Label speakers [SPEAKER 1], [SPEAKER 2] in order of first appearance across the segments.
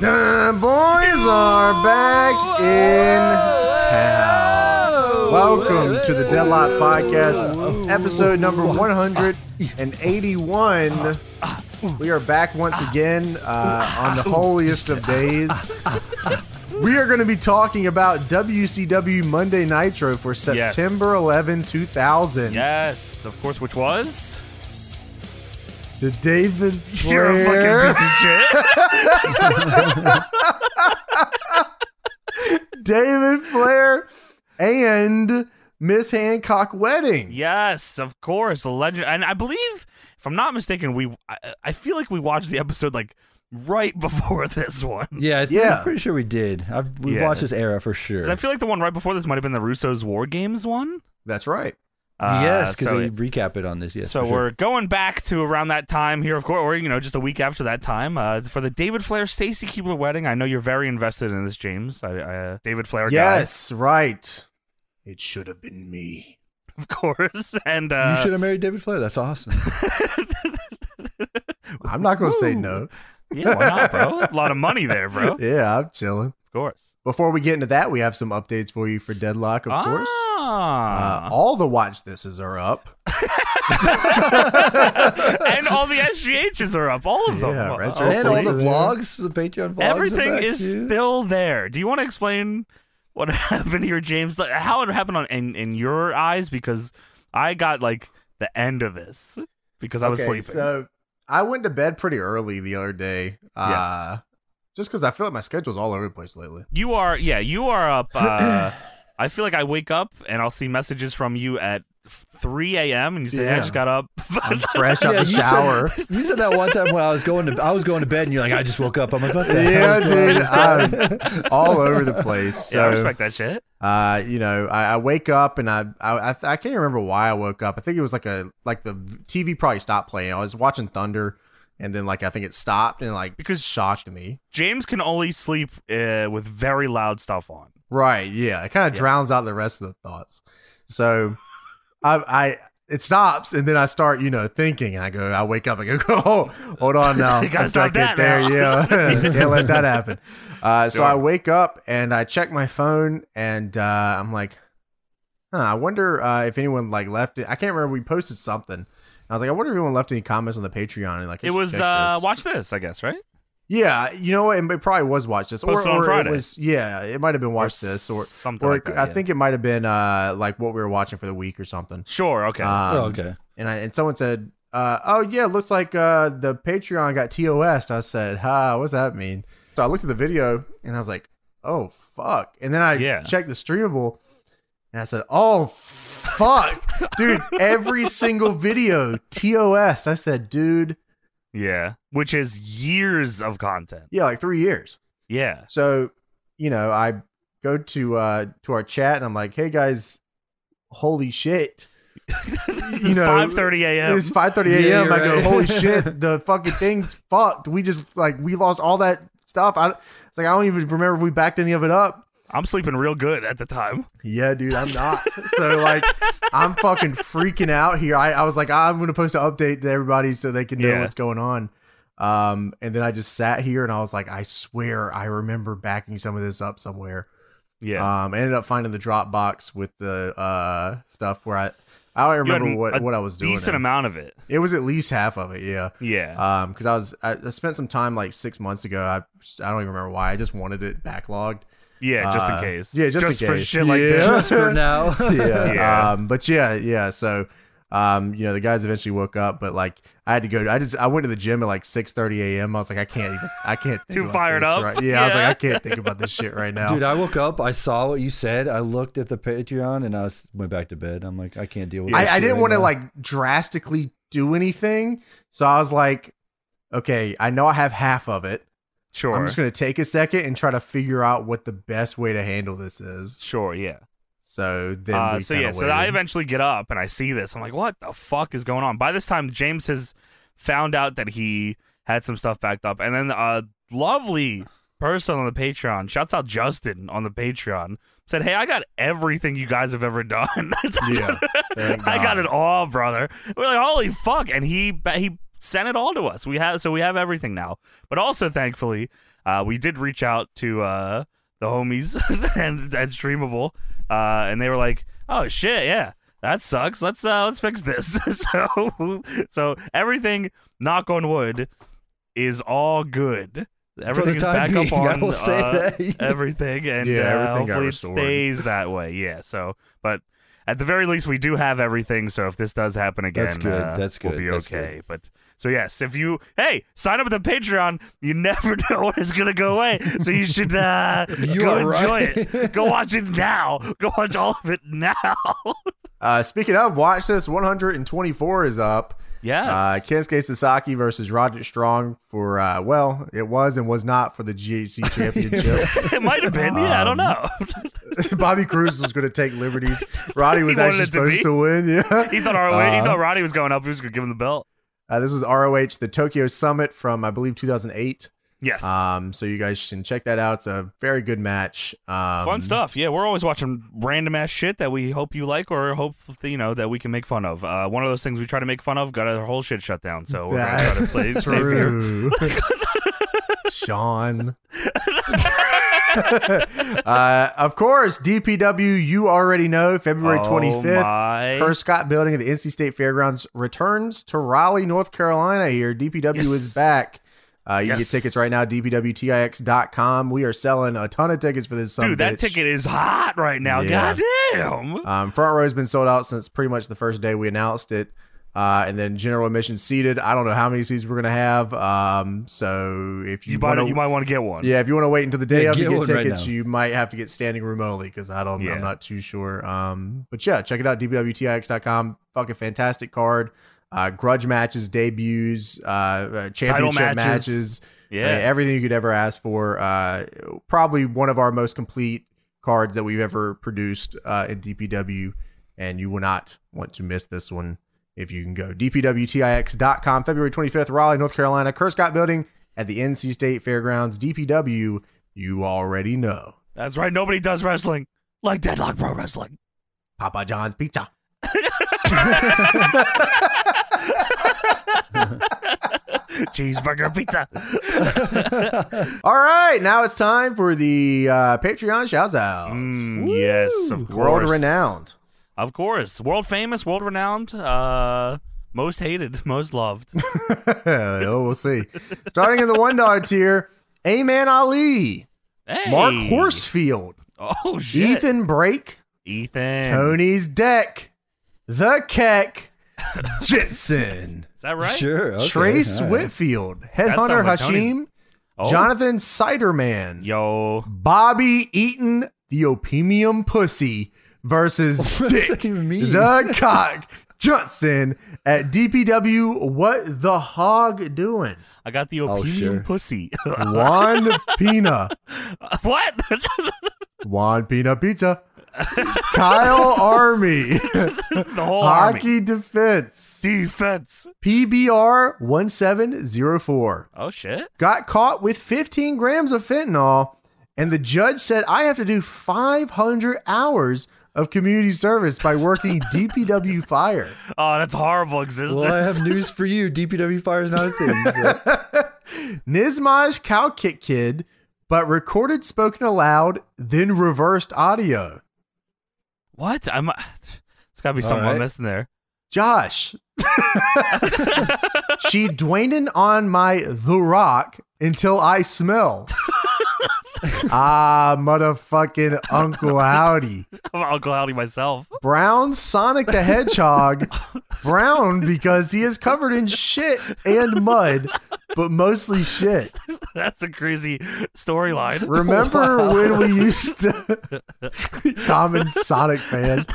[SPEAKER 1] The boys are back in town. Welcome to the Deadlock Podcast, episode number 181. We are back once again uh, on the holiest of days. We are going to be talking about WCW Monday Nitro for September 11, 2000.
[SPEAKER 2] Yes, of course, which was?
[SPEAKER 1] The David
[SPEAKER 2] You're a
[SPEAKER 1] Flair-
[SPEAKER 2] fucking piece of shit.
[SPEAKER 1] David Flair and Miss Hancock wedding.
[SPEAKER 2] yes, of course, the legend. And I believe, if I'm not mistaken, we I, I feel like we watched the episode like right before this one.
[SPEAKER 3] Yeah, I think,
[SPEAKER 1] Yeah.
[SPEAKER 3] I'm pretty sure we did. I've, we've
[SPEAKER 2] Yeah.
[SPEAKER 3] watched this era for sure.
[SPEAKER 2] 'Cause I feel like the one right before this might have been the Russo's War Games one.
[SPEAKER 1] That's right.
[SPEAKER 2] Uh,
[SPEAKER 3] yes, because
[SPEAKER 2] so,
[SPEAKER 3] they recap it on this. Yes,
[SPEAKER 2] so
[SPEAKER 3] for sure.
[SPEAKER 2] we're going back to around that time here, of course, or you know, just a week after that time uh, for the David Flair Stacy Keebler wedding. I know you're very invested in this, James. I, I, uh, David Flair, guy,
[SPEAKER 1] Yes, right. It should have been me.
[SPEAKER 2] of course, and
[SPEAKER 3] you
[SPEAKER 2] uh,
[SPEAKER 3] should have married David Flair. That's awesome.
[SPEAKER 1] I'm not going to say no.
[SPEAKER 2] yeah, why not, bro? a lot of money there, bro. Of
[SPEAKER 1] Yeah, I'm chilling.
[SPEAKER 2] course.
[SPEAKER 1] Before we get into that, we have some updates for you for Deadlock, of course. Uh,
[SPEAKER 2] Ah.
[SPEAKER 1] all the watch thises are up.
[SPEAKER 2] and all the SGHs are up. All of them.
[SPEAKER 1] Yeah, right,
[SPEAKER 2] Uh,
[SPEAKER 1] Jason.
[SPEAKER 3] and all the
[SPEAKER 1] Absolutely.
[SPEAKER 3] vlogs, the Patreon vlogs. are
[SPEAKER 2] everything
[SPEAKER 3] back,
[SPEAKER 2] is
[SPEAKER 3] too.
[SPEAKER 2] still there. Do you want to explain what happened here, James? Like, How it happened on in, in your eyes? Because I got like the end of this because I was
[SPEAKER 1] Okay,
[SPEAKER 2] sleeping.
[SPEAKER 1] So I went to bed pretty early the other day. Uh, Just because I feel like my schedule's all over the place lately.
[SPEAKER 2] you are, yeah, you are up. Uh, I feel like I wake up and I'll see messages from you at 3 a.m. and you say, "Hey, I
[SPEAKER 1] Yeah.
[SPEAKER 2] just got up.
[SPEAKER 1] I'm fresh out
[SPEAKER 3] Yeah,
[SPEAKER 1] the
[SPEAKER 3] you
[SPEAKER 1] shower.
[SPEAKER 3] Said, you said that one time when I was going to I was going to bed, and you're like, I just woke up. I'm like, what the
[SPEAKER 1] yeah,
[SPEAKER 3] hell? is going
[SPEAKER 1] dude.
[SPEAKER 3] on?
[SPEAKER 1] I'm all over the place. So.
[SPEAKER 2] yeah, I respect that shit.
[SPEAKER 1] uh, you know, I, I wake up and I, I I I can't remember why I woke up. I think it was like a like the TV probably stopped playing. I was watching Thunder, and then like I think it stopped and like
[SPEAKER 2] Because-
[SPEAKER 1] shocked me.
[SPEAKER 2] James can only sleep uh, with very loud stuff on.
[SPEAKER 1] Right? Yeah, it kind of
[SPEAKER 2] Yeah.
[SPEAKER 1] drowns out the rest of the thoughts. So, I I it stops and then I start you know thinking. And I go, I wake up and go, oh, hold on now,
[SPEAKER 2] You gotta
[SPEAKER 1] A
[SPEAKER 2] stop that
[SPEAKER 1] second there,
[SPEAKER 2] now.
[SPEAKER 1] yeah, can't let that happen. Uh, so
[SPEAKER 2] Sure.
[SPEAKER 1] I wake up and I check my phone and uh, I'm like, huh, I wonder uh, if anyone like left it. I can't remember. We posted something. I was like, I wonder if anyone left any comments on the Patreon. And like, I
[SPEAKER 2] It
[SPEAKER 1] should
[SPEAKER 2] was
[SPEAKER 1] check
[SPEAKER 2] uh,
[SPEAKER 1] this.
[SPEAKER 2] watch this, I guess, right?
[SPEAKER 1] Yeah, you know what? It probably was watch this,
[SPEAKER 2] Posted on Friday.
[SPEAKER 1] it was yeah, it might have been watch this, or
[SPEAKER 2] something.
[SPEAKER 1] or
[SPEAKER 2] like
[SPEAKER 1] it-
[SPEAKER 2] that,
[SPEAKER 1] I
[SPEAKER 2] yeah.
[SPEAKER 1] think it might have been uh like what we were watching for the week or something.
[SPEAKER 2] Sure. Okay.
[SPEAKER 1] Um,
[SPEAKER 3] Oh, okay.
[SPEAKER 1] And I, and someone said, uh, "Oh yeah, looks like uh, the Patreon got TOS." And I said, "Ha, what's that mean?" So I looked at the video and I was like, "Oh fuck!" And then I
[SPEAKER 2] Yeah.
[SPEAKER 1] checked the streamable and I said, "Oh fuck, dude!" Every single video TOS. I said, "Dude,
[SPEAKER 2] yeah. Which is years of content.
[SPEAKER 1] yeah, like three years."
[SPEAKER 2] Yeah.
[SPEAKER 1] So, you know, I go to uh to our chat and I'm like, "Hey guys, holy shit!" you know,
[SPEAKER 2] five thirty a.m.
[SPEAKER 1] It's 5:30
[SPEAKER 3] Yeah,
[SPEAKER 1] a.m.
[SPEAKER 3] you're
[SPEAKER 1] I go,
[SPEAKER 3] right.
[SPEAKER 1] holy shit, the fucking thing's fucked. We just like we lost all that stuff. I it's like I don't even remember if we backed any of it up.
[SPEAKER 2] I'm sleeping real good at the time.
[SPEAKER 1] Yeah, dude, I'm not. so like, I'm fucking freaking out here. I, I was like, I'm gonna post an update to everybody so they can know
[SPEAKER 2] Yeah.
[SPEAKER 1] what's going on. Um, and then I just sat here and I was like, I swear, I remember backing some of this up somewhere.
[SPEAKER 2] Yeah.
[SPEAKER 1] Um, I ended up finding the Dropbox with the uh stuff where I. I don't
[SPEAKER 2] You had
[SPEAKER 1] remember what,
[SPEAKER 2] a
[SPEAKER 1] what I was doing.
[SPEAKER 2] Decent
[SPEAKER 1] in.
[SPEAKER 2] amount of it.
[SPEAKER 1] It was at least half of it, yeah.
[SPEAKER 2] Yeah.
[SPEAKER 1] Um, because I was I, I spent some time like six months ago. I I don't even remember why. I just wanted it backlogged.
[SPEAKER 2] yeah. Just
[SPEAKER 1] uh,
[SPEAKER 2] in case.
[SPEAKER 1] yeah, just in
[SPEAKER 2] for
[SPEAKER 1] case.
[SPEAKER 2] shit like
[SPEAKER 1] Yeah.
[SPEAKER 2] this.
[SPEAKER 3] Just for now.
[SPEAKER 1] Yeah.
[SPEAKER 2] Yeah.
[SPEAKER 1] Um, but yeah, yeah. So, um, you know, the guys eventually woke up, but like I had to go. I just I went to the gym at like six thirty a.m. I was like, I can't even. I can't. Think
[SPEAKER 2] Too
[SPEAKER 1] about
[SPEAKER 2] fired
[SPEAKER 1] this
[SPEAKER 2] up?
[SPEAKER 1] Right. Yeah, I was like,
[SPEAKER 2] Yeah.
[SPEAKER 1] I can't think about this shit right now.
[SPEAKER 3] Dude, I woke up. I saw what you said. I looked at the Patreon, and I was, went back to bed. I'm like, I can't deal with. this
[SPEAKER 1] I, I
[SPEAKER 3] shit
[SPEAKER 1] didn't
[SPEAKER 3] right
[SPEAKER 1] want to
[SPEAKER 3] now.
[SPEAKER 1] like drastically do anything, so I was like, okay, I know I have half of it.
[SPEAKER 2] Sure.
[SPEAKER 1] I'm just going to take a second and try to figure out what the best way to handle this is.
[SPEAKER 2] Sure, yeah.
[SPEAKER 1] So then,
[SPEAKER 2] Uh,
[SPEAKER 1] we
[SPEAKER 2] so
[SPEAKER 1] kinda
[SPEAKER 2] yeah, so I
[SPEAKER 1] waited.
[SPEAKER 2] eventually get up and I see this. I'm like, what the fuck is going on? By this time, James has found out that he had some stuff backed up, and then a lovely person on the Patreon, shouts out Justin on the Patreon, said, "Hey, I got everything you guys have ever done.
[SPEAKER 1] yeah, Thank
[SPEAKER 2] I got
[SPEAKER 1] God.
[SPEAKER 2] it all, brother." We're like, "Holy fuck!" And he ba- he sent it all to us. We have so we have everything now. But also, thankfully, uh, we did reach out to uh, the homies and, and Streamable, uh, and they were like, "Oh shit, yeah, that sucks. Let's uh, let's fix this." so so everything, knock on wood, is all good. Everything's back
[SPEAKER 3] time
[SPEAKER 2] up
[SPEAKER 3] being, I
[SPEAKER 2] on
[SPEAKER 3] will say
[SPEAKER 2] uh,
[SPEAKER 3] that.
[SPEAKER 2] everything, and
[SPEAKER 1] Yeah,
[SPEAKER 2] uh,
[SPEAKER 1] everything got
[SPEAKER 2] hopefully it
[SPEAKER 1] restored.
[SPEAKER 2] stays that way. Yeah. So, but at the very least, we do have everything. So if this does happen again,
[SPEAKER 3] That's good.
[SPEAKER 2] uh,
[SPEAKER 3] That's
[SPEAKER 2] We'll
[SPEAKER 3] good.
[SPEAKER 2] be
[SPEAKER 3] That's
[SPEAKER 2] okay. But so yes, if you hey sign up to Patreon, you never know when it's gonna go away. So you should uh,
[SPEAKER 3] You
[SPEAKER 2] go
[SPEAKER 3] are
[SPEAKER 2] enjoy
[SPEAKER 3] right.
[SPEAKER 2] it. Go watch it now. Go watch all of it now.
[SPEAKER 1] Uh, speaking of, watch this. 124 is up.
[SPEAKER 2] yes.
[SPEAKER 1] Uh, Kensuke Sasaki versus Roger Strong for uh, well, it was and was not for the GHC championship.
[SPEAKER 2] it might have been. Yeah, I don't
[SPEAKER 3] Um,
[SPEAKER 2] know.
[SPEAKER 1] Bobby Cruz was going to take liberties. Roddy was
[SPEAKER 2] He wanted
[SPEAKER 1] actually
[SPEAKER 2] it to be.
[SPEAKER 1] supposed to win. Yeah,
[SPEAKER 2] he thought Ro- he
[SPEAKER 1] Uh,
[SPEAKER 2] thought Roddy was going up. He was gonna give him the belt.
[SPEAKER 1] Uh, this was ROH, the Tokyo Summit from I believe 2008.
[SPEAKER 2] Yes.
[SPEAKER 1] Um, so you guys can check that out. It's a very good match. Um,
[SPEAKER 2] fun stuff. Yeah, we're always watching random ass shit that we hope you like or hope you know that we can make fun of. Uh, one of those things we try to make fun of got our whole shit shut down. So we're gonna try to
[SPEAKER 1] That's
[SPEAKER 2] play it safe here.
[SPEAKER 1] true. Sean. uh, of course, DPW, you already know, February
[SPEAKER 2] Oh
[SPEAKER 1] 25th.
[SPEAKER 2] my-
[SPEAKER 1] Kerr Scott Building at the NC State Fairgrounds returns to Raleigh, North Carolina here. DPW
[SPEAKER 2] Yes.
[SPEAKER 1] is back. Uh, you can
[SPEAKER 2] Yes.
[SPEAKER 1] get tickets right now, dpwtix.com. We are selling a ton of tickets for this summer.
[SPEAKER 2] Dude, that ticket is hot right now.
[SPEAKER 1] Yeah.
[SPEAKER 2] Goddamn.
[SPEAKER 1] Um, front row has been sold out since pretty much the first day we announced it. Uh, and then general admission seated. I don't know how many seats we're gonna have. Um, so if you,
[SPEAKER 2] you, might,
[SPEAKER 1] want
[SPEAKER 2] you might want to get one.
[SPEAKER 1] yeah, if you want to wait until the day
[SPEAKER 3] Yeah,
[SPEAKER 1] of to
[SPEAKER 3] get
[SPEAKER 1] get
[SPEAKER 3] one right
[SPEAKER 1] tickets,
[SPEAKER 3] now.
[SPEAKER 1] you might have to get standing room only because I don't,
[SPEAKER 2] Yeah.
[SPEAKER 1] I'm not too sure. Um, but yeah, check it out. dbwtix.com. Fucking fantastic card. Uh, grudge matches, debuts, uh, uh, championship
[SPEAKER 2] matches.
[SPEAKER 1] matches. I mean,
[SPEAKER 2] Yeah.
[SPEAKER 1] everything you could ever ask for. Uh, probably one of our most complete cards that we've ever produced uh, in DPW, and you will not want to miss this one if you can go. DPWTIX.com, February 25th, Raleigh, North Carolina, Kerr Scott Building at the NC State Fairgrounds. DPW, you already know.
[SPEAKER 2] That's right. Nobody does wrestling like Deadlock Pro Wrestling.
[SPEAKER 1] Papa John's Pizza.
[SPEAKER 2] Cheeseburger pizza.
[SPEAKER 1] All right, now it's time for the uh, Patreon shout outs.
[SPEAKER 2] Mm, yes, of course.
[SPEAKER 1] World renowned.
[SPEAKER 2] Of course. World famous, world renowned, uh, most hated, most loved.
[SPEAKER 1] oh, we'll see. Starting in the one dollar tier, Aman Ali,
[SPEAKER 2] Hey.
[SPEAKER 1] Mark Horsefield,
[SPEAKER 2] Oh, shit.
[SPEAKER 1] Ethan Brake,
[SPEAKER 2] Ethan.
[SPEAKER 1] Tony's Deck, The Keck, Jensen,
[SPEAKER 2] Is that right?
[SPEAKER 3] Sure. okay,
[SPEAKER 1] Trace
[SPEAKER 3] all right.
[SPEAKER 1] Whitfield,
[SPEAKER 2] sounds
[SPEAKER 1] Headhunter
[SPEAKER 2] like Tony's-
[SPEAKER 1] Hashim,
[SPEAKER 2] Oh.
[SPEAKER 1] Jonathan Ciderman,
[SPEAKER 2] Yo.
[SPEAKER 1] Bobby Eaton, the Opimium Pussy versus
[SPEAKER 3] What does
[SPEAKER 1] Dick
[SPEAKER 3] that even mean?
[SPEAKER 1] the Cock Johnson at DPW. What the hog doing?
[SPEAKER 2] I got the
[SPEAKER 3] Oh,
[SPEAKER 2] opinion
[SPEAKER 3] sure.
[SPEAKER 2] pussy.
[SPEAKER 1] Juan Pina.
[SPEAKER 2] what?
[SPEAKER 1] Juan Pina Pizza. Kyle Army.
[SPEAKER 2] the whole army.
[SPEAKER 1] Hockey Defense.
[SPEAKER 2] Defense.
[SPEAKER 1] PBR 1704.
[SPEAKER 2] Oh, shit.
[SPEAKER 1] Got caught with 15 grams of fentanyl, and the judge said, I have to do 500 hours of community service by working DPW Fire.
[SPEAKER 2] Oh, that's horrible existence.
[SPEAKER 3] Well, I have news for you. DPW fire is not a thing. so-
[SPEAKER 1] Nizmaj Cowkick Kid, but recorded spoken aloud, then reversed audio.
[SPEAKER 2] What? I'm. uh, It's got to be
[SPEAKER 3] All
[SPEAKER 2] something I'm
[SPEAKER 3] right.
[SPEAKER 2] missing there.
[SPEAKER 1] Josh. she dwaning on my The Rock until I smell. ah, motherfucking Uncle Howdy.
[SPEAKER 2] I'm Uncle Howdy myself.
[SPEAKER 1] Brown Sonic the Hedgehog. Brown because he is covered in shit and mud, but mostly shit.
[SPEAKER 2] That's a crazy storyline.
[SPEAKER 1] Remember when we used to common Sonic fan?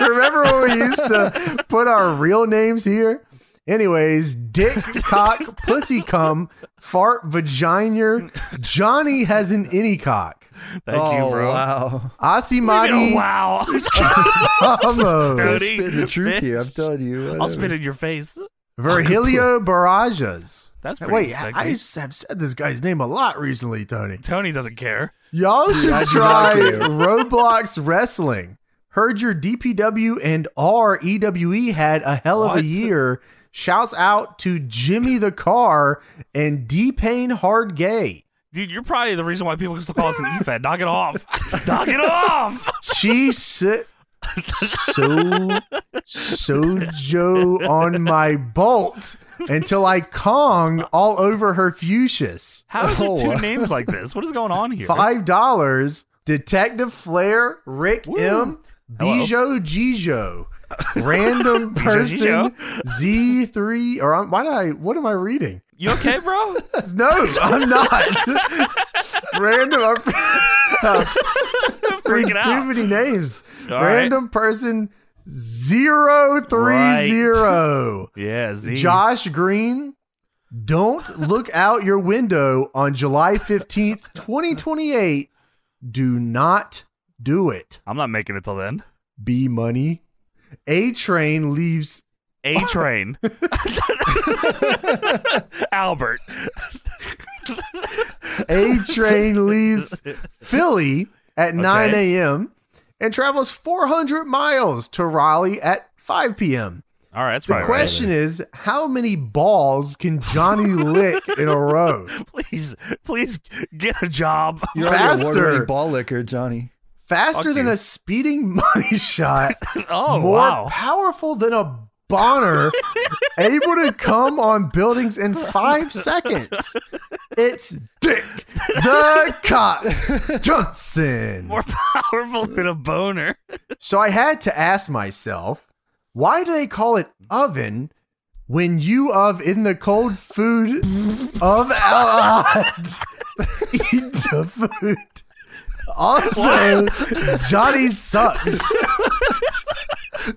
[SPEAKER 1] Remember when we used to put our real names here? Anyways, dick, cock, pussy cum, fart, vagina. Johnny has an any cock.
[SPEAKER 2] Thank you, bro.
[SPEAKER 3] wow.
[SPEAKER 1] Asimati
[SPEAKER 2] wow.
[SPEAKER 3] I'm
[SPEAKER 1] Ramos,
[SPEAKER 2] Dude.
[SPEAKER 3] spitting the truth
[SPEAKER 2] Bitch.
[SPEAKER 3] here. I'm telling you.
[SPEAKER 2] I'll spit in your face.
[SPEAKER 1] Virgilio Barajas.
[SPEAKER 2] That's pretty
[SPEAKER 1] Wait,
[SPEAKER 2] sexy.
[SPEAKER 1] I just have said this guy's name a lot recently, Tony.
[SPEAKER 2] Tony doesn't care.
[SPEAKER 1] Y'all should
[SPEAKER 3] I do
[SPEAKER 1] try
[SPEAKER 3] like you.
[SPEAKER 1] Roblox Wrestling. Heard your DPW and REWE E had a hell of a
[SPEAKER 2] What?
[SPEAKER 1] year. Shouts out to Jimmy the Car and D Pain Hard Gay.
[SPEAKER 2] Dude, you're probably the reason why people can still call us an E E-Fed. Knock it off. Knock it off.
[SPEAKER 1] She sit so sojo on my bolt until I Kong all over her fuchsias.
[SPEAKER 2] How is there
[SPEAKER 3] Oh,
[SPEAKER 2] two
[SPEAKER 3] wow.
[SPEAKER 2] names like this? What is going on here?
[SPEAKER 1] Five dollars. Detective Flair, Rick
[SPEAKER 2] Woo.
[SPEAKER 1] M,
[SPEAKER 2] Hello.
[SPEAKER 1] Bijo Gijo, random person Z three. Or I'm, why did I? What am I reading?
[SPEAKER 2] You okay, bro?
[SPEAKER 1] No, I'm not. random. I'm
[SPEAKER 2] Freaking
[SPEAKER 1] too
[SPEAKER 2] out.
[SPEAKER 1] many names.
[SPEAKER 2] All right.
[SPEAKER 1] random person zero three
[SPEAKER 2] Right.
[SPEAKER 1] zero.
[SPEAKER 2] Yeah, Z.
[SPEAKER 1] Josh Green, don't look out your window on July 15th, 2028. Do not do it.
[SPEAKER 2] I'm not making it till then.
[SPEAKER 1] B money. A train leaves
[SPEAKER 2] A train. Albert.
[SPEAKER 1] A train leaves Philly at 9 a.m. and travels 400 miles to Raleigh at 5 p.m.
[SPEAKER 2] All right, that's
[SPEAKER 1] The
[SPEAKER 2] right.
[SPEAKER 1] question is, how many balls can Johnny lick in a row?
[SPEAKER 2] Please, please get a job.
[SPEAKER 3] You're already
[SPEAKER 1] Faster.
[SPEAKER 3] award-winning ball liquor, Johnny.
[SPEAKER 1] Faster
[SPEAKER 2] Fuck
[SPEAKER 1] than
[SPEAKER 2] you.
[SPEAKER 1] a speeding money shot.
[SPEAKER 2] Oh
[SPEAKER 1] more
[SPEAKER 2] wow.
[SPEAKER 1] powerful than a bonner, able to come on buildings in five seconds. It's Dick the Cop Johnson.
[SPEAKER 2] More powerful than a boner.
[SPEAKER 1] So I had to ask myself, why do they call it oven when you of in the cold food of Alad eat the food? Also, Johnny sucks.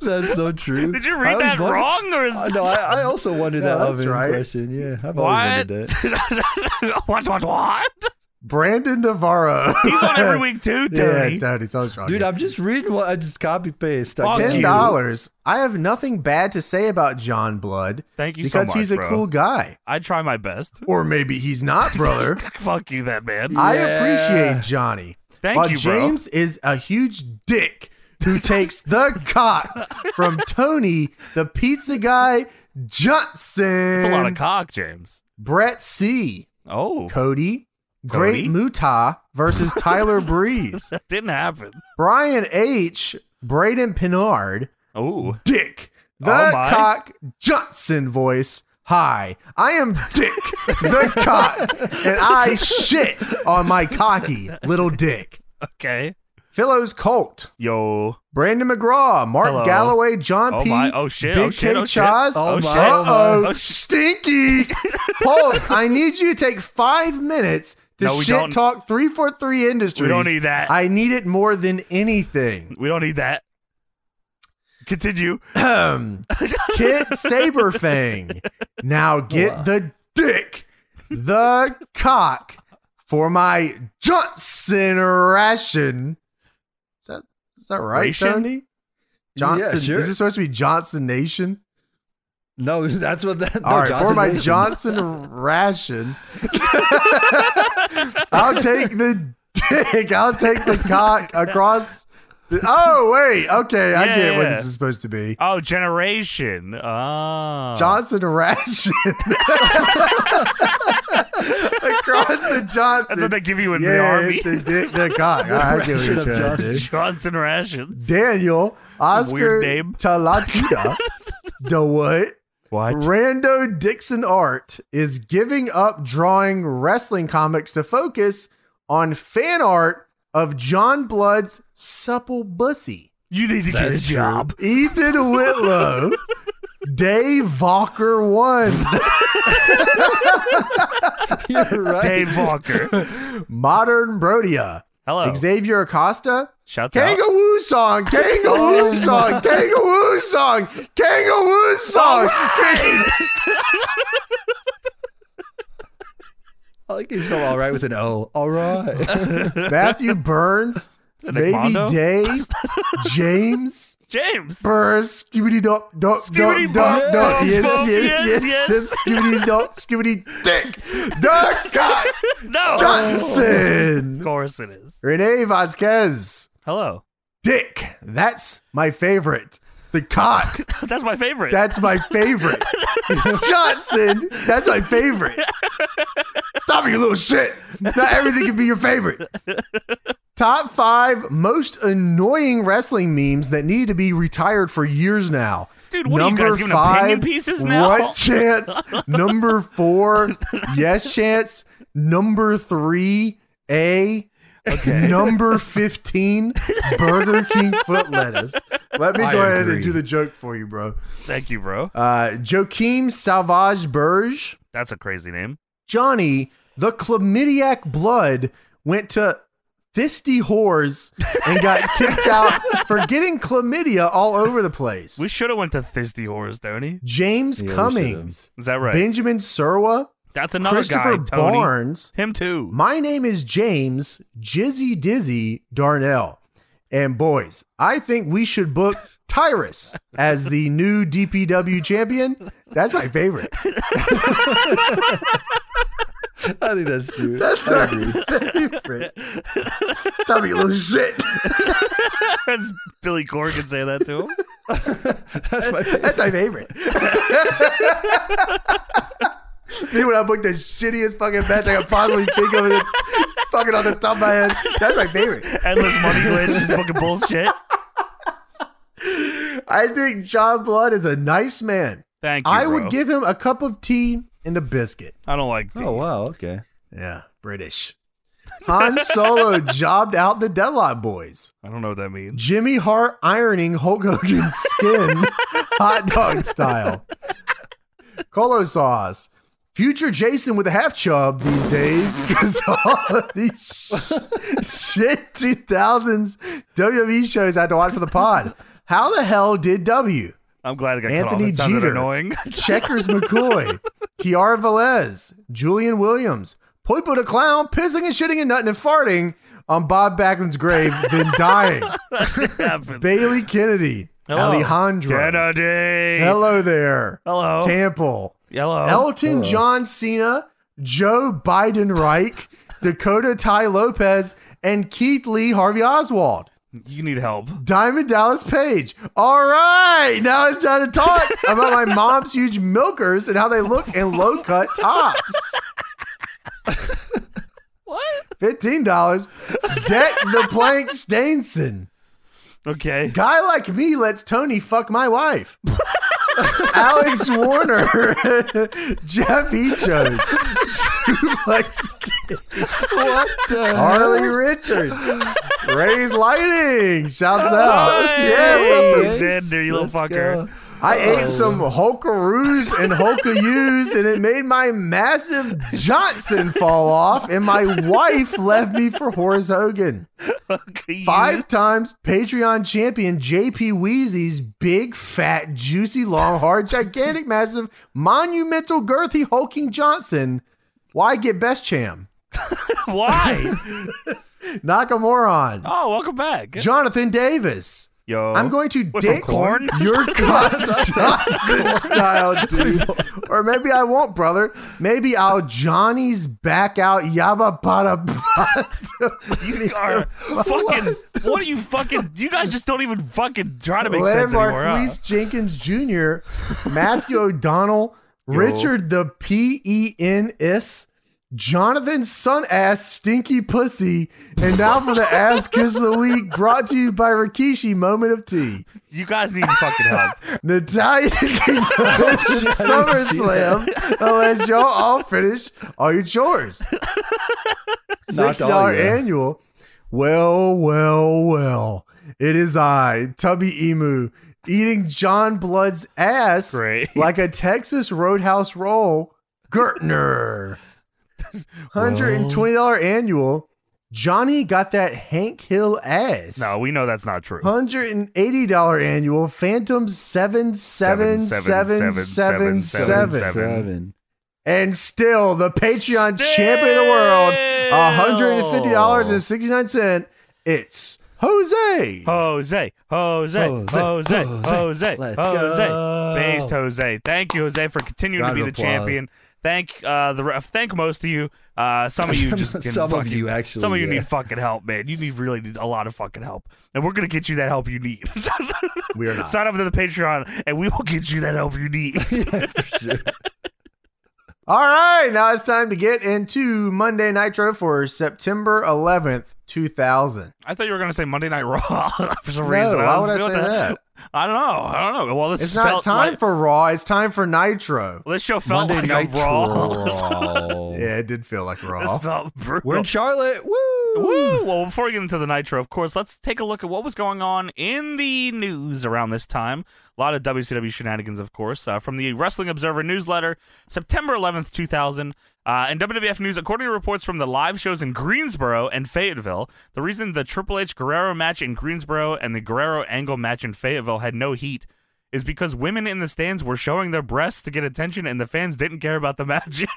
[SPEAKER 3] That's so true.
[SPEAKER 2] Did you
[SPEAKER 3] I
[SPEAKER 2] read
[SPEAKER 3] was
[SPEAKER 2] that
[SPEAKER 3] wondering-
[SPEAKER 2] wrong or
[SPEAKER 3] Uh,
[SPEAKER 2] is
[SPEAKER 3] no, I, I also wondered
[SPEAKER 1] No,
[SPEAKER 3] that
[SPEAKER 1] that's
[SPEAKER 3] oven
[SPEAKER 1] right.
[SPEAKER 3] question. Yeah, I've always
[SPEAKER 2] what?
[SPEAKER 3] wondered that.
[SPEAKER 2] what? What? What?
[SPEAKER 1] Brandon Navarro.
[SPEAKER 2] He's on every week too, Tony.
[SPEAKER 1] Yeah, Tony, so strong.
[SPEAKER 3] Dude, I'm just reading what I just copy paste.
[SPEAKER 2] Fuck
[SPEAKER 1] ten
[SPEAKER 2] you.
[SPEAKER 1] dollars. I have nothing bad to say about John Blood
[SPEAKER 2] Thank you so
[SPEAKER 1] because
[SPEAKER 2] much,
[SPEAKER 1] he's a
[SPEAKER 2] bro.
[SPEAKER 1] cool guy,
[SPEAKER 2] I try my best.
[SPEAKER 1] or maybe he's not, brother.
[SPEAKER 2] Fuck you, that man.
[SPEAKER 1] I
[SPEAKER 3] Yeah.
[SPEAKER 1] appreciate Johnny.
[SPEAKER 2] Thank
[SPEAKER 1] While
[SPEAKER 2] you, bro.
[SPEAKER 1] James is a huge dick who takes the cock from Tony, the pizza guy Johnson.
[SPEAKER 2] That's a lot of cock, James.
[SPEAKER 1] Brett C.
[SPEAKER 2] Oh,
[SPEAKER 1] Cody.
[SPEAKER 2] Cody?
[SPEAKER 1] Great Muta versus Tyler Breeze.
[SPEAKER 2] that didn't happen.
[SPEAKER 1] Brian H. Braden Pinard.
[SPEAKER 2] Oh,
[SPEAKER 1] Dick, the
[SPEAKER 2] Oh, my.
[SPEAKER 1] cock Johnson voice. Hi, I am Dick, the cock, and I shit on my cocky little dick.
[SPEAKER 2] okay.
[SPEAKER 1] Philo's Colt,
[SPEAKER 2] Yo.
[SPEAKER 1] Brandon McGraw, Mark
[SPEAKER 2] Hello.
[SPEAKER 1] Galloway, John
[SPEAKER 2] Oh
[SPEAKER 1] P.
[SPEAKER 2] my. Oh shit.
[SPEAKER 1] Big
[SPEAKER 2] oh shit.
[SPEAKER 1] K.
[SPEAKER 2] Oh shit.
[SPEAKER 1] Chaz.
[SPEAKER 2] Oh,
[SPEAKER 3] Oh,
[SPEAKER 2] shit.
[SPEAKER 3] my.
[SPEAKER 1] Uh-oh,
[SPEAKER 2] Oh, sh-
[SPEAKER 1] stinky. Pulse, I need you to take five minutes to
[SPEAKER 2] No, we
[SPEAKER 1] shit
[SPEAKER 2] don't.
[SPEAKER 1] talk 343 Industries.
[SPEAKER 2] We don't need that.
[SPEAKER 1] I need it more than anything.
[SPEAKER 2] we don't need that. Continue.
[SPEAKER 1] Ahem. Kit Saberfang. Now get
[SPEAKER 3] Wow.
[SPEAKER 1] the dick, the cock for my Johnson ration. Is that is that right,
[SPEAKER 2] Ration?
[SPEAKER 1] Tony? Johnson.
[SPEAKER 3] sure.
[SPEAKER 1] Is this supposed to be Johnson Nation?
[SPEAKER 3] No, that's what that. no,
[SPEAKER 1] All right, for
[SPEAKER 3] Johnson
[SPEAKER 1] my
[SPEAKER 3] Nation.
[SPEAKER 1] Johnson ration, I'll take the dick. I'll take the cock across. The, oh wait, okay, I
[SPEAKER 2] Yeah,
[SPEAKER 1] get what
[SPEAKER 2] yeah.
[SPEAKER 1] this is supposed to be.
[SPEAKER 2] Oh, generation. Oh.
[SPEAKER 1] Johnson ration across the Johnson.
[SPEAKER 2] That's what they give you in the
[SPEAKER 1] yeah,
[SPEAKER 2] army.
[SPEAKER 1] it's the dick, the cock. I get what
[SPEAKER 3] ration
[SPEAKER 1] you're trying
[SPEAKER 3] of
[SPEAKER 1] to
[SPEAKER 3] Johnson.
[SPEAKER 1] do.
[SPEAKER 2] Johnson rations.
[SPEAKER 1] Daniel Oscar
[SPEAKER 2] Weird name.
[SPEAKER 1] Talatita. the what?
[SPEAKER 2] What?
[SPEAKER 1] Rando Dixon Art is giving up drawing wrestling comics to focus on fan art of John Blood's supple bussy.
[SPEAKER 2] You need to get a
[SPEAKER 3] That's true.
[SPEAKER 2] job.
[SPEAKER 1] Ethan Whitlow, Dave Valker one.
[SPEAKER 3] You're right.
[SPEAKER 2] Dave Walker.
[SPEAKER 1] Modern Brodia,
[SPEAKER 2] Hello.
[SPEAKER 1] Xavier Acosta.
[SPEAKER 2] Shouts out.
[SPEAKER 1] Kangaroo song, kangaroo song, kangaroo song, kangaroo song.
[SPEAKER 3] I like he's all right with an O. All right.
[SPEAKER 1] Matthew Burns,
[SPEAKER 2] it
[SPEAKER 1] maybe
[SPEAKER 2] Mondo?
[SPEAKER 1] Dave, James
[SPEAKER 2] James.
[SPEAKER 1] Burns, skibbity dop dop
[SPEAKER 2] Skibbity
[SPEAKER 1] dop dop
[SPEAKER 2] bop,
[SPEAKER 1] dop.
[SPEAKER 2] bop,
[SPEAKER 1] Yes,
[SPEAKER 2] bop,
[SPEAKER 1] yes,
[SPEAKER 2] yes,
[SPEAKER 1] yes, yes.
[SPEAKER 2] yes.
[SPEAKER 1] Skibbity dop, skibbity dick. Duck Oh.
[SPEAKER 2] No. Of
[SPEAKER 1] Johnson,
[SPEAKER 2] course it is.
[SPEAKER 1] Renee Vasquez,
[SPEAKER 2] Hello.
[SPEAKER 1] Dick. That's my favorite. The cock.
[SPEAKER 2] That's my favorite.
[SPEAKER 1] That's my favorite. Johnson, that's my favorite. Stop it, you little shit. Not everything can be your favorite. Top five most annoying wrestling memes that need to be retired for years now.
[SPEAKER 2] Dude, what are you guys giving opinion pieces now?
[SPEAKER 1] What chance? Number four, yes chance. Number three, A. Okay. Number 15, Burger King foot lettuce. Let me
[SPEAKER 3] I
[SPEAKER 1] go ahead and
[SPEAKER 3] agree.
[SPEAKER 1] do the joke for you, bro.
[SPEAKER 2] Thank you, bro.
[SPEAKER 1] Uh, Joachim Salvage Burge,
[SPEAKER 2] That's a crazy name.
[SPEAKER 1] Johnny, the chlamydiac blood went to fisty whores and got kicked out for getting chlamydia all over the place.
[SPEAKER 2] We should have went to Thisty Horrors, Tony.
[SPEAKER 1] James
[SPEAKER 3] Yeah, we
[SPEAKER 1] Cummings,
[SPEAKER 2] Is that right?
[SPEAKER 1] Benjamin Serwa,
[SPEAKER 2] That's another
[SPEAKER 1] Christopher
[SPEAKER 2] guy, Tony.
[SPEAKER 1] Barnes.
[SPEAKER 2] Him too.
[SPEAKER 1] My name is James Jizzy Dizzy Darnell. And boys, I think we should book Tyrus as the new DPW champion. That's my favorite.
[SPEAKER 3] I think that's cute.
[SPEAKER 1] That's
[SPEAKER 3] I
[SPEAKER 1] my
[SPEAKER 3] agree.
[SPEAKER 1] favorite. Stop it, you little shit.
[SPEAKER 2] That's Billy Corgan say that to him.
[SPEAKER 3] That's my favorite.
[SPEAKER 1] That's my favorite. Me when I booked the shittiest fucking match I could possibly think of, it it's fucking on the top of my head. That's my favorite.
[SPEAKER 2] Endless money glitch, just fucking bullshit.
[SPEAKER 1] I think John Blood is a nice man.
[SPEAKER 2] Thank you.
[SPEAKER 1] I
[SPEAKER 2] bro.
[SPEAKER 1] would give him a cup of tea and a biscuit.
[SPEAKER 2] I don't like tea.
[SPEAKER 3] Oh wow. Okay.
[SPEAKER 1] Yeah, British. Han Solo jobbed out the Deadlock Boys.
[SPEAKER 2] I don't know what that means.
[SPEAKER 1] Jimmy Hart ironing Hulk Hogan's skin hot dog style. Colo sauce. Future Jason with a half chub these days because all of these sh- shit 2000s WWE E shows I had to watch for the pod. How the hell did W?
[SPEAKER 2] I'm glad it got
[SPEAKER 1] Anthony
[SPEAKER 2] cut off. It sounded
[SPEAKER 1] Jeter.
[SPEAKER 2] annoying.
[SPEAKER 1] Checkers McCoy, Kiara Velez, Julian Williams, Poipo the Clown pissing and shitting and nutting and farting on Bob Backlund's grave, then dying.
[SPEAKER 2] Happened.
[SPEAKER 1] Bailey Kennedy,
[SPEAKER 2] Hello.
[SPEAKER 1] Alejandro.
[SPEAKER 2] Kennedy.
[SPEAKER 1] Hello there.
[SPEAKER 2] Hello.
[SPEAKER 1] Campbell.
[SPEAKER 2] Hello.
[SPEAKER 1] Elton
[SPEAKER 3] hello.
[SPEAKER 1] John Cena, Joe Biden Reich, Dakota Ty Lopez, and Keith Lee Harvey Oswald.
[SPEAKER 2] you need help.
[SPEAKER 1] Diamond Dallas Page. All right, now it's time to talk about my mom's huge milkers and how they look in low cut tops.
[SPEAKER 2] What?
[SPEAKER 1] Fifteen dollars. Deck the plank Stainson.
[SPEAKER 2] Okay.
[SPEAKER 1] Guy like me lets Tony fuck my wife. Alex Warner, Jeff Echos, Suplex Kid,
[SPEAKER 3] What the?
[SPEAKER 1] Harley Richards, Ray's Lighting. Shouts out.
[SPEAKER 2] Hey,
[SPEAKER 1] Yeah, what's up,
[SPEAKER 3] Raze?
[SPEAKER 2] Xander, you little
[SPEAKER 3] Let's
[SPEAKER 2] fucker.
[SPEAKER 3] go.
[SPEAKER 1] I ate some Hulkaroos and Hulkayous, and it made my massive Johnson fall off, and my wife left me for Horace Hogan.
[SPEAKER 2] Okay, you-
[SPEAKER 1] Five times Patreon champion JP Wheezy's big, fat, juicy, long, hard, gigantic, massive, monumental, girthy, hulking Johnson. Why get best cham?
[SPEAKER 2] Why?
[SPEAKER 1] Nakamura on.
[SPEAKER 2] Oh, welcome back.
[SPEAKER 1] Jonathan Davis.
[SPEAKER 2] Yo.
[SPEAKER 1] I'm going to
[SPEAKER 2] What, from
[SPEAKER 1] dick
[SPEAKER 2] corn?
[SPEAKER 1] your cunt Johnson style, dude. Or maybe I won't, brother. Maybe I'll Johnny's back out yabba bada basta.
[SPEAKER 2] You are fucking. What are you fucking? You guys just don't even fucking try to make sense anymore. huh?
[SPEAKER 1] Marquise Jenkins Jr., Matthew O'Donnell, Richard the P E N S, Jonathan Sun Ass Stinky Pussy, and now for the Ass Kiss of the Week, brought to you by Rikishi Moment of Tea.
[SPEAKER 2] You guys need fucking help.
[SPEAKER 1] Natalia can go to SummerSlam unless y'all all finish all your chores. Six
[SPEAKER 3] Knocked all
[SPEAKER 1] dollar
[SPEAKER 3] you.
[SPEAKER 1] annual. Well, well, well. It is I, Tubby Emu, eating John Blood's ass
[SPEAKER 2] Great.
[SPEAKER 1] like a Texas Roadhouse roll. Gertner. $120 annual. Johnny got that Hank Hill ass.
[SPEAKER 2] No, we know that's not true.
[SPEAKER 1] Hundred and eighty dollar annual Phantom seven seven seven seven seven,
[SPEAKER 3] Seven.
[SPEAKER 1] and still the Patreon champion of the world, hundred and fifty dollars and sixty nine cent. It's Jose.
[SPEAKER 2] Jose, Jose, Jose, Jose,
[SPEAKER 3] Jose,
[SPEAKER 2] Jose,
[SPEAKER 3] let's go.
[SPEAKER 2] based Jose. Thank you, Jose, for continuing to
[SPEAKER 3] Round
[SPEAKER 2] be
[SPEAKER 3] of
[SPEAKER 2] the
[SPEAKER 3] applause.
[SPEAKER 2] champion. Thank uh, the ref. Thank most of you. Uh, some of you just can
[SPEAKER 3] Some of
[SPEAKER 2] fucking-
[SPEAKER 3] you actually,
[SPEAKER 2] Some of you
[SPEAKER 3] yeah.
[SPEAKER 2] need fucking help, man. You need really need a lot of fucking help, and we're gonna get you that help you need.
[SPEAKER 1] We are not.
[SPEAKER 2] Sign up to the Patreon, and we will get you that help you need.
[SPEAKER 1] All right, now it's time to get into Monday Nitro for September 11th, 2000.
[SPEAKER 2] I thought you were gonna say Monday Night Raw for
[SPEAKER 1] No,
[SPEAKER 2] some reason.
[SPEAKER 1] why
[SPEAKER 2] was
[SPEAKER 1] would I
[SPEAKER 2] feeling
[SPEAKER 1] say that?
[SPEAKER 2] I don't know. I don't know. Well, this
[SPEAKER 1] It's not
[SPEAKER 2] felt
[SPEAKER 1] time
[SPEAKER 2] like- Oh.
[SPEAKER 1] for Raw, it's time for Nitro.
[SPEAKER 2] Well, this show felt
[SPEAKER 3] Monday
[SPEAKER 2] like
[SPEAKER 3] Night
[SPEAKER 2] a Raw.
[SPEAKER 3] Raw.
[SPEAKER 1] Yeah, it did feel like Raw.
[SPEAKER 2] This felt brutal.
[SPEAKER 3] We're in Charlotte. Woo!
[SPEAKER 2] Woo! Well, before we get into the Nitro, of course, let's take a look at what was going on in the news around this time. A lot of WCW shenanigans, of course, uh, from the Wrestling Observer newsletter, September 11th, 2000. Uh, in WWF news, according to reports from the live shows in Greensboro and Fayetteville, the reason the Triple H Guerrero match in Greensboro and the Guerrero Angle match in Fayetteville had no heat is because women in the stands were showing their breasts to get attention and the fans didn't care about the matches.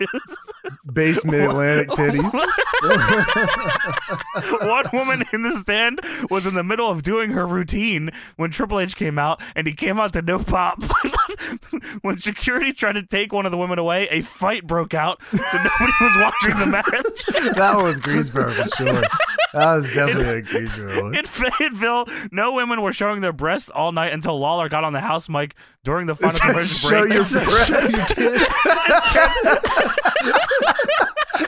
[SPEAKER 1] Base Mid Atlantic titties.
[SPEAKER 2] One woman in the stand was in the middle of doing her routine when Triple H came out, and he came out to no pop. when security tried to take one of the women away, a fight broke out, so nobody was watching the match.
[SPEAKER 1] That was Greensboro for sure. That was definitely a Greensboro one.
[SPEAKER 2] In Fayetteville, no women were showing their breasts all night until Lawler got on the house mic during the final commercial
[SPEAKER 1] Show
[SPEAKER 2] break.
[SPEAKER 1] your breasts.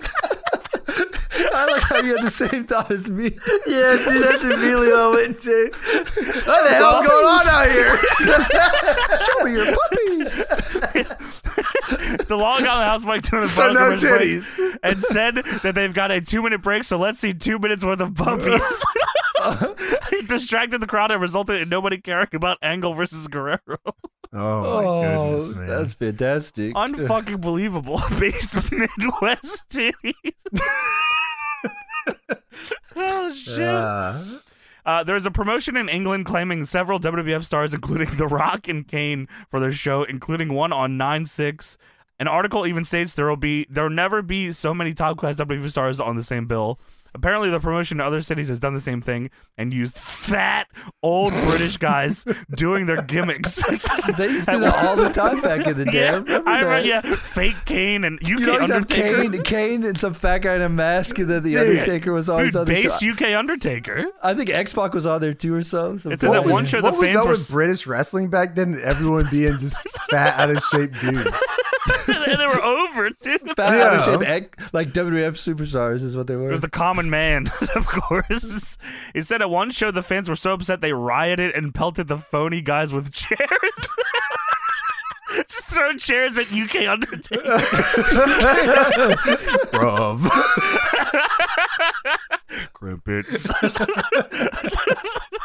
[SPEAKER 3] I like how you had the same thought as me.
[SPEAKER 1] Yeah, dude, that's immediately what I went to. What the hell's going on out here?
[SPEAKER 3] Show me your puppies.
[SPEAKER 2] the law got on the house mic during the
[SPEAKER 1] So
[SPEAKER 2] final
[SPEAKER 1] no
[SPEAKER 2] commercial break
[SPEAKER 1] titties.
[SPEAKER 2] and said that they've got a two minute break, so let's see two minutes worth of puppies. he distracted the crowd and resulted in nobody caring about Angle versus Guerrero.
[SPEAKER 1] Oh my
[SPEAKER 3] Oh,
[SPEAKER 1] goodness, man.
[SPEAKER 3] that's fantastic.
[SPEAKER 2] Unfucking believable. Based on Midwest titties. oh shit.
[SPEAKER 1] Uh,
[SPEAKER 2] Uh, there's a promotion in England claiming several WWF stars, including The Rock and Kane, for their show, including one on 9 6. An article even states there will be there'll never be so many top class WWF stars on the same bill. Apparently, the promotion in other cities has done the same thing and used fat old British guys doing their gimmicks.
[SPEAKER 3] they used to do that all the time back in the day. I
[SPEAKER 2] yeah,
[SPEAKER 3] remember
[SPEAKER 2] I remember,
[SPEAKER 3] that.
[SPEAKER 2] yeah, fake Kane and UK
[SPEAKER 3] You always have
[SPEAKER 2] Undertaker.
[SPEAKER 3] Kane, Kane, and some fat guy in a mask, and then the Undertaker was always
[SPEAKER 2] Dude,
[SPEAKER 3] on the
[SPEAKER 2] based
[SPEAKER 3] show.
[SPEAKER 2] UK Undertaker.
[SPEAKER 3] I think X Pac was on there too, or something. Some
[SPEAKER 2] It says that
[SPEAKER 3] guy was-
[SPEAKER 2] one show the
[SPEAKER 1] what was
[SPEAKER 2] fans
[SPEAKER 1] that
[SPEAKER 2] were
[SPEAKER 1] with British wrestling back then? Everyone being just fat, out of shape dudes.
[SPEAKER 2] and they were over, too.
[SPEAKER 3] Fat
[SPEAKER 1] Yeah.
[SPEAKER 3] out of shape, X- like WWF superstars is what they
[SPEAKER 2] It
[SPEAKER 3] were.
[SPEAKER 2] was the common man, of course. He said at one show the fans were so upset they rioted and pelted the phony guys with chairs. Just throwing chairs at UK Undertaker.
[SPEAKER 1] Bruv.
[SPEAKER 2] Crimpets.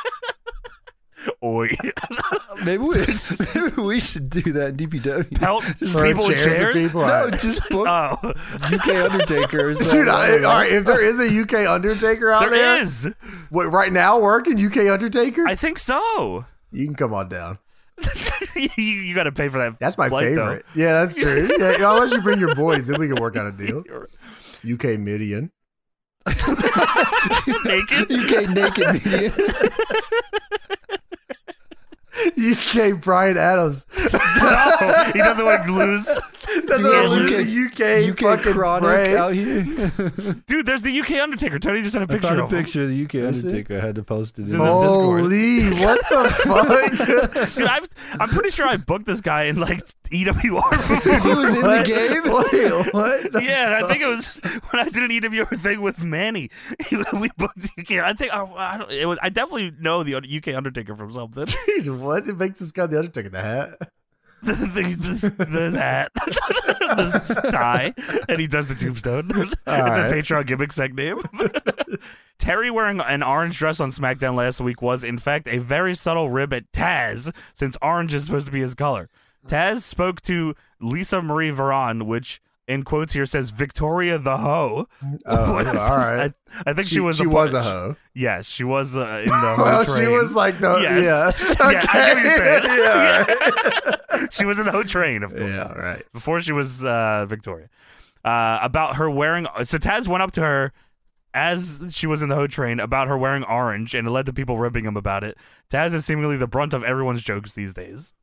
[SPEAKER 2] Oi.
[SPEAKER 3] maybe we maybe we should do that in DPW.
[SPEAKER 2] Pelt
[SPEAKER 1] Throwing
[SPEAKER 2] people with
[SPEAKER 1] chairs at
[SPEAKER 2] chairs?
[SPEAKER 1] people.
[SPEAKER 3] no, just book
[SPEAKER 2] Oh,
[SPEAKER 3] UK Undertaker. Or something.
[SPEAKER 1] Dude, I, all right. If there is a UK Undertaker out
[SPEAKER 2] there is.
[SPEAKER 1] what, right now working UK Undertaker,
[SPEAKER 2] I think so.
[SPEAKER 1] you can come on down.
[SPEAKER 2] you you got to pay for that.
[SPEAKER 1] That's my
[SPEAKER 2] flight, though.
[SPEAKER 1] favorite. Yeah, that's true. Yeah, unless you bring your boys, then we can work out a deal.
[SPEAKER 2] You're
[SPEAKER 1] UK Midian.
[SPEAKER 2] naked.
[SPEAKER 3] UK naked media.
[SPEAKER 1] UK Brian Adams.
[SPEAKER 2] No, he doesn't want to lose.
[SPEAKER 1] That's what I lose the UK,
[SPEAKER 3] UK
[SPEAKER 1] fucking
[SPEAKER 3] chronic
[SPEAKER 1] brain.
[SPEAKER 3] out here.
[SPEAKER 2] Dude, there's the UK Undertaker. Tony just had a
[SPEAKER 3] I
[SPEAKER 2] picture
[SPEAKER 3] found a
[SPEAKER 2] of him.
[SPEAKER 3] picture of the UK
[SPEAKER 1] Is it?
[SPEAKER 3] Undertaker. I had to post it.
[SPEAKER 2] in
[SPEAKER 1] Oh,
[SPEAKER 2] the- Discord.
[SPEAKER 1] Holy, what the fuck?
[SPEAKER 2] Dude, I've, I'm pretty sure I booked this guy in like E EWR.
[SPEAKER 3] Who was in the game?
[SPEAKER 1] Wait, what?
[SPEAKER 2] yeah, I think it was when I did an EWR thing with Manny. we booked UK. I think I, I don't. It was. I definitely know the UK Undertaker from something.
[SPEAKER 1] Dude, what? It makes this guy the Undertaker the hat.
[SPEAKER 2] the, the, the, the hat, the tie, and he does the tombstone. it's a
[SPEAKER 1] right.
[SPEAKER 2] Patreon gimmick seg name. Terry wearing an orange dress on SmackDown last week was, in fact, a very subtle rib at Taz, since orange is supposed to be his color. Taz spoke to Lisa Marie Varon, which in quotes here says Victoria the hoe.
[SPEAKER 1] Oh,
[SPEAKER 2] What-
[SPEAKER 1] all right.
[SPEAKER 2] I, I think she, was.
[SPEAKER 1] She
[SPEAKER 2] a part-
[SPEAKER 1] was a hoe.
[SPEAKER 2] Yes, she was uh, in the hoe
[SPEAKER 1] Well, Oh, she
[SPEAKER 2] train.
[SPEAKER 1] was like the
[SPEAKER 2] Yes.
[SPEAKER 1] yeah.
[SPEAKER 2] Yeah, I get what you're saying.
[SPEAKER 1] yeah.
[SPEAKER 2] she was in the hoe train, of course.
[SPEAKER 1] yeah. All right.
[SPEAKER 2] before she was uh, Victoria, uh, about her wearing. So Taz went up to her as she was in the hoe train about her wearing orange, and it led to people ripping him about it. Taz is seemingly the brunt of everyone's jokes these days.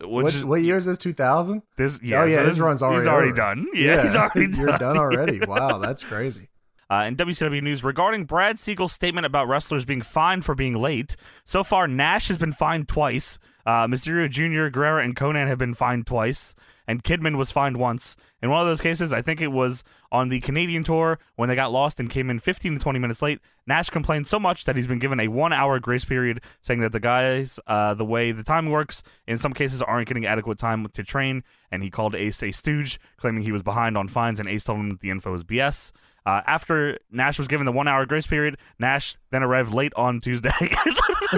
[SPEAKER 2] Which
[SPEAKER 1] What,
[SPEAKER 2] is-
[SPEAKER 1] what year is this? Two thousand.
[SPEAKER 2] this yeah,
[SPEAKER 1] oh, yeah,
[SPEAKER 2] so
[SPEAKER 1] his
[SPEAKER 2] this
[SPEAKER 1] run's already
[SPEAKER 2] he's already
[SPEAKER 1] over.
[SPEAKER 2] done. Yeah, he's already done.
[SPEAKER 1] You're done already. Wow, that's crazy.
[SPEAKER 2] Uh, in WCW news regarding Brad Siegel's statement about wrestlers being fined for being late. So far, Nash has been fined twice. Uh, Mysterio Jr., Guerrero, and Conan have been fined twice, and Kidman was fined once. In one of those cases, I think it was on the Canadian tour when they got lost and came in 15 to 20 minutes late. Nash complained so much that he's been given a one-hour grace period, saying that the guys, uh, the way the time works, in some cases aren't getting adequate time to train. And he called Ace a stooge, claiming he was behind on fines, and Ace told him that the info was BS. Uh, after Nash was given the one hour grace period, Nash then arrived late on Tuesday.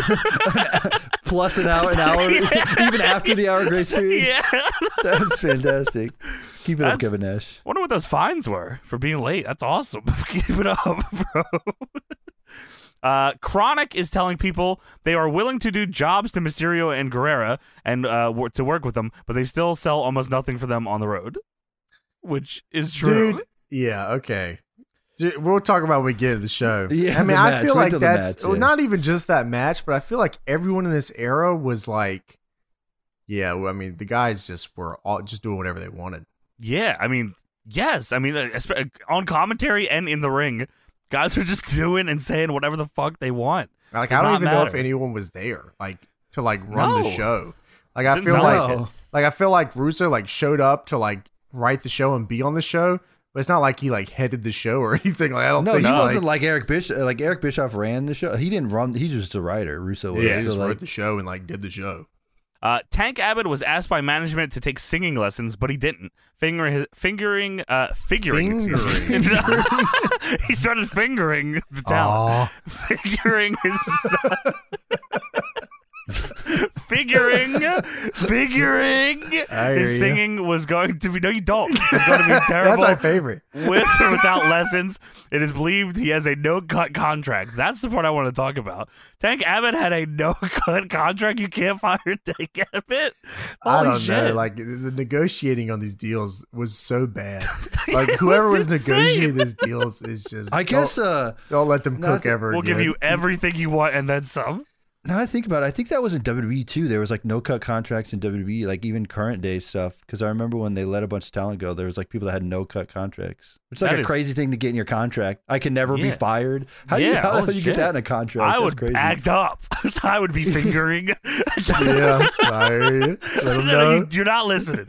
[SPEAKER 3] Plus an hour, an hour, even after the hour grace period.
[SPEAKER 2] yeah.
[SPEAKER 3] That's fantastic. Keep it
[SPEAKER 2] That's-
[SPEAKER 3] up, Kevin Nash.
[SPEAKER 2] Wonder what those fines were for being late. That's awesome. Keep it up, bro. Uh, Chronic is telling people they are willing to do jobs to Mysterio and Guerrera and uh, wor- to work with them, but they still sell almost nothing for them on the road, which is true.
[SPEAKER 1] Dude, yeah, okay. Dude, We'll talk about when we get to the show.
[SPEAKER 3] Yeah,
[SPEAKER 1] I mean,
[SPEAKER 3] the
[SPEAKER 1] I
[SPEAKER 3] match.
[SPEAKER 1] feel
[SPEAKER 3] Wait
[SPEAKER 1] like
[SPEAKER 3] till the
[SPEAKER 1] that's
[SPEAKER 3] match,
[SPEAKER 1] well,
[SPEAKER 3] yeah.
[SPEAKER 1] not even just that match, but I feel like everyone in this era was like, yeah. Well, I mean, the guys just were all just doing whatever they wanted.
[SPEAKER 2] Yeah, I mean, yes, I mean, uh, espe- uh, on commentary and in the ring, guys are just doing and saying whatever the fuck they want.
[SPEAKER 1] Like,
[SPEAKER 2] Does
[SPEAKER 1] I don't
[SPEAKER 2] not
[SPEAKER 1] even know if
[SPEAKER 2] matter.
[SPEAKER 1] anyone was there, like to like run
[SPEAKER 2] No.
[SPEAKER 1] the show. Like, I
[SPEAKER 2] Didn't
[SPEAKER 1] feel
[SPEAKER 2] sound
[SPEAKER 1] like,
[SPEAKER 3] like it.
[SPEAKER 1] like I feel like Russo like showed up to like write the show and be on the show, but it's not like he like headed the show or anything. Like, I don't
[SPEAKER 3] No, he
[SPEAKER 1] think
[SPEAKER 3] wasn't like Eric Bischoff. Like Eric Bischoff ran the show. He didn't run. He's just a writer. Russo was.
[SPEAKER 1] yeah, he
[SPEAKER 3] So,
[SPEAKER 1] just
[SPEAKER 3] like,
[SPEAKER 1] wrote the show and like did the show.
[SPEAKER 2] Uh, Tank Abbott was asked by management to take singing lessons, but he didn't. Finger his, fingering, uh, figuring. excuse me. he started fingering the talent,
[SPEAKER 1] Aw.
[SPEAKER 2] figuring his. figuring, figuring.
[SPEAKER 1] I hear
[SPEAKER 2] His
[SPEAKER 1] ya.
[SPEAKER 2] singing was going to be no, you don't. It's going to be
[SPEAKER 1] That's
[SPEAKER 2] terrible.
[SPEAKER 1] my favorite.
[SPEAKER 2] with or without lessons. It is believed he has a no cut contract. That's the part I want to talk about. Tank Abbott had a no cut contract. You can't fire Tank Abbott.
[SPEAKER 1] I
[SPEAKER 2] Holy
[SPEAKER 1] don't
[SPEAKER 2] shit.
[SPEAKER 1] know. Like the negotiating on these deals was so bad. Like whoever was,
[SPEAKER 2] was
[SPEAKER 1] negotiating these deals is just.
[SPEAKER 3] I guess.
[SPEAKER 1] don't,
[SPEAKER 3] Uh,
[SPEAKER 1] don't let them
[SPEAKER 3] no, I
[SPEAKER 1] cook
[SPEAKER 3] think-
[SPEAKER 1] ever.
[SPEAKER 2] we'll give
[SPEAKER 1] again.
[SPEAKER 2] you everything you want and then some.
[SPEAKER 3] now I think about it. I think that was in WWE too. There was like no cut contracts in WWE, like even current day stuff. Because I remember when they let a bunch of talent go, there was like people that had no cut contracts, which is like
[SPEAKER 2] That
[SPEAKER 3] a
[SPEAKER 2] is-
[SPEAKER 3] crazy thing to get in your contract. I can never be
[SPEAKER 2] Yeah.
[SPEAKER 3] fired. How do you,
[SPEAKER 2] Yeah,
[SPEAKER 3] how
[SPEAKER 2] holy
[SPEAKER 3] do you get
[SPEAKER 2] shit.
[SPEAKER 3] that in a contract?
[SPEAKER 2] I
[SPEAKER 3] That's
[SPEAKER 2] would
[SPEAKER 3] crazy.
[SPEAKER 2] act up. I would be fingering.
[SPEAKER 1] Yeah, I hear you. Let them
[SPEAKER 2] No,
[SPEAKER 1] know.
[SPEAKER 2] you, you're not listening.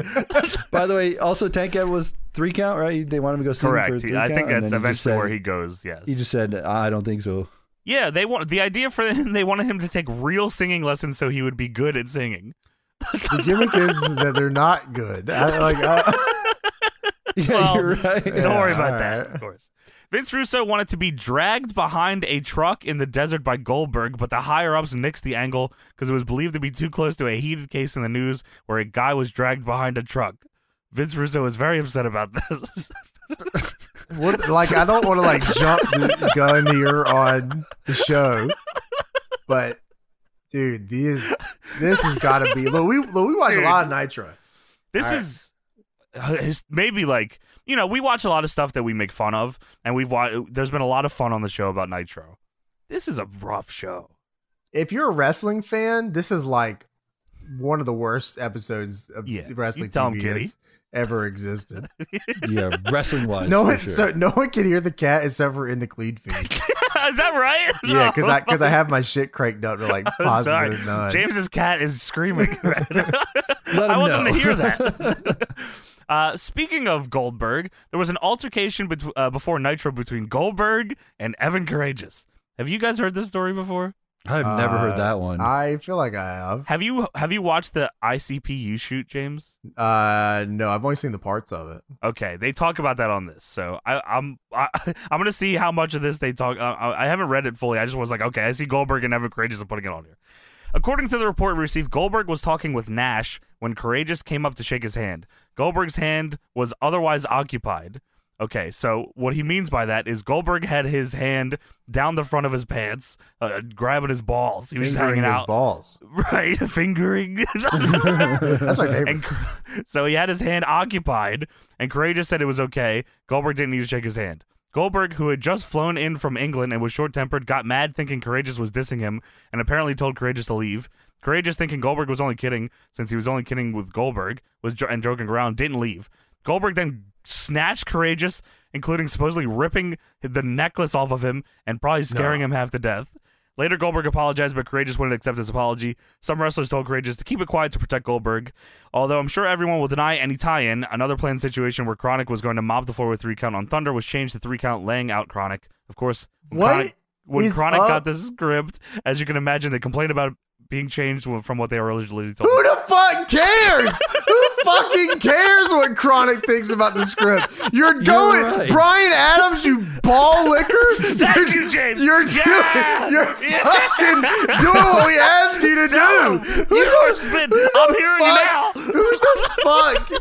[SPEAKER 3] By the way, also Tank Abbott was three count, right? They wanted him to go sing for a
[SPEAKER 2] Correct.
[SPEAKER 3] three
[SPEAKER 2] I
[SPEAKER 3] count,
[SPEAKER 2] think
[SPEAKER 3] and
[SPEAKER 2] that's
[SPEAKER 3] then he
[SPEAKER 2] eventually
[SPEAKER 3] just said-
[SPEAKER 2] where he goes. Yes.
[SPEAKER 3] He just said, "I don't think so."
[SPEAKER 2] yeah. They want the idea for him. They wanted him to take real singing lessons so he would be good at singing.
[SPEAKER 1] The gimmick is that they're not good. I, like, I,
[SPEAKER 3] Yeah,
[SPEAKER 2] Well,
[SPEAKER 3] you're right.
[SPEAKER 2] Don't worry
[SPEAKER 1] Yeah,
[SPEAKER 2] about
[SPEAKER 1] all
[SPEAKER 2] that,
[SPEAKER 1] right.
[SPEAKER 2] of course. Vince Russo wanted to be dragged behind a truck in the desert by Goldberg, but the higher ups nixed the angle because it was believed to be too close to a heated case in the news where a guy was dragged behind a truck. Vince Russo is very upset about this.
[SPEAKER 1] what, like I don't want to like jump the gun here on the show, but dude, this this has got to be. Look, we look, we watch a lot of Nitro.
[SPEAKER 2] this
[SPEAKER 1] All right.
[SPEAKER 2] is uh, his, maybe like you know we watch a lot of stuff that we make fun of, and we've wa- there's been a lot of fun on the show about Nitro. This is a rough show.
[SPEAKER 1] if you're a wrestling fan, this is like one of the worst episodes of
[SPEAKER 2] Yeah,
[SPEAKER 1] wrestling
[SPEAKER 2] you tell 'em,
[SPEAKER 1] TV
[SPEAKER 2] Kitty.
[SPEAKER 1] that's ever existed.
[SPEAKER 3] yeah, wrestling wise.
[SPEAKER 1] no
[SPEAKER 3] for
[SPEAKER 1] one,
[SPEAKER 3] sure.
[SPEAKER 1] so no one can hear the cat except for in the clean feed.
[SPEAKER 2] is that right?
[SPEAKER 1] yeah, because I because I have my shit cranked up to like
[SPEAKER 2] I'm
[SPEAKER 1] positive
[SPEAKER 2] sorry.
[SPEAKER 1] nine.
[SPEAKER 2] James's cat is screaming. Right
[SPEAKER 3] Let
[SPEAKER 2] I
[SPEAKER 3] him
[SPEAKER 2] want them to
[SPEAKER 3] know.
[SPEAKER 2] hear that. Uh, speaking of Goldberg, there was an altercation bet- uh, before Nitro between Goldberg and Evan Courageous. Have you guys heard this story before?
[SPEAKER 3] I've never
[SPEAKER 1] Uh,
[SPEAKER 3] heard that one.
[SPEAKER 1] I feel like I have.
[SPEAKER 2] Have you have you watched the ICPU shoot, James?
[SPEAKER 1] Uh, no, I've only seen the parts of it.
[SPEAKER 2] Okay, they talk about that on this, so I, I'm I, I'm gonna see uh, how much of this they talk. I, I haven't read it fully. I just was like, okay, I see Goldberg and Evan Courageous are putting it on here. According to the report we received, Goldberg was talking with Nash when Courageous came up to shake his hand. Goldberg's hand was otherwise occupied. Okay, so what he means by that is Goldberg had his hand down the front of his pants, uh, grabbing his balls. He was just
[SPEAKER 1] Fingering
[SPEAKER 2] hanging
[SPEAKER 1] his
[SPEAKER 2] out,
[SPEAKER 1] balls.
[SPEAKER 2] right? Fingering.
[SPEAKER 1] That's my favorite.
[SPEAKER 2] and Cour- so he had his hand occupied, and Courageous said it was okay. Goldberg didn't need to shake his hand. Goldberg, who had just flown in from England and was short tempered, got mad thinking Courageous was dissing him and apparently told Courageous to leave. Courageous, thinking Goldberg was only kidding, since he was only kidding with Goldberg was jo- and joking around, didn't leave. Goldberg then snatched Courageous, including supposedly ripping the necklace off of him and probably scaring him half to death. Later, Goldberg apologized, but Courageous wouldn't accept his apology. Some wrestlers told Courageous to keep it quiet to protect Goldberg. Although I'm sure everyone will deny any tie in, another planned situation where Chronic was going to mop the floor with three count on Thunder was changed to three count, laying out Chronic. Of course, when
[SPEAKER 1] What
[SPEAKER 2] Chronic, when
[SPEAKER 1] is
[SPEAKER 2] Chronic
[SPEAKER 1] up?
[SPEAKER 2] got this script, as you can imagine, they complained about it being changed from what they were originally told.
[SPEAKER 1] Who the fuck cares? Who fucking cares what Chronic thinks about the script? You're going,
[SPEAKER 3] right.
[SPEAKER 1] Brian Adams, you ball licker.
[SPEAKER 2] Thank
[SPEAKER 1] you're,
[SPEAKER 2] you, James.
[SPEAKER 1] You're doing,
[SPEAKER 2] Yeah.
[SPEAKER 1] you're
[SPEAKER 2] Yeah.
[SPEAKER 1] fucking doing what we asked you to do. Who
[SPEAKER 2] You
[SPEAKER 1] the
[SPEAKER 2] are spin. I'm hearing you now.
[SPEAKER 1] fuck- Who the fuck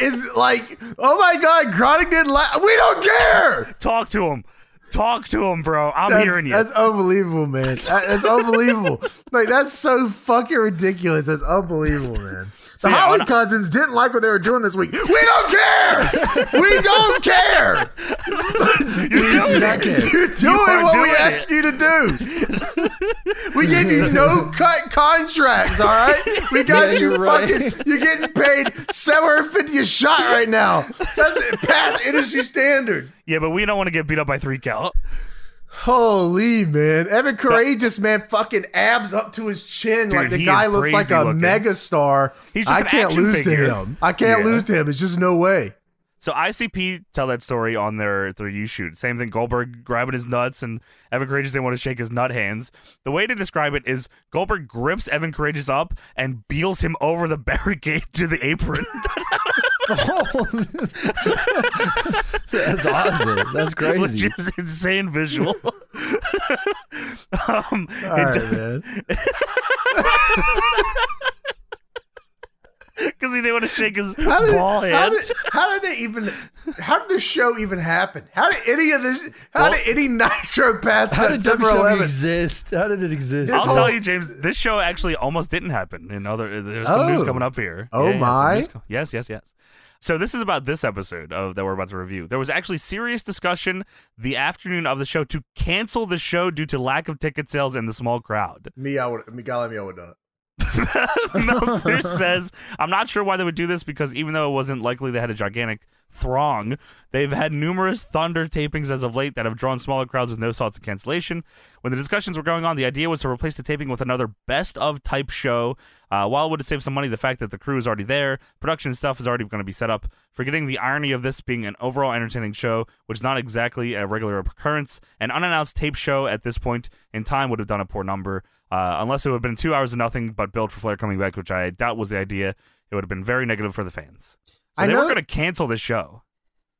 [SPEAKER 1] is like? Oh my god, Chronic didn't laugh. We don't care.
[SPEAKER 2] Talk to him. Talk to him, bro. I'm
[SPEAKER 1] That's,
[SPEAKER 2] hearing you.
[SPEAKER 1] that's unbelievable, man. That- That's unbelievable. like that's so fucking ridiculous. That's unbelievable, man. The
[SPEAKER 2] yeah,
[SPEAKER 1] Holly
[SPEAKER 2] when I-
[SPEAKER 1] cousins didn't like what they were doing this week. We don't care. we don't care.
[SPEAKER 2] You're doing it.
[SPEAKER 1] You're doing
[SPEAKER 2] are
[SPEAKER 1] what we
[SPEAKER 2] doing
[SPEAKER 1] asked you to do. we gave you no cut contracts, all right? We got
[SPEAKER 3] Yeah,
[SPEAKER 1] you
[SPEAKER 3] you're right.
[SPEAKER 1] fucking. You're getting paid seven hundred fifty a shot right now. That's past industry standard.
[SPEAKER 2] Yeah, but we don't want to get beat up by three count.
[SPEAKER 1] Holy man, Evan Courageous man, fucking abs up to his chin, like the
[SPEAKER 2] he
[SPEAKER 1] guy
[SPEAKER 2] is
[SPEAKER 1] looks like a
[SPEAKER 2] crazy looking.
[SPEAKER 1] megastar.
[SPEAKER 2] He's just
[SPEAKER 1] I
[SPEAKER 2] an
[SPEAKER 1] can't
[SPEAKER 2] action
[SPEAKER 1] lose
[SPEAKER 2] figure.
[SPEAKER 1] to him. I can't
[SPEAKER 2] Yeah.
[SPEAKER 1] lose to him. It's just no way.
[SPEAKER 2] So ICP tell that story on their their U shoot. Same thing. Goldberg grabbing his nuts and Evan Courageous didn't want to shake his nut hands. The way to describe it is Goldberg grips Evan Courageous up and beels him over the barricade to the apron.
[SPEAKER 3] That's awesome. That's crazy.
[SPEAKER 2] Which is insane visual. um, it
[SPEAKER 1] All right,
[SPEAKER 2] does-
[SPEAKER 1] man.
[SPEAKER 2] Because he didn't want to shake his
[SPEAKER 1] How did,
[SPEAKER 2] ball
[SPEAKER 1] how,
[SPEAKER 2] hand.
[SPEAKER 1] did, how did they even? How did this show even happen? How did any of this? How
[SPEAKER 2] Well-
[SPEAKER 1] did any Nitro pass
[SPEAKER 3] How did
[SPEAKER 1] September
[SPEAKER 3] WWE
[SPEAKER 1] 11th?
[SPEAKER 3] exist? How did it exist?
[SPEAKER 2] I'll
[SPEAKER 1] this whole-
[SPEAKER 2] tell you, James. This show actually almost didn't happen. In other, there's some news
[SPEAKER 1] Oh.
[SPEAKER 2] coming up here.
[SPEAKER 1] Oh,
[SPEAKER 2] some
[SPEAKER 1] my.
[SPEAKER 2] news co- yes, yes, yes. So this is about this episode of that we're about to review. There was actually serious discussion the afternoon of the show to cancel the show due to lack of ticket sales and the small crowd.
[SPEAKER 1] Me, I would. Miguel, me, I would done it.
[SPEAKER 2] Meltzer says, I'm not sure why they would do this because even though it wasn't likely they had a gigantic throng, they've had numerous Thunder tapings as of late that have drawn smaller crowds with no thoughts of cancellation. When the discussions were going on, the idea was to replace the taping with another best of type show. Uh, while it would have saved some money, the fact that the crew is already there, production stuff is already going to be set up. Forgetting the irony of this being an overall entertaining show, which is not exactly a regular occurrence, an unannounced tape show at this point in time would have done a poor number. Uh, unless it would have been two hours of nothing but build for Flair coming back, which I doubt was the idea. It would have been very negative for the fans. So
[SPEAKER 1] I
[SPEAKER 2] they were
[SPEAKER 1] know-
[SPEAKER 2] going to cancel this show.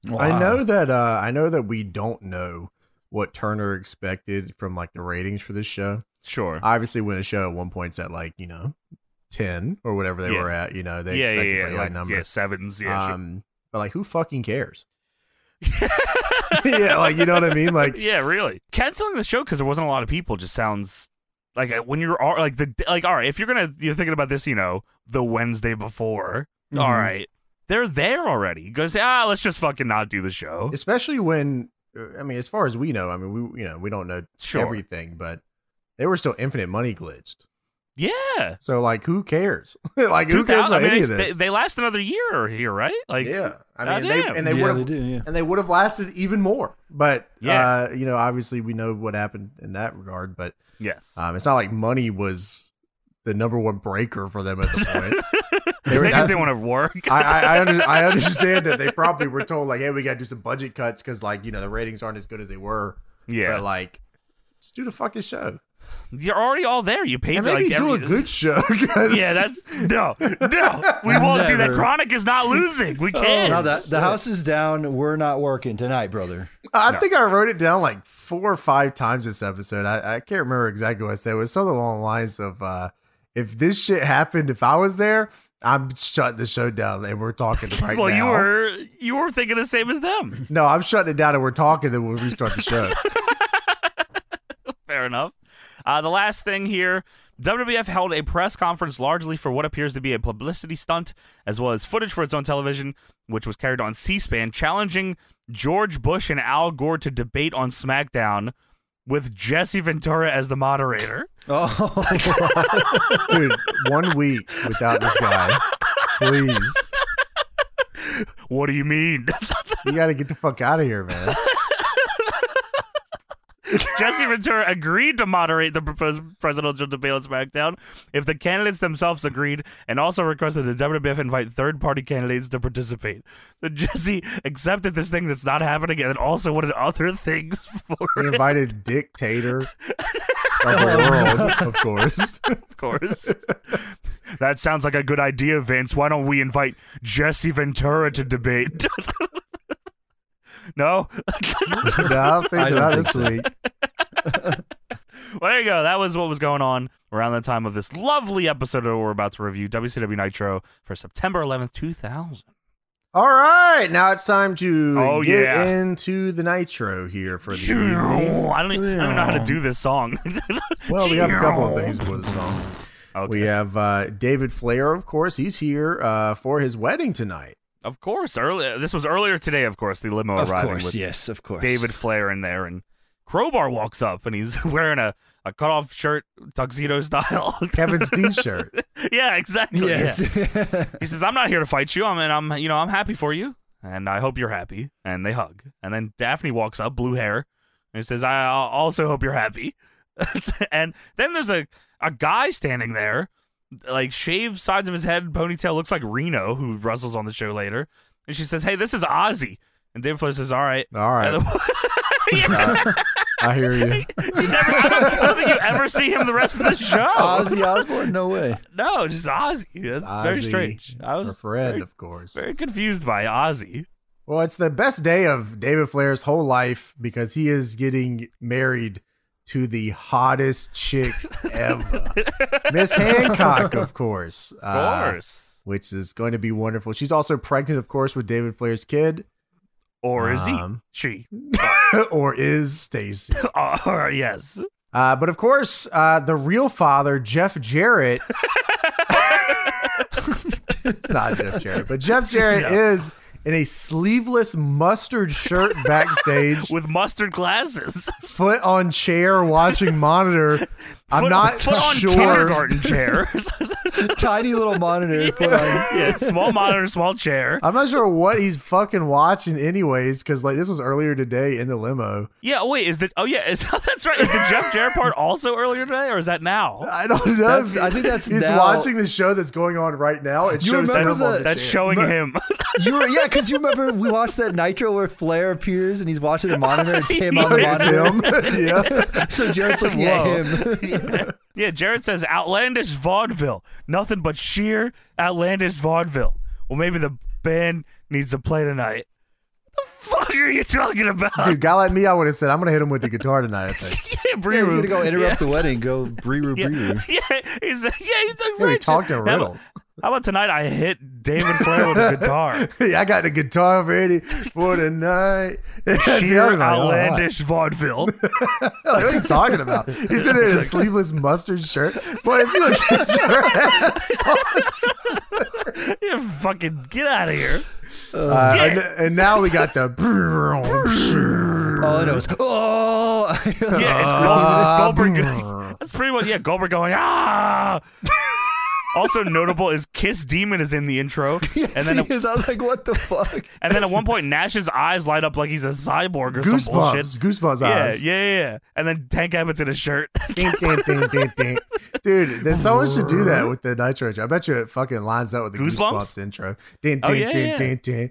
[SPEAKER 1] I
[SPEAKER 3] Wow.
[SPEAKER 1] know that uh, I know that we don't know what Turner expected from like the ratings for this show.
[SPEAKER 2] Sure.
[SPEAKER 1] Obviously, when a show at one point's at like you know ten or whatever they
[SPEAKER 2] Yeah.
[SPEAKER 1] were at, you know they
[SPEAKER 2] yeah, yeah,
[SPEAKER 1] expected
[SPEAKER 2] yeah.
[SPEAKER 1] pretty high
[SPEAKER 2] Like, yeah,
[SPEAKER 1] numbers.
[SPEAKER 2] sevens. Yeah, sure.
[SPEAKER 1] um, but like, who fucking cares? yeah, like you know what I mean. Like
[SPEAKER 2] yeah, really. Canceling the show because there wasn't a lot of people just sounds like uh, when you're all- like the like all right. If you're gonna you're thinking about this, you know, the Wednesday before.
[SPEAKER 1] Mm-hmm.
[SPEAKER 3] Mhm.
[SPEAKER 2] all right, they're there already. You go say ah, let's just fucking not do the show.
[SPEAKER 1] especially when uh, I mean, as far as we know, I mean, we you know we don't know
[SPEAKER 2] Sure.
[SPEAKER 1] everything, but they were still infinite money glitched.
[SPEAKER 2] yeah.
[SPEAKER 1] So like, who cares? like, who cares
[SPEAKER 2] 2000 I
[SPEAKER 1] about any
[SPEAKER 2] mean, they,
[SPEAKER 1] of this?
[SPEAKER 2] They, they last another year here, right? Like,
[SPEAKER 1] yeah, I mean, they,
[SPEAKER 2] goddamn.
[SPEAKER 1] and they
[SPEAKER 3] yeah,
[SPEAKER 1] would
[SPEAKER 3] they
[SPEAKER 1] have
[SPEAKER 3] do, yeah.
[SPEAKER 1] and they would have lasted even more. But
[SPEAKER 2] Yeah.
[SPEAKER 1] uh, you know, obviously we know what happened in that regard. But
[SPEAKER 2] yes.
[SPEAKER 1] um, it's not like money was the number one breaker for them at the point.
[SPEAKER 2] they
[SPEAKER 1] were-
[SPEAKER 2] just didn't want to work.
[SPEAKER 1] I I, I, under, I understand that they probably were told like, hey, we got to do some budget cuts because like you know the ratings aren't as good as they were.
[SPEAKER 2] yeah.
[SPEAKER 1] But like, just do the fucking show
[SPEAKER 2] You're already all there. You paid
[SPEAKER 1] and
[SPEAKER 2] for,
[SPEAKER 1] maybe
[SPEAKER 2] like
[SPEAKER 1] do
[SPEAKER 2] every,
[SPEAKER 1] a good show. 'cause-
[SPEAKER 2] Yeah, that's no, no. We won't do that.
[SPEAKER 3] Never.
[SPEAKER 2] Chronic is not losing.
[SPEAKER 1] Oh,
[SPEAKER 2] We can't.
[SPEAKER 3] Now that the house is down, we're not working tonight, brother.
[SPEAKER 1] I
[SPEAKER 2] No.
[SPEAKER 1] think I wrote it down like four or five times this episode. I, I can't remember exactly what I said. It was something along the lines of uh, if this shit happened, if I was there, I'm shutting the show down and we're talking right
[SPEAKER 2] well,
[SPEAKER 1] now.
[SPEAKER 2] you were you were thinking the same as them.
[SPEAKER 1] No, I'm shutting it down and we're talking, then we'll restart the show.
[SPEAKER 2] Fair enough. Uh, the last thing here WWF held a press conference largely for what appears to be a publicity stunt, as well as footage for its own television, which was carried on C SPAN, challenging George Bush and Al Gore to debate on SmackDown with Jesse Ventura as the moderator.
[SPEAKER 3] Oh,
[SPEAKER 1] Dude, one week without this guy. Please.
[SPEAKER 2] What do you mean?
[SPEAKER 1] You gotta get the fuck out of here, man.
[SPEAKER 2] Jesse Ventura agreed to moderate the proposed presidential debate on SmackDown if the candidates themselves agreed, and also requested the WWF invite third-party candidates to participate. So Jesse accepted this thing that's not happening, and also wanted other things for
[SPEAKER 1] He
[SPEAKER 2] it,
[SPEAKER 1] invited dictator of the world, of course.
[SPEAKER 2] of course. that sounds like a good idea, Vince. Why don't we invite Jesse Ventura to debate?
[SPEAKER 1] No,
[SPEAKER 2] no,
[SPEAKER 1] things
[SPEAKER 3] I
[SPEAKER 1] are
[SPEAKER 3] don't
[SPEAKER 1] not
[SPEAKER 3] think
[SPEAKER 1] this
[SPEAKER 3] so.
[SPEAKER 1] week.
[SPEAKER 2] Well, there you go. That was what was going on around the time of this lovely episode that we're about to review, WCW Nitro, for September 11th, 2000.
[SPEAKER 1] All right, now it's time to
[SPEAKER 2] Oh,
[SPEAKER 1] get
[SPEAKER 2] yeah.
[SPEAKER 1] into the nitro here for the
[SPEAKER 2] I
[SPEAKER 1] evening.
[SPEAKER 2] don't, e- I don't even know how to do this song.
[SPEAKER 1] Well, we have a couple of things for the song.
[SPEAKER 2] Okay.
[SPEAKER 1] We have uh, David Flair, of course. He's here uh, for his wedding tonight.
[SPEAKER 2] Of course. Early, this was earlier today, of course, the limo
[SPEAKER 3] of
[SPEAKER 2] arriving
[SPEAKER 3] course,
[SPEAKER 2] with
[SPEAKER 3] yes, of course.
[SPEAKER 2] David Flair in there. And Crowbar walks up and he's wearing a, a cutoff shirt, tuxedo style.
[SPEAKER 1] Kevin Steen shirt.
[SPEAKER 2] yeah, exactly.
[SPEAKER 3] Yes.
[SPEAKER 2] Yeah. He says, "I'm not here to fight you. I'm, and I'm, you know, I'm happy for you, and I hope you're happy." And they hug, and then Daphne walks up, blue hair, and says, "I I also hope you're happy." and then there's a a guy standing there, like shaved sides of his head, ponytail, looks like Reno, who wrestles on the show later. And she says, "Hey, this is Ozzy." And Dave Flair says, "All right."
[SPEAKER 1] All right,
[SPEAKER 2] And
[SPEAKER 1] I hear you.
[SPEAKER 2] you never, I, don't, I don't think you ever see him the rest of the show.
[SPEAKER 3] Ozzy Osbourne? No way.
[SPEAKER 2] No, just Ozzy. That's very
[SPEAKER 1] Ozzy
[SPEAKER 2] strange. I
[SPEAKER 1] or
[SPEAKER 2] was
[SPEAKER 1] Fred,
[SPEAKER 2] very,
[SPEAKER 1] of course.
[SPEAKER 2] very confused by Ozzy.
[SPEAKER 1] Well, it's the best day of David Flair's whole life because he is getting married to the hottest chick ever, Miss Hancock, of course.
[SPEAKER 2] Of
[SPEAKER 1] uh,
[SPEAKER 2] course.
[SPEAKER 1] which is going to be wonderful. She's also pregnant, of course, with David Flair's kid,
[SPEAKER 2] or is
[SPEAKER 1] um,
[SPEAKER 2] he? She.
[SPEAKER 1] or is Stacy.
[SPEAKER 2] Or yes.
[SPEAKER 1] Uh, but of course, uh, the real father, Jeff Jarrett. it's not Jeff Jarrett, but Jeff Jarrett is in a sleeveless mustard shirt backstage,
[SPEAKER 2] With mustard glasses.
[SPEAKER 1] foot on chair, watching monitor. I'm
[SPEAKER 2] Foot-
[SPEAKER 1] not
[SPEAKER 2] foot on
[SPEAKER 1] sure.
[SPEAKER 2] kindergarten chair.
[SPEAKER 3] Tiny little monitor. put on-
[SPEAKER 2] yeah, small monitor, small chair.
[SPEAKER 1] I'm not sure what he's fucking watching, anyways, because like this was earlier today in the limo.
[SPEAKER 2] Yeah, wait, is the oh yeah, is that's right. Is the Jeff Jarrett part also earlier today or is that now?
[SPEAKER 1] Uh, I don't know.
[SPEAKER 3] That's-
[SPEAKER 1] if
[SPEAKER 3] I think that's
[SPEAKER 1] he's
[SPEAKER 3] now-
[SPEAKER 1] watching the show that's going on right now. It
[SPEAKER 3] You
[SPEAKER 1] shows him
[SPEAKER 3] remember
[SPEAKER 1] on the
[SPEAKER 3] the-
[SPEAKER 2] That's
[SPEAKER 1] chair.
[SPEAKER 2] showing him.
[SPEAKER 3] You were, yeah, because you remember we watched that Nitro where Flair appears and he's watching the monitor. It's him on the
[SPEAKER 1] It's
[SPEAKER 3] monitor.
[SPEAKER 1] him. yeah.
[SPEAKER 3] So Jared's looking
[SPEAKER 2] Whoa.
[SPEAKER 3] at him.
[SPEAKER 2] yeah, Jarrett says outlandish vaudeville. Nothing but sheer outlandish vaudeville. Well maybe the band needs to play tonight. What the fuck are you talking about?
[SPEAKER 1] Dude, guy like me, I would have said, I'm going to hit him with the guitar tonight, I think.
[SPEAKER 3] Yeah, he's
[SPEAKER 2] Brew.
[SPEAKER 3] gonna go interrupt the wedding. Go breeru
[SPEAKER 2] Yeah,
[SPEAKER 3] breeru.
[SPEAKER 2] yeah, he's yeah, he's like
[SPEAKER 1] Yeah, we
[SPEAKER 2] Richard.
[SPEAKER 1] talked
[SPEAKER 2] How
[SPEAKER 1] in
[SPEAKER 2] about-
[SPEAKER 1] riddles.
[SPEAKER 2] How about tonight? I hit David Flair with a guitar.
[SPEAKER 1] I got the guitar ready for tonight. That's the
[SPEAKER 2] Sheer
[SPEAKER 1] other thing. Oh, wow.
[SPEAKER 2] outlandish vaudeville.
[SPEAKER 1] Like, what are you talking about? He's in a sleeveless mustard shirt. Boy, if you look at your ass.
[SPEAKER 2] You fucking get out of here.
[SPEAKER 1] Uh, and, and now we got the.
[SPEAKER 3] All I know is oh.
[SPEAKER 2] Yeah, it's
[SPEAKER 1] Uh,
[SPEAKER 2] Goldberg. Goldberg that's pretty much yeah. Goldberg going ah. also notable is Kiss Demon is in the intro, and then
[SPEAKER 3] he is. I was like, what the fuck?
[SPEAKER 2] and then at one point Nash's eyes light up like he's a cyborg or some bullshit.
[SPEAKER 1] Goosebumps. Goosebumps
[SPEAKER 2] Yeah,
[SPEAKER 1] eyes.
[SPEAKER 2] yeah, yeah, yeah. And then Tank Abbott's in a shirt.
[SPEAKER 1] Ding, ding, ding, ding, ding. Dude, then someone should do that with the Nitro. intro. I bet you it fucking lines up with the
[SPEAKER 2] Goosebumps?
[SPEAKER 1] Goosebumps, intro. Ding, ding,
[SPEAKER 2] Oh, yeah,
[SPEAKER 1] ding,
[SPEAKER 2] yeah.
[SPEAKER 1] ding, ding.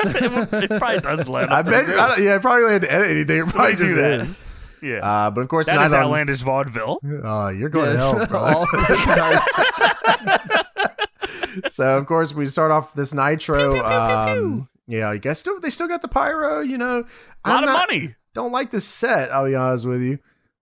[SPEAKER 2] it probably does light up.
[SPEAKER 1] I bet. I don't, yeah, I probably had to edit anything. It probably
[SPEAKER 2] do
[SPEAKER 1] just
[SPEAKER 2] that.
[SPEAKER 1] is.
[SPEAKER 2] Yeah,
[SPEAKER 1] Uh, but of course,
[SPEAKER 2] that
[SPEAKER 1] tonight
[SPEAKER 2] is
[SPEAKER 1] on-
[SPEAKER 2] outlandish vaudeville.
[SPEAKER 1] Uh, you're going to hell, bro.
[SPEAKER 3] All-
[SPEAKER 1] so of course we start off this nitro. um, yeah, I guess still they still got the pyro. You know,
[SPEAKER 2] A lot
[SPEAKER 1] I'm
[SPEAKER 2] of
[SPEAKER 1] not-
[SPEAKER 2] money.
[SPEAKER 1] Don't like this set. I'll be honest with you.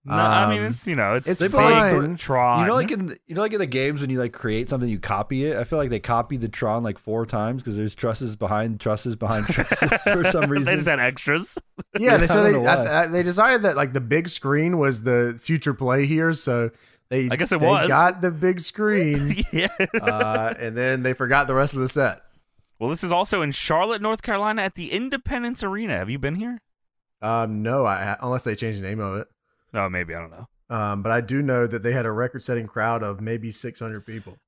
[SPEAKER 2] No, I mean
[SPEAKER 1] Um,
[SPEAKER 2] it's you know it's
[SPEAKER 1] it's
[SPEAKER 2] fake
[SPEAKER 1] fine.
[SPEAKER 2] Tron.
[SPEAKER 3] You know, like in you know, like in the games when you like create something, you copy it. I feel like they copied the Tron like four times because there's trusses behind trusses behind trusses for some reason.
[SPEAKER 2] they just had extras.
[SPEAKER 1] Yeah,
[SPEAKER 3] Yeah,
[SPEAKER 1] they,
[SPEAKER 3] I
[SPEAKER 1] so
[SPEAKER 3] don't
[SPEAKER 1] they
[SPEAKER 3] know why.
[SPEAKER 1] I, I, they decided that like the big screen was the future play here, so they
[SPEAKER 2] I guess it
[SPEAKER 1] they
[SPEAKER 2] was.
[SPEAKER 1] got the big screen,
[SPEAKER 2] yeah.
[SPEAKER 1] uh, and then they forgot the rest of the set.
[SPEAKER 2] Well, this is also in Charlotte, North Carolina, at the Independence Arena. Have you been here?
[SPEAKER 1] Um, no, I unless they changed the name of it.
[SPEAKER 2] No, maybe I don't know.
[SPEAKER 1] Um, but I do know that they had a record-setting crowd of maybe 600 people.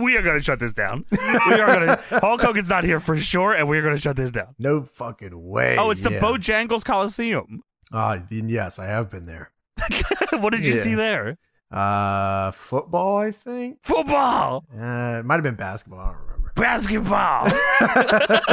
[SPEAKER 2] we are going to shut this down. We are going to. Hulk Hogan's not here for sure, and we are going to shut this down.
[SPEAKER 1] No fucking way.
[SPEAKER 2] Oh, it's the
[SPEAKER 1] yeah.
[SPEAKER 2] Bojangles Coliseum.
[SPEAKER 1] Ah, then yes, I have been there.
[SPEAKER 2] what did you
[SPEAKER 1] Yeah.
[SPEAKER 2] see there?
[SPEAKER 1] Uh, football, I think.
[SPEAKER 2] Football,
[SPEAKER 1] Uh, it might have been basketball. I don't remember.
[SPEAKER 2] basketball.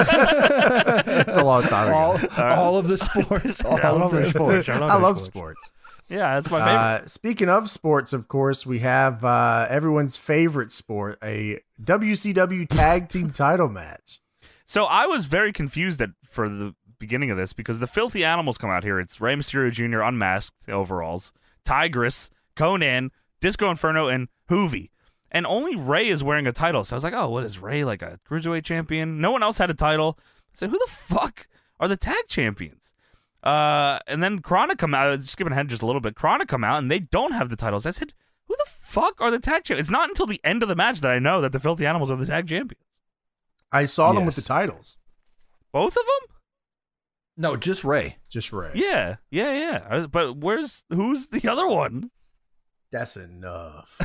[SPEAKER 1] it's a long time ago.
[SPEAKER 3] all, all of the sports. All
[SPEAKER 2] I love
[SPEAKER 3] of
[SPEAKER 2] your
[SPEAKER 3] them.
[SPEAKER 2] sports. I love,
[SPEAKER 1] I
[SPEAKER 2] your
[SPEAKER 1] love
[SPEAKER 2] sports.
[SPEAKER 1] sports.
[SPEAKER 2] Yeah, that's my favorite.
[SPEAKER 1] Uh, speaking of sports, of course, we have uh, everyone's favorite sport, a WCW tag team title match.
[SPEAKER 2] So I was very confused at for the beginning of this because the filthy animals come out here. It's Rey Mysterio Jr. unmasked overalls, Tigress, Conan, Disco Inferno, and Hoovy. And only Ray is wearing a title. So I was like, oh, what is Ray? Like a cruiserweight champion? No one else had a title. I said, who the fuck are the tag champions? Uh, and then Chronic come out, skipping ahead just a little bit. Chronic come out and they don't have the titles. I said, who the fuck are the tag champions? It's not until the end of the match that I know that the filthy animals are the tag champions.
[SPEAKER 1] I saw them with the
[SPEAKER 3] Yes.
[SPEAKER 1] titles.
[SPEAKER 2] Both of them?
[SPEAKER 3] No, just Ray.
[SPEAKER 1] Just Ray.
[SPEAKER 2] Yeah, yeah, yeah. I was- But where's who's the other one?
[SPEAKER 1] That's enough.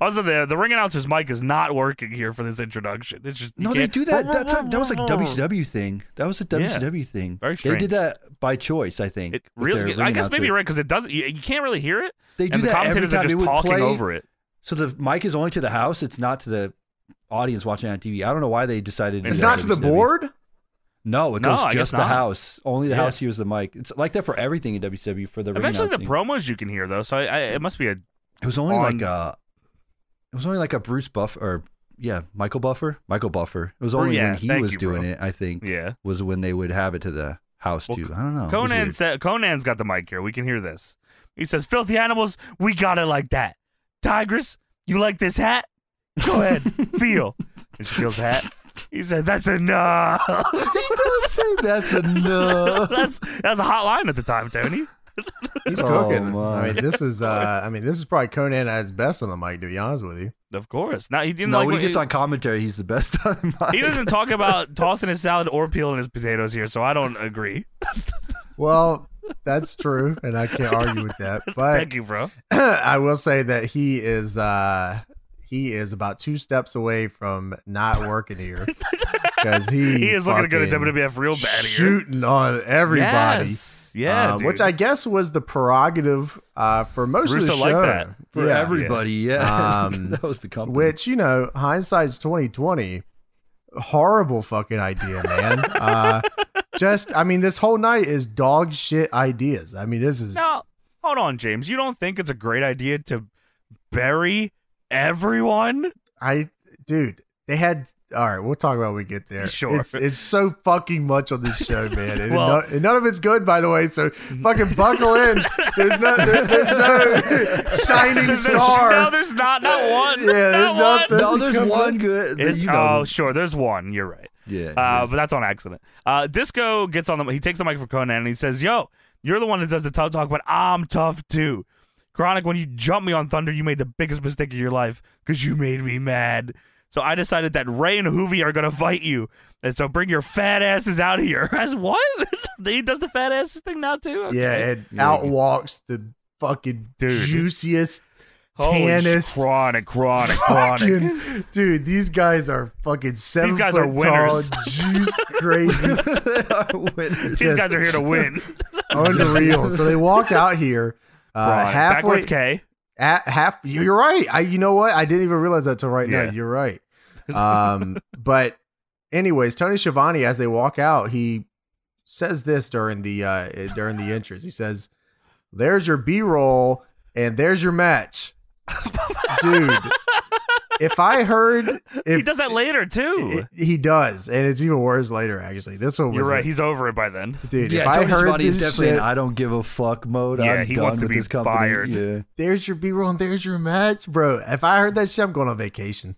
[SPEAKER 2] Also, the the ring announcer's mic is not working here for this introduction. It's just you
[SPEAKER 3] No, they
[SPEAKER 2] can't-
[SPEAKER 3] do that. That's a, that was like a WCW thing. That was a WCW thing.
[SPEAKER 2] Very
[SPEAKER 3] They
[SPEAKER 2] strange.
[SPEAKER 3] did that by choice, I think.
[SPEAKER 2] It
[SPEAKER 3] with
[SPEAKER 2] really,
[SPEAKER 3] their
[SPEAKER 2] I
[SPEAKER 3] ring
[SPEAKER 2] guess maybe
[SPEAKER 3] announcer.
[SPEAKER 2] you're right because it doesn't. You, you can't really hear it.
[SPEAKER 3] They do
[SPEAKER 2] and the
[SPEAKER 3] that every
[SPEAKER 2] commentators
[SPEAKER 3] time.
[SPEAKER 2] are
[SPEAKER 3] They
[SPEAKER 2] just
[SPEAKER 3] would
[SPEAKER 2] talking
[SPEAKER 3] play-
[SPEAKER 2] over it.
[SPEAKER 3] So the mic is only to the house. It's not to the audience watching on TV. I don't know why they decided. to
[SPEAKER 1] It's
[SPEAKER 3] do
[SPEAKER 1] not to
[SPEAKER 3] that
[SPEAKER 1] the
[SPEAKER 3] WCW.
[SPEAKER 1] board.
[SPEAKER 3] No, it
[SPEAKER 2] No,
[SPEAKER 3] goes
[SPEAKER 2] I guess
[SPEAKER 3] just the
[SPEAKER 2] not.
[SPEAKER 3] house. Only the
[SPEAKER 2] Yeah.
[SPEAKER 3] house hears the mic. It's like that for everything in WCW for the ring
[SPEAKER 2] Eventually, the
[SPEAKER 3] announcing.
[SPEAKER 2] promos you can hear though. So I, I, it must be a
[SPEAKER 3] It was only
[SPEAKER 2] on-
[SPEAKER 3] like a. It was only like a Bruce Buff or yeah Michael Buffer Michael Buffer. It was
[SPEAKER 2] Bru-
[SPEAKER 3] only
[SPEAKER 2] yeah,
[SPEAKER 3] when he
[SPEAKER 2] thank
[SPEAKER 3] was
[SPEAKER 2] you,
[SPEAKER 3] doing
[SPEAKER 2] bro.
[SPEAKER 3] it. I think
[SPEAKER 2] yeah.
[SPEAKER 3] was when they would have it to the house
[SPEAKER 2] Well,
[SPEAKER 3] too. I
[SPEAKER 1] Oh,
[SPEAKER 3] don't know. It was
[SPEAKER 2] Conan
[SPEAKER 3] weird.
[SPEAKER 2] said Conan's got the mic here. We can hear this. He says, "Filthy animals, we got it like that." Tigress, you like this hat? Go ahead, feel. And she feels the hat. He said, "That's enough."
[SPEAKER 3] Don't say that's a no.
[SPEAKER 2] that's that was a hot line at the time, Tony.
[SPEAKER 1] He's
[SPEAKER 3] Oh,
[SPEAKER 1] cooking.
[SPEAKER 3] my.
[SPEAKER 1] I mean, this is. Uh, I mean, this is probably Conan at his best on the mic. To be honest with you,
[SPEAKER 2] Of course. Now he didn't
[SPEAKER 3] No,
[SPEAKER 2] like
[SPEAKER 3] when he
[SPEAKER 2] he,
[SPEAKER 3] gets on commentary, he's the best on the mic.
[SPEAKER 2] he doesn't talk about tossing his salad or peeling his potatoes here, so I don't agree.
[SPEAKER 1] well, that's true, and I can't argue with that. But
[SPEAKER 2] Thank you, bro.
[SPEAKER 1] I will say that he is. Uh, he is about two steps away from not working here because he
[SPEAKER 2] He is looking good at
[SPEAKER 1] fucking-
[SPEAKER 2] WWF real bad here.
[SPEAKER 1] shooting on everybody.
[SPEAKER 2] Yes. Yeah,
[SPEAKER 1] Uh,
[SPEAKER 2] dude.
[SPEAKER 1] which I guess was the prerogative uh, for most of
[SPEAKER 2] Russo
[SPEAKER 1] the show.
[SPEAKER 2] liked that.
[SPEAKER 3] for
[SPEAKER 1] Yeah.
[SPEAKER 3] everybody. Yeah,
[SPEAKER 1] Um,
[SPEAKER 3] that was the company.
[SPEAKER 1] Which you know, hindsight's twenty twenty. Horrible fucking idea, man. uh, just, I mean, this whole night is dog shit ideas. I mean, this is
[SPEAKER 2] Now, hold on, James. You don't think it's a great idea to bury everyone?
[SPEAKER 1] I, dude. They had. All right, we'll talk about when we get there.
[SPEAKER 2] Sure.
[SPEAKER 1] It's, it's so fucking much on this show, man. And,
[SPEAKER 2] Well-
[SPEAKER 1] none, and none of it's good, by the way. So fucking buckle in. There's no, there- there's no shining
[SPEAKER 2] There's- there's-
[SPEAKER 1] star.
[SPEAKER 2] No, there's not. Not one.
[SPEAKER 1] Yeah, there's not-
[SPEAKER 2] not one.
[SPEAKER 3] no, there's
[SPEAKER 1] Come on.
[SPEAKER 3] one good.
[SPEAKER 2] Is-
[SPEAKER 3] you know,
[SPEAKER 2] oh, sure. There's one. You're right.
[SPEAKER 3] yeah,
[SPEAKER 2] Uh, but that's on accident. Uh, Disco gets on the. He takes the mic from Conan and he says, "Yo, you're the one that does the tough talk, but I'm tough too." Chronic, when you jumped me on Thunder, you made the biggest mistake of your life because you made me mad. So I decided that Ray and Hoovy are gonna fight you, and so bring your fat asses out here. As what? he does the fat asses thing now too. Okay.
[SPEAKER 1] Yeah, and
[SPEAKER 3] Yeah,
[SPEAKER 1] out
[SPEAKER 3] you-
[SPEAKER 1] walks the fucking
[SPEAKER 2] Dude.
[SPEAKER 1] juiciest,
[SPEAKER 2] Holy sh-
[SPEAKER 1] tannest.
[SPEAKER 2] chronic, chronic, chronic.
[SPEAKER 1] Fucking, dude, these guys are fucking seven
[SPEAKER 2] guys
[SPEAKER 1] foot
[SPEAKER 2] are winners.
[SPEAKER 1] tall, juiced, crazy,
[SPEAKER 3] they are winners.
[SPEAKER 2] These guys are here to win.
[SPEAKER 1] unreal. So they walk out here uh,
[SPEAKER 2] Chronic.
[SPEAKER 1] halfway.
[SPEAKER 2] Backwards K.
[SPEAKER 1] At half, you're right. I, you know what? I didn't even realize that till right
[SPEAKER 2] Yeah.
[SPEAKER 1] now. You're right. Um, but anyways, Tony Schiavone, as they walk out, he says this during the uh, during the entrance. He says, "There's your B roll, and there's your match, dude." if I heard, if
[SPEAKER 2] he does that later too.
[SPEAKER 1] it- he does, and it's even worse later. Actually, this one was
[SPEAKER 2] You're right.
[SPEAKER 1] like,
[SPEAKER 2] He's over it by then.
[SPEAKER 1] dude.
[SPEAKER 3] yeah,
[SPEAKER 1] if I
[SPEAKER 3] Tony
[SPEAKER 1] heard
[SPEAKER 3] Schiavone is
[SPEAKER 1] this
[SPEAKER 3] definitely in
[SPEAKER 1] shit,
[SPEAKER 3] I don't give a fuck mode.
[SPEAKER 2] Yeah,
[SPEAKER 3] I'm
[SPEAKER 2] he
[SPEAKER 3] done
[SPEAKER 2] wants to
[SPEAKER 3] with
[SPEAKER 2] be
[SPEAKER 3] this company.
[SPEAKER 2] fired.
[SPEAKER 3] Yeah.
[SPEAKER 1] there's your B roll and there's your match, bro. If I heard that shit, I'm going on vacation.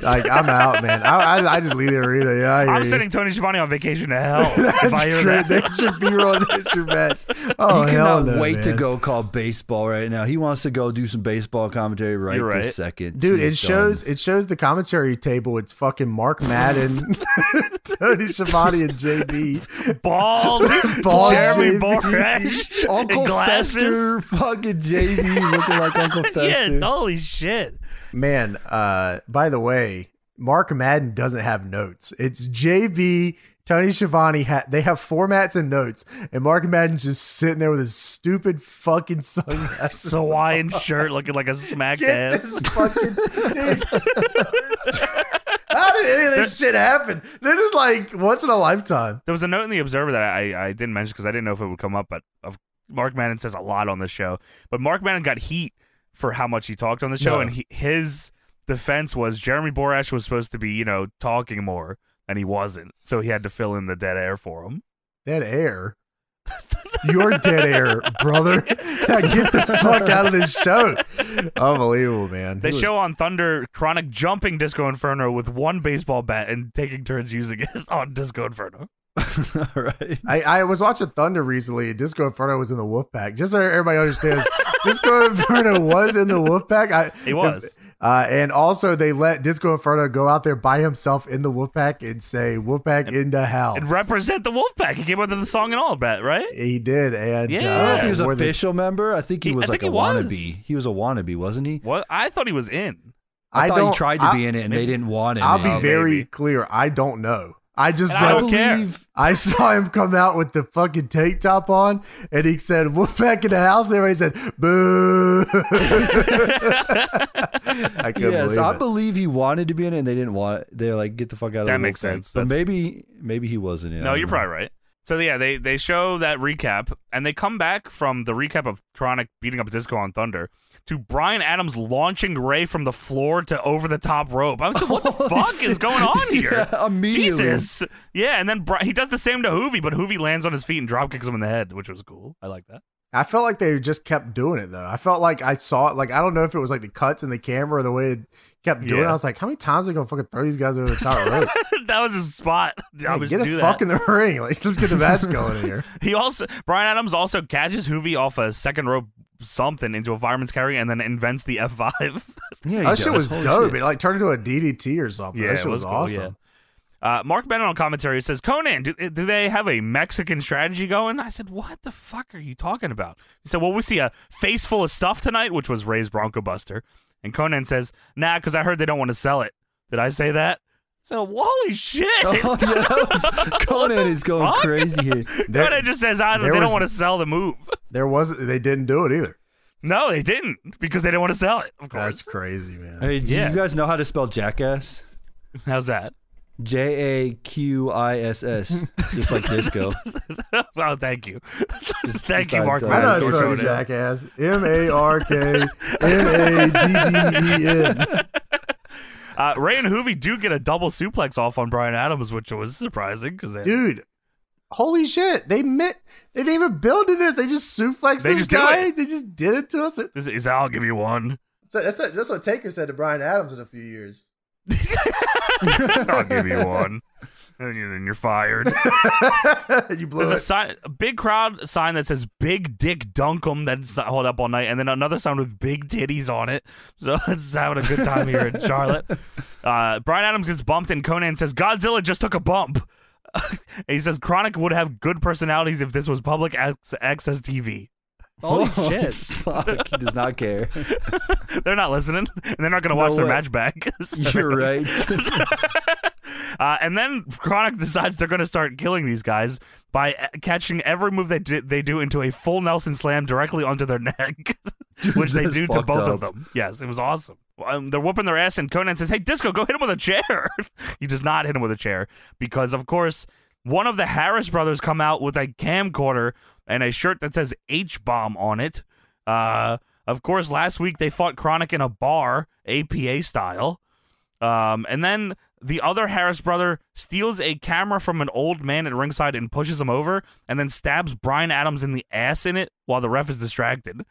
[SPEAKER 1] Like I'm out, man. I, I, I just leave the arena. Yeah, I hear
[SPEAKER 2] I'm
[SPEAKER 1] you.
[SPEAKER 2] sending Tony Giovanni on vacation to hell. if I
[SPEAKER 1] That's
[SPEAKER 2] hear
[SPEAKER 1] great.
[SPEAKER 2] that.
[SPEAKER 1] There's your B roll. and There's your match. Oh
[SPEAKER 3] he
[SPEAKER 1] hell
[SPEAKER 3] cannot
[SPEAKER 1] no,
[SPEAKER 3] wait to
[SPEAKER 1] man.
[SPEAKER 3] go call baseball right now. He wants to go do some baseball commentary right,
[SPEAKER 2] You're right.
[SPEAKER 3] this second.
[SPEAKER 1] Dude, it
[SPEAKER 3] He's
[SPEAKER 1] shows
[SPEAKER 3] done.
[SPEAKER 1] it shows the commentary table. It's fucking Mark Madden, Tony Schiavone, and JB.
[SPEAKER 2] Bald,
[SPEAKER 1] Bald
[SPEAKER 2] Jeremy
[SPEAKER 1] JB,
[SPEAKER 2] Borash,
[SPEAKER 3] Uncle
[SPEAKER 2] and glasses.
[SPEAKER 3] Fester, fucking JD looking like Uncle Fester.
[SPEAKER 2] Yeah, holy shit.
[SPEAKER 1] Man, uh, by the way, Mark Madden doesn't have notes. It's JB, Tony Schiavone. Ha- they have formats and notes, and Mark Madden's just sitting there with his stupid fucking sunglasses. on.
[SPEAKER 2] Hawaiian shirt looking like a smacked
[SPEAKER 1] Get
[SPEAKER 2] ass.
[SPEAKER 1] this fucking dude. How did any of this shit happen? This is like once in a lifetime.
[SPEAKER 2] There was a note in the Observer that I, I didn't mention because I didn't know if it would come up, but of, Mark Madden says a lot on this show. But Mark Madden got heat for how much he talked on the show,
[SPEAKER 1] No.
[SPEAKER 2] and he, his defense was Jeremy Borash was supposed to be, you know, talking more, and he wasn't. So he had to fill in the dead air for him.
[SPEAKER 1] Dead air. You're dead air, brother. Now get the fuck out of this show. Unbelievable, man.
[SPEAKER 2] They
[SPEAKER 1] He was-
[SPEAKER 2] show on Thunder Chronic jumping Disco Inferno with one baseball bat and taking turns using it on Disco Inferno.
[SPEAKER 3] All right.
[SPEAKER 1] I, I was watching Thunder recently. Disco Inferno was in the Wolf Pack. Just so everybody understands, Disco Inferno was in the Wolf Pack. I,
[SPEAKER 2] He was.
[SPEAKER 1] Uh, and also, they let Disco Inferno go out there by himself in the Wolfpack and say "Wolfpack in the house."
[SPEAKER 2] And represent the Wolfpack. He came up with the song and all bat, right?
[SPEAKER 1] he did, and
[SPEAKER 2] Yeah.
[SPEAKER 1] uh,
[SPEAKER 2] I
[SPEAKER 3] I don't know if he was
[SPEAKER 1] more than-
[SPEAKER 3] official member. I think he
[SPEAKER 2] He-
[SPEAKER 3] was
[SPEAKER 2] I
[SPEAKER 3] like
[SPEAKER 2] think
[SPEAKER 3] a
[SPEAKER 2] he was.
[SPEAKER 3] wannabe. He was a wannabe, wasn't he?
[SPEAKER 2] What I thought he was in.
[SPEAKER 3] I, thought
[SPEAKER 1] don't-
[SPEAKER 3] he tried to
[SPEAKER 1] I-
[SPEAKER 3] be in it and they didn't want him.
[SPEAKER 1] I'll be
[SPEAKER 3] in.
[SPEAKER 2] Oh,
[SPEAKER 1] very
[SPEAKER 2] maybe.
[SPEAKER 1] clear. I don't know. I just
[SPEAKER 2] And
[SPEAKER 1] saw-
[SPEAKER 2] I
[SPEAKER 1] I,
[SPEAKER 2] don't care.
[SPEAKER 1] saw him come out with the fucking tank top on, and he said, "Wolfpack in the house." Everybody said, "Boo!" I couldn't
[SPEAKER 3] Yes,
[SPEAKER 1] believe
[SPEAKER 3] I
[SPEAKER 1] it.
[SPEAKER 3] believe he wanted to be in it and they didn't want They're like, get the fuck out of
[SPEAKER 2] That
[SPEAKER 3] the
[SPEAKER 2] makes
[SPEAKER 3] Wolfpack.
[SPEAKER 2] sense.
[SPEAKER 3] But
[SPEAKER 2] That's-
[SPEAKER 3] maybe maybe he wasn't in it.
[SPEAKER 2] No,
[SPEAKER 3] I
[SPEAKER 2] you're
[SPEAKER 3] don't know.
[SPEAKER 2] probably right. So yeah, they they show that recap and they come back from the recap of Chronic beating up Disco on Thunder to Brian Adams launching Ray from the floor to over the top rope. I was like, what the fuck is going on here?
[SPEAKER 3] Yeah, immediately.
[SPEAKER 2] Jesus. Yeah, and then Bri- he does the same to Hoovy, but Hoovy lands on his feet and drop kicks him in the head, which was cool. I like that.
[SPEAKER 1] I felt like they just kept doing it though. I felt like I saw it. Like I don't know if it was like the cuts in the camera or the way it kept doing. it.
[SPEAKER 2] Yeah.
[SPEAKER 1] I was like, how many times are they gonna fucking throw these guys over the top rope?
[SPEAKER 2] that was his spot. I
[SPEAKER 1] Like,
[SPEAKER 2] was
[SPEAKER 1] get
[SPEAKER 2] do
[SPEAKER 1] a
[SPEAKER 2] that.
[SPEAKER 1] fuck in the ring. Like let's get the match going in here.
[SPEAKER 2] He also Brian Adams also catches Hoovy off a second rope something into a fireman's carry and then invents the F five.
[SPEAKER 3] Yeah, he
[SPEAKER 1] that shit
[SPEAKER 3] does.
[SPEAKER 1] was
[SPEAKER 3] Holy
[SPEAKER 1] dope.
[SPEAKER 3] shit.
[SPEAKER 1] It like turned into a DDT or something. that shit
[SPEAKER 2] it
[SPEAKER 1] was,
[SPEAKER 2] cool,
[SPEAKER 1] awesome.
[SPEAKER 2] yeah. Uh, Mark Bennett on commentary says, Conan, do, eh, do they have a Mexican strategy going? I said, What the fuck are you talking about? He said, Well, we see a face full of stuff tonight, which was Ray's Bronco Buster. And Conan says, Nah, because I heard they don't want to sell it. Did I say that? So, holy shit.
[SPEAKER 3] Oh, yeah, that was- Conan is going
[SPEAKER 2] fuck?
[SPEAKER 3] crazy here.
[SPEAKER 1] There-
[SPEAKER 2] Conan just says, I, They
[SPEAKER 1] there
[SPEAKER 2] don't
[SPEAKER 1] was-
[SPEAKER 2] want to sell the move.
[SPEAKER 1] There was they didn't do it either.
[SPEAKER 2] No, they didn't because they didn't want to sell it, of
[SPEAKER 1] That's
[SPEAKER 2] course.
[SPEAKER 1] crazy, man.
[SPEAKER 3] Hey, do
[SPEAKER 2] Yeah.
[SPEAKER 3] you guys know how to spell jackass?
[SPEAKER 2] How's that?
[SPEAKER 3] J A Q I S S, just like disco.
[SPEAKER 2] oh, thank you. thank you,
[SPEAKER 3] just
[SPEAKER 2] Mark
[SPEAKER 3] thought-
[SPEAKER 1] I
[SPEAKER 2] Bennett.
[SPEAKER 1] know it's
[SPEAKER 2] for
[SPEAKER 3] Don't
[SPEAKER 1] spelled
[SPEAKER 2] showing it.
[SPEAKER 1] jackass. M A R K M A D D E N.
[SPEAKER 2] Uh, Ray and Hoovy do get a double suplex off on Brian Adams, which was surprising because they,
[SPEAKER 1] dude. Holy shit! They meant they didn't even build to this. They just suplexed
[SPEAKER 2] They
[SPEAKER 1] this
[SPEAKER 2] just do
[SPEAKER 1] guy.
[SPEAKER 2] it.
[SPEAKER 1] They just did it to us. It-
[SPEAKER 2] this is I'll give you one.
[SPEAKER 1] so that's what, that's what Taker said to Brian Adams in a few years.
[SPEAKER 2] I'll give you one, and you- then you're fired.
[SPEAKER 1] you blew
[SPEAKER 2] There's a
[SPEAKER 1] it.
[SPEAKER 2] sign, a big crowd sign that says "Big Dick Dunkum" that's hold up all night, and then another sign with big titties on it. So it's having a good time here in Charlotte. Uh, Brian Adams gets bumped, and Conan says Godzilla just took a bump. he says Chronic would have good personalities if this was public ac- access TV. Holy
[SPEAKER 3] Oh,
[SPEAKER 2] shit.
[SPEAKER 3] Fuck, he does not care.
[SPEAKER 2] They're not listening, and they're not going to watch their
[SPEAKER 3] way.
[SPEAKER 2] match back. So-
[SPEAKER 3] You're right.
[SPEAKER 2] Uh, and then Chronic decides they're going to start killing these guys by uh, catching every move they do, they do into a full Nelson slam directly onto their neck, which they
[SPEAKER 3] that's
[SPEAKER 2] do to
[SPEAKER 3] fucked
[SPEAKER 2] both of
[SPEAKER 3] up.
[SPEAKER 2] them. Yes, it was awesome. Um, they're whooping their ass, and Conan says, "Hey, Disco, go hit him with a chair." he does not hit him with a chair because, of course, one of the Harris brothers come out with a camcorder and a shirt that says "H bomb" on it. Uh, of course, last week they fought Chronic in a bar, APA style. Um, and then the other Harris brother steals a camera from an old man at ringside and pushes him over, and then stabs Brian Adams in the ass in it while the ref is distracted.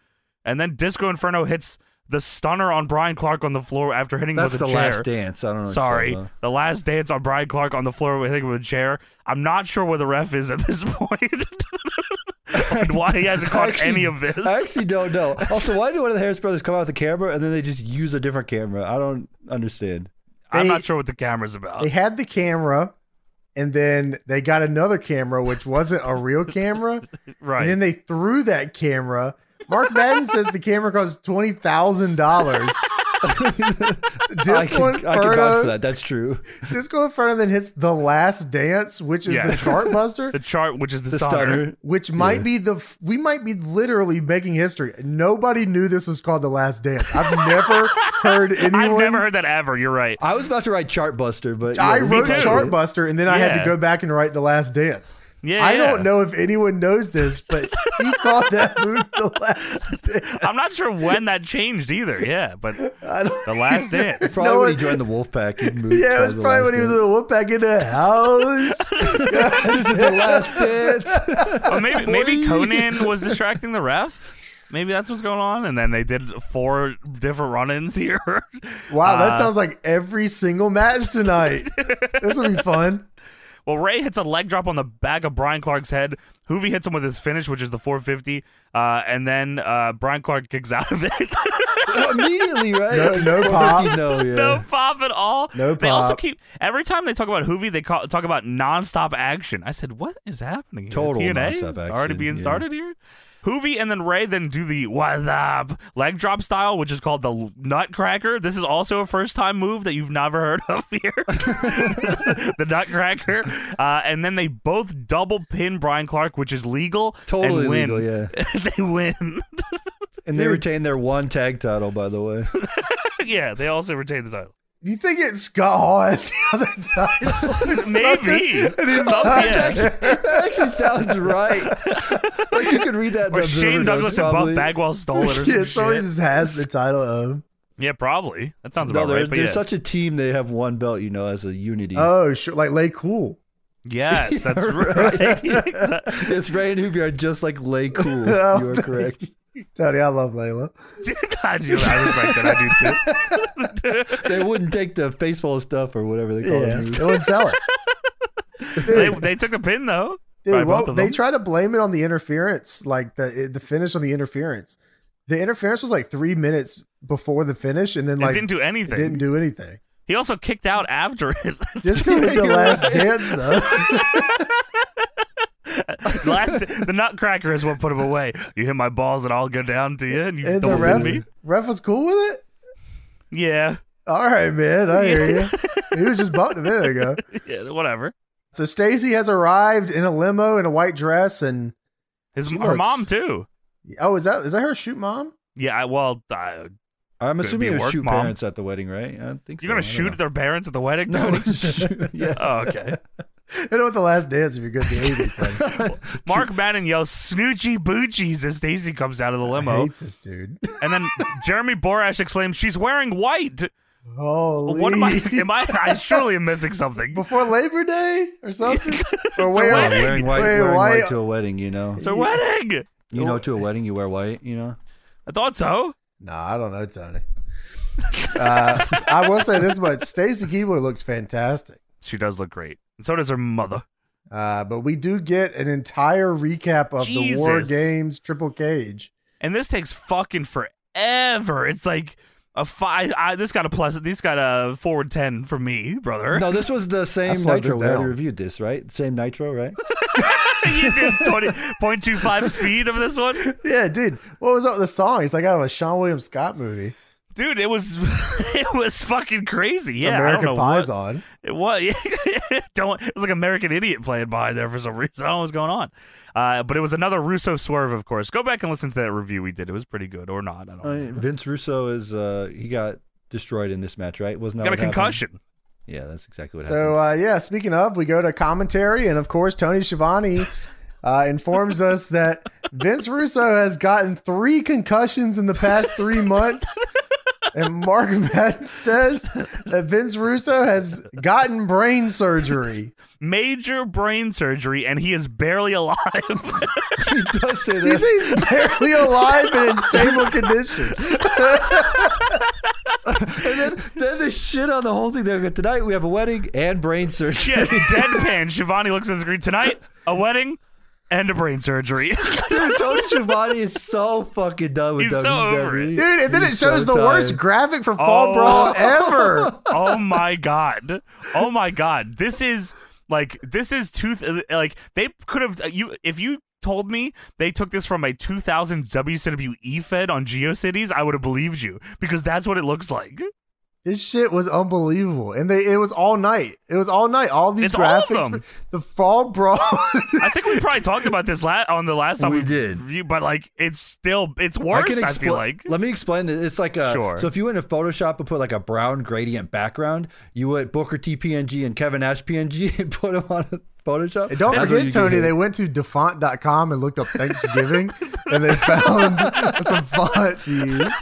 [SPEAKER 2] And then Disco Inferno hits the stunner on Brian Clark on the floor after hitting him
[SPEAKER 3] That's
[SPEAKER 2] with
[SPEAKER 3] the
[SPEAKER 2] a chair.
[SPEAKER 3] last dance. I don't know. what you're
[SPEAKER 2] Sorry,
[SPEAKER 3] talking about.
[SPEAKER 2] the last dance on Brian Clark on the floor with hitting with a chair. I'm not sure where the ref is at this point, and why he hasn't
[SPEAKER 3] I
[SPEAKER 2] caught
[SPEAKER 3] actually-
[SPEAKER 2] any of this.
[SPEAKER 3] I actually don't know. Also, why do one of the Harris brothers come out with a camera and then they just use a different camera? I don't understand.
[SPEAKER 2] I'm
[SPEAKER 1] They-
[SPEAKER 2] not sure what the camera's about.
[SPEAKER 1] They had the camera, and then they got another camera, which wasn't a real camera.
[SPEAKER 2] right.
[SPEAKER 1] And then they threw that camera. Mark Madden says the camera costs twenty thousand dollars.
[SPEAKER 3] I
[SPEAKER 1] Disco
[SPEAKER 3] can, I can vouch for
[SPEAKER 1] Inferno,
[SPEAKER 3] that. That's true.
[SPEAKER 1] Disco Inferno then hits the last dance, which is
[SPEAKER 2] Yeah.
[SPEAKER 1] the Chartbuster,
[SPEAKER 2] the chart, which is the,
[SPEAKER 3] The
[SPEAKER 2] stunner.
[SPEAKER 3] stunner.
[SPEAKER 1] which might be the f- we might be literally making history. Nobody knew this was called the last dance. I've never heard anyone.
[SPEAKER 2] I've never heard that ever. You're right.
[SPEAKER 3] I was about to write Chartbuster, but yeah,
[SPEAKER 1] I
[SPEAKER 3] we
[SPEAKER 1] wrote
[SPEAKER 3] did.
[SPEAKER 2] too.
[SPEAKER 1] Chartbuster, and then I had to
[SPEAKER 2] Yeah.
[SPEAKER 1] go back and write the last dance.
[SPEAKER 2] Yeah,
[SPEAKER 1] I
[SPEAKER 2] yeah.
[SPEAKER 1] don't know if anyone knows this, but he called that move the last dance.
[SPEAKER 2] I'm not sure when that changed either. Yeah, but the
[SPEAKER 1] I don't
[SPEAKER 2] last dance.
[SPEAKER 3] Probably
[SPEAKER 1] No
[SPEAKER 3] when
[SPEAKER 1] one-
[SPEAKER 3] he joined the Wolfpack. He moved
[SPEAKER 1] Yeah, it
[SPEAKER 3] to
[SPEAKER 1] was
[SPEAKER 3] the
[SPEAKER 1] probably when
[SPEAKER 3] last
[SPEAKER 1] he was in a
[SPEAKER 3] dance.
[SPEAKER 1] whoop back in the house.
[SPEAKER 3] This is the last dance.
[SPEAKER 2] Or maybe maybe
[SPEAKER 3] Boy.
[SPEAKER 2] Conan was distracting the ref. Maybe that's what's going on. And then they did four different run-ins here.
[SPEAKER 1] wow,
[SPEAKER 2] Uh,
[SPEAKER 1] that sounds like every single match tonight. this will be fun.
[SPEAKER 2] Well, Ray hits a leg drop on the back of Brian Clark's head. Hoovy hits him with his finish, which is the 450, uh, and then uh, Brian Clark kicks out of it.
[SPEAKER 3] Immediately, right?
[SPEAKER 1] No-
[SPEAKER 3] Like,
[SPEAKER 1] no
[SPEAKER 3] what did
[SPEAKER 1] pop.
[SPEAKER 3] you know, yeah.
[SPEAKER 2] no pop at all.
[SPEAKER 1] No
[SPEAKER 2] They also
[SPEAKER 1] pop.
[SPEAKER 2] keep every time they talk about Hoovy, they call, talk about nonstop action. I said, "What is happening here?
[SPEAKER 3] Total
[SPEAKER 2] TNA
[SPEAKER 3] nonstop
[SPEAKER 2] is already
[SPEAKER 3] action,
[SPEAKER 2] being
[SPEAKER 3] yeah.
[SPEAKER 2] started here." Hoovy and then Ray then do the what up leg drop style, which is called the Nutcracker. This is also a first time move that you've never heard of here. the Nutcracker, uh, and then they both double pin Brian Clark, which is legal.
[SPEAKER 3] Totally
[SPEAKER 2] and win.
[SPEAKER 3] legal, yeah.
[SPEAKER 2] they win.
[SPEAKER 3] And they retain their one tag title, by the way.
[SPEAKER 2] yeah, they also retain the title.
[SPEAKER 1] You think it's Scott Hall as the other title? There's
[SPEAKER 2] Maybe.
[SPEAKER 1] something- it is
[SPEAKER 2] Something,
[SPEAKER 1] not-
[SPEAKER 2] yeah.
[SPEAKER 3] that actually sounds right. Like you can read that. in
[SPEAKER 2] Or
[SPEAKER 3] the Observer
[SPEAKER 2] Shane
[SPEAKER 3] notes,
[SPEAKER 2] Douglas and Buff
[SPEAKER 3] probably.
[SPEAKER 2] Bagwell stole it or
[SPEAKER 1] Yeah,
[SPEAKER 2] some
[SPEAKER 1] somebody
[SPEAKER 2] shit.
[SPEAKER 1] just has the title of.
[SPEAKER 2] Yeah, probably. That sounds
[SPEAKER 3] No,
[SPEAKER 2] about
[SPEAKER 3] they're,
[SPEAKER 2] right. But
[SPEAKER 3] they're
[SPEAKER 2] yeah.
[SPEAKER 3] such a team. They have one belt, you know, as a unity.
[SPEAKER 1] Oh, sure. Like Lay Cool.
[SPEAKER 2] yes, that's right. Exactly.
[SPEAKER 3] It's Ray and Hoovy are just like Lay Cool.
[SPEAKER 1] Oh,
[SPEAKER 3] you are correct.
[SPEAKER 1] Tony, I love Layla.
[SPEAKER 2] God, you, I respect that. I do too.
[SPEAKER 3] They wouldn't take the faceful stuff or whatever they call
[SPEAKER 1] Yeah,
[SPEAKER 3] it.
[SPEAKER 1] they wouldn't sell it.
[SPEAKER 2] They, they took the pin though.
[SPEAKER 1] Dude,
[SPEAKER 2] by
[SPEAKER 1] well,
[SPEAKER 2] both of
[SPEAKER 1] they
[SPEAKER 2] them.
[SPEAKER 1] try to blame it on the interference, like the the finish on the interference. The interference was like three minutes before the finish, and then
[SPEAKER 2] It
[SPEAKER 1] like
[SPEAKER 2] didn't do anything.
[SPEAKER 1] didn't do anything.
[SPEAKER 2] he also kicked out after it.
[SPEAKER 1] Disco did the
[SPEAKER 3] You're
[SPEAKER 1] last
[SPEAKER 3] right.
[SPEAKER 1] dance though.
[SPEAKER 2] Last, the Nutcracker is what put him away. You hit my balls, and I'll go down to you, and you
[SPEAKER 1] And
[SPEAKER 2] double
[SPEAKER 1] the
[SPEAKER 2] pin
[SPEAKER 1] ref,
[SPEAKER 2] me.
[SPEAKER 1] ref was cool with it.
[SPEAKER 2] Yeah,
[SPEAKER 1] All right, man, I hear you. He was just bumped a minute ago.
[SPEAKER 2] yeah, whatever.
[SPEAKER 1] So Stacy has arrived in a limo in a white dress, and
[SPEAKER 2] His
[SPEAKER 1] She
[SPEAKER 2] her
[SPEAKER 1] looks-
[SPEAKER 2] mom too.
[SPEAKER 1] oh, is that is that her shoot mom?
[SPEAKER 2] Yeah, I, well, uh,
[SPEAKER 3] I'm
[SPEAKER 2] Could be
[SPEAKER 3] assuming it was
[SPEAKER 2] work,
[SPEAKER 3] shoot
[SPEAKER 2] Mom.
[SPEAKER 3] parents at the wedding, right? I think
[SPEAKER 2] you're gonna
[SPEAKER 3] so. I
[SPEAKER 2] shoot
[SPEAKER 3] don't
[SPEAKER 2] their parents at the wedding.
[SPEAKER 3] know.
[SPEAKER 2] Tony?
[SPEAKER 3] No, yes.
[SPEAKER 2] oh, okay.
[SPEAKER 1] I know what the last dance if you're good to anything.
[SPEAKER 2] Mark Madden yells "Snoochie Boochies" as Daisy comes out of the
[SPEAKER 1] I
[SPEAKER 2] limo,
[SPEAKER 1] hate this dude.
[SPEAKER 2] and then Jeremy Borash exclaims, "She's wearing white."
[SPEAKER 1] Holy.
[SPEAKER 2] What am I? Am I? I surely am missing something.
[SPEAKER 1] Before Labor Day or something? or
[SPEAKER 2] a
[SPEAKER 3] Oh,
[SPEAKER 1] where?
[SPEAKER 2] wedding.
[SPEAKER 3] wearing white,
[SPEAKER 1] Wait,
[SPEAKER 3] wearing
[SPEAKER 1] why-
[SPEAKER 3] white to a wedding, you know.
[SPEAKER 2] It's a wedding.
[SPEAKER 3] You know, to a wedding, you wear white, you know.
[SPEAKER 2] I thought so.
[SPEAKER 1] Nah, I don't know, Tony. uh, I will say this much: Stacey Keebler looks fantastic,
[SPEAKER 2] She does look great. And so does her mother.
[SPEAKER 1] uh, but we do get an entire recap of the War
[SPEAKER 2] Jesus.
[SPEAKER 1] Games Triple Cage.
[SPEAKER 2] And this takes fucking forever. It's like a five. I, this got a plus. This got a forward ten for me, brother.
[SPEAKER 3] No, this was the same
[SPEAKER 1] slowed
[SPEAKER 3] Nitro.
[SPEAKER 1] this
[SPEAKER 3] We already
[SPEAKER 1] down.
[SPEAKER 3] reviewed this, right? Same Nitro, right?
[SPEAKER 2] you did twenty point two five speed of this one,
[SPEAKER 1] Yeah, dude, what was up with the song? It's like out of a Sean William Scott movie.
[SPEAKER 2] dude. It was it was fucking crazy. Yeah, I
[SPEAKER 1] American
[SPEAKER 2] don't know
[SPEAKER 1] Pie's
[SPEAKER 2] what.
[SPEAKER 1] on.
[SPEAKER 2] It was. don't. It was like American Idiot playing by there for some reason. I don't know what's going on. Uh, but it was another Russo swerve, of course. Go back and listen to that review we did. It was pretty good, or not? I don't.
[SPEAKER 3] I
[SPEAKER 2] know.
[SPEAKER 3] mean, Vince Russo is uh he got destroyed in this match, right? Wasn't that
[SPEAKER 2] Got a
[SPEAKER 3] what happened?
[SPEAKER 2] concussion.
[SPEAKER 3] Yeah, that's exactly what
[SPEAKER 1] So uh, yeah, speaking of, we go to commentary, and of course, Tony Schiavone uh, informs us that Vince Russo has gotten three concussions in the past three months, and Mark Madden says that Vince Russo has gotten brain surgery.
[SPEAKER 2] Major brain surgery, and he is barely alive.
[SPEAKER 3] he does say
[SPEAKER 1] He's,
[SPEAKER 3] that.
[SPEAKER 1] he's barely alive and in stable condition.
[SPEAKER 3] then they shit on the whole thing. They go, tonight we have a wedding and brain surgery.
[SPEAKER 2] Shit, deadpan. Shivani looks at the screen tonight. A wedding and a brain surgery.
[SPEAKER 3] Dude, Tony Giovanni is so fucking done with
[SPEAKER 2] He's so over it.
[SPEAKER 3] WWE.
[SPEAKER 1] Dude, and then it
[SPEAKER 3] He's
[SPEAKER 1] shows the
[SPEAKER 3] so
[SPEAKER 1] worst
[SPEAKER 3] tired.
[SPEAKER 1] graphic for Fall
[SPEAKER 2] Oh.
[SPEAKER 1] Brawl ever.
[SPEAKER 2] oh my god. Oh my god. This is like this is tooth like they could have you if you told me they took this from a 2000s WCWE E fed on GeoCities, I would have believed you because that's what it looks like.
[SPEAKER 1] This shit was unbelievable, and they it was all night. It was all night. All these
[SPEAKER 2] It's all of
[SPEAKER 1] graphics,
[SPEAKER 2] them.
[SPEAKER 1] the Fall Brawl.
[SPEAKER 2] I think we probably talked about this la- on the last time
[SPEAKER 3] We did.
[SPEAKER 2] reviewed, but like it's still it's worse. I, feel
[SPEAKER 3] expla-
[SPEAKER 2] like
[SPEAKER 3] Let me explain this. It's like a
[SPEAKER 2] Sure.
[SPEAKER 3] so if you went to Photoshop and put like a brown gradient background, you would Booker T PNG and Kevin Nash PNG and put them on a Photoshop.
[SPEAKER 1] And don't
[SPEAKER 3] That's what you
[SPEAKER 1] forget,
[SPEAKER 3] get
[SPEAKER 1] Tony,
[SPEAKER 3] here.
[SPEAKER 1] they went to defont.com and looked up Thanksgiving, and they found some font to use.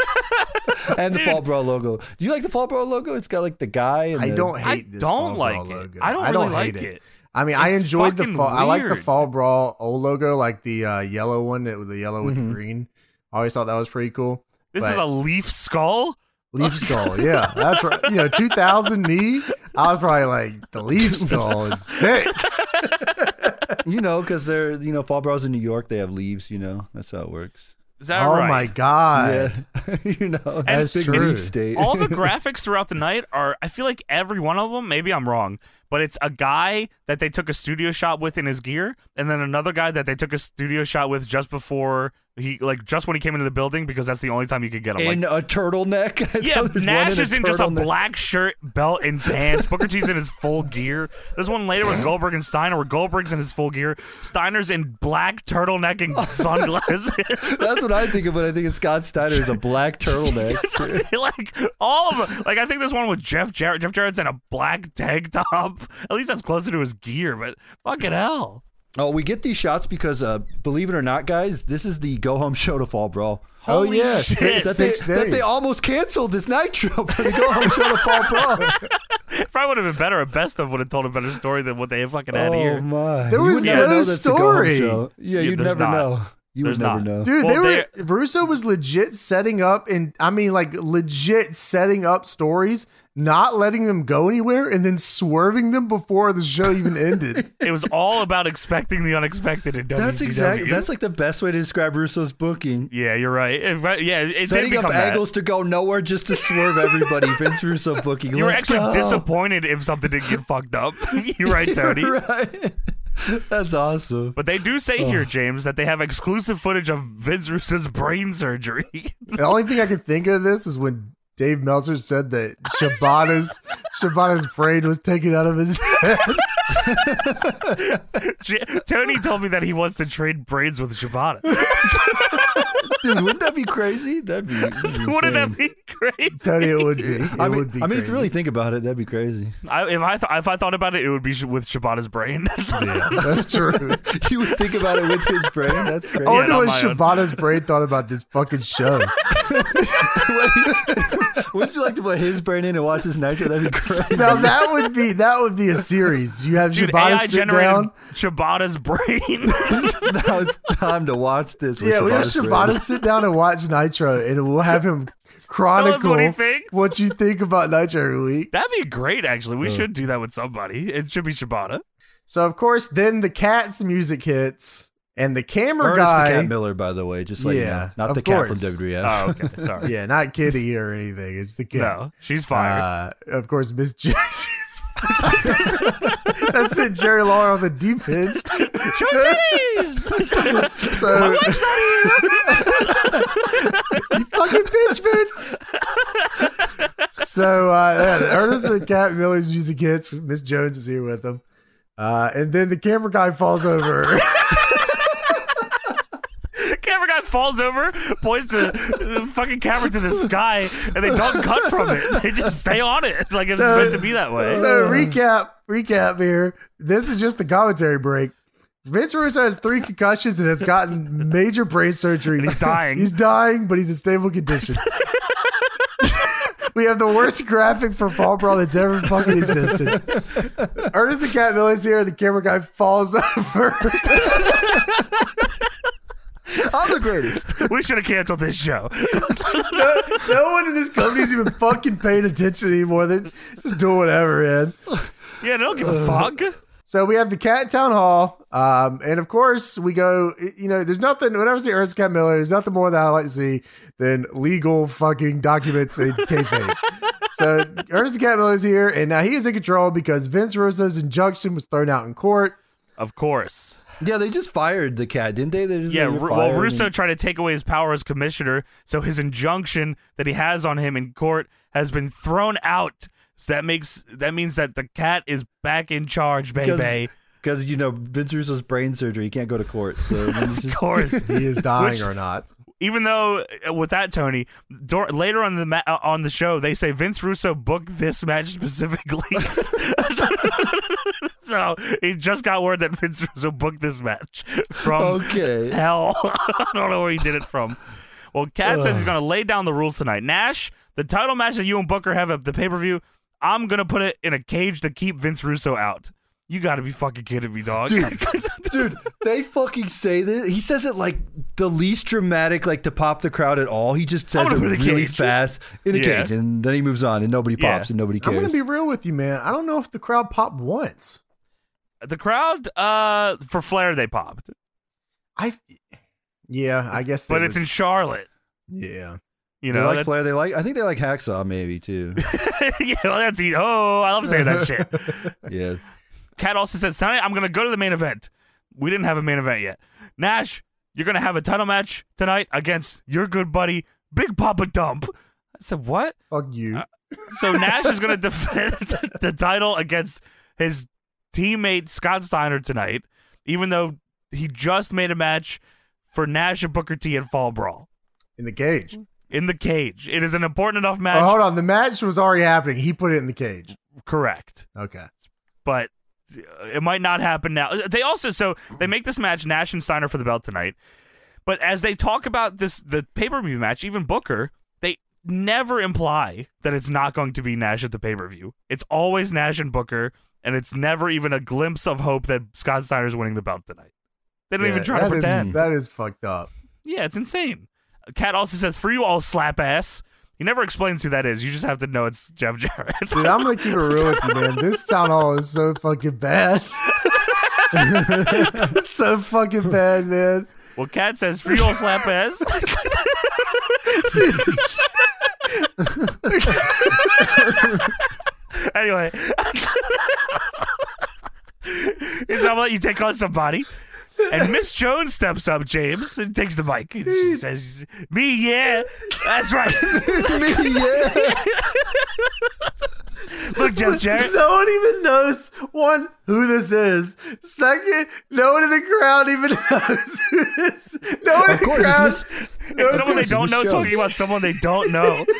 [SPEAKER 3] and the Fall Bro logo. Do you like the Fall Bro logo? It's got like the guy. And
[SPEAKER 1] I
[SPEAKER 3] the-
[SPEAKER 1] don't
[SPEAKER 2] I
[SPEAKER 1] hate this. Fall Brawl
[SPEAKER 2] don't like it.
[SPEAKER 1] logo.
[SPEAKER 2] I don't really
[SPEAKER 1] hate
[SPEAKER 2] like it.
[SPEAKER 1] I mean, I
[SPEAKER 2] It's
[SPEAKER 1] enjoyed the
[SPEAKER 2] fucking
[SPEAKER 1] fall. I like the
[SPEAKER 2] weird.
[SPEAKER 1] fall brawl old logo, like the uh, yellow one that with the yellow with
[SPEAKER 3] Mm-hmm.
[SPEAKER 1] the green. I always thought that was pretty cool.
[SPEAKER 2] this
[SPEAKER 1] but-
[SPEAKER 2] is a leaf skull.
[SPEAKER 1] Leaf skull, yeah, that's right. You know, two thousand me, I was probably like, the leaf skull is sick.
[SPEAKER 3] You know, because they're you know Fall Bros in New York, they have leaves. You know, that's how it works.
[SPEAKER 2] Is that
[SPEAKER 1] oh
[SPEAKER 2] right?
[SPEAKER 1] my god,
[SPEAKER 3] yeah, you know,
[SPEAKER 1] That's
[SPEAKER 3] big
[SPEAKER 1] true.
[SPEAKER 3] leaf state.
[SPEAKER 2] all the graphics throughout the night are i feel like every one of them maybe i'm wrong but it's a guy that they took a studio shot with in his gear and then another guy that they took a studio shot with just before he like just when he came into the building because that's the only time you could get him
[SPEAKER 3] in
[SPEAKER 2] like
[SPEAKER 3] a turtleneck. I
[SPEAKER 2] yeah,
[SPEAKER 3] know there's
[SPEAKER 2] Nash
[SPEAKER 3] one
[SPEAKER 2] is in just a
[SPEAKER 3] turtleneck.
[SPEAKER 2] black shirt, belt, and pants. Booker T's in his full gear. There's one later with Goldberg and Steiner where Goldberg's in his full gear. Steiner's in black turtleneck and sunglasses.
[SPEAKER 3] That's what I think of when I think of Scott Steiner is a black turtleneck.
[SPEAKER 2] like all of them. Like I think there's one with Jeff Jarrett. Jeff Jarrett's in a black tank top. At least that's closer to his gear. But fucking hell,
[SPEAKER 3] Oh, we get these shots because, uh, believe it or not, guys, this is the go home show to fall, bro.
[SPEAKER 1] Oh,
[SPEAKER 2] holy
[SPEAKER 1] yeah,
[SPEAKER 2] shit!
[SPEAKER 3] That
[SPEAKER 1] six-
[SPEAKER 3] they,
[SPEAKER 1] six
[SPEAKER 3] that they
[SPEAKER 1] days.
[SPEAKER 3] almost canceled this Nitro for the go home show to fall, bro.
[SPEAKER 2] It probably would have been better. A best of would have told a better story than what they fucking had
[SPEAKER 3] Oh
[SPEAKER 2] here.
[SPEAKER 3] my!
[SPEAKER 1] There
[SPEAKER 3] You
[SPEAKER 1] was
[SPEAKER 3] would never
[SPEAKER 1] no
[SPEAKER 3] know that's the go-home
[SPEAKER 1] story.
[SPEAKER 3] show. Yeah,
[SPEAKER 2] Yeah,
[SPEAKER 3] you'd
[SPEAKER 2] there's
[SPEAKER 3] never
[SPEAKER 2] not.
[SPEAKER 3] know. You
[SPEAKER 2] There's
[SPEAKER 3] would never
[SPEAKER 2] not.
[SPEAKER 3] know.
[SPEAKER 1] Dude,
[SPEAKER 2] Well,
[SPEAKER 1] they were Russo was legit setting up and I mean like legit setting up stories, not letting them go anywhere, and then swerving them before the show even ended.
[SPEAKER 2] It was all about expecting the unexpected in WCW.
[SPEAKER 3] That's exactly. That's like the best way to describe Russo's booking.
[SPEAKER 2] yeah, you're right. It- right- yeah, it did
[SPEAKER 3] Setting up
[SPEAKER 2] become that.
[SPEAKER 3] angles to go nowhere just to swerve everybody. Vince Russo booking.
[SPEAKER 2] You were
[SPEAKER 3] Let's
[SPEAKER 2] actually
[SPEAKER 3] go.
[SPEAKER 2] disappointed if something didn't get fucked up. you're right, Tony.
[SPEAKER 3] Right. That's awesome.
[SPEAKER 2] But they do say here, James, that they have exclusive footage of Vince Russo's brain surgery.
[SPEAKER 1] the only thing I could think of this is when Dave Meltzer said that Shibata's Shibata's brain was taken out of his head.
[SPEAKER 2] J- Tony told me that he wants to trade braids with Shibata.
[SPEAKER 3] Dude, wouldn't that be crazy? That'd be. that'd be
[SPEAKER 2] Wouldn't
[SPEAKER 3] insane.
[SPEAKER 2] that be crazy?
[SPEAKER 1] Tony, it would be. It
[SPEAKER 3] I mean,
[SPEAKER 1] would be
[SPEAKER 3] I mean, if
[SPEAKER 1] crazy.
[SPEAKER 3] you really think about it, that'd be crazy.
[SPEAKER 2] I, if I th- if I thought about it, it would be sh- with Shibata's brain.
[SPEAKER 1] that's true.
[SPEAKER 3] you would think about it with his brain. That's crazy.
[SPEAKER 1] I wonder
[SPEAKER 2] not
[SPEAKER 1] what
[SPEAKER 2] my own.
[SPEAKER 1] Shibata's brain thought about this fucking show.
[SPEAKER 3] Wouldn't you like to put his brain in and watch this nitro? That'd be crazy.
[SPEAKER 1] now that would be that would be a series. You have
[SPEAKER 2] Dude,
[SPEAKER 1] Shibata
[SPEAKER 2] AI
[SPEAKER 1] sit
[SPEAKER 2] generated
[SPEAKER 1] down.
[SPEAKER 2] Shibata's brain.
[SPEAKER 3] now it's time to watch this. with
[SPEAKER 1] Yeah, we have
[SPEAKER 3] Shibata's brain.
[SPEAKER 1] Shibata sit down and watch Nitro, and we'll have him
[SPEAKER 2] us
[SPEAKER 1] chronicle
[SPEAKER 2] what he thinks.
[SPEAKER 1] what you think about Nitro every week.
[SPEAKER 2] That'd be great, actually. We should do that with somebody. It should be Shibata.
[SPEAKER 1] So, of course, then the Cats music hits, and the camera
[SPEAKER 3] Ernest the
[SPEAKER 1] guy.
[SPEAKER 3] Cat Miller, by the way, just like
[SPEAKER 1] Yeah,
[SPEAKER 3] yeah, not
[SPEAKER 1] of
[SPEAKER 3] the cat
[SPEAKER 1] course.
[SPEAKER 3] from WWF.
[SPEAKER 2] Oh, okay. Sorry.
[SPEAKER 1] yeah, not Kitty or anything. It's the cat.
[SPEAKER 2] No, she's fired.
[SPEAKER 1] Uh, of course, Miss J. That's it, Jerry Lawler on the deep end.
[SPEAKER 2] Show titties!
[SPEAKER 1] So you fucking bitch, Vince. so uh, yeah, Ernest and Cat Miller's music hits. Miss Jones is here with them, uh, and then the camera guy falls over.
[SPEAKER 2] camera guy falls over, points the, the fucking camera to the sky, and they don't cut from it. They just stay on it. Like it's
[SPEAKER 1] So-
[SPEAKER 2] meant to be that way.
[SPEAKER 1] So recap, recap here. This is just the commentary break. Vince Russo has three concussions and has gotten major brain surgery.
[SPEAKER 2] And he's dying.
[SPEAKER 1] He's dying, but he's in stable condition. we have the worst graphic for Fall Brawl that's ever fucking existed. Ernest the Cat Miller's here. The camera guy falls over.
[SPEAKER 3] I'm the greatest.
[SPEAKER 2] we should have canceled this show.
[SPEAKER 1] no, no one in this company's even fucking paying attention anymore. They're just doing whatever, man.
[SPEAKER 2] Yeah, they don't give
[SPEAKER 1] Uh.
[SPEAKER 2] a fuck.
[SPEAKER 1] So we have the cat town hall, um, and of course we go. You know, there's nothing. Whenever I see Ernest Cat Miller, there's nothing more that I like to see than legal fucking documents in kayfabe. so Ernest Cat Miller's here, and now he is in control because Vince Russo's injunction was thrown out in court.
[SPEAKER 2] Of course.
[SPEAKER 3] Yeah, they just fired the cat, didn't they? they just,
[SPEAKER 2] Yeah,
[SPEAKER 3] they just
[SPEAKER 2] Ru- well,
[SPEAKER 3] fired him.
[SPEAKER 2] Russo tried to take away his power as commissioner, so his injunction that he has on him in court has been thrown out. So that makes that means that the cat is back in charge, baby.
[SPEAKER 3] Because you know Vince Russo's brain surgery, he can't go to court. So I mean, it's
[SPEAKER 2] Of
[SPEAKER 3] just-
[SPEAKER 2] course,
[SPEAKER 1] He is dying
[SPEAKER 2] Which-
[SPEAKER 1] or not.
[SPEAKER 2] even though uh, with that Tony, dor- later on the ma- uh, on the show they say Vince Russo booked this match specifically. so he just got word that Vince Russo booked this match from
[SPEAKER 3] okay.
[SPEAKER 2] hell. I don't know where he did it from. Well, Cat says he's going to lay down the rules tonight. Nash, the title match that you and Booker have at the pay per view, I'm going to put it in a cage to keep Vince Russo out. You got to be fucking kidding me, dog.
[SPEAKER 3] Dude, dude, they fucking say this. He says it like the least dramatic, like to pop the crowd at all. He just
[SPEAKER 2] I'm
[SPEAKER 3] says it
[SPEAKER 2] gonna put it
[SPEAKER 3] really
[SPEAKER 2] in a cage.
[SPEAKER 3] fast in a
[SPEAKER 2] Yeah.
[SPEAKER 3] cage, and then he moves on, and nobody
[SPEAKER 2] Yeah.
[SPEAKER 3] pops, and nobody
[SPEAKER 1] I'm
[SPEAKER 3] cares.
[SPEAKER 1] gonna be real with you, man. I don't know if the crowd popped once.
[SPEAKER 2] the crowd, uh, for Flair, they popped,
[SPEAKER 1] I, yeah, I guess.
[SPEAKER 2] but
[SPEAKER 1] it
[SPEAKER 2] it's
[SPEAKER 1] was-
[SPEAKER 2] in Charlotte.
[SPEAKER 1] yeah.
[SPEAKER 2] You
[SPEAKER 3] they
[SPEAKER 2] know,
[SPEAKER 3] like
[SPEAKER 2] that-
[SPEAKER 3] Flair. They like. I think they like Hacksaw maybe too.
[SPEAKER 2] yeah, well, that's easy. Oh, I love saying that shit.
[SPEAKER 3] yeah.
[SPEAKER 2] Cat also says tonight I'm gonna go to the main event. We didn't have a main event yet. Nash, you're gonna have a title match tonight against your good buddy Big Papa Dump. I said what?
[SPEAKER 1] Fuck you.
[SPEAKER 2] So Nash is gonna defend the title against his teammate Scott Steiner tonight, even though he just made a match for Nash and Booker T at Fall Brawl
[SPEAKER 1] in the cage.
[SPEAKER 2] in the cage. It is an important enough match.
[SPEAKER 1] Oh, hold on. The match was already happening. He put it in the cage.
[SPEAKER 2] Correct.
[SPEAKER 1] Okay.
[SPEAKER 2] but it might not happen now. They also so they make this match Nash and Steiner for the belt tonight. But as they talk about this the pay-per-view match, even Booker, they never imply that it's not going to be Nash at the pay-per-view. It's always Nash and Booker and it's never even a glimpse of hope that Scott Steiner's winning the belt tonight. They don't
[SPEAKER 1] Yeah,
[SPEAKER 2] even try to
[SPEAKER 1] that is-
[SPEAKER 2] pretend.
[SPEAKER 1] that is fucked up.
[SPEAKER 2] Yeah, it's insane. Cat also says, "For you all slap ass." He never explains who that is. You just have to know it's Jeff Jarrett.
[SPEAKER 1] Dude, I'm going to keep it real with you, man. This town hall is so fucking bad. so fucking bad, man.
[SPEAKER 2] well, Cat says, "For you all slap ass." anyway, he's I'm gonna let you take on somebody. And Miss Jones steps up, James, and takes the mic. And she says, "Me, yeah, that's right.
[SPEAKER 1] Me, yeah.
[SPEAKER 2] Look, Jeff Jarrett,
[SPEAKER 1] No one even knows, one, who this is. Second, no one in the crowd even knows who this No one in
[SPEAKER 3] Of
[SPEAKER 1] the
[SPEAKER 3] course,
[SPEAKER 1] crowd.
[SPEAKER 3] it's Miss,
[SPEAKER 1] no,
[SPEAKER 2] it's someone they
[SPEAKER 3] Miss
[SPEAKER 2] don't know
[SPEAKER 3] Jones.
[SPEAKER 2] talking about someone they don't know.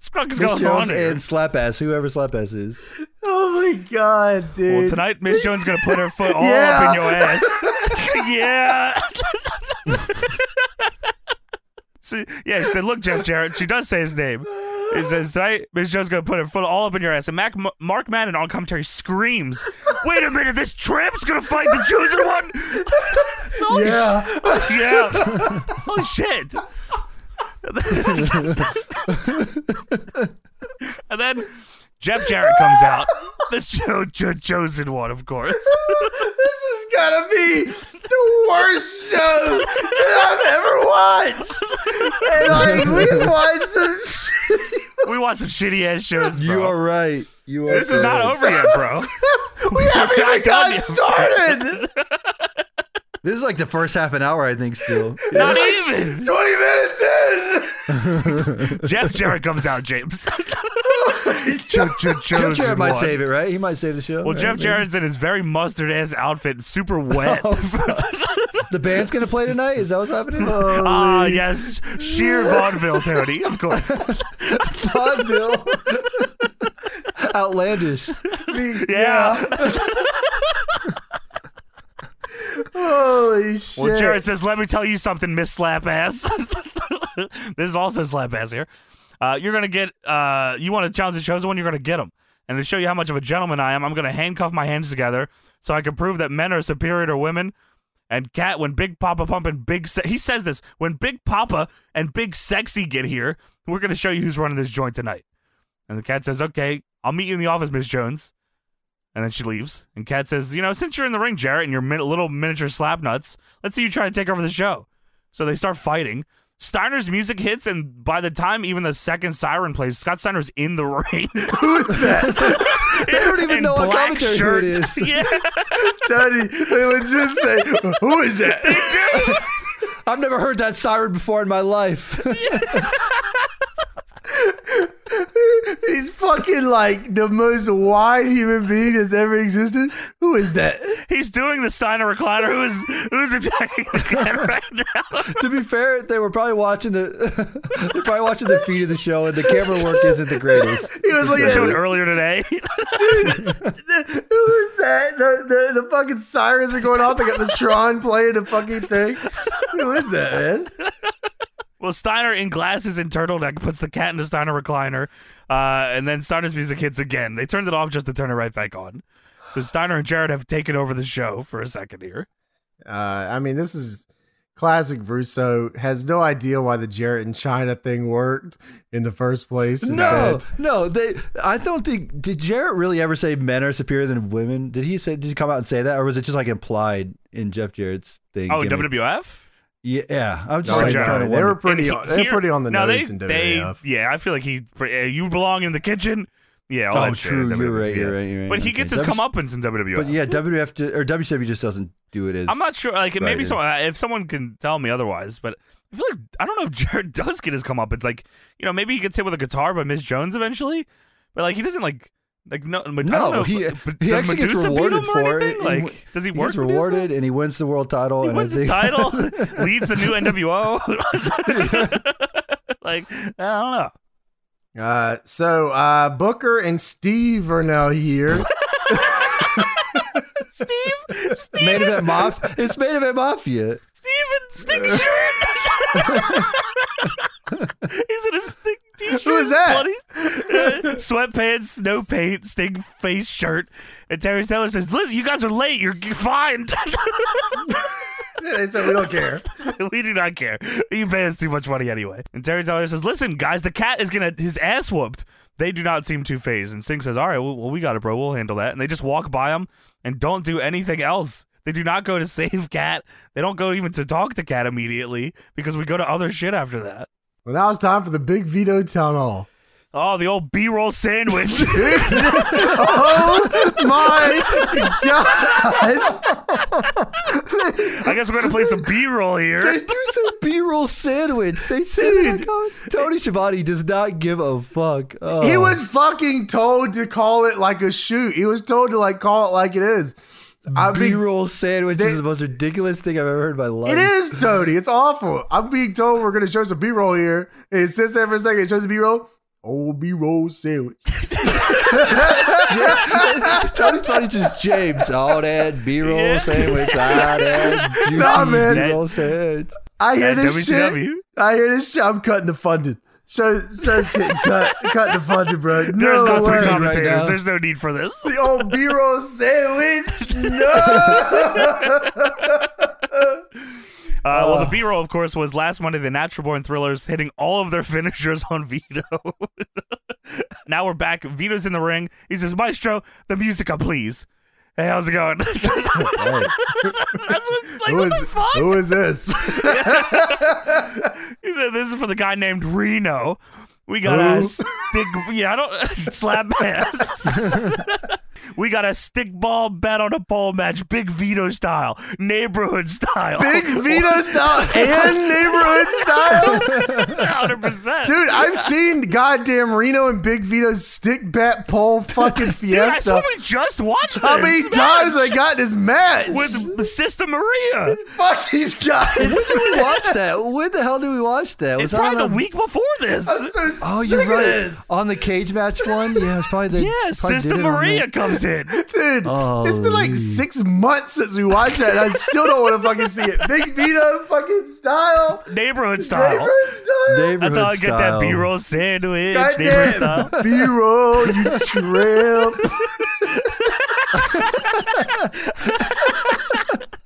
[SPEAKER 2] Scrunk is
[SPEAKER 3] Miss
[SPEAKER 2] going on
[SPEAKER 3] Jones
[SPEAKER 2] here.
[SPEAKER 3] and Slapass, whoever Slapass is.
[SPEAKER 1] oh, my God, dude.
[SPEAKER 2] Well, tonight Miss Jones gonna put her foot all up
[SPEAKER 1] Yeah.
[SPEAKER 2] in your ass. yeah. so, yeah, she said, "Look, Jeff Jarrett." She does say his name. It says tonight Miss Jones gonna put her foot all up in your ass, and Mac- M- Mark Madden on commentary screams, "Wait a minute! This tramp's gonna fight the chosen one!" It's all-
[SPEAKER 1] yeah.
[SPEAKER 2] yeah. Holy shit. and then Jeff Jarrett comes out. The cho- cho- chosen one, of course.
[SPEAKER 1] This is gonna be the worst show that I've ever watched. And like we watched some shit.
[SPEAKER 2] We watch some shitty ass shows. Bro.
[SPEAKER 3] You are right. You are.
[SPEAKER 2] this is not
[SPEAKER 3] right.
[SPEAKER 2] over yet, bro.
[SPEAKER 1] We haven't even gotten started.
[SPEAKER 3] This is like the first half an hour, I think. Still,
[SPEAKER 2] Not even.
[SPEAKER 1] Twenty minutes in.
[SPEAKER 2] Jeff Jarrett comes out, James. cho- cho-
[SPEAKER 3] Jeff
[SPEAKER 2] chosen
[SPEAKER 3] Jarrett might
[SPEAKER 2] one.
[SPEAKER 3] save it, right? He might save the show.
[SPEAKER 2] Well,
[SPEAKER 3] right?
[SPEAKER 2] Jeff Jarrett's in his very mustard ass outfit, super wet.
[SPEAKER 3] Oh, The band's gonna play tonight. Is that what's happening? Oh,
[SPEAKER 2] Ah, yes. Sheer vaudeville, Tony, of course.
[SPEAKER 3] Todd Bill. Outlandish.
[SPEAKER 1] Me-
[SPEAKER 2] Yeah.
[SPEAKER 1] Holy shit.
[SPEAKER 2] Well, Jared says, "Let me tell you something, Miss Slap Ass." this is also Slap Ass here. Uh, you're gonna get. Uh, you want to challenge the chosen one? You're gonna get him. And to show you how much of a gentleman I am, I'm gonna handcuff my hands together so I can prove that men are superior to women. And cat, when Big Papa Pump and Big Se- he says this when Big Papa and Big Sexy get here, we're gonna show you who's running this joint tonight. And the cat says, "Okay, I'll meet you in the office, Miss Jones." And then she leaves. And Cat says, "You know, since you're in the ring, Jarrett, and you're min- little miniature slap nuts, let's see you try to take over the show." So they start fighting. Steiner's music hits, and by the time even the second siren plays, Scott Steiner's in the ring.
[SPEAKER 1] Who is that?
[SPEAKER 2] they
[SPEAKER 3] don't even know on commentary who it is.
[SPEAKER 2] yeah,
[SPEAKER 1] Tony, they legit say, Who is that?
[SPEAKER 3] I've never heard that siren before in my life.
[SPEAKER 1] He's fucking like the most wide human being that's ever existed. Who is that?
[SPEAKER 2] he's doing the Steiner recliner. Who is who's attacking the cat right now?
[SPEAKER 3] to be fair, they were probably watching the they're probably watching the feed of the show, and the camera work isn't the greatest.
[SPEAKER 1] He was like,
[SPEAKER 2] I showed earlier today.
[SPEAKER 1] Who is that? The, the, the fucking sirens are going off. They got the Tron playing the fucking thing. Who is that, man?
[SPEAKER 2] Well, Steiner in glasses and turtleneck puts the cat in the Steiner recliner, uh, and then Steiner's music hits again. They turned it off just to turn it right back on. So Steiner and Jared have taken over the show for a second here.
[SPEAKER 1] Uh, I mean, this is classic Russo. Has no idea why the Jarrett and China thing worked in the first place. and
[SPEAKER 3] No,
[SPEAKER 1] said-
[SPEAKER 3] no, they. I don't think. Did Jarrett really ever say men are superior than women? Did he say? Did he come out and say that, or was it just like implied in Jeff Jarrett's thing?
[SPEAKER 2] Oh,
[SPEAKER 3] gimmick?
[SPEAKER 2] WWF.
[SPEAKER 3] Yeah, yeah. I was
[SPEAKER 1] No,
[SPEAKER 3] just like,
[SPEAKER 2] Jarrett.
[SPEAKER 3] kinda
[SPEAKER 1] they were
[SPEAKER 3] wondering.
[SPEAKER 1] pretty.
[SPEAKER 2] And he-
[SPEAKER 1] they were
[SPEAKER 2] here-
[SPEAKER 1] pretty on the
[SPEAKER 2] no,
[SPEAKER 1] nose
[SPEAKER 2] they,
[SPEAKER 1] in
[SPEAKER 2] they-
[SPEAKER 1] WWF.
[SPEAKER 2] yeah, I feel like he. for- eh, you belong in the kitchen. Yeah. All
[SPEAKER 3] Oh,
[SPEAKER 2] that shit,
[SPEAKER 3] true.
[SPEAKER 2] WWE,
[SPEAKER 3] You're right,
[SPEAKER 2] yeah.
[SPEAKER 3] you're right, you're right.
[SPEAKER 2] But he
[SPEAKER 3] Okay.
[SPEAKER 2] gets his
[SPEAKER 3] That was-
[SPEAKER 2] comeuppance in WWF.
[SPEAKER 3] But yeah, WWF ju- or WCW just doesn't do it as.
[SPEAKER 2] I'm not sure. Like maybe
[SPEAKER 3] Right,
[SPEAKER 2] someone, uh, if someone can tell me otherwise, but I feel like I don't know if Jared does get his comeuppance. Like you know, maybe he gets hit with a guitar by Miss Jones eventually, but like he doesn't like like no. But I don't
[SPEAKER 3] No,
[SPEAKER 2] know,
[SPEAKER 3] he-
[SPEAKER 2] but- but
[SPEAKER 3] he
[SPEAKER 2] does
[SPEAKER 3] actually gets
[SPEAKER 2] Medusa beat
[SPEAKER 3] rewarded
[SPEAKER 2] him or
[SPEAKER 3] for it.
[SPEAKER 2] anything?
[SPEAKER 3] He
[SPEAKER 2] Like
[SPEAKER 3] w-
[SPEAKER 2] does he
[SPEAKER 3] He
[SPEAKER 2] work?
[SPEAKER 3] gets
[SPEAKER 2] Medusa?
[SPEAKER 3] rewarded and he wins the world title.
[SPEAKER 2] He
[SPEAKER 3] and
[SPEAKER 2] wins
[SPEAKER 3] I think,
[SPEAKER 2] the title, leads the new NWO. like I don't know.
[SPEAKER 1] Uh, so uh, Booker and Steve are now here.
[SPEAKER 2] Steve, Steve,
[SPEAKER 3] Main event mafia. It's main event mafia.
[SPEAKER 2] Steve and Stick shirt. He's in a Stick t-shirt.
[SPEAKER 1] Who is that?
[SPEAKER 2] Bloody, uh, sweatpants, no paint, Sting face shirt. And Terry Taylor says, "Listen, you guys are late. You're fined.
[SPEAKER 1] they said we don't care.
[SPEAKER 2] we do not care. You pay us too much money anyway." And Terry Taylor says, "Listen, guys, the cat is gonna his ass whooped." They do not seem too phased. And Sting says, "All right, well, well, we got it, bro. We'll handle that." And they just walk by him and don't do anything else. They do not go to save Cat. They don't go even to talk to Cat immediately because we go to other shit after that.
[SPEAKER 1] Well, now it's time for the big veto town hall.
[SPEAKER 2] Oh, the old B-roll sandwich.
[SPEAKER 1] Oh my god!
[SPEAKER 2] I guess we're gonna play some B-roll
[SPEAKER 3] They
[SPEAKER 2] here.
[SPEAKER 3] do some B-roll sandwich. They said,
[SPEAKER 1] Dude.
[SPEAKER 3] oh, Tony Schiavone does not give a fuck. Oh.
[SPEAKER 1] He was fucking told to call it like a shoot. He was told to like call it like it is. I mean,
[SPEAKER 3] B-roll sandwich
[SPEAKER 1] They-
[SPEAKER 3] is the most ridiculous thing I've ever heard in my life.
[SPEAKER 1] it is Tony. It's awful. I'm being told we're gonna show some B-roll here, and it says that for a second. It shows a B-roll. Old B-roll sandwich.
[SPEAKER 3] Tony Schiavone just James. All that B-roll
[SPEAKER 2] Yeah.
[SPEAKER 3] sandwich. All that juicy
[SPEAKER 1] Nah, man.
[SPEAKER 3] B-roll sandwich.
[SPEAKER 1] I hear
[SPEAKER 2] At
[SPEAKER 1] this
[SPEAKER 2] WCW.
[SPEAKER 1] shit. I hear this shit. I'm cutting the funding. So says getting cut, cut the funding, bro.
[SPEAKER 2] There's
[SPEAKER 1] no
[SPEAKER 2] not
[SPEAKER 1] way.
[SPEAKER 2] three
[SPEAKER 3] right
[SPEAKER 2] commentators.
[SPEAKER 3] now.
[SPEAKER 2] There's no need for this.
[SPEAKER 1] the old B-roll sandwich. No.
[SPEAKER 2] Uh, well, the B roll, of course, was last Monday the Natural Born Thrillers hitting all of their finishers on Vito. now we're back. Vito's in the ring. He says, Maestro, the musica, please. Hey, how's it going? That's
[SPEAKER 3] Hey.
[SPEAKER 1] who
[SPEAKER 2] what, like, what
[SPEAKER 1] is
[SPEAKER 2] the fuck?
[SPEAKER 1] who is this?
[SPEAKER 2] He said, this is for the guy named Reno. We got
[SPEAKER 1] Who?
[SPEAKER 2] a stick. Yeah, I don't slap ass. we got a stick ball bet on a ball match, big Vito style, neighborhood style.
[SPEAKER 1] Big Vito style and neighborhood style.
[SPEAKER 2] hundred percent.
[SPEAKER 1] Dude, I've seen goddamn Reno and Big Vito's stick bat pole fucking
[SPEAKER 2] Dude, I
[SPEAKER 1] fiesta.
[SPEAKER 2] swear we just watched this.
[SPEAKER 1] How many times I got this match?
[SPEAKER 2] with Sister Maria?
[SPEAKER 1] fuck these guys.
[SPEAKER 3] When did we watch that? When the hell did we watch that?
[SPEAKER 2] It's
[SPEAKER 3] Was that
[SPEAKER 2] probably the
[SPEAKER 3] on our-
[SPEAKER 2] week before this.
[SPEAKER 1] I'm so
[SPEAKER 3] Oh,
[SPEAKER 1] sick
[SPEAKER 3] you're
[SPEAKER 1] of
[SPEAKER 3] right.
[SPEAKER 1] this.
[SPEAKER 3] On the cage match one? Yeah, it's probably the.
[SPEAKER 2] Yeah,
[SPEAKER 3] probably
[SPEAKER 2] Sister
[SPEAKER 3] did it on
[SPEAKER 2] Maria
[SPEAKER 3] the-
[SPEAKER 2] comes in. it.
[SPEAKER 1] Dude,
[SPEAKER 3] Oh,
[SPEAKER 1] it's been like
[SPEAKER 3] Lee.
[SPEAKER 1] six months since we watched that. and I still don't want to fucking see it. Big Vito fucking style.
[SPEAKER 2] Neighborhood style.
[SPEAKER 1] Neighborhood style.
[SPEAKER 2] That's how I get that B roll sandwich. Neighborhood style.
[SPEAKER 1] Goddamn. B-roll, you tramp.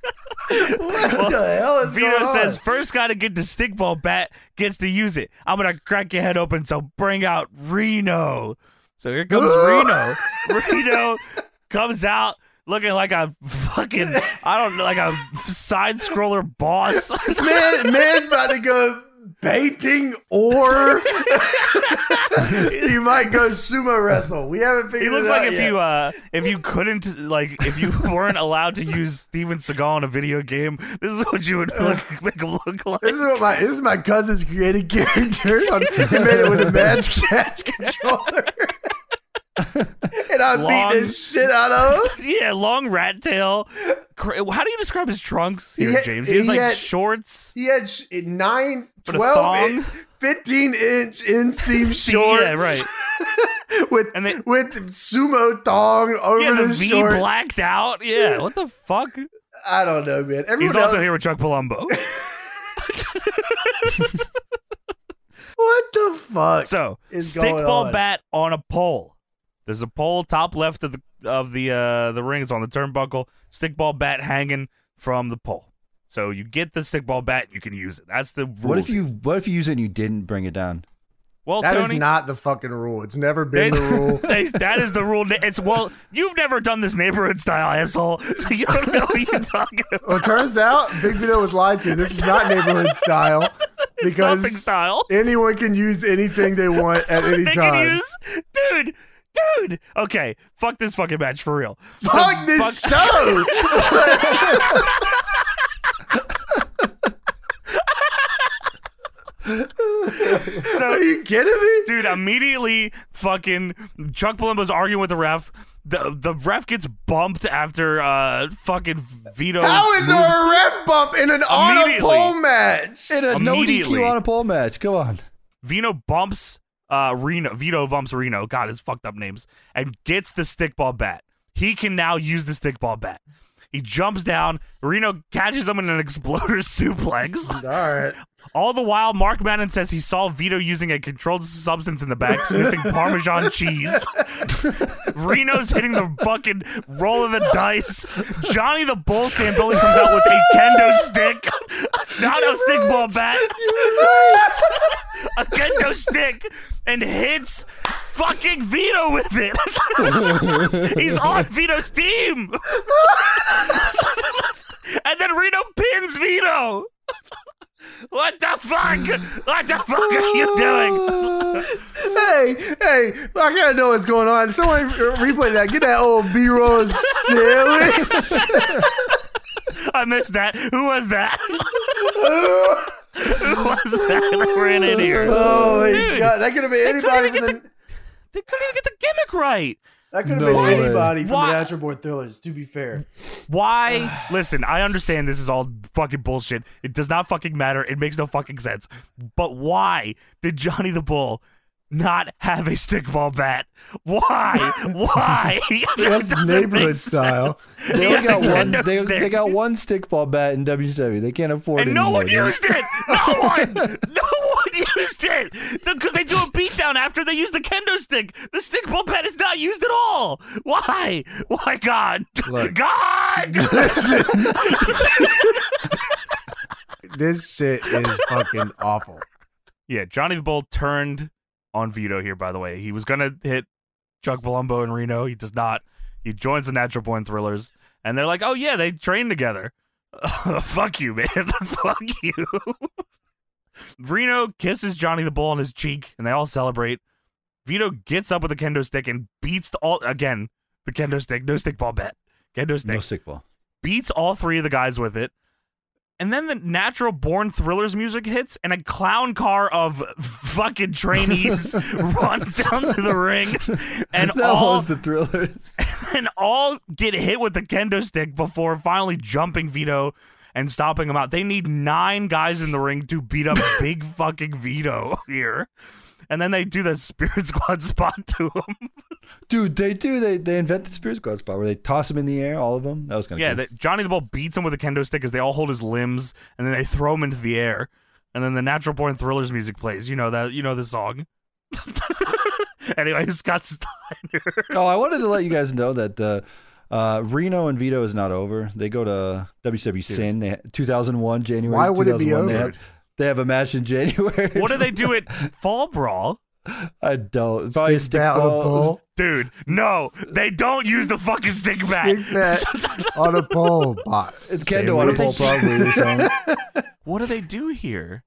[SPEAKER 1] what the hell is
[SPEAKER 2] Vito
[SPEAKER 1] going on?
[SPEAKER 2] says, first got to get the stickball bat, gets to use it. I'm going to crack your head open, so bring out Reno. So here comes Reno. Reno comes out looking like a fucking, I don't know, like a side scroller boss.
[SPEAKER 1] Man, man's about to go baiting or he might go sumo wrestle. We haven't figured
[SPEAKER 2] He looks
[SPEAKER 1] it out
[SPEAKER 2] like if
[SPEAKER 1] yet.
[SPEAKER 2] you uh if you couldn't like if you weren't allowed to use Steven Seagal in a video game, this is what you would look, make him look like.
[SPEAKER 1] This is what my this is my cousin's created character. On, he made it with a Mad Cat's controller, and I
[SPEAKER 2] Long-
[SPEAKER 1] beat this shit out of him.
[SPEAKER 2] Yeah, long rat tail. Cra- How do you describe his trunks here,
[SPEAKER 1] He had-
[SPEAKER 2] James? He has
[SPEAKER 1] he
[SPEAKER 2] like
[SPEAKER 1] had-
[SPEAKER 2] shorts.
[SPEAKER 1] He had sh- nine,
[SPEAKER 2] But a
[SPEAKER 1] 12, in-
[SPEAKER 2] thong?
[SPEAKER 1] 15 inch inseam
[SPEAKER 2] See,
[SPEAKER 1] shorts.
[SPEAKER 2] Yeah, right.
[SPEAKER 1] with
[SPEAKER 2] And they-
[SPEAKER 1] with sumo thong over
[SPEAKER 2] Yeah, the
[SPEAKER 1] his
[SPEAKER 2] V
[SPEAKER 1] shorts.
[SPEAKER 2] blacked out. Yeah, what the fuck?
[SPEAKER 1] I don't know, man. Everyone
[SPEAKER 2] He's also
[SPEAKER 1] else-
[SPEAKER 2] here with Chuck Palumbo.
[SPEAKER 1] What the fuck?
[SPEAKER 2] So
[SPEAKER 1] is going
[SPEAKER 2] stickball
[SPEAKER 1] on?
[SPEAKER 2] bat on a pole. There's a pole top left of the of the uh, the ring. It's on the turnbuckle. Stickball bat hanging from the pole. So you get the stickball bat, you can use it. That's the rules.
[SPEAKER 3] What if you what if you use it and you didn't bring it down?
[SPEAKER 2] Well,
[SPEAKER 1] that is
[SPEAKER 2] Tony,
[SPEAKER 1] not the fucking rule. It's never
[SPEAKER 2] they-
[SPEAKER 1] been the rule.
[SPEAKER 2] they- that is the rule. It's well, you've never done this neighborhood style asshole, so you don't know what you're talking about.
[SPEAKER 1] Well, it turns out Big Vito was lied to. This is not neighborhood style because
[SPEAKER 2] Nothing style.
[SPEAKER 1] anyone can use anything they want at any
[SPEAKER 2] They
[SPEAKER 1] time.
[SPEAKER 2] can use, dude, dude. Okay, fuck this fucking match for real. So
[SPEAKER 1] Fuck this show!
[SPEAKER 2] so
[SPEAKER 1] Are you kidding me?
[SPEAKER 2] dude immediately fucking chuck palumbo's arguing with the ref the, the ref gets bumped after uh fucking vito
[SPEAKER 1] How is there
[SPEAKER 2] moves-
[SPEAKER 1] a ref bump in an on a
[SPEAKER 2] Immediately.
[SPEAKER 1] pole match?
[SPEAKER 3] In a no
[SPEAKER 2] Immediately.
[SPEAKER 3] DQ on a pole match. Come on.
[SPEAKER 2] vino bumps uh reno vito bumps reno god his fucked up names and gets the stickball bat he can now use the stickball bat he jumps down reno catches him in an exploder suplex
[SPEAKER 1] All right.
[SPEAKER 2] All the while, Mark Madden says he saw Vito using a controlled substance in the back, sniffing Parmesan cheese. Reno's hitting the fucking roll of the dice. Johnny the Bull Stand Billy comes out with a kendo stick, not a stick ball bat, a kendo stick, and hits fucking Vito with it. He's on Vito's team. and then Reno pins Vito. What the fuck? What the fuck are you doing?
[SPEAKER 1] Hey, hey, I gotta know what's going on. Someone replay that. Get that old B roll sandwich.
[SPEAKER 2] I missed that. Who was that? Who was that that ran in here?
[SPEAKER 1] Oh my
[SPEAKER 2] Dude,
[SPEAKER 1] god, that could have been
[SPEAKER 2] they couldn't
[SPEAKER 1] anybody
[SPEAKER 2] even
[SPEAKER 1] from the,
[SPEAKER 2] get They couldn't even get the gimmick right.
[SPEAKER 1] that could have
[SPEAKER 3] No
[SPEAKER 1] been
[SPEAKER 3] way.
[SPEAKER 1] anybody from
[SPEAKER 2] Why-
[SPEAKER 1] the Natural Born Thrillers. To be fair,
[SPEAKER 2] Why? Listen, I understand this is all fucking bullshit. It does not fucking matter. It makes no fucking sense. But why did Johnny the Bull not have a stickball bat? Why? Why?
[SPEAKER 1] that's neighborhood style.
[SPEAKER 3] They
[SPEAKER 2] Yeah,
[SPEAKER 3] only got
[SPEAKER 2] they
[SPEAKER 3] one.
[SPEAKER 2] got
[SPEAKER 3] They,
[SPEAKER 2] no stick.
[SPEAKER 3] they got one stickball bat in WCW. They can't afford it
[SPEAKER 2] and no
[SPEAKER 3] anymore.
[SPEAKER 2] one
[SPEAKER 3] They-
[SPEAKER 2] used it. No one, no one used it because they do a beatdown after they use the kendo stick. The stick ball pad is not used at all. Why? Why, God,
[SPEAKER 1] Look.
[SPEAKER 2] God?
[SPEAKER 1] This shit is fucking awful.
[SPEAKER 2] yeah, Johnny the Bull turned on Vito here. By the way, he was gonna hit Chuck Palumbo and Reno. He does not. He joins the Natural Born Thrillers, and they're like, "Oh yeah, they train together." Fuck you, man. Fuck you. Reno kisses Johnny the Bull on his cheek, and they all celebrate. Vito gets up with a kendo stick and beats the all again. The kendo stick, no stick ball bet. Kendo stick
[SPEAKER 3] No stickball.
[SPEAKER 2] beats all three of the guys with it. And then the natural born thrillers music hits, and a clown car of fucking trainees runs down to the ring, and
[SPEAKER 3] that
[SPEAKER 2] all
[SPEAKER 3] was the thrillers.
[SPEAKER 2] and all get hit with the kendo stick before finally jumping Vito and stopping him out. They need nine guys in the ring to beat up big fucking Vito here, and then they do the spirit squad spot to him.
[SPEAKER 3] Dude, they do. They they invent the spear squad spot where they toss them in the air, all of them. That was kind of
[SPEAKER 2] Yeah,
[SPEAKER 3] cool.
[SPEAKER 2] that Johnny the Bull beats him with a kendo stick as they all hold his limbs and then they throw him into the air. And then the Natural Born Thrillers music plays. You know that you know the song. anyway, Scott Steiner.
[SPEAKER 3] oh, I wanted to let you guys know that uh, uh, Reno and Vito is not over. They go to WCW Sin they, 2001 January.
[SPEAKER 1] Why would it be
[SPEAKER 3] 2001, They
[SPEAKER 1] over?
[SPEAKER 3] have, they have a match in January.
[SPEAKER 2] What do they do at Fall Brawl?
[SPEAKER 3] I don't. Probably
[SPEAKER 1] Stick
[SPEAKER 3] a stick
[SPEAKER 1] bat on a
[SPEAKER 3] ball.
[SPEAKER 1] pole.
[SPEAKER 2] Dude, no, they don't use the fucking stick bat.
[SPEAKER 1] Stick bat on a pole box.
[SPEAKER 3] It's Kendo on a pole,
[SPEAKER 1] Sandwich.
[SPEAKER 3] probably. or something.
[SPEAKER 2] What do they do here?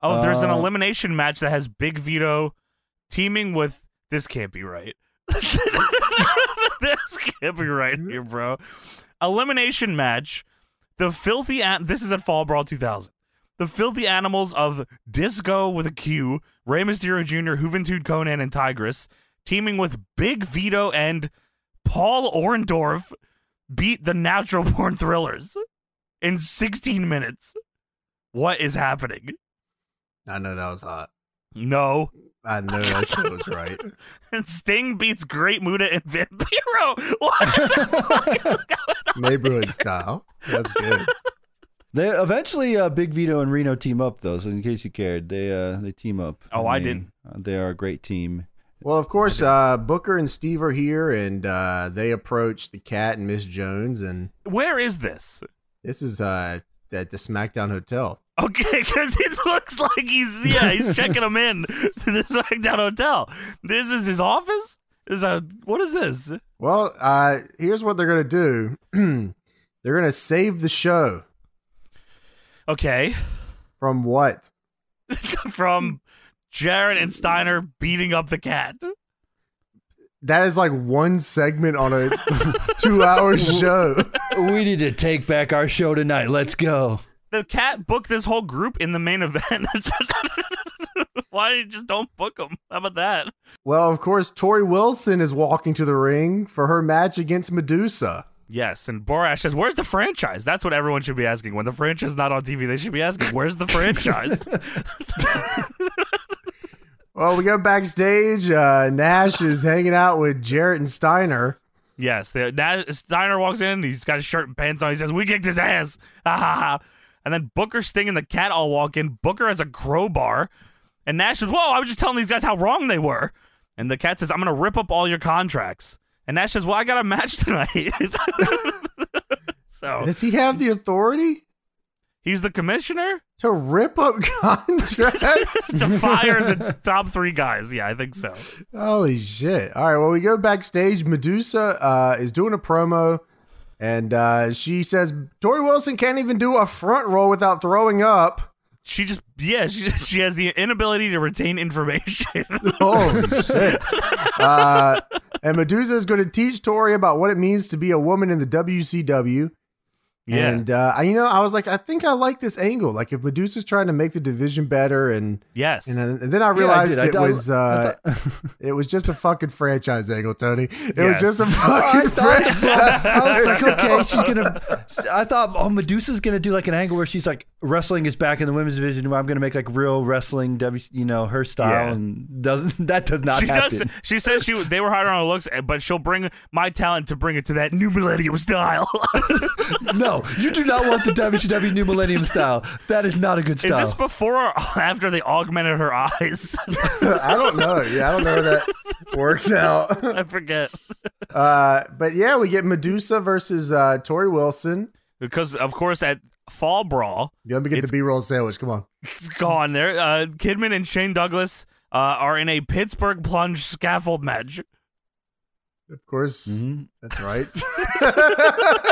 [SPEAKER 2] Oh, there's an
[SPEAKER 3] Uh,
[SPEAKER 2] elimination match that has Big Vito teaming with. This can't be right. this can't be right here, bro. Elimination match. The filthy. An- this is at Fall Brawl 2000. The filthy animals of Disco with a Q, Rey Mysterio Jr., Juventud Conan, and Tigress, teaming with Big Vito and Paul Orndorff, beat the natural born thrillers in 16 minutes. What is happening?
[SPEAKER 1] I know that was hot.
[SPEAKER 2] No.
[SPEAKER 1] I know that shit was right.
[SPEAKER 2] And Sting beats Great Muda and Vampiro. What?
[SPEAKER 1] Neighborhood style. That's good.
[SPEAKER 3] They eventually uh, Big Vito and Reno team up though. So in case you cared, they uh, they team up.
[SPEAKER 2] Oh,
[SPEAKER 3] And
[SPEAKER 2] I
[SPEAKER 3] they-
[SPEAKER 2] didn't.
[SPEAKER 3] uh, they are a great team.
[SPEAKER 1] Well, of course, uh, Booker and Steve are here, and uh, they approach the cat and Miss Jones, and
[SPEAKER 2] Where is this?
[SPEAKER 1] this is uh, at the SmackDown Hotel.
[SPEAKER 2] Okay, because it looks like he's yeah he's checking him in to the SmackDown hotel. This is his office. Is a what is this?
[SPEAKER 1] Well, uh, here's what they're gonna do. they're gonna save the show
[SPEAKER 2] Okay,
[SPEAKER 1] from what?
[SPEAKER 2] from Jared and Steiner beating up the cat.
[SPEAKER 1] That is like one segment on a two-hour show.
[SPEAKER 3] we need to take back our show tonight. Let's go.
[SPEAKER 2] The cat booked this whole group in the main event. Why you just don't book them? How about that?
[SPEAKER 1] Well, of course, Tori Wilson is walking to the ring for her match against Medusa.
[SPEAKER 2] Yes, and Borash says, "Where's the franchise?" That's what everyone should be asking. When the franchise is not on TV, they should be asking, "Where's the franchise?"
[SPEAKER 1] Well, we go backstage. Uh, Nash is hanging out with Jarrett and Steiner.
[SPEAKER 2] yes, the, Na- Steiner walks in. He's got his shirt and pants on. He says, "We kicked his ass!" Ha ha ha! And then Booker, Sting, and the Cat all walk in. Booker has a crowbar, and Nash says, "Whoa! I was just telling these guys how wrong they were." And the Cat says, "I'm gonna rip up all your contracts." And Nash says, "Well, I got a match tonight." so
[SPEAKER 1] Does he have the authority
[SPEAKER 2] he's the commissioner.
[SPEAKER 1] to rip up contracts?
[SPEAKER 2] to fire the top three guys. Yeah, I think so.
[SPEAKER 1] Holy shit. All right, well, we go backstage. Medusa uh, is doing a promo, and uh, she says Tori Wilson can't even do a front roll without throwing up.
[SPEAKER 2] She just yeah, she she has the inability to retain information.
[SPEAKER 1] Holy shit. Uh, and Medusa is going to teach Tori about what it means to be a woman in the WCW.
[SPEAKER 2] yeah.
[SPEAKER 1] And, uh, I- you know, I was like, I think I like this angle. Like, if Medusa's trying to make the division better, and,
[SPEAKER 2] yes.
[SPEAKER 1] and, then- and then I realized
[SPEAKER 3] did. I
[SPEAKER 1] it
[SPEAKER 3] thought-
[SPEAKER 1] was.
[SPEAKER 3] I
[SPEAKER 1] Uh,
[SPEAKER 3] thought- Oh,
[SPEAKER 1] It was just a fucking franchise angle, Tony. It
[SPEAKER 2] Yes.
[SPEAKER 1] was just a fucking franchise.
[SPEAKER 3] I was like, okay, she's gonna. I thought, oh, Medusa's gonna do like an angle where she's like, wrestling is back in the women's division. Where I'm gonna make like real wrestling, W, you know, her style,
[SPEAKER 2] Yeah.
[SPEAKER 3] and doesn't that does not
[SPEAKER 2] she
[SPEAKER 3] happen?
[SPEAKER 2] does. She says she they were hard on her looks, eh, but she'll bring my talent to bring it to that new millennium style.
[SPEAKER 3] No, you do not want the WCW New Millennium style. That is not a good
[SPEAKER 2] Is
[SPEAKER 3] style.
[SPEAKER 2] this before or after they augmented her eyes?
[SPEAKER 1] I don't know. Yeah, I don't know how that works out.
[SPEAKER 2] I forget
[SPEAKER 1] Uh, but yeah, we get Medusa versus uh, Tori Wilson.
[SPEAKER 2] because of course at Fall Brawl
[SPEAKER 1] Yeah, let me get
[SPEAKER 2] It's-
[SPEAKER 1] the B-roll sandwich. Come on.
[SPEAKER 2] it's gone there. Uh, Kidman and Shane Douglas uh, are in a Pittsburgh plunge scaffold match.
[SPEAKER 1] Of course,
[SPEAKER 2] Mm-hmm.
[SPEAKER 3] Mhm.
[SPEAKER 1] that's right.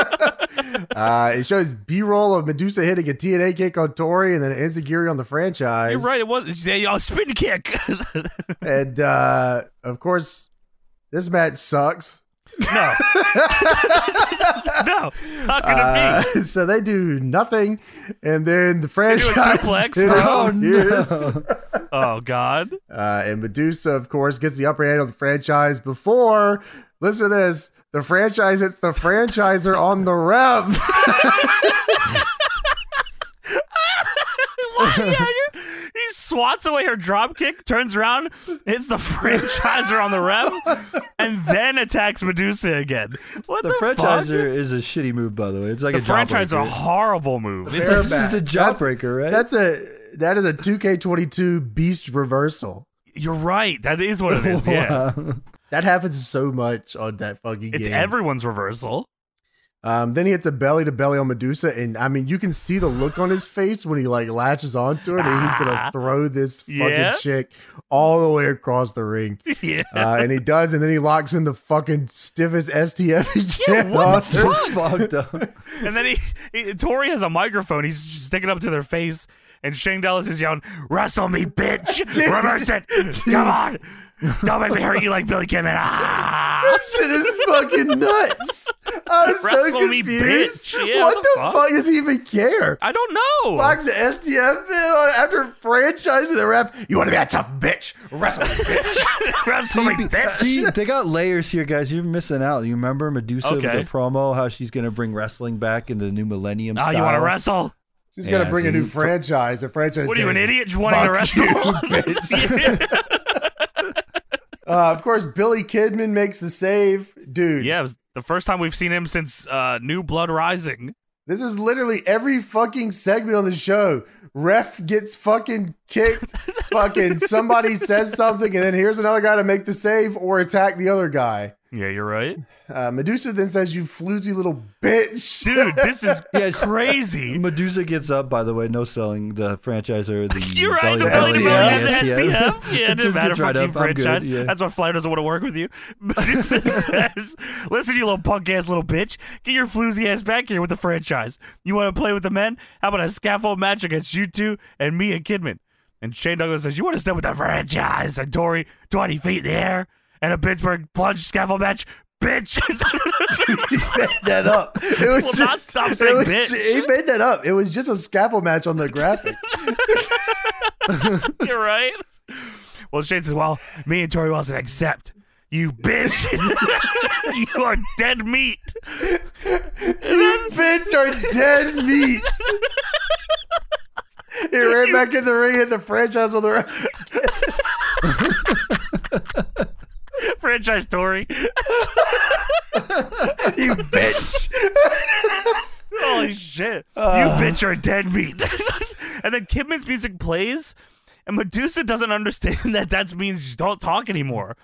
[SPEAKER 1] uh, it shows B-roll of Medusa hitting a TNA kick on Tori and then an Enziguri on the franchise.
[SPEAKER 2] You're right. It was they uh, spin kick.
[SPEAKER 1] And uh, of course, this match sucks.
[SPEAKER 2] No. no. How can it
[SPEAKER 1] Uh, so they do nothing, and then the
[SPEAKER 2] do a
[SPEAKER 1] franchise.
[SPEAKER 2] suplex?
[SPEAKER 1] you know,
[SPEAKER 3] Oh, no.
[SPEAKER 1] yes.
[SPEAKER 2] be? Oh God.
[SPEAKER 1] Uh, and Medusa, of course, gets the upper hand on the franchise before. Listen to this. The franchise hits the franchiser on the rev.
[SPEAKER 2] Why? Yeah, you're- he's swats away her drop kick, turns around, hits the franchiser on the ref, and then attacks Medusa again. What
[SPEAKER 3] The,
[SPEAKER 2] the,
[SPEAKER 3] franchiser
[SPEAKER 2] Fuck?
[SPEAKER 3] is a shitty move, by the way. It's like
[SPEAKER 2] The
[SPEAKER 3] a franchise.
[SPEAKER 2] franchiser, a horrible move.
[SPEAKER 4] It's a-
[SPEAKER 3] this is a jawbreaker, right?
[SPEAKER 1] That's a that is a 2K22 beast reversal.
[SPEAKER 2] You're right. That is what it is. Yeah,
[SPEAKER 1] That happens so much on that fucking
[SPEAKER 2] it's
[SPEAKER 1] game.
[SPEAKER 2] everyone's reversal.
[SPEAKER 1] um, then he hits a belly to belly on Medusa, and I mean, you can see the look on his face when he like latches onto her that he's
[SPEAKER 2] Ah.
[SPEAKER 1] gonna throw this fucking
[SPEAKER 2] Yeah.
[SPEAKER 1] chick all the way across the ring.
[SPEAKER 2] yeah.
[SPEAKER 1] Uh, and he does, and then he locks in the fucking stiffest STF he can.
[SPEAKER 3] Oh,
[SPEAKER 1] on her.
[SPEAKER 3] that's fucked up.
[SPEAKER 2] And then he, he Tori has a microphone. He's just sticking up to their face, and Shane Dallas is yelling, "Wrestle me, bitch! Reverse it! Come on! Don't make me hurt you like Billy Kidman!" Ah!
[SPEAKER 1] That shit is fucking nuts. I was so
[SPEAKER 2] Wrestle me,
[SPEAKER 1] confused.
[SPEAKER 2] bitch. Yeah,
[SPEAKER 1] what
[SPEAKER 2] what
[SPEAKER 1] the
[SPEAKER 2] the
[SPEAKER 1] fuck? does he even care?
[SPEAKER 2] I don't know.
[SPEAKER 1] Locks the STF in on after franchising the ref. You want to be a tough bitch? Wrestle me, bitch.
[SPEAKER 2] Wrestle
[SPEAKER 3] See,
[SPEAKER 2] me,
[SPEAKER 3] be-
[SPEAKER 2] bitch!
[SPEAKER 3] see, they got layers here, guys. You're missing out. You remember Medusa with
[SPEAKER 2] Okay.
[SPEAKER 3] the promo, how she's going to bring wrestling back in the new millennium
[SPEAKER 2] Oh,
[SPEAKER 3] style.
[SPEAKER 2] you want to wrestle?
[SPEAKER 1] She's
[SPEAKER 3] Yeah,
[SPEAKER 1] gonna bring a
[SPEAKER 3] so
[SPEAKER 1] new
[SPEAKER 3] you-
[SPEAKER 1] franchise. A franchise.
[SPEAKER 2] What are you, an
[SPEAKER 1] saying,
[SPEAKER 2] idiot? Just wanting to
[SPEAKER 1] "Fuck
[SPEAKER 2] wrestle?
[SPEAKER 1] you, bitch. Uh, of course, Billy Kidman makes the save, dude.
[SPEAKER 2] yeah, it was the first time we've seen him since uh, New Blood Rising.
[SPEAKER 1] This is literally every fucking segment on the show. Ref gets fucking kicked. fucking somebody says something, and then here's another guy to make the save or attack the other guy.
[SPEAKER 2] Yeah, you're right,
[SPEAKER 1] Uh, Medusa then says, "You floozy little bitch."
[SPEAKER 2] dude. This is
[SPEAKER 3] Yeah, it's-
[SPEAKER 2] crazy.
[SPEAKER 3] Medusa gets up, by the way, no selling the franchiser. The
[SPEAKER 2] You're right. The belly
[SPEAKER 1] belly
[SPEAKER 2] to belly
[SPEAKER 1] STF.
[SPEAKER 2] and the STF. Yeah,
[SPEAKER 3] It
[SPEAKER 2] it doesn't
[SPEAKER 3] just
[SPEAKER 2] matter.
[SPEAKER 3] gets
[SPEAKER 2] Fuck
[SPEAKER 3] right
[SPEAKER 2] you,
[SPEAKER 3] up. I'm good,
[SPEAKER 2] franchise.
[SPEAKER 3] yeah.
[SPEAKER 2] That's why Flair doesn't want to work with you. Medusa says, "Listen, you little punk ass little bitch. Get your floozy ass back here with the franchise. You want to play with the men? How about a scaffold match against you two and me and Kidman?" And Shane Douglas says, "You want to step with the franchise?" And Tori, twenty feet in the air, and a Pittsburgh plunge scaffold match. Bitch,
[SPEAKER 1] that up. It was
[SPEAKER 2] Will not stop saying
[SPEAKER 1] it was-
[SPEAKER 2] bitch.
[SPEAKER 1] He made that up. It was just a scaffold match on the graphic.
[SPEAKER 2] you're right. Well, Shane says, "Well, me and Tori Wilson accept." You bitch! you are dead meat.
[SPEAKER 1] you bitch are dead meat. He ran back in the ring at the franchise on the ref.
[SPEAKER 2] franchise Tory.
[SPEAKER 1] You bitch.
[SPEAKER 2] Holy shit.
[SPEAKER 3] Uh.
[SPEAKER 2] you bitch are dead meat. and then Kidman's music plays, and Medusa doesn't understand that that means just don't talk anymore.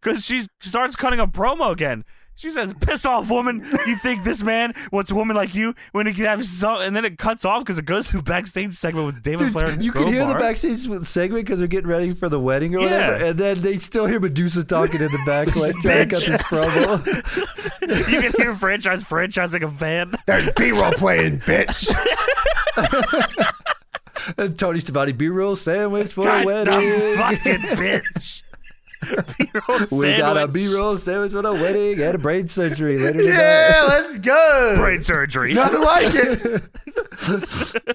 [SPEAKER 2] Because she starts cutting a promo again. She says, piss off, woman. You think this man wants a woman like you when he can have some. And then it cuts off because it goes to a backstage segment with David Flair.
[SPEAKER 3] Dude,
[SPEAKER 2] And
[SPEAKER 3] you can hear the
[SPEAKER 2] Crowbar.
[SPEAKER 3] backstage segment because they're getting ready for the wedding or whatever,
[SPEAKER 2] Yeah.
[SPEAKER 3] and then they still hear Medusa talking in the back, like trying to cut this promo.
[SPEAKER 2] You can hear franchise franchising a fan.
[SPEAKER 1] There's B-roll playing, bitch.
[SPEAKER 3] and Tony Stavati B-roll sandwich for
[SPEAKER 2] God,
[SPEAKER 3] the
[SPEAKER 2] the
[SPEAKER 3] wedding.
[SPEAKER 2] fucking bitch. B-roll
[SPEAKER 3] We got a
[SPEAKER 2] sandwich.
[SPEAKER 3] B-roll sandwich for the wedding and a brain surgery later today.
[SPEAKER 1] yeah, let's go.
[SPEAKER 2] Brain surgery.
[SPEAKER 1] Nothing like it.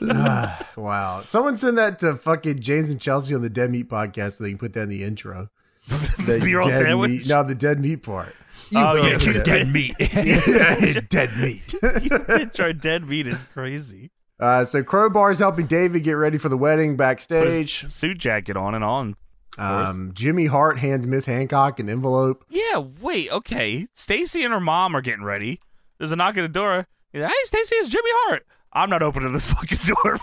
[SPEAKER 1] Ah, wow. Someone send that to fucking James and Chelsea on the Dead Meat podcast so they can put that in the intro. The
[SPEAKER 2] B-roll
[SPEAKER 1] dead
[SPEAKER 2] sandwich?
[SPEAKER 1] Meat, no, the dead meat part.
[SPEAKER 2] Oh, yeah,
[SPEAKER 1] fucking
[SPEAKER 2] you
[SPEAKER 1] dead
[SPEAKER 2] dead meat.
[SPEAKER 1] dead meat.
[SPEAKER 2] bitch are dead meat is crazy.
[SPEAKER 1] Uh, so Crowbar is helping David get ready for the wedding backstage.
[SPEAKER 2] Suit jacket on and on.
[SPEAKER 1] Um, Jimmy Hart hands Miss Hancock an envelope.
[SPEAKER 2] Yeah, wait, okay. Stacy and her mom are getting ready. There's a knock at the door. He's like, hey, Stacy, it's Jimmy Hart. I'm not opening this fucking door.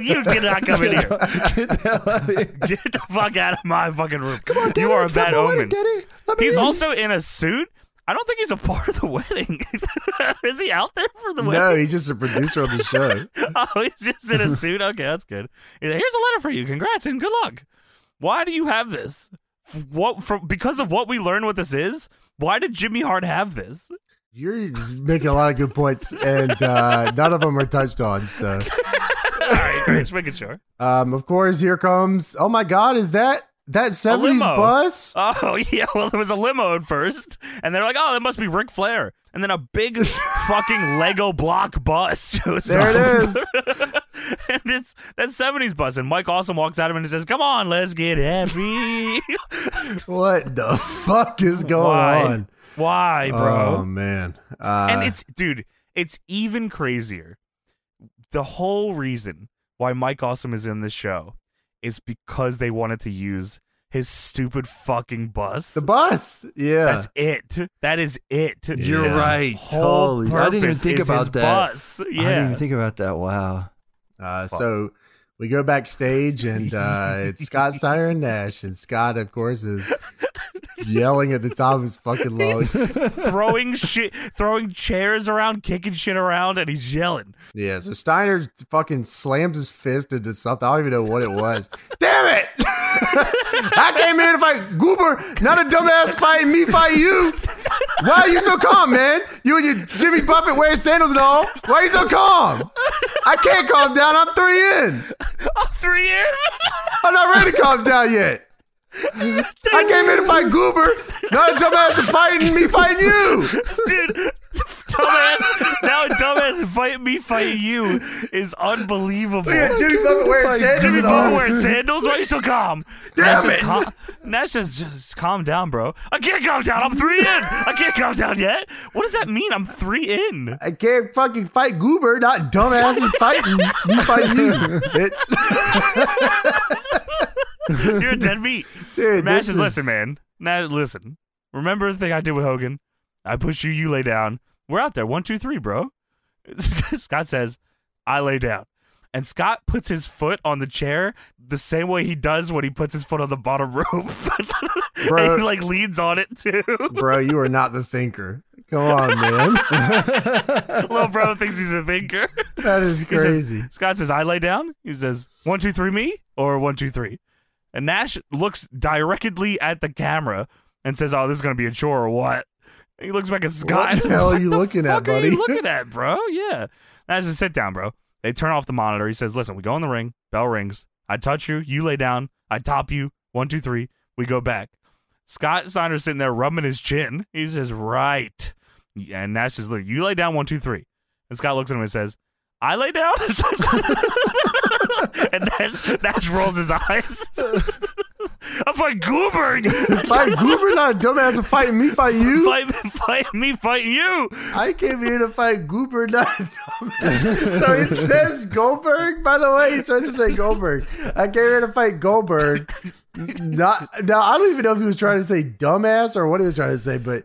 [SPEAKER 2] you cannot come in here.
[SPEAKER 3] Get the hell out of here.
[SPEAKER 2] Get the fuck out of my fucking room. Come on,
[SPEAKER 3] Daddy,
[SPEAKER 2] you are a
[SPEAKER 3] it's time
[SPEAKER 2] bad
[SPEAKER 3] for wedding,
[SPEAKER 2] omen.
[SPEAKER 3] Daddy. Let me
[SPEAKER 2] He's
[SPEAKER 3] in.
[SPEAKER 2] also in a suit. I don't think he's a part of the wedding. is he out there for the wedding?
[SPEAKER 1] No, he's just a producer on the show.
[SPEAKER 2] oh, he's just in a suit. Okay, that's good. He's like, Here's a letter for you. Congrats and good luck. Why do you have this? F- What for? Because of what we learned, what this is. Why did Jimmy Hart have this?
[SPEAKER 1] You're making a lot of good points, and uh, none of them are touched on. So,
[SPEAKER 2] All right, great, just making sure.
[SPEAKER 1] um, of course, here comes. Oh my God, is that that seventies
[SPEAKER 2] limo.
[SPEAKER 1] bus?
[SPEAKER 2] Oh yeah, well there was a limo at first, and they're like, oh, that must be Ric Flair, and then a big fucking Lego block bus shows
[SPEAKER 1] There
[SPEAKER 2] up.
[SPEAKER 1] it is.
[SPEAKER 2] and it's that '70s bus, and Mike Awesome walks out of it and says, "Come on, let's get happy."
[SPEAKER 1] What the fuck is going
[SPEAKER 2] Why?
[SPEAKER 1] on?
[SPEAKER 2] Why, bro?
[SPEAKER 1] Oh man, uh,
[SPEAKER 2] and it's dude, it's even crazier. The whole reason why Mike Awesome is in this show is because they wanted to use his stupid fucking bus.
[SPEAKER 1] The bus. Yeah.
[SPEAKER 2] That's it. That is it.
[SPEAKER 3] You're
[SPEAKER 2] His
[SPEAKER 3] right.
[SPEAKER 2] whole
[SPEAKER 3] Totally. I didn't even
[SPEAKER 2] purpose
[SPEAKER 3] think
[SPEAKER 2] is
[SPEAKER 3] about
[SPEAKER 2] his
[SPEAKER 3] that.
[SPEAKER 2] Bus.
[SPEAKER 3] I didn't
[SPEAKER 2] Yeah.
[SPEAKER 3] even think about that. Wow.
[SPEAKER 1] Uh, so we go backstage, and uh, it's Scott Siren Nash, and Scott, of course, is yelling at the top of his fucking lungs.
[SPEAKER 2] throwing shit, throwing chairs around, kicking shit around, and he's yelling.
[SPEAKER 1] yeah, so Steiner fucking slams his fist into something. I don't even know what it was. Damn it! I came here to fight Goober, not a dumbass fighting me, fight you. Why are you so calm, man? You and your Jimmy Buffett wearing sandals and all. Why are you so calm? I can't calm down. I'm three in.
[SPEAKER 2] I'm three in.
[SPEAKER 1] I'm not ready to calm down yet. I came in to fight Goober, not a dumbass is fighting me, fighting you.
[SPEAKER 2] Dude, dumbass. Now dumbass fight me, fight you is unbelievable.
[SPEAKER 1] Jimmy Buffett wearing
[SPEAKER 2] Jimmy Butler wearing sandals? Why are you so calm? Damn
[SPEAKER 1] it.
[SPEAKER 2] Nash says, just calm down, bro. I can't calm down. I'm three in. I can't calm down yet. What does that mean? I'm three in.
[SPEAKER 1] I can't fucking fight Goober, not dumbass is fighting me, fighting you, bitch.
[SPEAKER 2] You're a dead meat.
[SPEAKER 1] Dude,
[SPEAKER 2] Nash
[SPEAKER 1] this
[SPEAKER 2] says,
[SPEAKER 1] is-
[SPEAKER 2] listen, man. Nash, listen. Remember the thing I did with Hogan? I push you, you lay down. We're out there. One, two, three, bro. Scott says, I lay down. And Scott puts his foot on the chair the same way he does when he puts his foot on the bottom rope.
[SPEAKER 1] Bro.
[SPEAKER 2] and he like leans on it too.
[SPEAKER 1] Bro, you are not the thinker. Come on, man.
[SPEAKER 2] Little brother thinks he's a thinker.
[SPEAKER 1] That is
[SPEAKER 2] He says-
[SPEAKER 1] crazy.
[SPEAKER 2] Scott says, I lay down. He says, one, two, three, me, or one, two, three. And Nash looks directly at the camera and says, Oh, this is going to be a chore or what? And he looks back at Scott.
[SPEAKER 1] what the hell are you looking at,
[SPEAKER 2] fuck are
[SPEAKER 1] buddy?
[SPEAKER 2] you looking at, bro? Yeah. Nash says, Sit down, bro. They turn off the monitor. He says, Listen, we go in the ring. Bell rings. I touch you. You lay down. I top you. One, two, three. We go back. Scott Steiner's sitting there rubbing his chin. He says, Right. And Nash says, Look, you lay down one, two, three. And Scott looks at him and says, I lay down. and Nash, Nash rolls his eyes. I'm like, Goober,
[SPEAKER 1] fight Goober, not a dumbass is fighting me, fighting you.
[SPEAKER 2] fight, fight me, fight you.
[SPEAKER 1] I came here to fight Goober, not Dumbass. So it says Goldberg, by the way. He's supposed to say Goldberg. I came here to fight Goldberg. Not now I don't even know if he was trying to say dumbass or what he was trying to say, but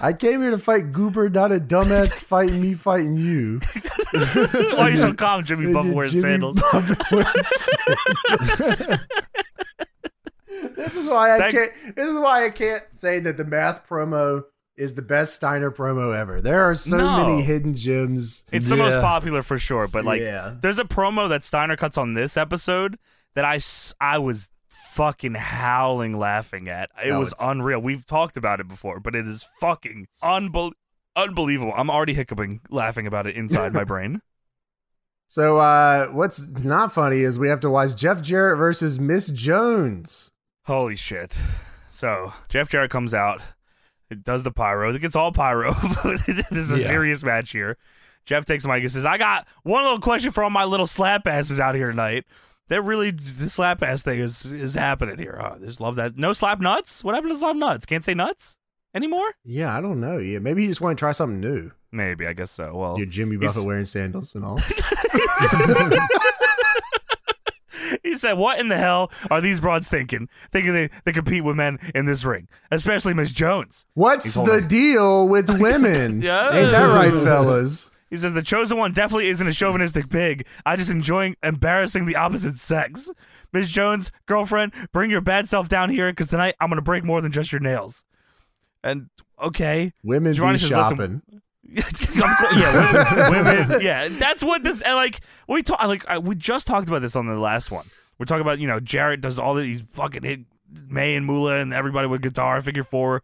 [SPEAKER 1] I came here to fight Goober, not a dumbass fighting me, fighting you.
[SPEAKER 2] Why are you so calm, Jimmy
[SPEAKER 1] And
[SPEAKER 2] Buffett
[SPEAKER 1] your
[SPEAKER 2] wearing
[SPEAKER 1] Jimmy
[SPEAKER 2] sandals?
[SPEAKER 1] Buffett wearing sandals. this is why I
[SPEAKER 2] Thank-
[SPEAKER 1] can't this is why I can't say that the math promo is the best Steiner promo ever. There are so
[SPEAKER 2] No.
[SPEAKER 1] many hidden gems.
[SPEAKER 2] It's the most
[SPEAKER 3] Yeah.
[SPEAKER 2] popular for sure, but like,
[SPEAKER 1] Yeah.
[SPEAKER 2] there's a promo that Steiner cuts on this episode that I s- I was fucking howling laughing at. It
[SPEAKER 1] No,
[SPEAKER 2] was
[SPEAKER 1] it's-
[SPEAKER 2] unreal. We've talked about it before, but it is fucking unbel- unbelievable. I'm already hiccuping, laughing about it inside my brain.
[SPEAKER 1] So uh, what's not funny is we have to watch Jeff Jarrett versus Miss Jones.
[SPEAKER 2] Holy shit. So Jeff Jarrett comes out, it does the pyro. It gets all pyro. this is a
[SPEAKER 3] Yeah.
[SPEAKER 2] serious match here. Jeff takes the mic and says, I got one little question for all my little slap asses out here tonight. That really the slap ass thing is is happening here. Huh? Just love that. No slap nuts? What happened to slap nuts? Can't say nuts anymore?
[SPEAKER 1] Yeah, I don't know. Yeah, maybe you just want to try something new.
[SPEAKER 2] Maybe, I guess so. Well
[SPEAKER 1] Your Jimmy
[SPEAKER 2] he's-
[SPEAKER 1] Buffett wearing sandals and all.
[SPEAKER 2] He said, "What in the hell are these broads thinking? Thinking they, they compete with men in this ring, especially Miss Jones."
[SPEAKER 1] What's
[SPEAKER 2] holding-
[SPEAKER 1] the deal with women?
[SPEAKER 2] Yeah.
[SPEAKER 1] Ain't that right, fellas?
[SPEAKER 2] He says the chosen one definitely isn't a chauvinistic pig. I just enjoy embarrassing the opposite sex. Miss Jones, girlfriend, bring your bad self down here because tonight I'm gonna break more than just your nails. And okay,
[SPEAKER 1] Women
[SPEAKER 2] Giovanni
[SPEAKER 1] be
[SPEAKER 2] says, "Listen,
[SPEAKER 1] shopping.
[SPEAKER 2] Of course- yeah, women, women- yeah. That's what this and like we talk like I, we just talked about this on the last one. We're talking about you know Jarrett does all these fucking hit May and Moolah and everybody with guitar figure four.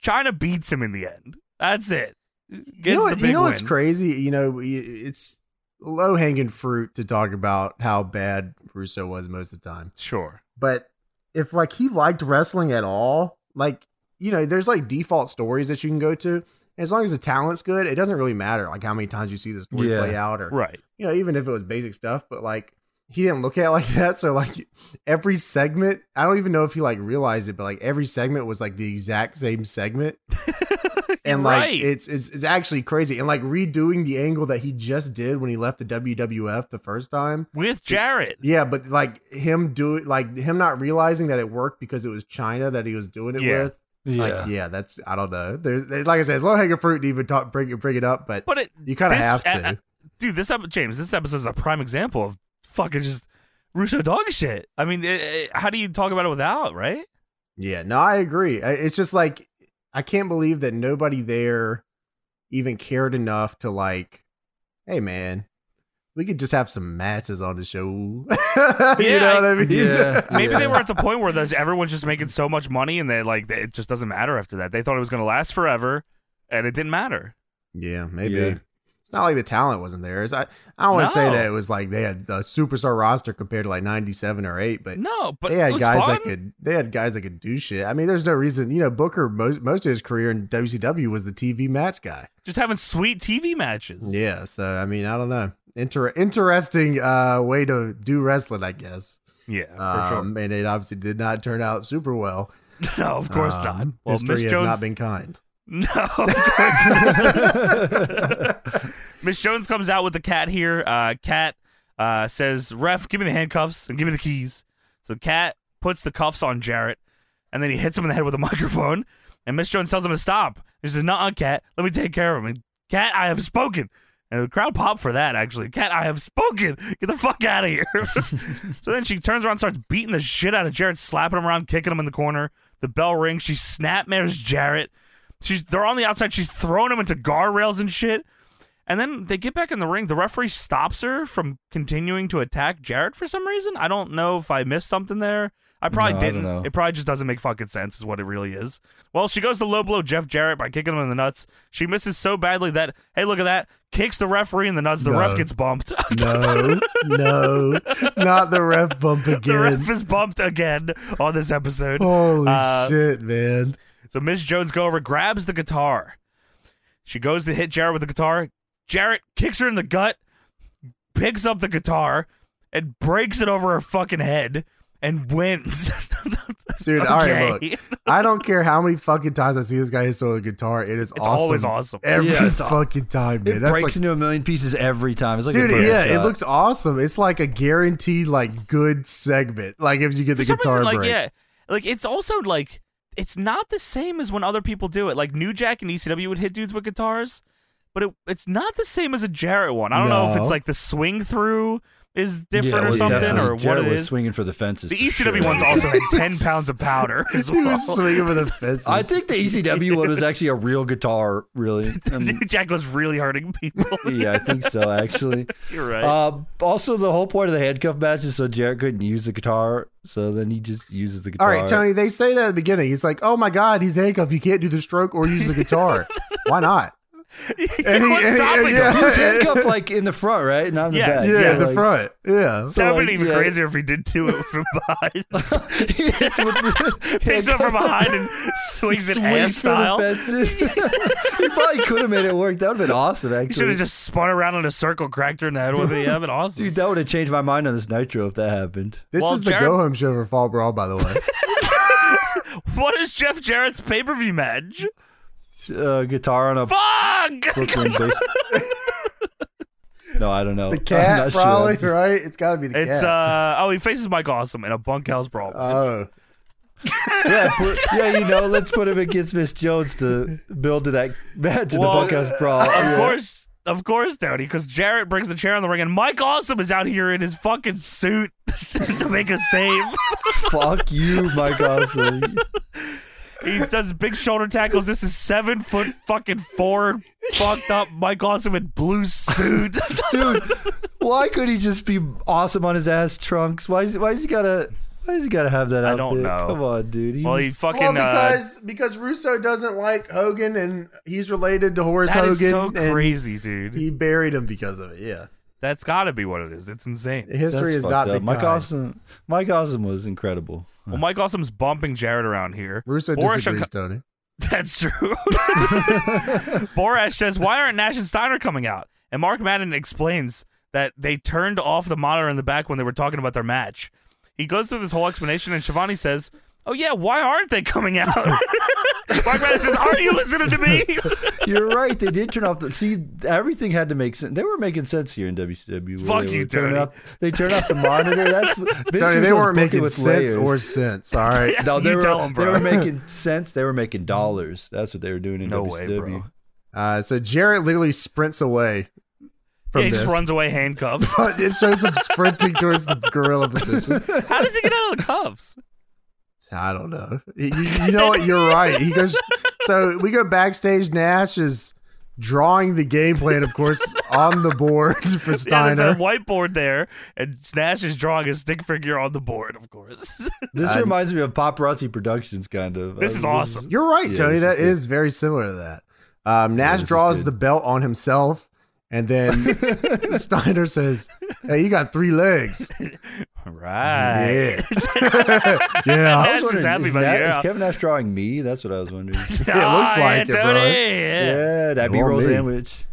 [SPEAKER 2] China beats him in the end. That's it. Gets
[SPEAKER 1] you know,
[SPEAKER 2] the
[SPEAKER 1] what-
[SPEAKER 2] big
[SPEAKER 1] you know what's
[SPEAKER 2] win.
[SPEAKER 1] crazy? You know, y- it's low hanging fruit to talk about how bad Russo was most of the time.
[SPEAKER 2] Sure.
[SPEAKER 1] But if like he liked wrestling at all, like you know, there's like default stories that you can go to. As long as the talent's good, it doesn't really matter like how many times you see the story
[SPEAKER 3] Yeah.
[SPEAKER 1] play out or
[SPEAKER 2] Right.
[SPEAKER 1] you know, even if it was basic stuff, but like he didn't look at it like that. So like every segment, I don't even know if he like realized it, but like every segment was like the exact same segment. and like
[SPEAKER 2] Right.
[SPEAKER 1] it's, it's it's actually crazy. And like redoing the angle that he just did when he left the WWF the first time.
[SPEAKER 2] with Jarrett.
[SPEAKER 1] Yeah, but like him do like him not realizing that it worked because it was China that he was doing it
[SPEAKER 2] Yeah.
[SPEAKER 1] with.
[SPEAKER 3] Yeah.
[SPEAKER 1] Like yeah, that's I don't know. There's like I said, it's low hanging fruit to even talk bring it bring it up, but,
[SPEAKER 2] But it,
[SPEAKER 1] you kind of
[SPEAKER 2] this-
[SPEAKER 1] have
[SPEAKER 2] uh,
[SPEAKER 1] to.
[SPEAKER 2] uh, dude, this episode, James, this episode is a prime example of fucking just Russo dog shit. I mean, it, it- how do you talk about it without, right?
[SPEAKER 1] Yeah, no, I agree. I- It's just like I can't believe that nobody there even cared enough to like, hey man, we could just have some matches on the show. you
[SPEAKER 2] Yeah,
[SPEAKER 1] know what I
[SPEAKER 3] I-
[SPEAKER 1] mean?
[SPEAKER 3] yeah.
[SPEAKER 2] Maybe they
[SPEAKER 3] Yeah.
[SPEAKER 2] were at the point where those- everyone's just making so much money and they like it just doesn't matter after that. They thought it was going to last forever, and it didn't matter.
[SPEAKER 1] Yeah, maybe.
[SPEAKER 3] Yeah.
[SPEAKER 1] It's not like the talent wasn't there. It's- I, I don't want to say
[SPEAKER 2] No.
[SPEAKER 1] that it was like they had a superstar roster compared to like ninety seven or eight, but
[SPEAKER 2] No, but
[SPEAKER 1] they
[SPEAKER 2] it
[SPEAKER 1] had
[SPEAKER 2] was
[SPEAKER 1] guys
[SPEAKER 2] fun.
[SPEAKER 1] that could they had guys that could do shit. I mean, there's no reason, you know, Booker most most of his career in WCW was the TV match guy.
[SPEAKER 2] just having sweet TV matches.
[SPEAKER 1] Yeah, so I mean, I don't know. Inter- interesting uh, way to do wrestling, I guess.
[SPEAKER 2] yeah, for
[SPEAKER 1] Um, And it obviously did not turn out super well.
[SPEAKER 2] sure. No, of course
[SPEAKER 1] Um,
[SPEAKER 2] not. Well,
[SPEAKER 1] history
[SPEAKER 2] Miss
[SPEAKER 1] has
[SPEAKER 2] Jones,
[SPEAKER 1] not been kind.
[SPEAKER 2] no, of course not. Miss Jones comes out with the cat here. Uh, cat uh, says, "Ref, give me the handcuffs and give me the keys." So cat puts the cuffs on Jarrett, and then he hits him in the head with a microphone. And Miss Jones tells him to stop. He says, "Not cat. Let me take care of him." And cat, I have spoken. And the crowd popped for that. Actually, cat, I have spoken. Get the fuck out of here. so then she turns around, and starts beating the shit out of Jarrett, slapping him around, kicking him in the corner. The bell rings. She snapmares Jarrett. She's they're on the outside. She's throwing him into guardrails and shit. And then they get back in the ring. The referee stops her from continuing to attack Jarrett for some reason. I don't know if I missed something there. I probably
[SPEAKER 3] No, I don't
[SPEAKER 2] didn't.
[SPEAKER 3] know.
[SPEAKER 2] It probably just doesn't make fucking sense, is what it really is. Well, she goes to low blow Jeff Jarrett by kicking him in the nuts. She misses so badly that, hey, look at that. Kicks the referee in the nuts. The
[SPEAKER 1] No.
[SPEAKER 2] ref gets bumped.
[SPEAKER 1] No, no, not the ref bump
[SPEAKER 2] the
[SPEAKER 1] again.
[SPEAKER 2] ref is bumped again on this episode.
[SPEAKER 1] Holy
[SPEAKER 2] Uh,
[SPEAKER 1] shit, man!
[SPEAKER 2] So Miss Jones go over, grabs the guitar. She goes to hit Jarrett with the guitar. Jarrett kicks her in the gut, picks up the guitar, and breaks it over her fucking head and wins.
[SPEAKER 1] Dude, all right, look.
[SPEAKER 2] Okay.
[SPEAKER 1] I don't care how many fucking times I see this guy hit solo guitar. It is
[SPEAKER 2] It's
[SPEAKER 1] awesome.
[SPEAKER 2] always awesome.
[SPEAKER 1] Every
[SPEAKER 3] Yeah, it's aw-
[SPEAKER 1] fucking time, man.
[SPEAKER 3] it
[SPEAKER 1] That's
[SPEAKER 3] breaks
[SPEAKER 1] like
[SPEAKER 3] into a million pieces every time. It's like a
[SPEAKER 1] Dude,
[SPEAKER 3] bird
[SPEAKER 1] yeah, it
[SPEAKER 3] shot.
[SPEAKER 1] looks awesome. It's like a guaranteed like good segment. Like if you get the
[SPEAKER 2] For some
[SPEAKER 1] guitar
[SPEAKER 2] reason, like
[SPEAKER 1] break.
[SPEAKER 2] yeah, like it's also like it's not the same as when other people do it. Like New Jack and ECW would hit dudes with guitars, but it it's not the same as a Jarrett one. I don't know if
[SPEAKER 3] No.
[SPEAKER 2] it's like the swing through is different
[SPEAKER 3] it
[SPEAKER 2] or
[SPEAKER 3] was
[SPEAKER 2] something
[SPEAKER 3] definitely-
[SPEAKER 2] or what
[SPEAKER 3] Jarrett
[SPEAKER 2] it
[SPEAKER 3] was
[SPEAKER 2] is.
[SPEAKER 3] swinging for the fences.
[SPEAKER 2] The
[SPEAKER 3] for
[SPEAKER 2] ECW
[SPEAKER 3] sure.
[SPEAKER 2] one's also had ten pounds of powder as
[SPEAKER 1] He was
[SPEAKER 2] well.
[SPEAKER 1] swinging with the fences.
[SPEAKER 3] I think the ECW one was actually a real guitar, really. Um,
[SPEAKER 2] New Jack was really hurting people.
[SPEAKER 3] yeah, I think so, actually.
[SPEAKER 2] You're right.
[SPEAKER 3] Uh, also, the whole point of the handcuff match is so Jarrett couldn't use the guitar, so then he just uses the
[SPEAKER 1] All
[SPEAKER 3] guitar.
[SPEAKER 1] right, Tony, they say that at the beginning. He's like, "Oh my god, he's handcuffed. You can't do the stroke or use the guitar. Why not?" and he-
[SPEAKER 2] What's
[SPEAKER 1] and he-
[SPEAKER 2] stopping him?
[SPEAKER 1] yeah.
[SPEAKER 3] He was handcuffed like in the front, right? Not in
[SPEAKER 2] Yes,
[SPEAKER 3] the back.
[SPEAKER 1] Yeah,
[SPEAKER 2] yeah,
[SPEAKER 1] at the
[SPEAKER 3] like-
[SPEAKER 1] front. Yeah.
[SPEAKER 3] So,
[SPEAKER 2] That would have
[SPEAKER 3] like,
[SPEAKER 2] been even
[SPEAKER 3] yeah.
[SPEAKER 2] crazier if he did do it from behind.
[SPEAKER 3] He hits with the
[SPEAKER 2] Picks up from
[SPEAKER 3] handcuff.
[SPEAKER 2] behind and swings it
[SPEAKER 3] Swings
[SPEAKER 2] ass
[SPEAKER 3] through the
[SPEAKER 2] style.
[SPEAKER 3] fences. he probably could have made it work. That would have been awesome,
[SPEAKER 2] He
[SPEAKER 3] actually.
[SPEAKER 2] should have just spun around in a circle, cracked her in the head with it. Yeah, but awesome.
[SPEAKER 3] Dude, that would have changed my mind on this Nitro if that happened.
[SPEAKER 1] This
[SPEAKER 2] Well,
[SPEAKER 1] is the
[SPEAKER 2] Jared-
[SPEAKER 1] go home show for Fall Brawl, by the way.
[SPEAKER 2] What is Jeff Jarrett's pay per view match?
[SPEAKER 3] Uh, guitar on a
[SPEAKER 2] Fuck!
[SPEAKER 3] Brooklyn base. no, I don't know.
[SPEAKER 1] the
[SPEAKER 3] I'm
[SPEAKER 1] cat,
[SPEAKER 3] not sure. I'm
[SPEAKER 1] probably
[SPEAKER 3] just-
[SPEAKER 1] right. It's got to be the
[SPEAKER 2] It's
[SPEAKER 1] cat.
[SPEAKER 2] uh oh, he faces Mike Awesome in a bunkhouse brawl.
[SPEAKER 1] oh,
[SPEAKER 3] yeah, put, yeah, you know, let's put him against Miss Jones to build to that match in
[SPEAKER 2] Well,
[SPEAKER 3] the bunkhouse brawl.
[SPEAKER 2] of
[SPEAKER 3] Yeah.
[SPEAKER 2] course, of course, Tony, because Jarrett brings the chair on the ring, and Mike Awesome is out here in his fucking suit to make a save.
[SPEAKER 3] Fuck you, Mike Awesome.
[SPEAKER 2] he does big shoulder tackles. This is seven foot fucking four, fucked up Mike Awesome in blue suit.
[SPEAKER 3] Dude, why could he just be awesome on his ass trunks? Why is why is he gotta why is he gotta have that
[SPEAKER 2] I
[SPEAKER 3] outfit?
[SPEAKER 2] don't know.
[SPEAKER 3] Come on, dude. He
[SPEAKER 2] well,
[SPEAKER 3] was-
[SPEAKER 2] he fucking
[SPEAKER 1] well,
[SPEAKER 2] uh,
[SPEAKER 1] because because Russo doesn't like Hogan, and he's related to Horace
[SPEAKER 2] that
[SPEAKER 1] Hogan.
[SPEAKER 2] is so
[SPEAKER 1] and
[SPEAKER 2] crazy, dude.
[SPEAKER 1] He buried him because of it. Yeah,
[SPEAKER 2] That's got to be what it is. It's insane.
[SPEAKER 3] that's
[SPEAKER 1] history is
[SPEAKER 3] fucked
[SPEAKER 1] not
[SPEAKER 3] up.
[SPEAKER 1] been
[SPEAKER 3] Mike
[SPEAKER 1] kind.
[SPEAKER 3] Awesome. Mike Awesome was incredible.
[SPEAKER 2] Well, Mike Awesome's bumping Jarrett around here.
[SPEAKER 1] Russo
[SPEAKER 2] Boris
[SPEAKER 1] disagrees,
[SPEAKER 2] Shak-
[SPEAKER 1] Tony.
[SPEAKER 2] That's true. Borash says, Why aren't Nash and Steiner coming out? And Mark Madden explains that they turned off the monitor in the back when they were talking about their match. He goes through this whole explanation, and Shivani says, "Oh yeah, why aren't they coming out?" Mark Madden says, "Are you listening to me?"
[SPEAKER 3] You're right. They did turn off the. See, everything had to make sense. They were making sense here in WCW. where
[SPEAKER 2] Fuck
[SPEAKER 3] they
[SPEAKER 2] you,
[SPEAKER 3] were turning
[SPEAKER 2] Tony.
[SPEAKER 3] Off, they turned off the monitor. That's Vince
[SPEAKER 1] Tony, they
[SPEAKER 3] Russo's
[SPEAKER 1] weren't
[SPEAKER 3] booking
[SPEAKER 1] making
[SPEAKER 3] with
[SPEAKER 1] sense
[SPEAKER 3] layers.
[SPEAKER 1] or sense. All right.
[SPEAKER 3] no, they
[SPEAKER 2] You
[SPEAKER 3] were.
[SPEAKER 2] tell 'em,
[SPEAKER 3] they
[SPEAKER 2] bro.
[SPEAKER 3] were making sense. They were making dollars. That's what they were doing in
[SPEAKER 2] No way,
[SPEAKER 3] WCW.
[SPEAKER 2] bro.
[SPEAKER 1] Uh, so Jarrett literally sprints away from
[SPEAKER 2] Yeah, he
[SPEAKER 1] this.
[SPEAKER 2] just runs away handcuffed.
[SPEAKER 1] But it shows him sprinting towards the gorilla position.
[SPEAKER 2] How does he get out of the cuffs?
[SPEAKER 1] I don't know. You, you know what? You're right. He goes. So we go backstage. Nash is drawing the game plan, of course, on the board for
[SPEAKER 2] Yeah, there's
[SPEAKER 1] Steiner.
[SPEAKER 2] a whiteboard there, and Nash is drawing a stick figure on the board, of course.
[SPEAKER 3] This
[SPEAKER 1] I-
[SPEAKER 3] reminds me of paparazzi productions, kind of.
[SPEAKER 2] This
[SPEAKER 3] Uh,
[SPEAKER 2] is awesome.
[SPEAKER 1] You're right,
[SPEAKER 3] Yeah,
[SPEAKER 1] Tony.
[SPEAKER 3] this
[SPEAKER 1] That
[SPEAKER 3] is good.
[SPEAKER 1] is very similar to that. Um, Nash
[SPEAKER 3] this is
[SPEAKER 1] draws
[SPEAKER 3] good.
[SPEAKER 1] the belt on himself, and then Steiner says, "Hey, you got three legs." Yeah,
[SPEAKER 2] right.
[SPEAKER 1] yeah.
[SPEAKER 2] Nash is
[SPEAKER 3] wondering,
[SPEAKER 2] happy
[SPEAKER 3] is,
[SPEAKER 2] about
[SPEAKER 3] Na-
[SPEAKER 2] it, yeah.
[SPEAKER 3] is Kevin Nash drawing me? That's what I was wondering.
[SPEAKER 1] Yeah, it looks
[SPEAKER 2] Ah,
[SPEAKER 1] like it,
[SPEAKER 2] yeah,
[SPEAKER 1] bro.
[SPEAKER 2] Tony, Yeah.
[SPEAKER 3] yeah, that
[SPEAKER 1] You
[SPEAKER 3] B
[SPEAKER 1] want
[SPEAKER 3] roll
[SPEAKER 1] me.
[SPEAKER 3] sandwich.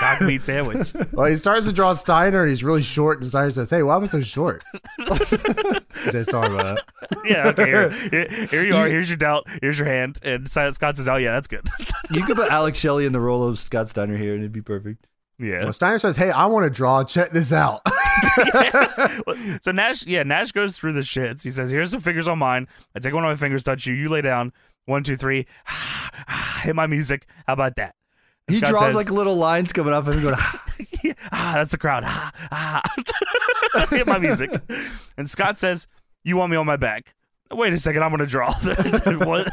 [SPEAKER 2] Cock meat sandwich.
[SPEAKER 1] Well, he starts to draw Steiner, and he's really short. And Steiner says, "Hey, why am I so short?" he says, "Sorry about that."
[SPEAKER 2] Yeah, okay. Here, here, here you are. Here's your doubt. Here's your hand. And Si- Scott says, oh, yeah, that's good.
[SPEAKER 3] You could put Alex Shelley in the role of Scott Steiner here, and it'd be perfect.
[SPEAKER 2] yeah.
[SPEAKER 1] Well, Steiner says, "Hey, I want to draw. Check this out."
[SPEAKER 2] So Nash, yeah, Nash goes through the shits. He says, "Here's some figures on mine. I take one of my fingers, touch you. You lay down. One, two, three. Ah, Hit my music. How about that?" And
[SPEAKER 3] He
[SPEAKER 2] Scott
[SPEAKER 3] draws
[SPEAKER 2] says,
[SPEAKER 3] like little lines coming up, and he's going,
[SPEAKER 2] ah, that's the crowd. Ah, ah. Hit my music. And Scott says, You want me on my back? Wait a second, I'm going to draw. What?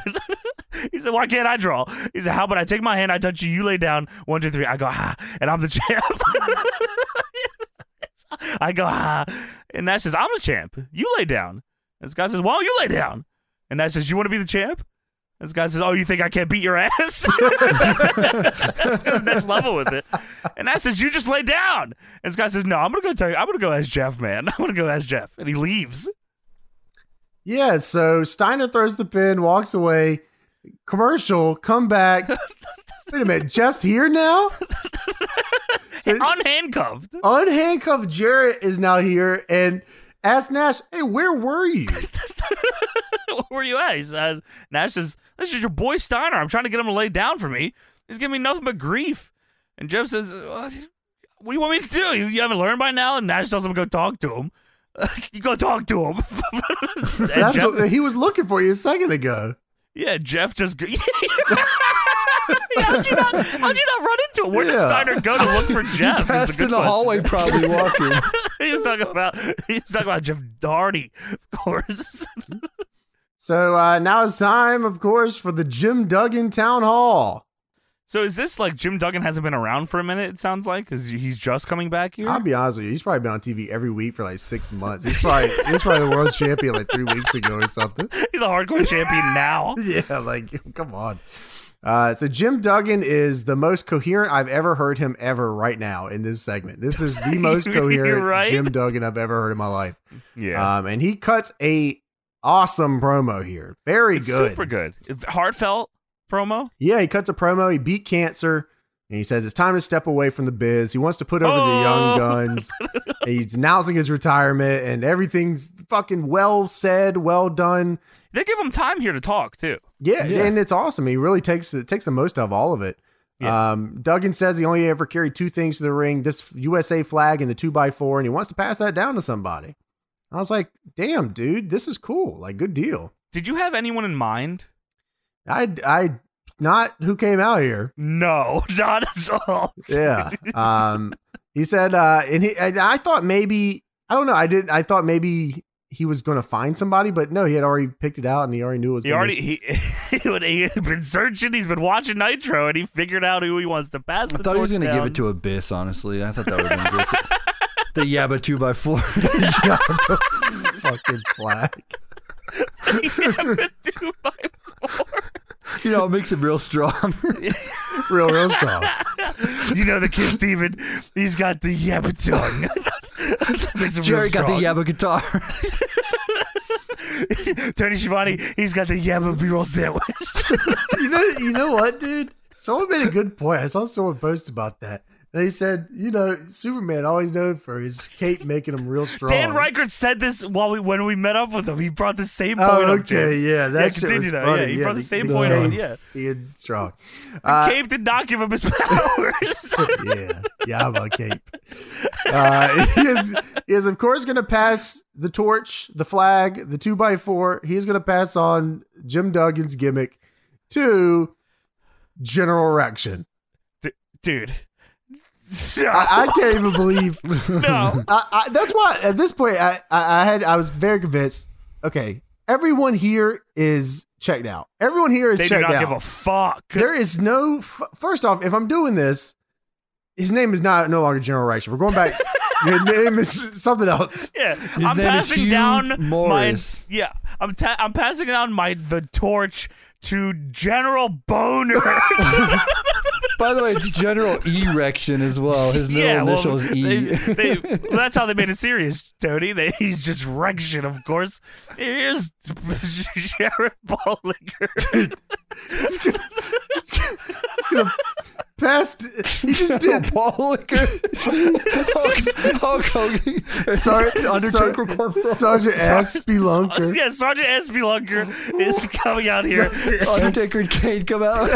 [SPEAKER 2] he said, Why can't I draw? He said, How about I take my hand, I touch you, you lay down, one, two, three. I go, ah, and I'm the champ. I go, ah. And Nash says, I'm the champ. You lay down. And Scott says, Well, you lay down. And Nash says, You want to be the champ? And Scott says, Oh, you think I can't beat your ass? goes next level with it. And I says, "You just lay down." And Scott says, "No, I'm gonna go tell you. I'm gonna go ask Jeff, man. I'm gonna go ask Jeff." And he leaves.
[SPEAKER 1] yeah. So Steiner throws the pin, walks away. Commercial. Come back. Wait a minute. Jeff's here now. So-
[SPEAKER 2] Unhandcuffed.
[SPEAKER 1] Unhandcuffed Jarrett is now here and asks Nash, hey, where were you?
[SPEAKER 2] Where were you at? He says, Nash says, "This is your boy Steiner. I'm trying to get him to lay down for me. He's giving me nothing but grief." And Jeff says, "What what do you want me to do? You, you haven't learned by now?" And Nash tells him, to "Go talk to him." you go talk to him. And
[SPEAKER 1] That's
[SPEAKER 2] Jeff-
[SPEAKER 1] what he was looking for you a second ago.
[SPEAKER 2] Yeah, Jeff just. Go- Yeah, how'd, you not, how'd you not run into him? Where did
[SPEAKER 1] Yeah.
[SPEAKER 2] Steiner go to look for Jeff? is
[SPEAKER 3] passed
[SPEAKER 2] good
[SPEAKER 3] in the
[SPEAKER 2] question.
[SPEAKER 3] hallway, probably walking.
[SPEAKER 2] he was talking about he was talking about Jeff Darty, of course.
[SPEAKER 1] So uh, now it's time, of course, for the Jim Duggan Town Hall.
[SPEAKER 2] So is this like Jim Duggan hasn't been around for a minute? It sounds like because he's just coming back here.
[SPEAKER 1] I'll be honest with you, he's probably been on TV every week for like six months. He's probably, he's probably the world champion like three weeks ago or something.
[SPEAKER 2] he's a hardcore champion now.
[SPEAKER 1] Yeah, like, come on. Uh, so Jim Duggan is the most coherent I've ever heard him ever right now in this segment. This is the most
[SPEAKER 2] You're
[SPEAKER 1] coherent
[SPEAKER 2] right.
[SPEAKER 1] Jim Duggan I've ever heard in my life.
[SPEAKER 3] Uh,
[SPEAKER 2] Yeah,
[SPEAKER 1] Um, and he cuts a awesome promo here. Very
[SPEAKER 2] It's
[SPEAKER 1] good.
[SPEAKER 2] super good, If- heartfelt promo.
[SPEAKER 1] Yeah, he cuts a promo. He beat cancer. And he says it's time to step away from the biz. He wants to put over the
[SPEAKER 2] Oh.
[SPEAKER 1] young guns. And he's announcing his retirement, and everything's fucking well said, well done.
[SPEAKER 2] They give him time here to talk too.
[SPEAKER 1] Yeah,
[SPEAKER 3] Yeah.
[SPEAKER 1] and it's awesome. He really takes it takes the most out of all of it.
[SPEAKER 2] Yeah.
[SPEAKER 1] Um, Duggan says he only ever carried two things to the ring: this USA flag and the two by four, and he wants to pass that down to somebody. I was like, "Damn, dude, this is cool. Like, good deal."
[SPEAKER 2] Did you have anyone in mind?
[SPEAKER 1] I, I, not who came out here.
[SPEAKER 2] No, not at all.
[SPEAKER 1] Yeah. Um, he said, uh, and he, and I thought maybe, I don't know. I didn't, I thought maybe he was going to find somebody, but no, he had already picked it out and he already knew it was
[SPEAKER 2] He
[SPEAKER 1] gonna-
[SPEAKER 2] already he, he would- he had been searching. He's been watching Nitro, and he figured out who he wants to pass.
[SPEAKER 3] I thought he was going to give it to Abyss, honestly. I thought that would have been good. The Yabba 2x4.
[SPEAKER 1] Yeah, the fucking flag.
[SPEAKER 2] him.
[SPEAKER 3] you know, it makes him real strong.
[SPEAKER 1] Real, real strong.
[SPEAKER 2] you know the kid Steven, he's got the yabba tongue. Makes him real
[SPEAKER 3] Jerry got the
[SPEAKER 2] strong.
[SPEAKER 3] Yabba guitar.
[SPEAKER 2] Tony Schiavone, he's got the yabba b-roll sandwich.
[SPEAKER 1] You know, you know what, dude? Someone made a good point. I saw someone post about that. They said, you know, Superman always known for his cape making him real strong.
[SPEAKER 2] Dan Reichert said this while we when we met up with him. He brought the same point.
[SPEAKER 1] Oh,
[SPEAKER 2] up,
[SPEAKER 1] okay,
[SPEAKER 2] James.
[SPEAKER 1] yeah, that shit
[SPEAKER 2] continue
[SPEAKER 1] was
[SPEAKER 2] though.
[SPEAKER 1] funny.
[SPEAKER 2] Yeah, he
[SPEAKER 1] Yeah,
[SPEAKER 2] brought the,
[SPEAKER 1] the-
[SPEAKER 2] same
[SPEAKER 1] the
[SPEAKER 2] point on.
[SPEAKER 1] game-
[SPEAKER 2] Yeah,
[SPEAKER 1] being strong.
[SPEAKER 2] uh,
[SPEAKER 1] Uh,
[SPEAKER 2] Cave did not give him his powers.
[SPEAKER 1] yeah, yeah, I'm on cape. Uh, he is, he is of course going to pass the torch, the flag, the two by four. He's going to pass on Jim Duggan's gimmick to General Rection.
[SPEAKER 2] Dude,
[SPEAKER 1] I, I can't even believe.
[SPEAKER 2] no.
[SPEAKER 1] I, I, that's why at this point I, I, I had I was very convinced. Okay, everyone here is checked out. Everyone here is
[SPEAKER 2] They do
[SPEAKER 1] checked
[SPEAKER 2] not
[SPEAKER 1] out.
[SPEAKER 2] give a fuck.
[SPEAKER 1] There is no. F- first off, if I'm doing this, his name is not no longer General Reaction. We're going back. Your name is something else.
[SPEAKER 2] Yeah,
[SPEAKER 3] His
[SPEAKER 2] I'm
[SPEAKER 3] name is
[SPEAKER 2] passing
[SPEAKER 3] Hugh
[SPEAKER 2] down
[SPEAKER 3] Morris.
[SPEAKER 2] my yeah. I'm ta- I'm passing down my the torch to General Boner.
[SPEAKER 3] By the way, it's General Erection as well. Oh, His middle
[SPEAKER 2] yeah,
[SPEAKER 3] initial
[SPEAKER 2] well,
[SPEAKER 3] is E.
[SPEAKER 2] they- they- well, that's how they made it serious, Tony. They, he's just rection, of course. Here's Jared Bollinger.
[SPEAKER 1] Past. He just did.
[SPEAKER 3] Hulk, Hulk Hogan.
[SPEAKER 1] Sorry,
[SPEAKER 3] Undertaker
[SPEAKER 1] Sar-
[SPEAKER 3] Corporal.
[SPEAKER 1] Sergeant S. Spelunker.
[SPEAKER 2] yeah, Sergeant S. B. Lunker is coming out here.
[SPEAKER 3] Undertaker and Kane come out.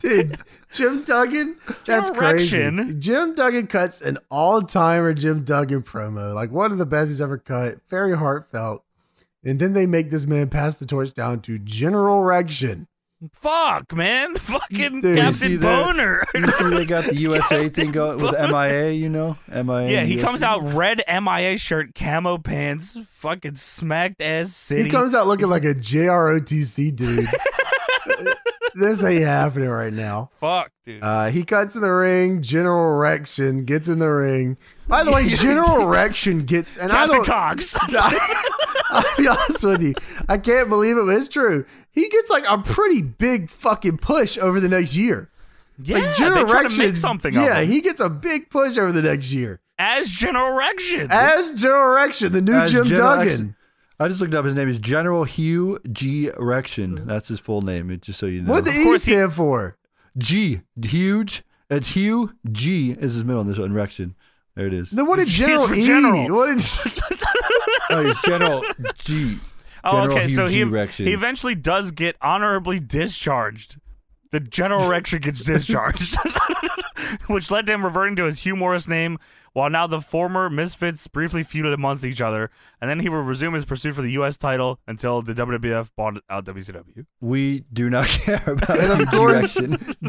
[SPEAKER 1] Dude, Jim Duggan, that's crazy.
[SPEAKER 2] Direction.
[SPEAKER 1] Jim Duggan cuts an all-timer Jim Duggan promo, like one of the best he's ever cut. Very heartfelt. And then they make this man pass the torch down to General Rection.
[SPEAKER 2] Fuck, man. Fucking
[SPEAKER 1] Dude, you
[SPEAKER 3] see
[SPEAKER 2] Captain
[SPEAKER 3] that?
[SPEAKER 2] Boner.
[SPEAKER 3] you see, they got the USA thing going with MIA. You know, MIA.
[SPEAKER 2] Yeah, he
[SPEAKER 3] USA.
[SPEAKER 2] comes out red MIA shirt, camo pants, fucking smacked ass city.
[SPEAKER 1] He comes out looking like a JROTC dude. this ain't happening right now.
[SPEAKER 2] Fuck, dude.
[SPEAKER 1] Uh, he cuts in the ring. General Rection gets in the ring. By the way, General Rection gets and I
[SPEAKER 2] Captain
[SPEAKER 1] don't.
[SPEAKER 2] Cox.
[SPEAKER 1] I'll be honest with you. I can't believe it, but it's true. He gets like a pretty big fucking push over the next year.
[SPEAKER 2] yeah,
[SPEAKER 1] Like General
[SPEAKER 2] they try to
[SPEAKER 1] Rection-
[SPEAKER 2] make something
[SPEAKER 1] Yeah,
[SPEAKER 2] of him.
[SPEAKER 1] he gets a big push over the next year
[SPEAKER 2] as General Rection.
[SPEAKER 1] as General Rection, the new
[SPEAKER 3] As
[SPEAKER 1] Jim
[SPEAKER 3] General
[SPEAKER 1] Duggan.
[SPEAKER 3] Action- I just looked up. His name is General Hugh G. Rection. That's his full name. it- Just so you know.
[SPEAKER 1] What
[SPEAKER 2] Of
[SPEAKER 1] the E
[SPEAKER 2] course he-
[SPEAKER 1] stand for?
[SPEAKER 3] G. Huge. It's Hugh G. Is his middle initial and Rection. There it is.
[SPEAKER 1] Then what did
[SPEAKER 2] He's
[SPEAKER 1] General
[SPEAKER 2] for
[SPEAKER 1] E?
[SPEAKER 2] General.
[SPEAKER 1] What did?
[SPEAKER 3] No, he's General G.
[SPEAKER 2] oh,
[SPEAKER 3] General
[SPEAKER 2] okay.
[SPEAKER 3] Hugh
[SPEAKER 2] so
[SPEAKER 3] G.
[SPEAKER 2] he
[SPEAKER 3] Rection.
[SPEAKER 2] he eventually does get honorably discharged. The General Rection gets discharged, which led to him reverting to his Hugh Morris name. While now the former Misfits briefly feuded amongst each other, and then he would resume his pursuit for the U.S. title until the WWF bought out WCW.
[SPEAKER 3] we do not care about
[SPEAKER 1] And
[SPEAKER 3] Hugh
[SPEAKER 1] of
[SPEAKER 3] G.
[SPEAKER 1] course,
[SPEAKER 3] Rection.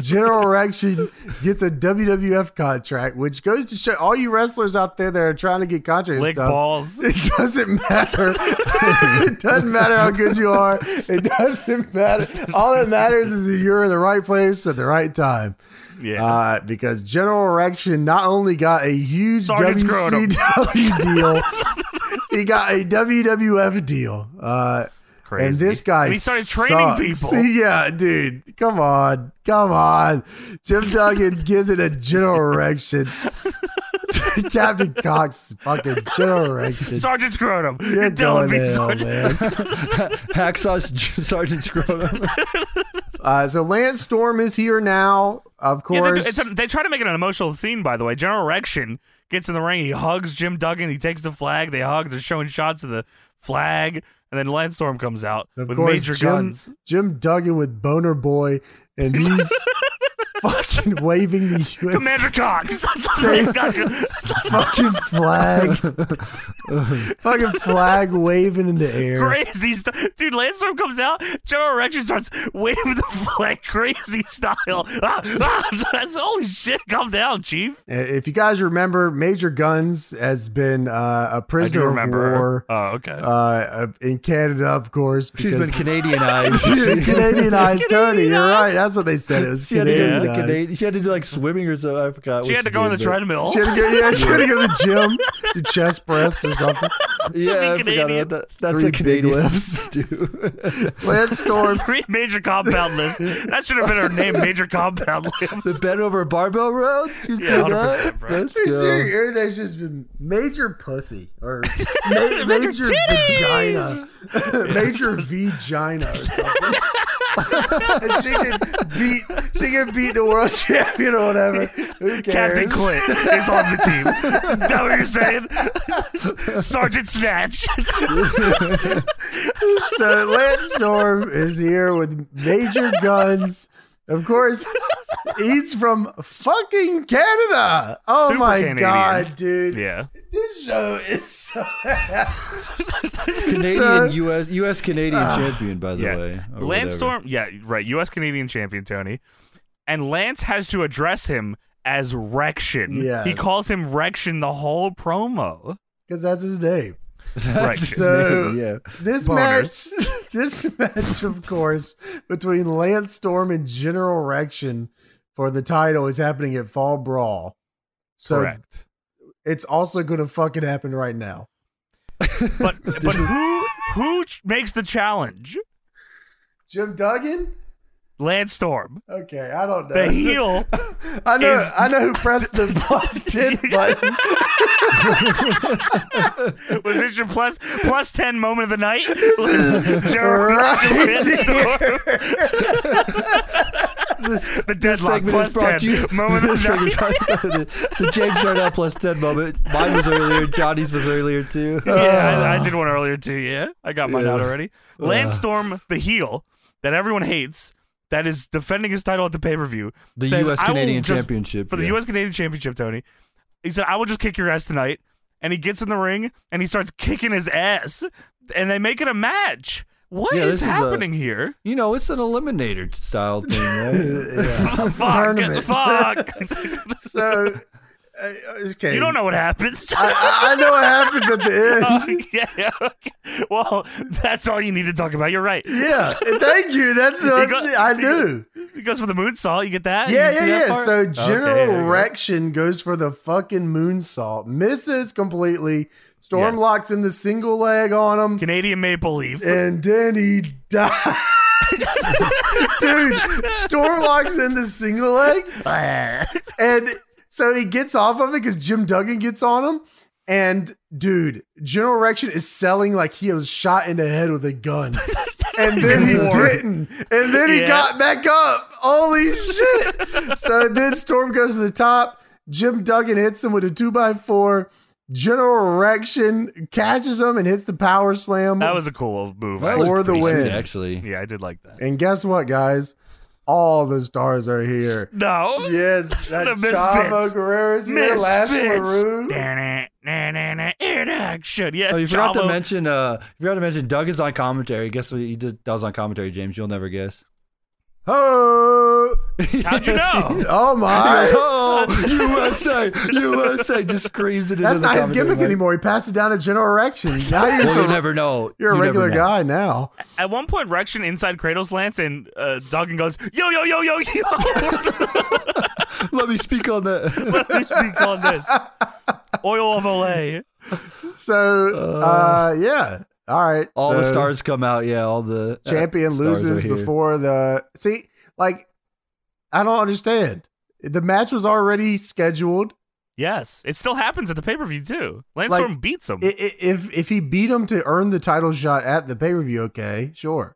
[SPEAKER 1] General Rection gets a WWF contract, which goes to show all you wrestlers out there that are trying to get contracts. and
[SPEAKER 2] Lick
[SPEAKER 1] stuff, Uh,
[SPEAKER 2] balls.
[SPEAKER 1] It doesn't matter. it doesn't matter how good you are. It doesn't matter. All that matters is that you're in the right place at the right time.
[SPEAKER 2] Yeah.
[SPEAKER 1] Uh, because General Erection not only got a huge
[SPEAKER 2] Sergeant
[SPEAKER 1] WCW deal, he got a WWF deal. Uh,
[SPEAKER 2] Crazy.
[SPEAKER 1] and this guy,
[SPEAKER 2] And he started training
[SPEAKER 1] sucks.
[SPEAKER 2] people.
[SPEAKER 1] Yeah, dude, come on, come on. Jim Duggan gives it a general erection. Captain Cox, fucking general erection.
[SPEAKER 2] Sergeant Scrotum. You're,
[SPEAKER 1] You're
[SPEAKER 2] telling
[SPEAKER 1] going
[SPEAKER 2] me,
[SPEAKER 1] to hell,
[SPEAKER 2] Sergeant.
[SPEAKER 1] man.
[SPEAKER 3] Hacksaw Sergeant Scrotum.
[SPEAKER 1] Uh, so Lance Storm is here now, of
[SPEAKER 2] Yeah, they, do-
[SPEAKER 1] course.
[SPEAKER 2] it's a- they try to make it an emotional scene, by the way. General Rection gets in the ring. He hugs Jim Duggan. He takes the flag. They hug. They're showing shots of the flag. And then Landstorm comes out
[SPEAKER 1] of
[SPEAKER 2] with
[SPEAKER 1] course,
[SPEAKER 2] major
[SPEAKER 1] Jim,
[SPEAKER 2] guns.
[SPEAKER 1] Jim Duggan with Boner Boy, and he's fucking waving the US
[SPEAKER 2] Commander Cox.
[SPEAKER 1] fucking flag, fucking flag waving in the air.
[SPEAKER 2] crazy stuff. Dude, Landstorm comes out. General Rection starts waving the flag crazy style. Ah, ah, that's holy shit. Come down, Chief.
[SPEAKER 1] Uh, If you guys remember, Major Guns has been uh, a
[SPEAKER 2] I do
[SPEAKER 1] prisoner of
[SPEAKER 2] remember.
[SPEAKER 1] war
[SPEAKER 2] Oh, okay.
[SPEAKER 1] uh, in Canada, of course.
[SPEAKER 3] She's been
[SPEAKER 1] Because
[SPEAKER 3] Canadianized.
[SPEAKER 1] Canadianized, Tony. You're right. That's what they said. It was
[SPEAKER 3] She had, to go to
[SPEAKER 1] Canadianized.
[SPEAKER 3] the Canadian, she had to do like swimming or something. I forgot.
[SPEAKER 2] she
[SPEAKER 3] what
[SPEAKER 2] had to go on the
[SPEAKER 3] did,
[SPEAKER 2] treadmill.
[SPEAKER 1] She had to go, yeah, she had to go to the gym, do chest press or something.
[SPEAKER 3] but- Yeah, I forgot
[SPEAKER 2] Canadian.
[SPEAKER 3] about that. That's
[SPEAKER 1] Three
[SPEAKER 3] a
[SPEAKER 1] big
[SPEAKER 3] Canadian
[SPEAKER 1] lifts.
[SPEAKER 3] dude.
[SPEAKER 1] Lance Storm.
[SPEAKER 2] Three major compound list. That should have been her name, major compound list.
[SPEAKER 3] the bent over barbell row. You
[SPEAKER 2] Yeah,
[SPEAKER 3] did that?
[SPEAKER 2] 100%, bro.
[SPEAKER 3] Let's
[SPEAKER 1] For
[SPEAKER 3] go.
[SPEAKER 1] sure, Iridash has been major pussy or ma- major
[SPEAKER 2] titties!
[SPEAKER 1] vagina, major vagina or something. and she can beat she can beat the world champion or whatever. Who cares?
[SPEAKER 2] Captain Clint is on the team. that what you're saying? Sergeant Snatch.
[SPEAKER 1] So Lance Storm is here with major guns. Of course, he's from fucking Canada. Oh
[SPEAKER 2] Super
[SPEAKER 1] my
[SPEAKER 2] Canadian.
[SPEAKER 1] god, dude.
[SPEAKER 2] yeah.
[SPEAKER 1] This show is so ass.
[SPEAKER 3] Canadian
[SPEAKER 1] So-
[SPEAKER 3] U.S. U.S. Canadian champion, by the
[SPEAKER 2] yeah.
[SPEAKER 3] way. or whatever.
[SPEAKER 2] Landstorm, yeah, right. U.S. Canadian champion Tony, and Lance has to address him as Rection.
[SPEAKER 1] Yes.
[SPEAKER 2] he calls him Rection the whole promo.
[SPEAKER 1] Because that's his name.
[SPEAKER 2] Rection.
[SPEAKER 1] So
[SPEAKER 3] yeah.
[SPEAKER 1] this
[SPEAKER 2] Boners.
[SPEAKER 1] match, this match, of course, between Lance Storm and General Rection for the title is happening at Fall Brawl. So
[SPEAKER 2] Correct.
[SPEAKER 1] it's also going to fucking happen right now.
[SPEAKER 2] But but who who ch- makes the challenge?
[SPEAKER 1] Jim Duggan.
[SPEAKER 2] Landstorm,
[SPEAKER 1] Okay, I don't know.
[SPEAKER 2] the heel.
[SPEAKER 1] I know.
[SPEAKER 2] is-
[SPEAKER 1] I know who pressed the busted button.
[SPEAKER 2] Was this your plus plus ten moment of the night? Was Gerald
[SPEAKER 1] Right
[SPEAKER 2] Landstorm? the deadlock
[SPEAKER 3] segment
[SPEAKER 2] plus
[SPEAKER 3] is brought
[SPEAKER 2] ten
[SPEAKER 3] to you.
[SPEAKER 2] moment of
[SPEAKER 3] This
[SPEAKER 2] the night.
[SPEAKER 3] segment is brought to you by the, the James Arnell plus ten moment. Mine was earlier. Johnny's was earlier too.
[SPEAKER 2] yeah, I, I did one earlier too. Yeah, I got mine out
[SPEAKER 3] Ah. Yeah. Ah.
[SPEAKER 2] already. Landstorm, the heel that everyone hates, that is defending his title at the pay per view.
[SPEAKER 3] The US Canadian Championship,
[SPEAKER 2] for the
[SPEAKER 3] yeah.
[SPEAKER 2] U.S. Canadian Championship. Tony, he said, "I will just kick your ass tonight." And he gets in the ring and he starts kicking his ass, and they make it a match. What is
[SPEAKER 3] Yeah, this is a-
[SPEAKER 2] happening here?
[SPEAKER 3] You know, it's an eliminator style thing, right?
[SPEAKER 2] Fuck!
[SPEAKER 1] tournament.
[SPEAKER 2] Fuck!
[SPEAKER 1] So uh, okay,
[SPEAKER 2] you don't know what happens.
[SPEAKER 1] I, I know what happens at the end.
[SPEAKER 2] Uh, yeah, yeah, okay. Well, that's all you need to talk about. You're right.
[SPEAKER 1] Yeah, thank you. That's the
[SPEAKER 2] You got-
[SPEAKER 1] thing I knew.
[SPEAKER 2] It goes for the moonsault. You get that?
[SPEAKER 1] Yeah,
[SPEAKER 2] You see
[SPEAKER 1] yeah,
[SPEAKER 2] that
[SPEAKER 1] yeah.
[SPEAKER 2] part?
[SPEAKER 1] So
[SPEAKER 2] Okay,
[SPEAKER 1] General
[SPEAKER 2] there you go.
[SPEAKER 1] Rection goes for the fucking moonsault, misses completely. Storm
[SPEAKER 2] Yes.
[SPEAKER 1] locks in the single leg on him,
[SPEAKER 2] Canadian Maple Leaf.
[SPEAKER 1] and then he dies. Dude, Storm locks in the single leg, and so he gets off of it because Jim Duggan gets on him. And dude, General Rection is selling like he was shot in the head with a gun. And then he
[SPEAKER 2] Lord.
[SPEAKER 1] didn't. And then he
[SPEAKER 2] Yeah.
[SPEAKER 1] got back up. Holy shit. so then Storm goes to the top. Jim Duggan hits him with a two by four. General Rection catches him and hits the power slam.
[SPEAKER 2] that was a cool move.
[SPEAKER 3] That
[SPEAKER 2] I-
[SPEAKER 3] was
[SPEAKER 1] For the
[SPEAKER 3] pretty sweet,
[SPEAKER 1] win.
[SPEAKER 3] actually.
[SPEAKER 2] yeah, I did like that.
[SPEAKER 1] and guess what, guys? All the stars are here.
[SPEAKER 2] No.
[SPEAKER 1] Yes, that
[SPEAKER 2] The Misfits.
[SPEAKER 1] Chavo Guerrero's here. Lash LaRue.
[SPEAKER 2] In action. Yeah.
[SPEAKER 3] Oh, you forgot to
[SPEAKER 2] Chavo.
[SPEAKER 3] mention. Uh, you forgot to mention. Doug is on commentary. Guess what he just does on commentary, James? You'll never guess.
[SPEAKER 1] Oh,
[SPEAKER 2] How'd you know?
[SPEAKER 1] oh
[SPEAKER 3] He goes,
[SPEAKER 1] my.
[SPEAKER 3] oh, USA, USA! Just screams it.
[SPEAKER 1] That's
[SPEAKER 3] into
[SPEAKER 1] not his
[SPEAKER 3] the commentary
[SPEAKER 1] gimmick
[SPEAKER 3] mic.
[SPEAKER 1] anymore. He passed it down to General Rection. Now you're,
[SPEAKER 3] Well,
[SPEAKER 1] so-
[SPEAKER 3] you never know.
[SPEAKER 1] you're a
[SPEAKER 3] You never
[SPEAKER 1] regular
[SPEAKER 3] know.
[SPEAKER 1] guy now.
[SPEAKER 2] At one point, Rection inside Cradle's Lance and uh, Duggan goes, yo, yo, yo, yo, yo.
[SPEAKER 3] Let me speak on that.
[SPEAKER 2] Let me speak on this. Oil of Olay.
[SPEAKER 1] So, uh, yeah. All right.
[SPEAKER 3] All the
[SPEAKER 1] So,
[SPEAKER 3] stars come out. Yeah, all the uh,
[SPEAKER 1] Champion
[SPEAKER 3] stars
[SPEAKER 1] loses
[SPEAKER 3] are here.
[SPEAKER 1] before the. See, like, I don't understand. The match was already scheduled.
[SPEAKER 2] Yes. It still happens at the pay per view, too. Landstorm
[SPEAKER 1] Like,
[SPEAKER 2] beats him.
[SPEAKER 1] I- i- If if he beat him to earn the title shot at the pay per view, okay, sure.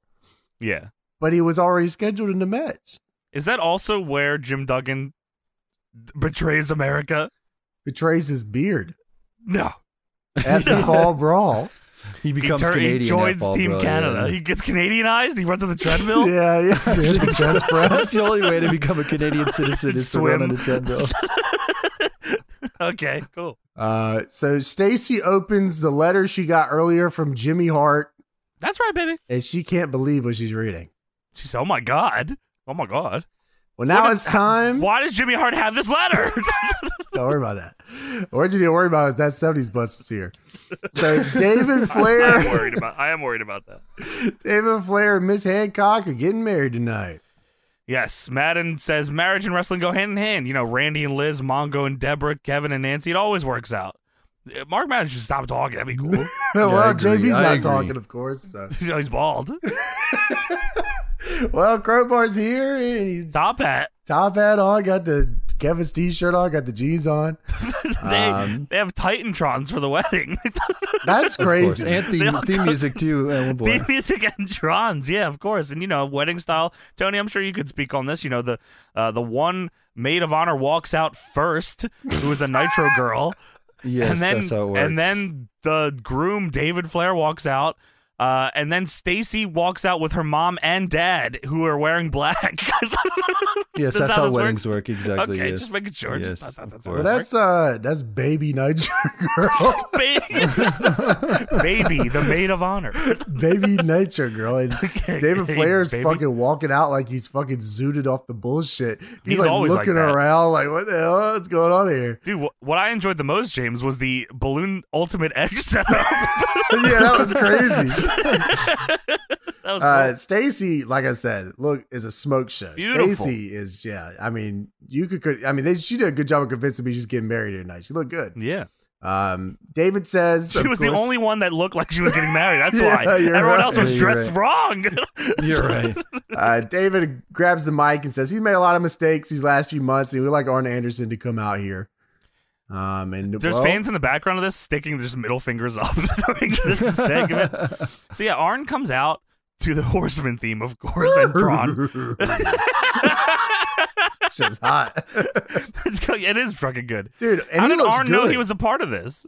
[SPEAKER 2] yeah.
[SPEAKER 1] But he was already scheduled in the match.
[SPEAKER 2] Is that also where Jim Duggan betrays America?
[SPEAKER 1] Betrays his beard
[SPEAKER 2] No.
[SPEAKER 1] at the fall brawl.
[SPEAKER 3] He becomes
[SPEAKER 2] he, turn-
[SPEAKER 3] Canadian.
[SPEAKER 2] he
[SPEAKER 3] that
[SPEAKER 2] joins
[SPEAKER 3] fall,
[SPEAKER 2] Team
[SPEAKER 3] bro,
[SPEAKER 2] Canada.
[SPEAKER 3] yeah.
[SPEAKER 2] He gets Canadianized. He runs on the treadmill.
[SPEAKER 1] Yeah, yeah. The chest
[SPEAKER 3] That's
[SPEAKER 1] press.
[SPEAKER 3] the only way to become a Canadian citizen is to run
[SPEAKER 2] Swim.
[SPEAKER 3] on a treadmill.
[SPEAKER 2] Okay, cool.
[SPEAKER 1] Uh, so Stacy opens the letter she got earlier from Jimmy Hart,
[SPEAKER 2] That's right, baby.
[SPEAKER 1] and she can't believe what she's reading.
[SPEAKER 2] She said, "Oh my god, oh my god."
[SPEAKER 1] Well, now
[SPEAKER 2] What a-
[SPEAKER 1] it's time.
[SPEAKER 2] Why does Jimmy Hart have this letter?
[SPEAKER 1] Don't worry about that. What you need to worry about is that '70s bus was here. So David
[SPEAKER 2] I am
[SPEAKER 1] Flair,
[SPEAKER 2] worried about. I am worried about that.
[SPEAKER 1] David Flair, and Miss Hancock are getting married tonight.
[SPEAKER 2] Yes, Madden says marriage and wrestling go hand in hand. You know, Randy and Liz, Mongo and Deborah, Kevin and Nancy. It always works out. Uh, Mark Madden should stop talking. That'd be cool.
[SPEAKER 1] well,
[SPEAKER 3] agree.
[SPEAKER 1] JB's
[SPEAKER 3] I
[SPEAKER 1] not
[SPEAKER 3] agree.
[SPEAKER 1] talking, of course. So.
[SPEAKER 2] you know, he's bald.
[SPEAKER 1] Well, Crowbar's here, and he's
[SPEAKER 2] Top hat.
[SPEAKER 1] top hat on. Got the Kevin's t-shirt on, got the jeans on.
[SPEAKER 2] they,
[SPEAKER 3] Um,
[SPEAKER 2] they have Titantrons for the wedding.
[SPEAKER 1] That's
[SPEAKER 3] Crazy.
[SPEAKER 1] crazy.
[SPEAKER 3] And
[SPEAKER 2] They
[SPEAKER 3] theme,
[SPEAKER 2] all
[SPEAKER 3] theme music too. oh, at one
[SPEAKER 2] Theme
[SPEAKER 3] point.
[SPEAKER 2] music and trons, yeah, of course, and you know, wedding style. Tony, I'm sure you could speak on this. You know, the uh, the one maid of honor walks out first, who is a Nitro girl,
[SPEAKER 3] Yes,
[SPEAKER 2] and then
[SPEAKER 3] that's how it works.
[SPEAKER 2] and then the groom David Flair walks out, uh, and then Stacy walks out with her mom and dad, who are wearing black.
[SPEAKER 3] yes,
[SPEAKER 2] That's
[SPEAKER 3] that's
[SPEAKER 2] how
[SPEAKER 3] how
[SPEAKER 2] this works?
[SPEAKER 3] weddings work. Exactly.
[SPEAKER 2] okay,
[SPEAKER 3] yes.
[SPEAKER 2] just making sure.
[SPEAKER 3] Yes,
[SPEAKER 2] Just, I thought
[SPEAKER 3] of
[SPEAKER 2] that's
[SPEAKER 3] course.
[SPEAKER 1] Well, that's uh, that's baby Nitro girl,
[SPEAKER 2] baby, the maid of honor.
[SPEAKER 1] baby Nitro girl, and David
[SPEAKER 2] Hey,
[SPEAKER 1] Flair's
[SPEAKER 2] baby.
[SPEAKER 1] fucking walking out like he's fucking zooted off the bullshit. He's,
[SPEAKER 2] He's
[SPEAKER 1] like
[SPEAKER 2] always like
[SPEAKER 1] looking
[SPEAKER 2] that.
[SPEAKER 1] around, like what the hell is going on here?
[SPEAKER 2] Dude, wh- what I enjoyed the most, James, was the balloon ultimate X setup.
[SPEAKER 1] yeah, that was crazy.
[SPEAKER 2] that was
[SPEAKER 1] Uh,
[SPEAKER 2] cool.
[SPEAKER 1] Stacy, like I said, look is a smoke show.
[SPEAKER 2] Beautiful.
[SPEAKER 1] Stacy is yeah. I mean, you could, could I mean, they, she did a good job of convincing me she's getting married here tonight. She looked good.
[SPEAKER 2] Yeah,
[SPEAKER 1] Um, David says
[SPEAKER 2] she
[SPEAKER 1] of
[SPEAKER 2] was the
[SPEAKER 1] course-
[SPEAKER 2] only one that looked like she was getting married. That's
[SPEAKER 1] Yeah,
[SPEAKER 2] why
[SPEAKER 1] you're
[SPEAKER 2] everyone
[SPEAKER 1] right.
[SPEAKER 2] else was
[SPEAKER 1] Yeah, you're
[SPEAKER 2] dressed wrong.
[SPEAKER 3] You're right.
[SPEAKER 1] Uh, David grabs the mic and says he's made a lot of mistakes these last few months, and we like Arn Anderson to come out here. Um, and
[SPEAKER 2] There's
[SPEAKER 1] well,
[SPEAKER 2] fans in the background of this sticking their middle fingers up during this segment. So yeah, Arn comes out to the Horseman theme, of course, and Braun.
[SPEAKER 1] It's just hot,
[SPEAKER 2] It's go- it is fucking good.
[SPEAKER 1] dude. And
[SPEAKER 2] How
[SPEAKER 1] he
[SPEAKER 2] did
[SPEAKER 1] looks
[SPEAKER 2] Arn
[SPEAKER 1] good.
[SPEAKER 2] know he was a part of this?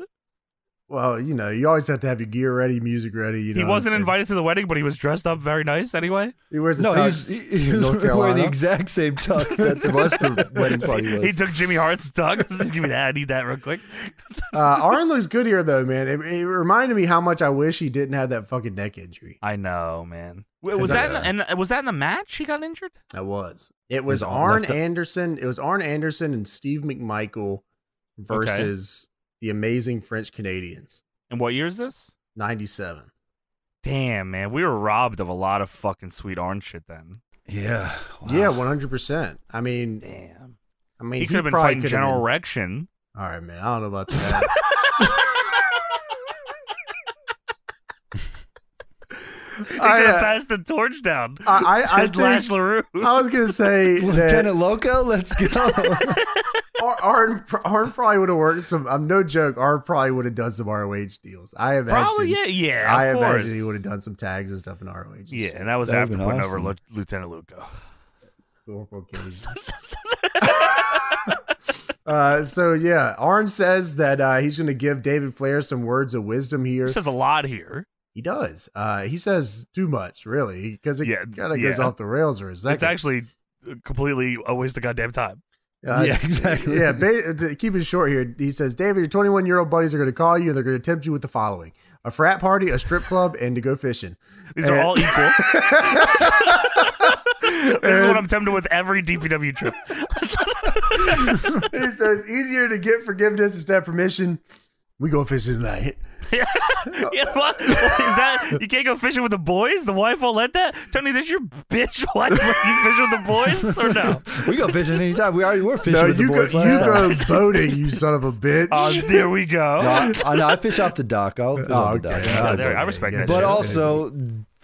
[SPEAKER 1] well, you know, you always have to have your gear ready, music ready. You know, what
[SPEAKER 2] he
[SPEAKER 1] I'm
[SPEAKER 2] wasn't
[SPEAKER 1] saying?
[SPEAKER 2] invited to the wedding, but he was dressed up very nice anyway.
[SPEAKER 1] He wears a
[SPEAKER 3] No, he was,
[SPEAKER 1] tux
[SPEAKER 3] he, he
[SPEAKER 1] in
[SPEAKER 3] was
[SPEAKER 1] North
[SPEAKER 3] wearing
[SPEAKER 1] Carolina.
[SPEAKER 3] the exact same tux that the rest of the wedding party was.
[SPEAKER 2] He took Jimmy Hart's tux. Just give me that. I need that real quick.
[SPEAKER 1] uh, Arn looks good here, though, man. It, it reminded me how much I wish he didn't have that fucking neck injury.
[SPEAKER 2] I know, man. Wait, was
[SPEAKER 1] I-
[SPEAKER 2] that in the, and was that in the match he got injured?
[SPEAKER 1] I was. It was
[SPEAKER 3] He's
[SPEAKER 1] Arn
[SPEAKER 3] left-
[SPEAKER 1] Anderson. It was Arn Anderson and Steve McMichael versus the amazing French Canadians.
[SPEAKER 2] And what year is this?
[SPEAKER 1] Ninety-seven.
[SPEAKER 2] Damn, man, we were robbed of a lot of fucking sweet orange shit then.
[SPEAKER 3] yeah. Wow.
[SPEAKER 1] Yeah, one hundred percent. I mean,
[SPEAKER 2] Damn,
[SPEAKER 1] I mean,
[SPEAKER 2] he could have been
[SPEAKER 1] probably
[SPEAKER 2] fighting
[SPEAKER 1] could've
[SPEAKER 2] General
[SPEAKER 1] been-
[SPEAKER 2] Rection.
[SPEAKER 1] All right, man. I don't know about that.
[SPEAKER 2] He could
[SPEAKER 1] I,
[SPEAKER 2] have
[SPEAKER 1] uh,
[SPEAKER 2] passed the torch down.
[SPEAKER 1] I, I, I,
[SPEAKER 2] to Lash
[SPEAKER 1] think,
[SPEAKER 2] LaRue.
[SPEAKER 1] I was gonna say that
[SPEAKER 3] Lieutenant Loco, let's go.
[SPEAKER 1] Ar- Arn, Arn probably would have worked some. I'm no joke. Arn probably would have done some ROH deals. I imagine.
[SPEAKER 2] Probably, yeah, yeah.
[SPEAKER 1] I
[SPEAKER 2] of course.
[SPEAKER 1] imagine he would have done some tags and stuff in ROH. and
[SPEAKER 2] Yeah,
[SPEAKER 1] shit.
[SPEAKER 2] and that was
[SPEAKER 3] That
[SPEAKER 2] after
[SPEAKER 3] would've been
[SPEAKER 2] putting over
[SPEAKER 3] awesome.
[SPEAKER 2] Lu- Lieutenant Luco.
[SPEAKER 1] Corporal Cage. uh, so yeah, Arn says that uh, he's going to give David Flair some words of wisdom here.
[SPEAKER 2] This says a lot here.
[SPEAKER 1] He does. Uh, he says too much, really, because it
[SPEAKER 2] Yeah,
[SPEAKER 1] kind of
[SPEAKER 2] yeah.
[SPEAKER 1] goes off the rails for a second.
[SPEAKER 2] It's actually completely a waste of goddamn time.
[SPEAKER 1] Uh,
[SPEAKER 3] Yeah, exactly.
[SPEAKER 1] Yeah, ba- uh, to keep it short here. He says, David, your 21 year old buddies are going to call you and they're going to tempt you with the following a frat party, a strip club, and to go fishing.
[SPEAKER 2] These are
[SPEAKER 1] And-
[SPEAKER 2] all equal. this is what I'm tempted with every DPW trip.
[SPEAKER 1] He says, easier to get forgiveness instead of permission. We go fishing tonight.
[SPEAKER 2] Yeah, what? what is that? You can't go fishing with the boys? The wife won't let that? Tony, this your bitch wife let you fish with the boys or no?
[SPEAKER 3] we go fishing anytime. We already were fishing
[SPEAKER 1] no,
[SPEAKER 3] with the
[SPEAKER 1] you go,
[SPEAKER 3] boys last
[SPEAKER 1] you
[SPEAKER 3] time.
[SPEAKER 1] go boating, you son of a bitch.
[SPEAKER 2] Oh, there we go.
[SPEAKER 3] No, I, I, no, I fish off the dock. I'll fish off the
[SPEAKER 1] okay.
[SPEAKER 3] dock.
[SPEAKER 2] Yeah,
[SPEAKER 1] Oh,
[SPEAKER 2] there- I
[SPEAKER 1] okay.
[SPEAKER 2] respect
[SPEAKER 1] Yeah,
[SPEAKER 2] that.
[SPEAKER 3] But
[SPEAKER 2] shit.
[SPEAKER 3] also,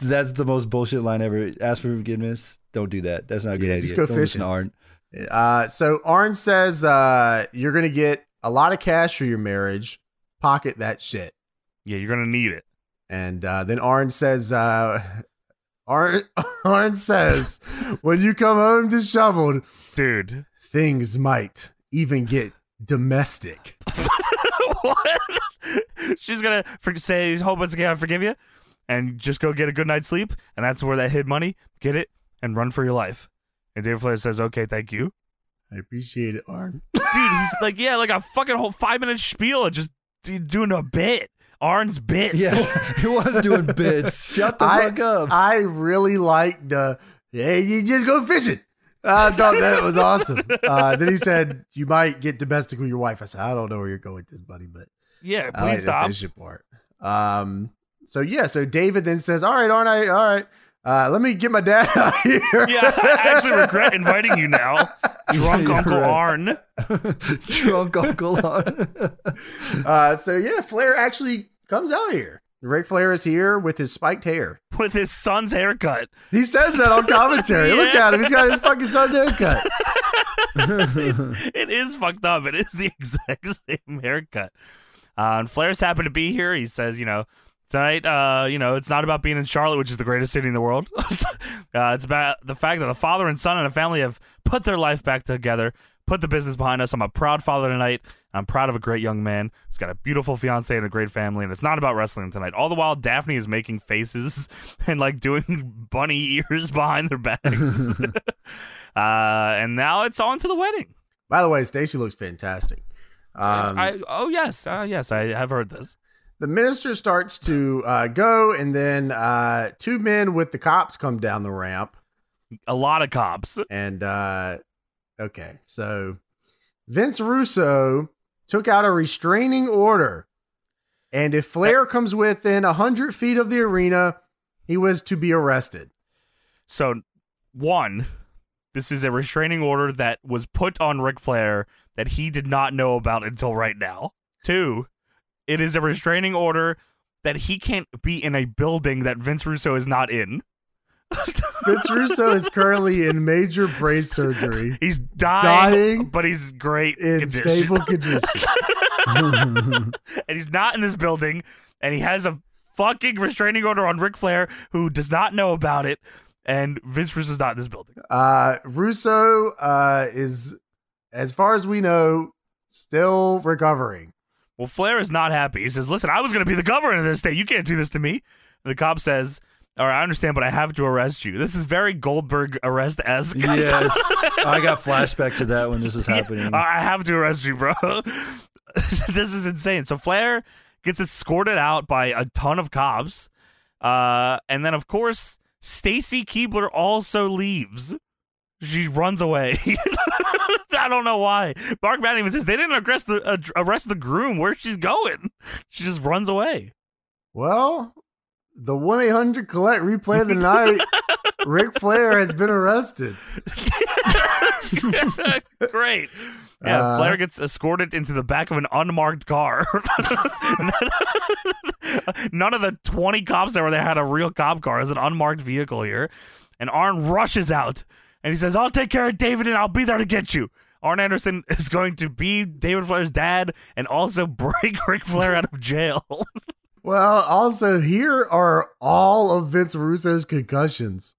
[SPEAKER 3] that's the most bullshit line ever. Ask for forgiveness. Don't do that. That's not a good
[SPEAKER 1] Yeah,
[SPEAKER 3] idea.
[SPEAKER 1] just go
[SPEAKER 3] Don't
[SPEAKER 1] fishing.
[SPEAKER 3] listen to Arn.
[SPEAKER 1] Uh, so Arn says uh, you're gonna get a lot of cash for your marriage. Pocket that shit.
[SPEAKER 2] yeah, you're gonna need it.
[SPEAKER 1] And uh, then Arn says, uh, Arn, Arn says, when you come home disheveled,
[SPEAKER 2] Dude.
[SPEAKER 1] things might even get domestic.
[SPEAKER 2] what? She's gonna for- say, "Hope it's okay. I forgive you," and just go get a good night's sleep. And that's where that hid money. Get it and run for your life. And David Flair says, "Okay, thank you,
[SPEAKER 1] I appreciate it, Arn.
[SPEAKER 2] dude." He's like, "Yeah, like a fucking whole five minute spiel of just d- doing a bit, Arn's bit."
[SPEAKER 3] Yeah, he was doing bits. Shut the
[SPEAKER 1] I,
[SPEAKER 3] fuck up.
[SPEAKER 1] I really like the, hey, you just go fishing. I thought that was awesome. Uh, then he said, you might get domestic with your wife. I said, I don't know where you're going with this, buddy, but
[SPEAKER 2] yeah.
[SPEAKER 1] I like
[SPEAKER 2] Please
[SPEAKER 1] the
[SPEAKER 2] stop.
[SPEAKER 1] fishing part. Um, so yeah, so David then says, "All right, aren't I? All right, uh, let me get my dad out here."
[SPEAKER 2] Yeah, I actually regret inviting you now, drunk
[SPEAKER 3] You're
[SPEAKER 2] Uncle
[SPEAKER 3] right.
[SPEAKER 2] Arn.
[SPEAKER 3] Drunk Uncle Arn.
[SPEAKER 1] Uh, so yeah, Flair actually comes out here. Ric Flair is here with his spiked hair.
[SPEAKER 2] With his son's haircut.
[SPEAKER 1] He says that on commentary. Look
[SPEAKER 2] Yeah.
[SPEAKER 1] at him; he's got his fucking son's haircut.
[SPEAKER 2] it is fucked up. It is the exact same haircut. Uh, and Flair's happened to be here. He says, you know, tonight, uh, you know, it's not about being in Charlotte, which is the greatest city in the world. uh, it's about the fact that the father and son and a family have put their life back together, put the business behind us. I'm a proud father tonight. I'm proud of a great young man who's got a beautiful fiance and a great family, and it's not about wrestling tonight. All the while, Daphne is making faces and like doing bunny ears behind their backs. uh, and now it's on to the wedding.
[SPEAKER 1] By the way, Stacy looks fantastic. Um,
[SPEAKER 2] I, oh yes, uh, yes, I have heard this.
[SPEAKER 1] the minister starts to uh, go, and then uh, two men with the cops come down the ramp.
[SPEAKER 2] A lot of cops.
[SPEAKER 1] And uh, okay, so Vince Russo took out a restraining order, and if Flair comes within a hundred feet of the arena, he was to be arrested.
[SPEAKER 2] So, one, this is a restraining order that was put on Ric Flair that he did not know about until right now. Two, it is a restraining order that he can't be in a building that Vince Russo is not in.
[SPEAKER 1] Vince Russo is currently in major brain surgery
[SPEAKER 2] He's dying,
[SPEAKER 1] Dying
[SPEAKER 2] but he's great
[SPEAKER 1] in
[SPEAKER 2] condition.
[SPEAKER 1] stable condition.
[SPEAKER 2] and he's not in this building, and he has a fucking restraining order on Ric Flair who does not know about it, and Vince Russo's not in this building.
[SPEAKER 1] Uh, Russo uh, is, as far as we know, still recovering.
[SPEAKER 2] Well, Flair is not happy. He says, "Listen, I was going to be the governor of this state. You can't do this to me." And the cop says, "All right, I understand, but I have to arrest you." This is very Goldberg arrest esque.
[SPEAKER 3] yes, I got flashback to that when this was happening.
[SPEAKER 2] I have to arrest you, bro. this is insane. So Flair gets escorted out by a ton of cops, uh, and then of course Stacy Keebler also leaves. She runs away. I don't know why. Mark Madden even says they didn't arrest the uh, arrest the groom. Where she's going, she just runs away.
[SPEAKER 1] Well, the 1 800 Collect replay of the night, Ric Flair has been arrested.
[SPEAKER 2] Great. Yeah,
[SPEAKER 1] Uh,
[SPEAKER 2] Flair gets escorted into the back of an unmarked car. None of the 20 cops that were there had a real cop car. It's an unmarked vehicle here. And Arn rushes out and he says, I'll take care of David and I'll be there to get you. Arn Anderson is going to be David Flair's dad and also break Ric Flair out of jail.
[SPEAKER 1] Well, also, here are all of Vince Russo's concussions.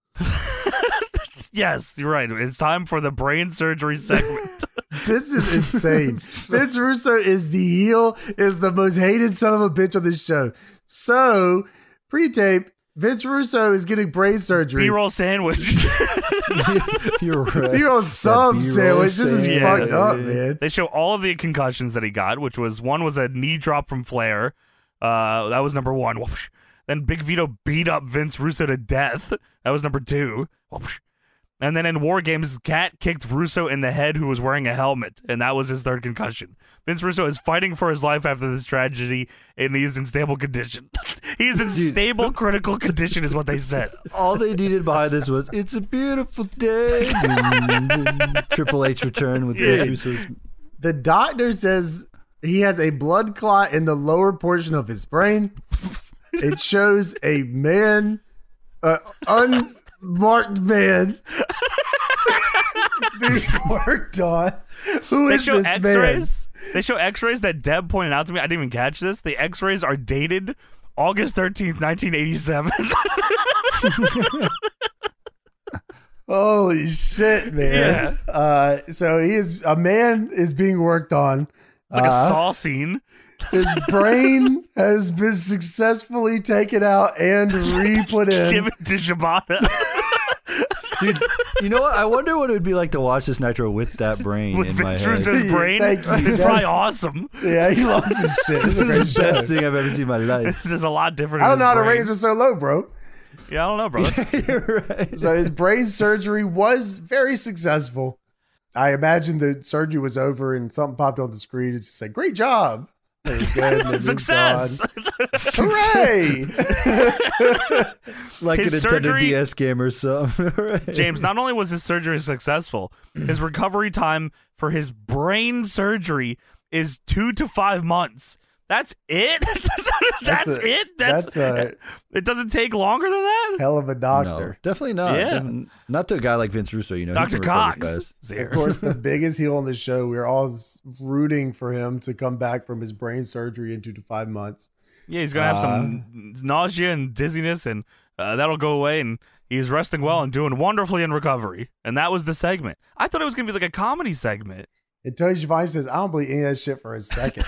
[SPEAKER 2] yes, you're right. It's time for the brain surgery segment.
[SPEAKER 1] This is insane. Vince Russo is the heel, is the most hated son of a bitch on this show. So, pre tape, Vince Russo is getting brain surgery.
[SPEAKER 2] B roll sandwich.
[SPEAKER 3] You're right.
[SPEAKER 1] You on some
[SPEAKER 3] B-roll
[SPEAKER 1] sandwich. This is
[SPEAKER 2] sandwich.
[SPEAKER 1] fucked
[SPEAKER 3] Yeah.
[SPEAKER 1] up, man.
[SPEAKER 2] They show all of the concussions that he got, which was one was a knee drop from Flair. Uh, that was number one. Whoosh. Then Big Vito beat up Vince Russo to death. That was number two. Whoosh. And then in War Games, Cat kicked Russo in the head, who was wearing a helmet, and that was his third concussion. Vince Russo is fighting for his life after this tragedy, and he is in stable condition. He's in stable critical condition, is what they said.
[SPEAKER 3] All they needed behind this was "It's a beautiful day." Dun, dun. Triple H return with
[SPEAKER 2] Yeah.
[SPEAKER 3] Vince Russo's
[SPEAKER 1] The doctor says he has a blood clot in the lower portion of his brain. It shows a man, an unmarked man, being worked on. Who
[SPEAKER 2] They
[SPEAKER 1] is
[SPEAKER 2] show
[SPEAKER 1] this
[SPEAKER 2] X rays. They show X rays that Deb pointed out to me. I didn't even catch this. The X rays are dated August thirteenth, nineteen eighty seven.
[SPEAKER 1] man? Holy shit, man! Uh, so he is a man is being worked on.
[SPEAKER 2] It's like a
[SPEAKER 1] Uh,
[SPEAKER 2] Saw scene.
[SPEAKER 1] His brain has been successfully taken out and re-put in.
[SPEAKER 2] Give it to Shibata
[SPEAKER 3] Dude, you know what? I wonder what it would be like to watch this Nitro with that brain
[SPEAKER 2] with
[SPEAKER 3] in my
[SPEAKER 2] Vince
[SPEAKER 3] head.
[SPEAKER 2] Russo's brain.
[SPEAKER 1] Thank you.
[SPEAKER 2] It's
[SPEAKER 1] That's-
[SPEAKER 2] probably awesome.
[SPEAKER 1] Yeah, he lost his shit. This is a
[SPEAKER 3] This
[SPEAKER 1] great
[SPEAKER 3] is the
[SPEAKER 1] show.
[SPEAKER 3] best thing I've ever seen in my life.
[SPEAKER 2] This is a lot different.
[SPEAKER 1] I don't
[SPEAKER 2] in his
[SPEAKER 1] know how the
[SPEAKER 2] brain.
[SPEAKER 1] ratings were so low, bro.
[SPEAKER 2] Yeah, I don't know, bro.
[SPEAKER 3] You're right.
[SPEAKER 1] So his brain surgery was very successful. I imagine the surgery was over and something popped on the screen and just said, "Great job, That was good, and then moved
[SPEAKER 2] Success.
[SPEAKER 1] on. hooray!"
[SPEAKER 3] Like
[SPEAKER 2] His
[SPEAKER 3] a Nintendo
[SPEAKER 2] surgery-
[SPEAKER 3] DS game or something. Right.
[SPEAKER 2] James, not only was his surgery successful, his recovery time for his brain surgery is two to five months. That's it. that's,
[SPEAKER 1] That's a-
[SPEAKER 2] it. That's,
[SPEAKER 1] that's
[SPEAKER 2] it. Doesn't take longer than that.
[SPEAKER 1] Hell of a
[SPEAKER 3] No,
[SPEAKER 1] doctor.
[SPEAKER 3] definitely not.
[SPEAKER 2] Yeah.
[SPEAKER 3] Definitely- Not to a guy like Vince Russo, you know. he
[SPEAKER 2] Doctor
[SPEAKER 3] can recover
[SPEAKER 2] Cox.
[SPEAKER 3] fast.
[SPEAKER 2] is here.
[SPEAKER 1] Of course, the biggest heel on the show. We are all s- rooting for him to come back from his brain surgery in two to five months.
[SPEAKER 2] Yeah, he's gonna have some
[SPEAKER 3] Uh,
[SPEAKER 2] nausea and dizziness, and uh, that'll go away. And he's resting well and doing wonderfully in recovery. And that was the segment. I thought it was gonna be like a comedy segment.
[SPEAKER 1] And Tony Schiavone says, "I don't believe any of that shit for a second.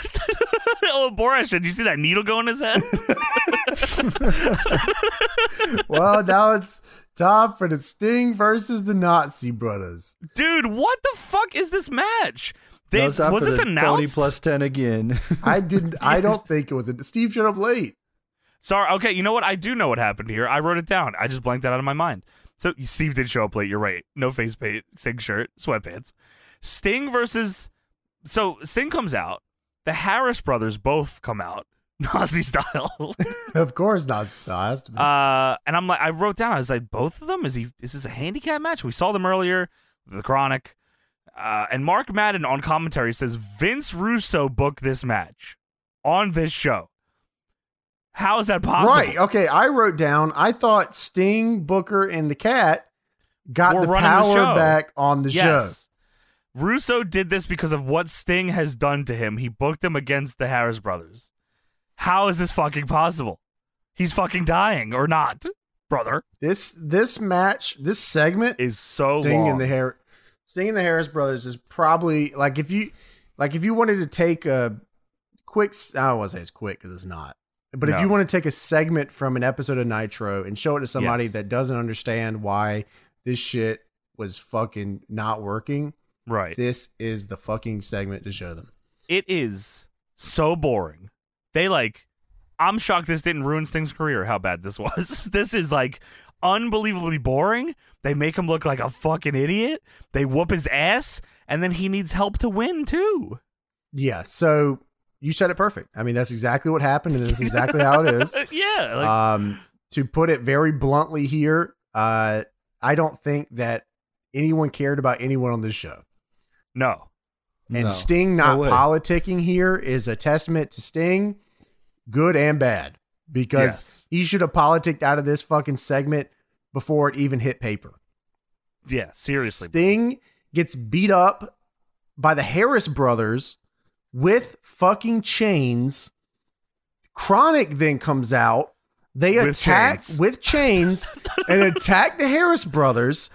[SPEAKER 2] oh, Borash, did you see that needle go in his head?
[SPEAKER 1] well, now it's time for the Sting versus the Nazi Brothers.
[SPEAKER 2] Dude, what the fuck is this match? They,
[SPEAKER 3] No,
[SPEAKER 2] was
[SPEAKER 3] it's not for
[SPEAKER 2] this
[SPEAKER 3] the Tony
[SPEAKER 2] announced?
[SPEAKER 3] plus ten again.
[SPEAKER 1] I didn't. I don't think it was. A, Steve showed up late.
[SPEAKER 2] Sorry. Okay, you know what? I do know what happened here. I wrote it down. I just blanked that out of my mind. So Steve did show up late. You're right. No face paint, Sting shirt, sweatpants. Sting versus. So Sting comes out. The Harris brothers both come out, Nazi style.
[SPEAKER 1] Of course, Nazi style. Has to be.
[SPEAKER 2] uh, and I'm like, I wrote down. I was like, both of them. Is he? Is this a handicap match? We saw them earlier. The Chronic. Uh, and Mark Madden on commentary says Vince Russo booked this match on this show. How is that possible?
[SPEAKER 1] Right. Okay. I wrote down. I thought Sting, Booker, and the Cat got
[SPEAKER 2] Were
[SPEAKER 1] the
[SPEAKER 2] running the
[SPEAKER 1] power
[SPEAKER 2] show.
[SPEAKER 1] back on the show.
[SPEAKER 2] Russo did this because of what Sting has done to him. He booked him against the Harris brothers. How is this fucking possible? He's fucking dying or not, brother.
[SPEAKER 1] This this match, this segment,
[SPEAKER 2] Is so
[SPEAKER 1] Sting
[SPEAKER 2] long.
[SPEAKER 1] and the Har- Sting and the Harris brothers is probably like if you like if you wanted to take a quick. s- I don't want to say it's quick because it's not. But
[SPEAKER 2] No.
[SPEAKER 1] if you want to take a segment from an episode of Nitro and show it to somebody
[SPEAKER 2] Yes.
[SPEAKER 1] that doesn't understand why this shit was fucking not working,
[SPEAKER 2] right.
[SPEAKER 1] this is the fucking segment to show them.
[SPEAKER 2] it is so boring. They like I'm shocked this didn't ruin Sting's career how bad this was. this is like unbelievably boring. They make him look like a fucking idiot. They whoop his ass and then he needs help to win too.
[SPEAKER 1] Yeah. So you said it perfect. I mean, that's exactly what happened, and that's exactly how it is.
[SPEAKER 2] Uh, yeah, like,
[SPEAKER 1] um, to put it very bluntly here, uh, I don't think that anyone cared about anyone on this show.
[SPEAKER 2] no.
[SPEAKER 1] And
[SPEAKER 3] No.
[SPEAKER 1] Sting
[SPEAKER 3] No
[SPEAKER 1] not
[SPEAKER 3] way.
[SPEAKER 1] politicking here is a testament to Sting, good and bad, because
[SPEAKER 2] Yes.
[SPEAKER 1] he should have politicked out of this fucking segment before it even hit paper.
[SPEAKER 2] Yeah, seriously.
[SPEAKER 1] Sting gets beat up by the Harris brothers with fucking chains. Chronic then comes out. They
[SPEAKER 2] With
[SPEAKER 1] attack
[SPEAKER 2] chains.
[SPEAKER 1] with chains and attack the Harris brothers.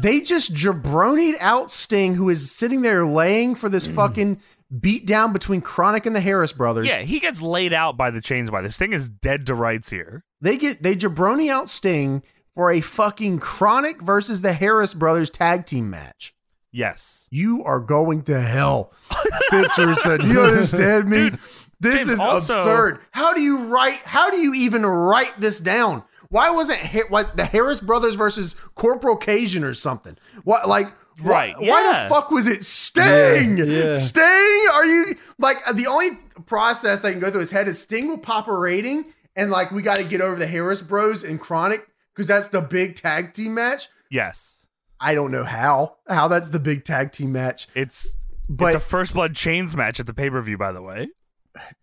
[SPEAKER 1] They just jabronied out Sting, who is sitting there laying for
[SPEAKER 2] Mm.
[SPEAKER 1] this fucking beat down between Chronic and the Harris brothers.
[SPEAKER 2] yeah, he gets laid out by the chains by this thing is dead to rights here.
[SPEAKER 1] They get they jabroni out Sting for a fucking Chronic versus the Harris brothers tag team match.
[SPEAKER 2] Yes.
[SPEAKER 1] You are going to hell, Vince Russo. Do you understand me?
[SPEAKER 2] Dude,
[SPEAKER 1] this
[SPEAKER 2] James,
[SPEAKER 1] is
[SPEAKER 2] also-
[SPEAKER 1] absurd. How do you write? How do you even write this down? Why wasn't Ha- what the Harris brothers versus Corporal Cajun or something? What like? wh-
[SPEAKER 2] Right,
[SPEAKER 1] Why
[SPEAKER 2] yeah.
[SPEAKER 1] the fuck was it Sting?
[SPEAKER 3] Yeah, yeah.
[SPEAKER 1] Sting? Are you like the only process that can go through his head is Sting will pop a rating and like we got to get over the Harris Bros and Chronic because that's the big tag team match.
[SPEAKER 2] Yes.
[SPEAKER 1] I don't know how how that's the big tag team match.
[SPEAKER 2] It's
[SPEAKER 1] But-
[SPEAKER 2] it's a first blood chains match at the pay-per-view by the way.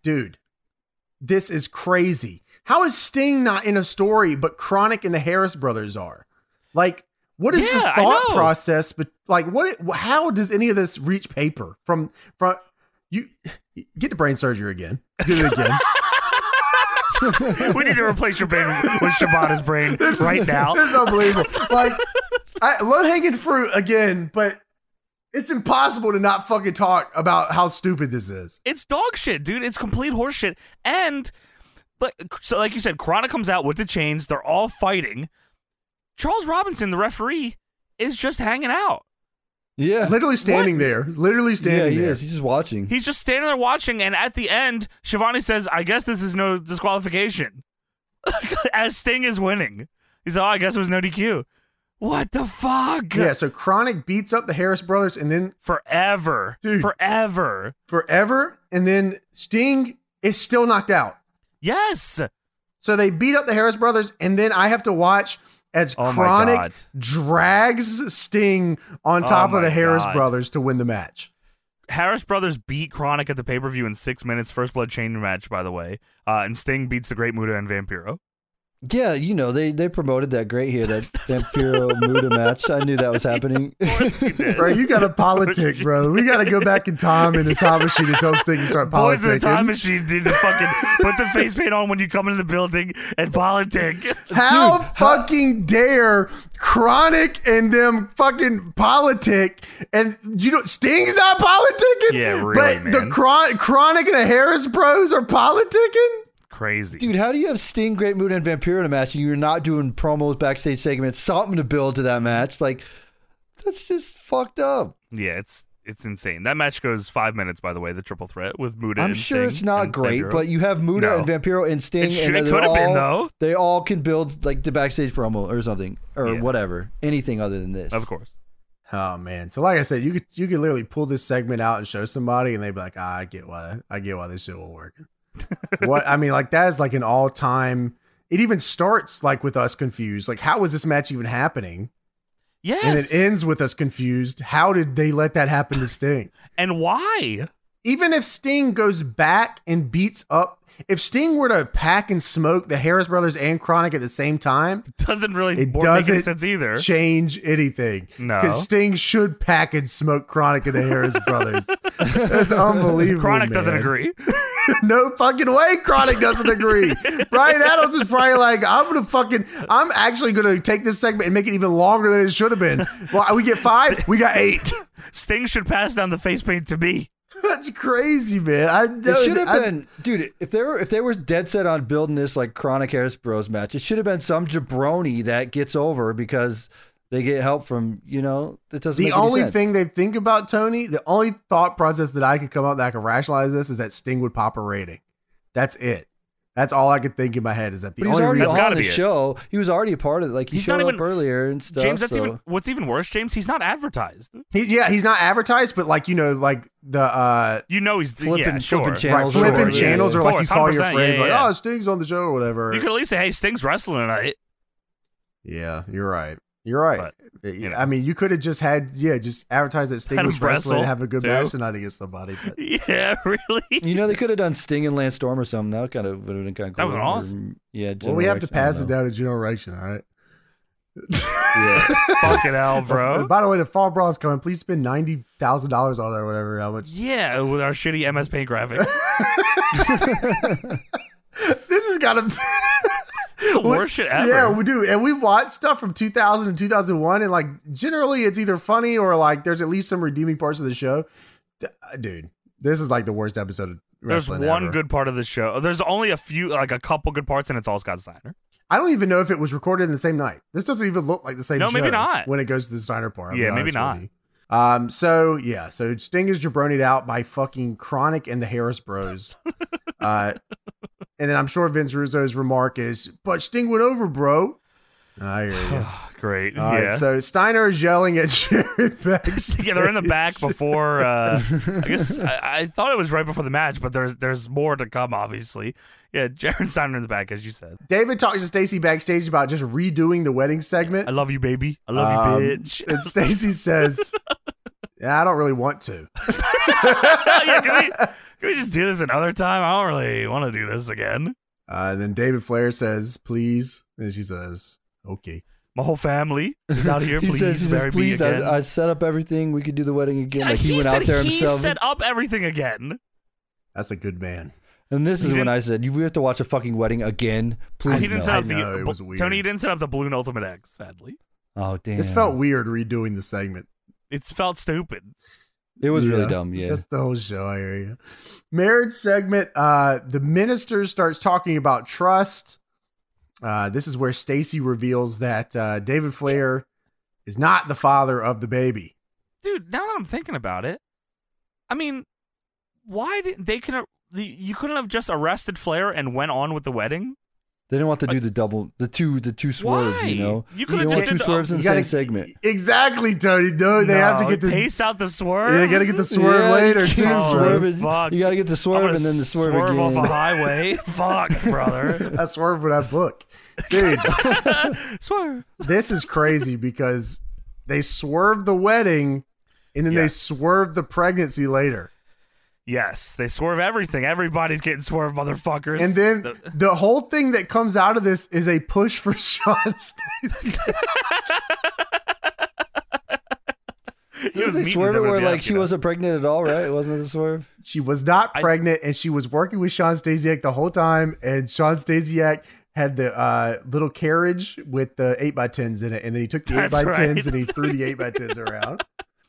[SPEAKER 1] dude, this is crazy. How is Sting not in a story, but Chronic and the Harris brothers are? Like, what is
[SPEAKER 2] Yeah, I
[SPEAKER 1] the thought
[SPEAKER 2] know.
[SPEAKER 1] process? But like, what? How does any of this reach paper from from you? Get the brain surgery again. Get it again.
[SPEAKER 2] we need to replace your brain with Shibata's brain
[SPEAKER 1] This is-
[SPEAKER 2] right now.
[SPEAKER 1] This is unbelievable. like, I, low hanging fruit again, but. It's impossible to not fucking talk about how stupid this is.
[SPEAKER 2] It's dog shit, dude. It's complete horseshit. And like so like you said, Chronic comes out with the chains, they're all fighting. Charles Robinson, the referee, is just hanging out.
[SPEAKER 3] yeah,
[SPEAKER 1] Literally standing
[SPEAKER 2] What?
[SPEAKER 1] there. Literally
[SPEAKER 3] yeah,
[SPEAKER 1] standing
[SPEAKER 3] he
[SPEAKER 1] there.
[SPEAKER 3] is. He's just watching.
[SPEAKER 2] He's just standing there watching, and at the end, Shivani says, I guess this is no disqualification. As Sting is winning. He's like, oh, I guess it was no DQ. What the fuck?
[SPEAKER 1] Yeah, so Chronic beats up the Harris brothers and then
[SPEAKER 2] Forever.
[SPEAKER 1] Dude.
[SPEAKER 2] Forever.
[SPEAKER 1] forever, and then Sting is still knocked out.
[SPEAKER 2] Yes.
[SPEAKER 1] So they beat up the Harris brothers, and then I have to watch as
[SPEAKER 2] Oh my God.
[SPEAKER 1] Chronic drags Sting on
[SPEAKER 2] Oh
[SPEAKER 1] top of
[SPEAKER 2] my
[SPEAKER 1] the Harris
[SPEAKER 2] God.
[SPEAKER 1] brothers to win the match.
[SPEAKER 2] Harris Brothers beat Chronic at the pay per view in six minutes. First blood chain match, by the way. Uh, and Sting beats the Great Muda and Vampiro.
[SPEAKER 3] Yeah, you know they they promoted that great here that Vampiro Muda match. I knew that was happening.
[SPEAKER 1] Bro, you got a politic, bro. We got to go back in time in the time machine and tell Sting to start
[SPEAKER 2] Boys in the
[SPEAKER 1] politicking.
[SPEAKER 2] time machine did the fucking put the face paint on when you come into the building and politic.
[SPEAKER 1] How
[SPEAKER 3] Dude, how-
[SPEAKER 1] fucking dare Chronic and them fucking politic and you know Sting's not politicking?
[SPEAKER 2] Yeah, really,
[SPEAKER 1] But the
[SPEAKER 2] man.
[SPEAKER 1] Chron- Chronic and the Harris Bros are politicking?
[SPEAKER 2] Crazy.
[SPEAKER 3] Dude, how do you have Sting, Great Mood, and Vampiro in a match, and you're not doing promos, backstage segments, something to build to that match? Like, that's just fucked up.
[SPEAKER 2] Yeah, it's it's insane. That match goes five minutes, by the way, the triple threat with Muda.
[SPEAKER 3] I'm
[SPEAKER 2] and
[SPEAKER 3] sure
[SPEAKER 2] Sting
[SPEAKER 3] it's not
[SPEAKER 2] and
[SPEAKER 3] great,
[SPEAKER 2] Vampiro.
[SPEAKER 3] but you have Muda
[SPEAKER 2] No.
[SPEAKER 3] and Vampiro and Sting,
[SPEAKER 2] It should-
[SPEAKER 3] and
[SPEAKER 2] it
[SPEAKER 3] they're
[SPEAKER 2] could have been,
[SPEAKER 3] all-
[SPEAKER 2] though.
[SPEAKER 3] They all can build like the backstage promo or something or
[SPEAKER 2] Yeah.
[SPEAKER 3] whatever, anything other than this.
[SPEAKER 2] of course.
[SPEAKER 1] Oh man. So like I said, you could you could literally pull this segment out and show somebody and they'd be like, ah, I get why I get why this shit won't work. what I mean, like that is like an all time it even starts like with us confused. Like, how was this match even happening?
[SPEAKER 2] Yes.
[SPEAKER 1] And it ends with us confused. How did they let that happen to Sting?
[SPEAKER 2] And why?
[SPEAKER 1] even if Sting goes back and beats up, if Sting were to pack and smoke the Harris Brothers and Chronic at the same time,
[SPEAKER 2] Doesn't really
[SPEAKER 1] It
[SPEAKER 2] bo- make any
[SPEAKER 1] doesn't
[SPEAKER 2] sense either.
[SPEAKER 1] change anything.
[SPEAKER 2] No.
[SPEAKER 1] because Sting should pack and smoke Chronic and the Harris Brothers. That's unbelievable.
[SPEAKER 2] Chronic doesn't
[SPEAKER 1] man.
[SPEAKER 2] agree.
[SPEAKER 1] no fucking way. Chronic doesn't agree. Brian Adams is probably like, I'm gonna fucking, I'm actually gonna take this segment and make it even longer than it should have been. Well, we get five, we got eight.
[SPEAKER 2] Sting should pass down the face paint to me.
[SPEAKER 1] That's crazy, man. I
[SPEAKER 3] It should have
[SPEAKER 1] I-
[SPEAKER 3] been, dude. If they were if they were dead set on building this like chronic Harris Bros match, it should have been some jabroni that gets over because they get help from you know that doesn't.
[SPEAKER 1] The
[SPEAKER 3] make any
[SPEAKER 1] only
[SPEAKER 3] sense.
[SPEAKER 1] thing they think about Tony, the only thought process that I could come up that I could rationalize this is that Sting would pop a rating. That's it. That's all I could think in my head is that the
[SPEAKER 3] But he was
[SPEAKER 1] only
[SPEAKER 3] already
[SPEAKER 1] reason.
[SPEAKER 2] That's gotta
[SPEAKER 3] on the
[SPEAKER 2] be it.
[SPEAKER 3] show. He was already a part of it. Like he
[SPEAKER 2] He's
[SPEAKER 3] showed
[SPEAKER 2] not
[SPEAKER 3] up
[SPEAKER 2] even-
[SPEAKER 3] earlier and stuff.
[SPEAKER 2] James, that's
[SPEAKER 3] so-
[SPEAKER 2] even what's even worse, James, he's not advertised.
[SPEAKER 1] He- yeah, he's not advertised, but like you know, like the uh,
[SPEAKER 2] You know he's
[SPEAKER 3] Flipping-
[SPEAKER 2] yeah, sure.
[SPEAKER 3] flipping
[SPEAKER 1] right,
[SPEAKER 3] Channels or
[SPEAKER 1] flipping
[SPEAKER 3] whatever.
[SPEAKER 1] channels, or
[SPEAKER 3] Yeah,
[SPEAKER 2] of
[SPEAKER 1] like
[SPEAKER 2] course,
[SPEAKER 1] you call your
[SPEAKER 2] 100%,
[SPEAKER 1] friend,
[SPEAKER 2] yeah,
[SPEAKER 1] like
[SPEAKER 2] yeah.
[SPEAKER 1] oh, Sting's on the show or whatever.
[SPEAKER 2] You could at least say, "Hey, Sting's wrestling tonight."
[SPEAKER 1] yeah, you're right. You're right.
[SPEAKER 2] you know.
[SPEAKER 1] I mean, you could have just had yeah, just advertise that Sting
[SPEAKER 2] Had him
[SPEAKER 1] was wrestling,
[SPEAKER 2] wrestle,
[SPEAKER 1] and have a good
[SPEAKER 2] too.
[SPEAKER 1] match tonight against somebody. But
[SPEAKER 2] Yeah, really.
[SPEAKER 3] You know they could have done Sting and Lance Storm or something. That kind of would have been kind of
[SPEAKER 2] That
[SPEAKER 3] cool.
[SPEAKER 2] was
[SPEAKER 3] Or,
[SPEAKER 2] awesome.
[SPEAKER 3] Yeah.
[SPEAKER 1] well, we have to
[SPEAKER 3] generation, I don't
[SPEAKER 1] pass it
[SPEAKER 3] know.
[SPEAKER 1] down to generation, all right.
[SPEAKER 2] Fucking hell,
[SPEAKER 1] And
[SPEAKER 2] bro.
[SPEAKER 1] By the way, the fall brawl is coming. Please spend ninety thousand dollars on it or whatever. How much?
[SPEAKER 2] Yeah, with our shitty MS Paint graphics.
[SPEAKER 1] This has got to.
[SPEAKER 2] the worst shit ever.
[SPEAKER 1] Yeah, we do, and we've watched stuff from 2000 and 2001, and like generally, it's either funny or like there's at least some redeeming parts of the show. D- uh, Dude, this is like the worst episode of
[SPEAKER 2] There's
[SPEAKER 1] wrestling.
[SPEAKER 2] one
[SPEAKER 1] ever.
[SPEAKER 2] good part of the show. There's only a few, like a couple good parts, and it's all Scott Steiner.
[SPEAKER 1] I don't even know if it was recorded in the same night. This doesn't even look like the same.
[SPEAKER 2] No, maybe
[SPEAKER 1] show
[SPEAKER 2] not.
[SPEAKER 1] When it goes to the Steiner part, I'll be
[SPEAKER 2] Yeah, maybe
[SPEAKER 1] honest
[SPEAKER 2] not.
[SPEAKER 1] with you. Um. So yeah. So Sting is jabronied out by fucking Chronic and the Harris Bros. uh, and then I'm sure Vince Russo's remark is, "But Sting went over, bro." Ah, I hear you.
[SPEAKER 2] Great.
[SPEAKER 1] All right,
[SPEAKER 2] yeah.
[SPEAKER 1] so Steiner is yelling at Jared backstage.
[SPEAKER 2] yeah, they're in the back before. Uh, I guess I, I thought it was right before the match, but there's there's more to come, obviously. Yeah, Jared Steiner in the back, as you said.
[SPEAKER 1] David talks to Stacy backstage about just redoing the wedding segment.
[SPEAKER 2] I love you, baby. I love
[SPEAKER 1] Um,
[SPEAKER 2] you, bitch.
[SPEAKER 1] And Stacy says, "Yeah, I don't really want to.
[SPEAKER 2] Oh, yeah, can, we, can we just do this another time? I don't really want to do this again.
[SPEAKER 1] Uh, and then David Flair says, please. And she says, okay.
[SPEAKER 2] My whole family is out here.
[SPEAKER 3] He
[SPEAKER 2] please
[SPEAKER 3] says, he
[SPEAKER 2] marry
[SPEAKER 3] says,
[SPEAKER 2] me
[SPEAKER 3] please,
[SPEAKER 2] again.
[SPEAKER 3] I, I set up everything. We could do the wedding again.
[SPEAKER 2] Yeah,
[SPEAKER 3] like he, went
[SPEAKER 2] said
[SPEAKER 3] out there
[SPEAKER 2] he
[SPEAKER 3] himself.
[SPEAKER 2] set up everything again.
[SPEAKER 1] That's a good man.
[SPEAKER 3] and this
[SPEAKER 2] He
[SPEAKER 3] is when
[SPEAKER 2] didn't-
[SPEAKER 3] I said, you we have to watch a fucking wedding again.
[SPEAKER 2] He
[SPEAKER 3] Please
[SPEAKER 2] didn't
[SPEAKER 3] no.
[SPEAKER 2] set up
[SPEAKER 1] I
[SPEAKER 2] the
[SPEAKER 1] know, it was weird.
[SPEAKER 2] Tony didn't set up the balloon ultimate X. Sadly,
[SPEAKER 3] oh damn.
[SPEAKER 1] This felt weird redoing the segment.
[SPEAKER 2] it's felt stupid.
[SPEAKER 3] It was
[SPEAKER 1] Yeah.
[SPEAKER 3] really dumb. Yeah.
[SPEAKER 1] That's the whole show. I hear you. Marriage segment. Uh, the minister starts talking about trust. Uh, this is where Stacy reveals that uh, David Flair is not the father of the baby.
[SPEAKER 2] dude. Now that I'm thinking about it, I mean, why did they can the, you couldn't have just arrested Flair and went on with the wedding?
[SPEAKER 3] They didn't want to do the double, the two, the two swerves.
[SPEAKER 2] Why?
[SPEAKER 3] You know,
[SPEAKER 2] You could've
[SPEAKER 3] don't
[SPEAKER 2] just
[SPEAKER 3] want
[SPEAKER 2] did
[SPEAKER 3] two
[SPEAKER 2] the-
[SPEAKER 3] swerves in
[SPEAKER 1] You
[SPEAKER 3] the
[SPEAKER 1] gotta-
[SPEAKER 3] same segment.
[SPEAKER 1] Exactly, Tony. No, they have to
[SPEAKER 2] No,
[SPEAKER 1] get the
[SPEAKER 2] pace out the swerve.
[SPEAKER 1] Yeah, they gotta get the swerve
[SPEAKER 3] Yeah,
[SPEAKER 1] later
[SPEAKER 3] you
[SPEAKER 1] too.
[SPEAKER 3] can't
[SPEAKER 2] Oh,
[SPEAKER 3] swerve
[SPEAKER 1] Swerve.
[SPEAKER 3] it.
[SPEAKER 2] fuck.
[SPEAKER 3] You got to get the
[SPEAKER 2] I'm
[SPEAKER 3] swerve
[SPEAKER 2] gonna
[SPEAKER 3] and then the swerve,
[SPEAKER 2] swerve
[SPEAKER 3] again.
[SPEAKER 2] off a highway. Fuck, brother.
[SPEAKER 1] I swerve with that book, dude.
[SPEAKER 2] swerve.
[SPEAKER 1] this is crazy because they swerved the wedding and then
[SPEAKER 2] Yes.
[SPEAKER 1] they swerved the pregnancy later.
[SPEAKER 2] Yes, they swerve everything. Everybody's getting swerved, motherfuckers.
[SPEAKER 1] And then
[SPEAKER 2] The-
[SPEAKER 1] the, whole thing that comes out of this is a push for Sean Statham.
[SPEAKER 2] he was
[SPEAKER 3] they
[SPEAKER 2] meeting
[SPEAKER 3] swerve it
[SPEAKER 2] WWE
[SPEAKER 3] where like she
[SPEAKER 2] after that.
[SPEAKER 3] wasn't pregnant at all, right? It wasn't the swerve.
[SPEAKER 1] she was not
[SPEAKER 2] I-
[SPEAKER 1] pregnant, and she was working with Sean Stasiak the whole time. And Sean Stasiak had the uh, little carriage with the eight by tens in it, and then he took the eight
[SPEAKER 2] That's
[SPEAKER 1] by tens
[SPEAKER 2] right.
[SPEAKER 1] and he threw the eight by tens around.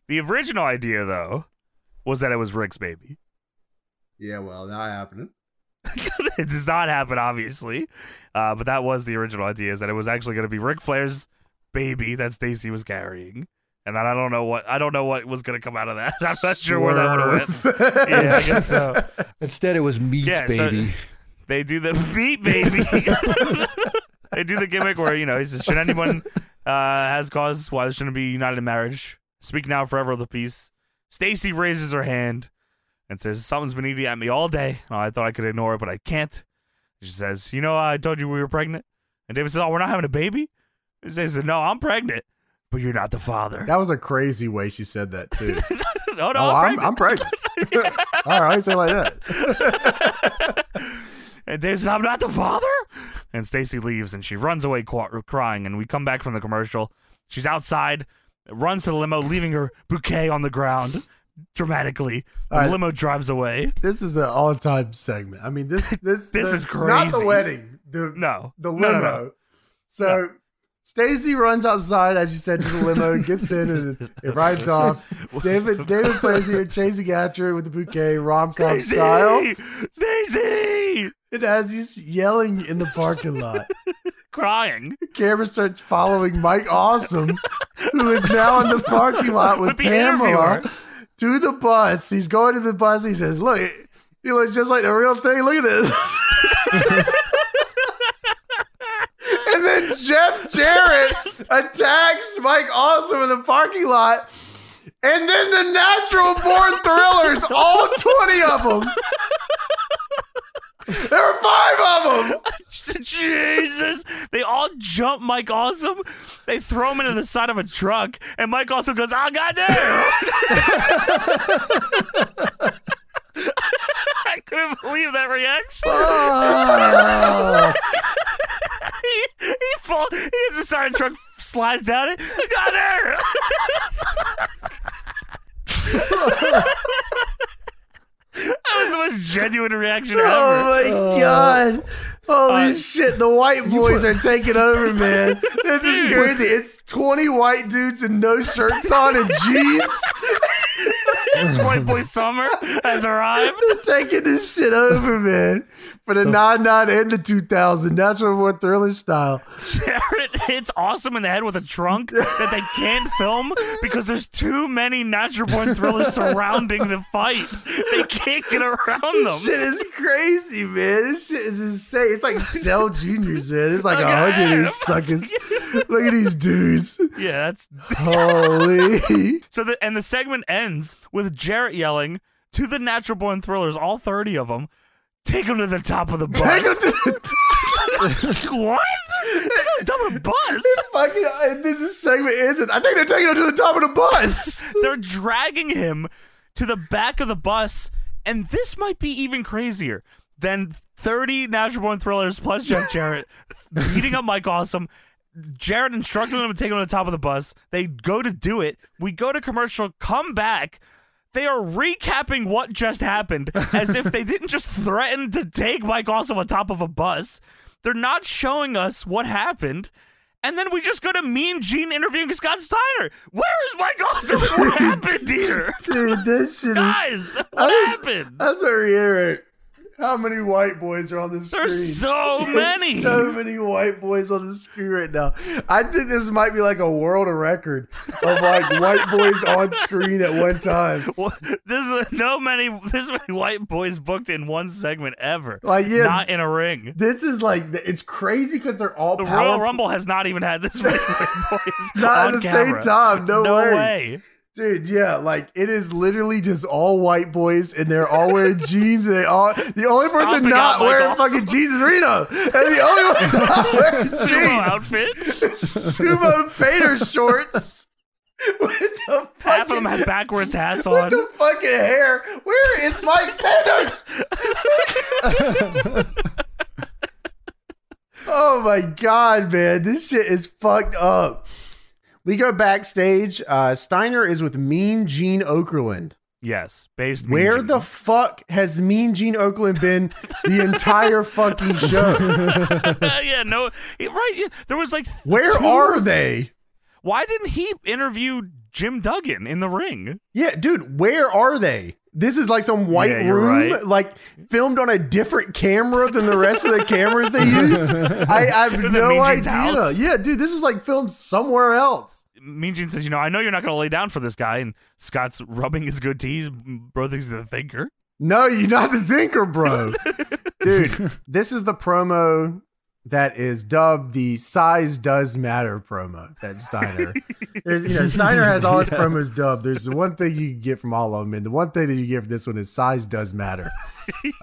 [SPEAKER 2] The original idea, though, was that it was Rick's baby.
[SPEAKER 4] Yeah, well, not happening.
[SPEAKER 2] it does not happen, obviously, uh, but that was the original idea: is that it was actually going to be Ric Flair's baby that Stacy was carrying, and then I don't know what I don't know what was going to come out of that. I'm not sure where that would have went.
[SPEAKER 1] went.
[SPEAKER 2] Yeah, I guess so.
[SPEAKER 3] Instead, it was meats,
[SPEAKER 2] Yeah, so-
[SPEAKER 3] baby.
[SPEAKER 2] They do the beat baby. they do the gimmick where you know he says, "Should anyone uh, has cause why there shouldn't be united in marriage? Speak now, forever of the peace." Stacy raises her hand and says, "Something's been eating at me all day. Oh, I thought I could ignore it, but I can't." She says, "You know, I told you we were pregnant." And David says, "Oh, we're not having a baby." She says, "No, I'm pregnant, but you're not the father."
[SPEAKER 1] That was a crazy way she said that too.
[SPEAKER 2] no, no,
[SPEAKER 1] oh,
[SPEAKER 2] I'm
[SPEAKER 1] I'm,
[SPEAKER 2] pregnant.
[SPEAKER 1] I'm pregnant. All right, say it like that.
[SPEAKER 2] And Dave says, Uh, I'm not the father. And Stacy leaves and she runs away qu- crying. And we come back from the commercial. She's outside, runs to the limo, leaving her bouquet on the ground dramatically. The
[SPEAKER 1] All right.
[SPEAKER 2] limo drives away.
[SPEAKER 1] This is an all-time segment. I mean, this this
[SPEAKER 2] This
[SPEAKER 1] the-
[SPEAKER 2] is
[SPEAKER 1] Not the
[SPEAKER 2] crazy.
[SPEAKER 1] wedding. The
[SPEAKER 2] No.
[SPEAKER 1] the
[SPEAKER 2] No, no,
[SPEAKER 1] limo.
[SPEAKER 2] no.
[SPEAKER 1] So Stacy runs outside, as you said, to the limo, gets in, and it rides off. David David plays here chasing after it with the bouquet, rom com
[SPEAKER 2] Stacy!
[SPEAKER 1] style,
[SPEAKER 2] Stacy!
[SPEAKER 1] and as he's yelling in the parking lot,
[SPEAKER 2] Crying
[SPEAKER 1] camera starts following Mike Awesome, who is now in the parking lot with,
[SPEAKER 2] With the
[SPEAKER 1] Pamela
[SPEAKER 2] interviewer.
[SPEAKER 1] to the bus. He's going to the bus. He says, "Look, he looks just like the real thing. Look at this." and then Jeff Jarrett attacks Mike Awesome in the parking lot. And then the natural born thrillers, all 20 of them. There were five of them.
[SPEAKER 2] Jesus! They all jump Mike Awesome. They throw him into the side of a truck, and Mike Awesome goes, "Oh goddamn!" I couldn't believe that reaction.
[SPEAKER 3] Oh,
[SPEAKER 2] he, he falls. He hits the side of the truck, slides down it. Ah, Got there. that was the most genuine reaction ever.
[SPEAKER 1] Oh my god. Holy
[SPEAKER 2] Uh,
[SPEAKER 1] shit, the white boys are taking over, man. This is
[SPEAKER 2] Dude.
[SPEAKER 1] crazy. It's 20 white dudes and no shirts on and jeans
[SPEAKER 2] This white boy summer has arrived.
[SPEAKER 1] They're taking this shit over, man. For the 99 and the 2000. That's what we're thriller style.
[SPEAKER 2] Jared hits Awesome in the head with a trunk that they can't film because there's too many natural born thrillers surrounding the fight. They can't get around
[SPEAKER 1] This
[SPEAKER 2] them.
[SPEAKER 1] shit is crazy, man. This shit is insane. It's like Cell Juniors, man. It's like a
[SPEAKER 2] Okay.
[SPEAKER 1] hundred of these suckers. Look at these dudes.
[SPEAKER 2] Yeah, that's
[SPEAKER 1] Holy.
[SPEAKER 2] so. The, and the segment ends with Jarrett yelling to the natural born thrillers, all thirty of them, take them to the top of the
[SPEAKER 1] Take 'em
[SPEAKER 2] bus.
[SPEAKER 1] to the
[SPEAKER 2] what? Take 'em to the top of the bus.
[SPEAKER 1] fucking and then the segment ends. with, I think they're taking him to the top of the bus.
[SPEAKER 2] They're dragging him to the back of the bus, and this might be even crazier than 30 natural born thrillers plus Jeff Jarrett beating up Mike Awesome. Jarrett instructed them to take him to the top of the bus. They go to do it. We go to commercial, come back. They are recapping what just happened as if they didn't just threaten to take Mike Awesome on top of a bus. They're not showing us what happened. And then we just go to Mean Gene interviewing Scott Steiner. Where is Mike Awesome? What happened here?
[SPEAKER 1] Dude, this shit is.
[SPEAKER 2] Guys, what
[SPEAKER 1] just-
[SPEAKER 2] happened?
[SPEAKER 1] That's a reiterate. How many white boys are on the screen?
[SPEAKER 2] There's so
[SPEAKER 1] There's
[SPEAKER 2] many.
[SPEAKER 1] so many white boys on the screen right now. I think this might be like a world record of like white boys on screen at one time.
[SPEAKER 2] Well, this is no many this many white boys booked in one segment ever.
[SPEAKER 1] Like, yeah.
[SPEAKER 2] not in a ring.
[SPEAKER 1] This is like it's crazy because they're all
[SPEAKER 2] The Royal
[SPEAKER 1] powerful-
[SPEAKER 2] Rumble has not even had this many white boys
[SPEAKER 1] Not
[SPEAKER 2] on
[SPEAKER 1] at the
[SPEAKER 2] camera.
[SPEAKER 1] same time. No,
[SPEAKER 2] no
[SPEAKER 1] way.
[SPEAKER 2] way.
[SPEAKER 1] Dude, yeah, like it is literally just all white boys, and they're all wearing jeans. And they all the only person
[SPEAKER 2] Stomping
[SPEAKER 1] not
[SPEAKER 2] out like
[SPEAKER 1] wearing
[SPEAKER 2] awesome.
[SPEAKER 1] fucking jeans is Reno, and the only one not wearing
[SPEAKER 2] Sumo
[SPEAKER 1] jeans
[SPEAKER 2] outfit.
[SPEAKER 1] is sumo painter shorts with
[SPEAKER 4] the
[SPEAKER 2] Half of them
[SPEAKER 4] fucking-
[SPEAKER 2] have backwards hats on.
[SPEAKER 4] What the fucking hair? Where is Mike Sanders?
[SPEAKER 1] Oh my god, man, this shit is fucked up. We go backstage. Uh, Steiner is with Mean Gene Okerlund.
[SPEAKER 2] Yes, based. Mean
[SPEAKER 1] Where
[SPEAKER 2] Gene.
[SPEAKER 1] the fuck has Mean Gene Okerlund been the entire fucking show?
[SPEAKER 2] yeah, no, yeah, right. yeah, there was like, th-
[SPEAKER 1] Where
[SPEAKER 2] two-
[SPEAKER 1] are they?
[SPEAKER 2] Why didn't he interview Jim Duggan in the ring?
[SPEAKER 1] Yeah, dude, where are they? This is like some white
[SPEAKER 2] Yeah, you're
[SPEAKER 1] room,
[SPEAKER 2] right.
[SPEAKER 1] like filmed on a different camera than the rest of the cameras they use. I, I have
[SPEAKER 2] It was at
[SPEAKER 1] no
[SPEAKER 2] Mean
[SPEAKER 1] idea.
[SPEAKER 2] Gene's house.
[SPEAKER 1] Yeah, dude, this is like filmed somewhere else.
[SPEAKER 2] Mean Gene says, "You know, I know you're not going to lay down for this guy." And Scott's rubbing his good teeth. Bro thinks he's a thinker.
[SPEAKER 1] No, you're not the thinker, bro. Dude, this is the promo that is dubbed the size does matter promo that Steiner. There's, you know, Steiner has all his promos dubbed. There's the one thing you can get from all of them, and the one thing that you get from this one is size does matter.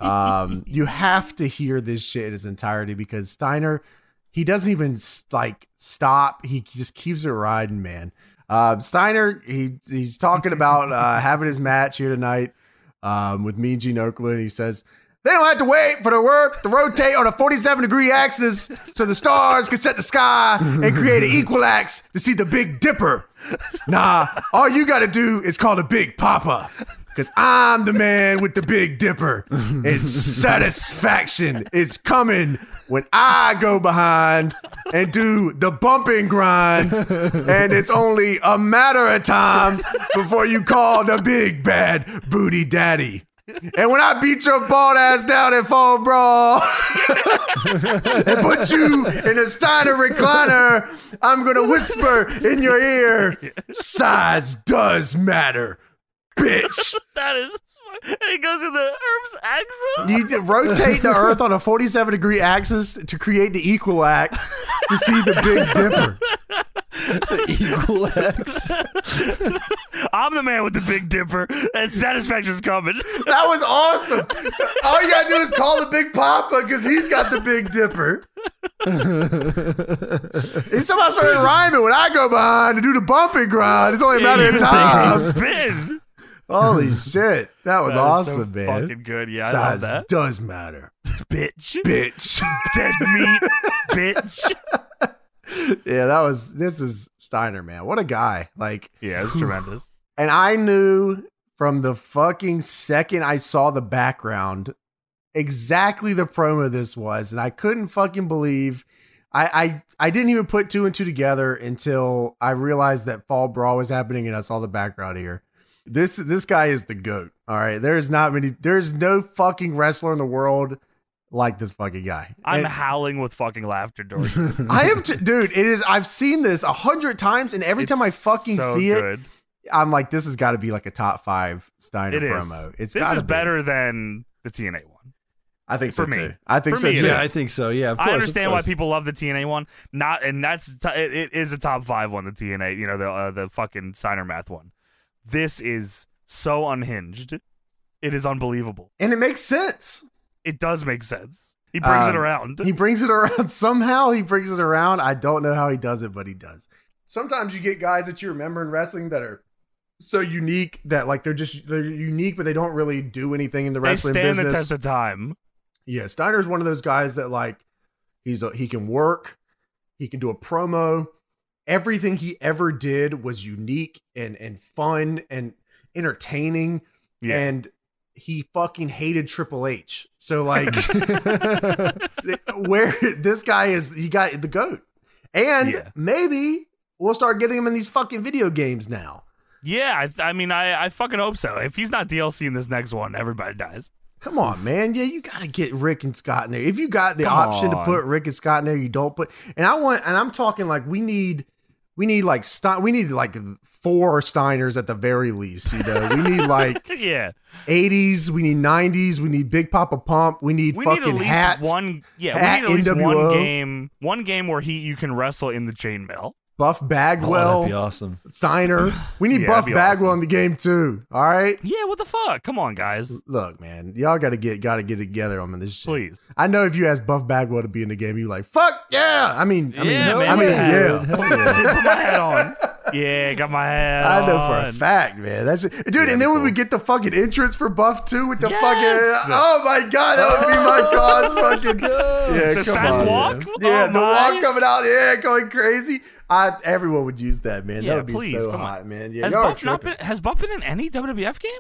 [SPEAKER 1] Um, you have to hear this shit in its entirety because Steiner, he doesn't even like stop. He just keeps it riding, man. Um, Steiner, he he's talking about uh, having his match here tonight um, with Mean Gene Oakland. He says they don't have to wait for the work to rotate on a 47 degree axis so the stars can set the sky and create an equal axe to see the Big Dipper. Nah, all you got to do is call the Big Papa because I'm the man with the Big Dipper. And satisfaction is coming when I go behind and do the bump and grind. And it's only a matter of time before you call the Big Bad Booty Daddy. And when I beat your bald ass down and fall brawl and put you in a Steiner recliner, I'm gonna whisper in your ear, size does matter, bitch.
[SPEAKER 2] That is. And he goes in the Herb's axis.
[SPEAKER 1] You d- rotate the earth on a 47 degree axis to create the equal axe to see the Big Dipper.
[SPEAKER 3] Equal X.
[SPEAKER 2] I'm the man with the big dipper, and satisfaction's coming.
[SPEAKER 1] That was awesome. All you gotta do is call the Big Papa because he's got the Big Dipper. he somehow started rhyming when I go behind to do the bump and grind. It's only a matter of time.
[SPEAKER 2] Spin.
[SPEAKER 1] Holy shit. That was
[SPEAKER 2] That is so
[SPEAKER 1] awesome, man.
[SPEAKER 2] Fucking good. Yeah, I love
[SPEAKER 1] Size
[SPEAKER 2] that.
[SPEAKER 1] does matter,
[SPEAKER 2] Bitch.
[SPEAKER 1] bitch.
[SPEAKER 2] Dead meat. Bitch.
[SPEAKER 1] yeah, that was this is Steiner, man. What a guy. Like
[SPEAKER 2] Yeah, it's tremendous.
[SPEAKER 1] And I knew from the fucking second I saw the background exactly the promo this was. And I couldn't fucking believe I, I I didn't even put two and two together until I realized that Fall Brawl was happening and I saw the background here. This this guy is the goat. All right. There is not many there's no fucking wrestler in the world like this fucking guy.
[SPEAKER 2] I'm
[SPEAKER 1] And-
[SPEAKER 2] howling with fucking laughter, George.
[SPEAKER 1] I am t- dude, it is I've seen this a hundred times and every time I fucking see it, I'm like, this has got to be like a top five Steiner
[SPEAKER 2] It is.
[SPEAKER 1] promo. It's
[SPEAKER 2] this
[SPEAKER 1] gotta
[SPEAKER 2] is
[SPEAKER 1] be.
[SPEAKER 2] better than the TNA one.
[SPEAKER 1] I think
[SPEAKER 2] for
[SPEAKER 1] so
[SPEAKER 2] me.
[SPEAKER 1] too. I think
[SPEAKER 2] For
[SPEAKER 1] so
[SPEAKER 2] me, it
[SPEAKER 1] too.
[SPEAKER 2] is.
[SPEAKER 3] yeah, I think so. Yeah, of course,
[SPEAKER 2] I
[SPEAKER 3] of
[SPEAKER 2] understand why
[SPEAKER 3] course.
[SPEAKER 2] people love the TNA one. Not, and that's t- it, it is a top five one. The TNA, you know, the uh, the fucking Steiner math one. This is so unhinged. It is unbelievable.
[SPEAKER 1] and it makes sense.
[SPEAKER 2] It does make sense. He brings
[SPEAKER 1] Um,
[SPEAKER 2] it around.
[SPEAKER 1] He brings it around somehow. He brings it around. I don't know how he does it, but he does. Sometimes you get guys that you remember in wrestling that are so unique that like they're just they're unique, but they don't really do anything in the
[SPEAKER 2] they
[SPEAKER 1] wrestling
[SPEAKER 2] stand
[SPEAKER 1] business.
[SPEAKER 2] the test of time.
[SPEAKER 1] Yeah, Steiner's one of those guys that like he's a, he can work, he can do a promo. Everything he ever did was unique and and fun and entertaining
[SPEAKER 2] Yeah.
[SPEAKER 1] and he fucking hated Triple H. So like th- where this guy is he got the goat. And
[SPEAKER 2] Yeah.
[SPEAKER 1] maybe we'll start getting him in these fucking video games now.
[SPEAKER 2] yeah, I, th- I mean, I, I fucking hope so. If he's not DLC in this next one, everybody dies.
[SPEAKER 1] Come on, man. Yeah, you gotta get Rick and Scott in there. If you got the
[SPEAKER 2] Come
[SPEAKER 1] option to
[SPEAKER 2] on.
[SPEAKER 1] put Rick and Scott in there, you don't put. And I want, and I'm talking like we need, we need like Stein, we need like four Steiners at the very least. You know, we need like
[SPEAKER 2] yeah,
[SPEAKER 1] 80s, we need 90s, we need Big Papa Pump, we need
[SPEAKER 2] we need
[SPEAKER 1] fucking
[SPEAKER 2] at least
[SPEAKER 1] hats,
[SPEAKER 2] one. Yeah,
[SPEAKER 1] Hat
[SPEAKER 2] we need at least
[SPEAKER 1] NWO.
[SPEAKER 2] one game. One game where he you can wrestle in the chainmail.
[SPEAKER 1] Buff
[SPEAKER 3] Oh,
[SPEAKER 1] Bagwell,
[SPEAKER 3] that'd be awesome.
[SPEAKER 1] Steiner. We need
[SPEAKER 2] Yeah,
[SPEAKER 1] Buff
[SPEAKER 2] that'd be
[SPEAKER 1] Bagwell
[SPEAKER 2] awesome.
[SPEAKER 1] in the game too. All right.
[SPEAKER 2] Yeah, what the fuck? Come on, guys.
[SPEAKER 1] Look, man, y'all gotta get gotta get it together on this shit.
[SPEAKER 2] Please.
[SPEAKER 1] I know if you ask Buff Bagwell to be in the game, you like, fuck yeah. I mean, I mean,
[SPEAKER 2] Yeah, man,
[SPEAKER 1] I mean,
[SPEAKER 2] yeah.
[SPEAKER 1] yeah.
[SPEAKER 3] Hell yeah.
[SPEAKER 2] Put my hat on. yeah, got my head.
[SPEAKER 1] I know for a
[SPEAKER 2] on.
[SPEAKER 1] fact, man. That's it. dude.
[SPEAKER 2] Yeah,
[SPEAKER 1] and then
[SPEAKER 2] cool.
[SPEAKER 1] we would get the fucking entrance for Buff too with the
[SPEAKER 2] Yes!
[SPEAKER 1] fucking. Oh my god, that would be my god's fucking. Yeah,
[SPEAKER 2] The
[SPEAKER 1] come
[SPEAKER 2] fast
[SPEAKER 1] on,
[SPEAKER 2] walk?
[SPEAKER 1] Yeah, yeah
[SPEAKER 2] Oh,
[SPEAKER 1] the
[SPEAKER 2] my.
[SPEAKER 1] walk coming out. Yeah, going crazy. I everyone would use that, man.
[SPEAKER 2] Yeah,
[SPEAKER 1] that would be
[SPEAKER 2] please,
[SPEAKER 1] so
[SPEAKER 2] come on.
[SPEAKER 1] hot, man. Yeah,
[SPEAKER 2] Has
[SPEAKER 1] y'all are
[SPEAKER 2] Buff not been?
[SPEAKER 1] tripping.
[SPEAKER 2] Has Buff been in any WWF game?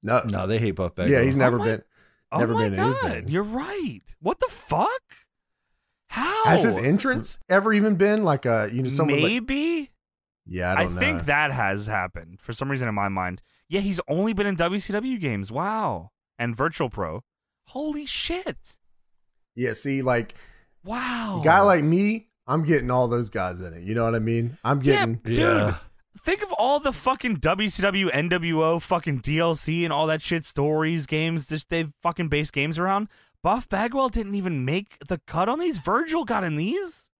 [SPEAKER 1] No,
[SPEAKER 3] No, they hate Buff Bagwell.
[SPEAKER 1] Yeah, he's never
[SPEAKER 2] my-
[SPEAKER 1] been.
[SPEAKER 2] Oh
[SPEAKER 1] Never
[SPEAKER 2] my
[SPEAKER 1] been in
[SPEAKER 2] god,
[SPEAKER 1] anything.
[SPEAKER 2] you're right. What the fuck? How?
[SPEAKER 1] Has his entrance ever even been like a you know someone? like-
[SPEAKER 2] Maybe.
[SPEAKER 1] yeah, I
[SPEAKER 2] I,
[SPEAKER 1] don't know.
[SPEAKER 2] think that has happened for some reason in my mind. Yeah, he's only been in WCW games. Wow, and Virtual Pro. Holy shit!
[SPEAKER 1] yeah, see, like
[SPEAKER 2] Wow,
[SPEAKER 1] a guy like me, I'm getting all those guys in it. You know what I mean? I'm getting.
[SPEAKER 2] Yeah, dude.
[SPEAKER 3] Yeah.
[SPEAKER 2] Think of all the fucking WCW, NWO, fucking DLC, and all that shit. Stories, games. This they've fucking based games around. Buff Bagwell didn't even make the cut on these. Virgil got in these.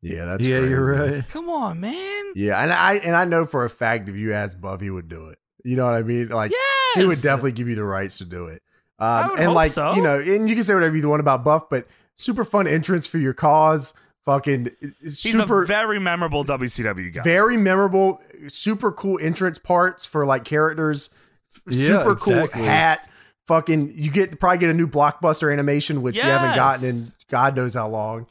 [SPEAKER 1] Yeah, that's
[SPEAKER 3] yeah, you're
[SPEAKER 1] crazy.
[SPEAKER 3] right.
[SPEAKER 2] Come on, man.
[SPEAKER 1] Yeah, and I and I know for a fact if you asked Buff, he would do it. You know what I mean? Like
[SPEAKER 2] yes,
[SPEAKER 1] he would definitely give you the rights to do it. Um,
[SPEAKER 2] would
[SPEAKER 1] and
[SPEAKER 2] hope
[SPEAKER 1] like
[SPEAKER 2] so.
[SPEAKER 1] you know, and you can say whatever you want about Buff, but super fun entrance for your cause. Fucking
[SPEAKER 2] He's
[SPEAKER 1] super
[SPEAKER 2] a very memorable WCW guy.
[SPEAKER 1] very memorable, super cool entrance parts for like characters. F-
[SPEAKER 3] Yeah,
[SPEAKER 1] super cool
[SPEAKER 3] exactly.
[SPEAKER 1] hat. Fucking, you get probably get a new blockbuster animation, which you haven't gotten in
[SPEAKER 2] Yes.
[SPEAKER 1] God knows how long.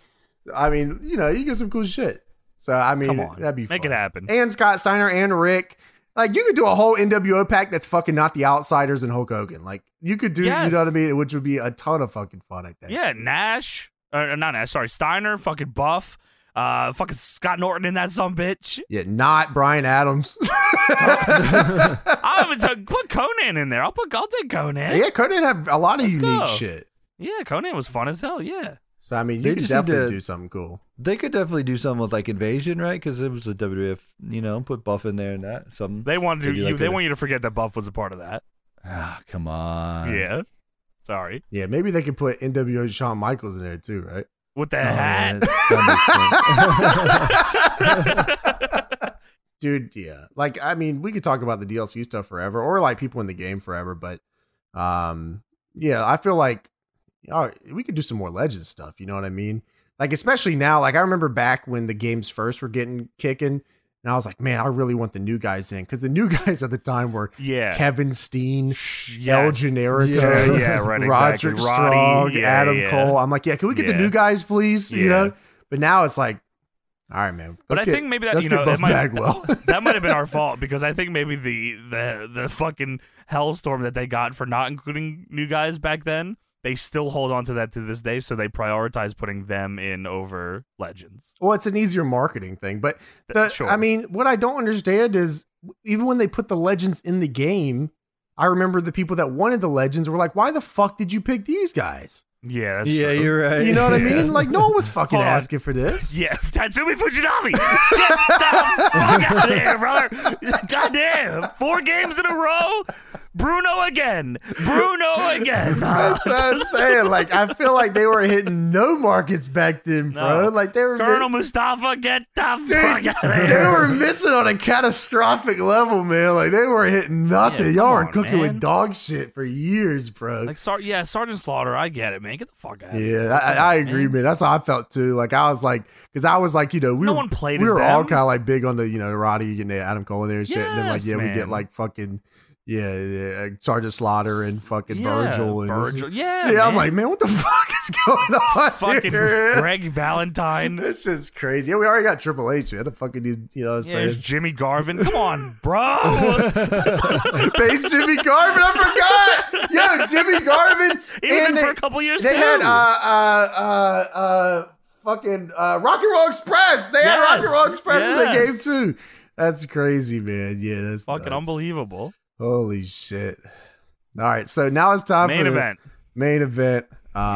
[SPEAKER 1] I mean, you know, you get some cool shit. So I mean,
[SPEAKER 2] Come on,
[SPEAKER 1] that'd be
[SPEAKER 2] make
[SPEAKER 1] fun.
[SPEAKER 2] it happen.
[SPEAKER 1] Mm-hmm. And Scott Steiner and Rick. Like you could do a whole NWO pack that's fucking not the outsiders and Hulk Hogan. Like you could do, you
[SPEAKER 2] Yes.
[SPEAKER 1] know what I mean? Which would be a ton of fucking fun, I think.
[SPEAKER 2] Yeah, Nash, or not Nash, sorry, Steiner, fucking Buff, uh, fucking Scott Norton in that some bitch.
[SPEAKER 1] Yeah, not Brian Adams.
[SPEAKER 2] I haven't t- put Conan in there. I'll put, I'll take Conan.
[SPEAKER 1] yeah, Conan have a lot of
[SPEAKER 2] Let's
[SPEAKER 1] unique
[SPEAKER 2] go.
[SPEAKER 1] shit.
[SPEAKER 2] Yeah, Conan was fun as hell. Yeah,
[SPEAKER 1] So I mean,
[SPEAKER 3] They
[SPEAKER 1] you could
[SPEAKER 3] just need
[SPEAKER 1] definitely
[SPEAKER 3] to-
[SPEAKER 1] do something cool.
[SPEAKER 3] They could definitely do something with like Invasion, right? Because it was a WWF, you know, put Buff in there and that something.
[SPEAKER 2] they wanted to,
[SPEAKER 3] Maybe
[SPEAKER 2] you,
[SPEAKER 3] like
[SPEAKER 2] they
[SPEAKER 3] a-
[SPEAKER 2] want you to forget that Buff was a part of that.
[SPEAKER 3] Ah, come on.
[SPEAKER 2] yeah, sorry,
[SPEAKER 1] Yeah, maybe they could put NWO Shawn Michaels in there too, right?
[SPEAKER 2] with the
[SPEAKER 3] Oh,
[SPEAKER 2] hat.
[SPEAKER 1] Dude, yeah. Like, I mean, we could talk about the DLC stuff forever, or like people in the game forever, but um, yeah, I feel like all right, we could do some more Legends stuff. You know what I mean? Like, especially now. Like, I remember back when the games first were getting kicking, and I was like, man, I really want the new guys in because the new guys at the time were
[SPEAKER 2] Yeah,
[SPEAKER 1] Kevin Steen,
[SPEAKER 2] Shh,
[SPEAKER 1] El
[SPEAKER 2] yes.
[SPEAKER 1] Generico,
[SPEAKER 3] Yeah,
[SPEAKER 2] yeah, right,
[SPEAKER 1] Roderick
[SPEAKER 2] exactly.
[SPEAKER 1] Strong,
[SPEAKER 2] Roddy, yeah,
[SPEAKER 1] Adam
[SPEAKER 2] yeah.
[SPEAKER 1] Cole. I'm like, yeah, can we get
[SPEAKER 2] Yeah.
[SPEAKER 1] the new guys, please? You
[SPEAKER 2] Yeah.
[SPEAKER 1] know, but now it's like, all right, man.
[SPEAKER 2] But
[SPEAKER 1] let's
[SPEAKER 2] I
[SPEAKER 1] get-
[SPEAKER 2] think maybe that
[SPEAKER 1] let's
[SPEAKER 2] you
[SPEAKER 1] get
[SPEAKER 2] know
[SPEAKER 1] Buff
[SPEAKER 2] it might,
[SPEAKER 1] Bagwell.
[SPEAKER 2] that might have been our fault because I think maybe the the the fucking hellstorm that they got for not including new guys back then they still hold on to that to this day so they prioritize putting them in over legends.
[SPEAKER 1] well, it's an easier marketing thing, but
[SPEAKER 2] Th-
[SPEAKER 1] the,
[SPEAKER 2] sure.
[SPEAKER 1] I mean, what I don't understand is even when they put the legends in the game, I remember the people that wanted the legends were like, why the fuck did you pick these guys?
[SPEAKER 2] Yeah, that's
[SPEAKER 3] yeah,
[SPEAKER 2] true.
[SPEAKER 3] you're right.
[SPEAKER 1] You know what I
[SPEAKER 3] Yeah.
[SPEAKER 1] mean? Like, no one was fucking
[SPEAKER 2] Hold on.
[SPEAKER 1] asking for this.
[SPEAKER 2] Yeah, Tatsumi Fujinami! Get the fuck out of here, brother! Goddamn! Four games in a row? Bruno again! Bruno again!
[SPEAKER 1] That's what I'm saying. Like, I feel like they were hitting no markets back then, bro.
[SPEAKER 2] No.
[SPEAKER 1] Like, they were
[SPEAKER 2] Colonel Mustafa, get the fuck
[SPEAKER 1] Dude,
[SPEAKER 2] out of here!
[SPEAKER 1] they were missing on a catastrophic level, man. Like they were hitting nothing.
[SPEAKER 2] Yeah,
[SPEAKER 1] Y'all
[SPEAKER 2] come
[SPEAKER 1] were
[SPEAKER 2] on,
[SPEAKER 1] cooking
[SPEAKER 2] man.
[SPEAKER 1] with dog shit for years, bro.
[SPEAKER 2] Like, sar- yeah, Sergeant Slaughter, I get it, man. Get the fuck out. of here.
[SPEAKER 1] yeah, I, I I agree, man. That's how I felt too. Like I was like, because I was like, you know, we
[SPEAKER 2] No
[SPEAKER 1] were,
[SPEAKER 2] one played
[SPEAKER 1] We
[SPEAKER 2] as
[SPEAKER 1] were all
[SPEAKER 2] them.
[SPEAKER 1] kind of like big on the you know Roddy and Adam Cole in there and shit. and then like
[SPEAKER 2] Yes,
[SPEAKER 1] yeah, we
[SPEAKER 2] man.
[SPEAKER 1] get like fucking yeah, yeah Sergeant Slaughter and fucking
[SPEAKER 2] Yeah,
[SPEAKER 1] Virgil and this-
[SPEAKER 2] Virgil. Yeah,
[SPEAKER 1] Yeah, I'm
[SPEAKER 2] man.
[SPEAKER 1] like, man, what the fuck is going on?
[SPEAKER 2] fucking
[SPEAKER 1] here?
[SPEAKER 2] Greg Valentine.
[SPEAKER 1] This is crazy. Yeah, we already got Triple H. Man, the fucking dude, you know, what I'm
[SPEAKER 2] Yeah, there's
[SPEAKER 1] saying
[SPEAKER 2] Jimmy Garvin. Come on, bro.
[SPEAKER 1] Base Jimmy Garvin. I forgot. Yo, Jimmy Garvin.
[SPEAKER 2] He was in
[SPEAKER 1] and
[SPEAKER 2] for a couple years
[SPEAKER 1] They
[SPEAKER 2] too.
[SPEAKER 1] had uh uh uh uh fucking uh Rock and Roll Express. They had Rock
[SPEAKER 2] Yes,
[SPEAKER 1] and Roll Express in the
[SPEAKER 2] yes.
[SPEAKER 1] game too. That's crazy, man. Yeah, that's
[SPEAKER 2] fucking
[SPEAKER 1] nuts.
[SPEAKER 2] unbelievable.
[SPEAKER 1] Holy shit! All right, so now it's time
[SPEAKER 2] Main
[SPEAKER 1] for the
[SPEAKER 2] event.
[SPEAKER 1] Main event. Um,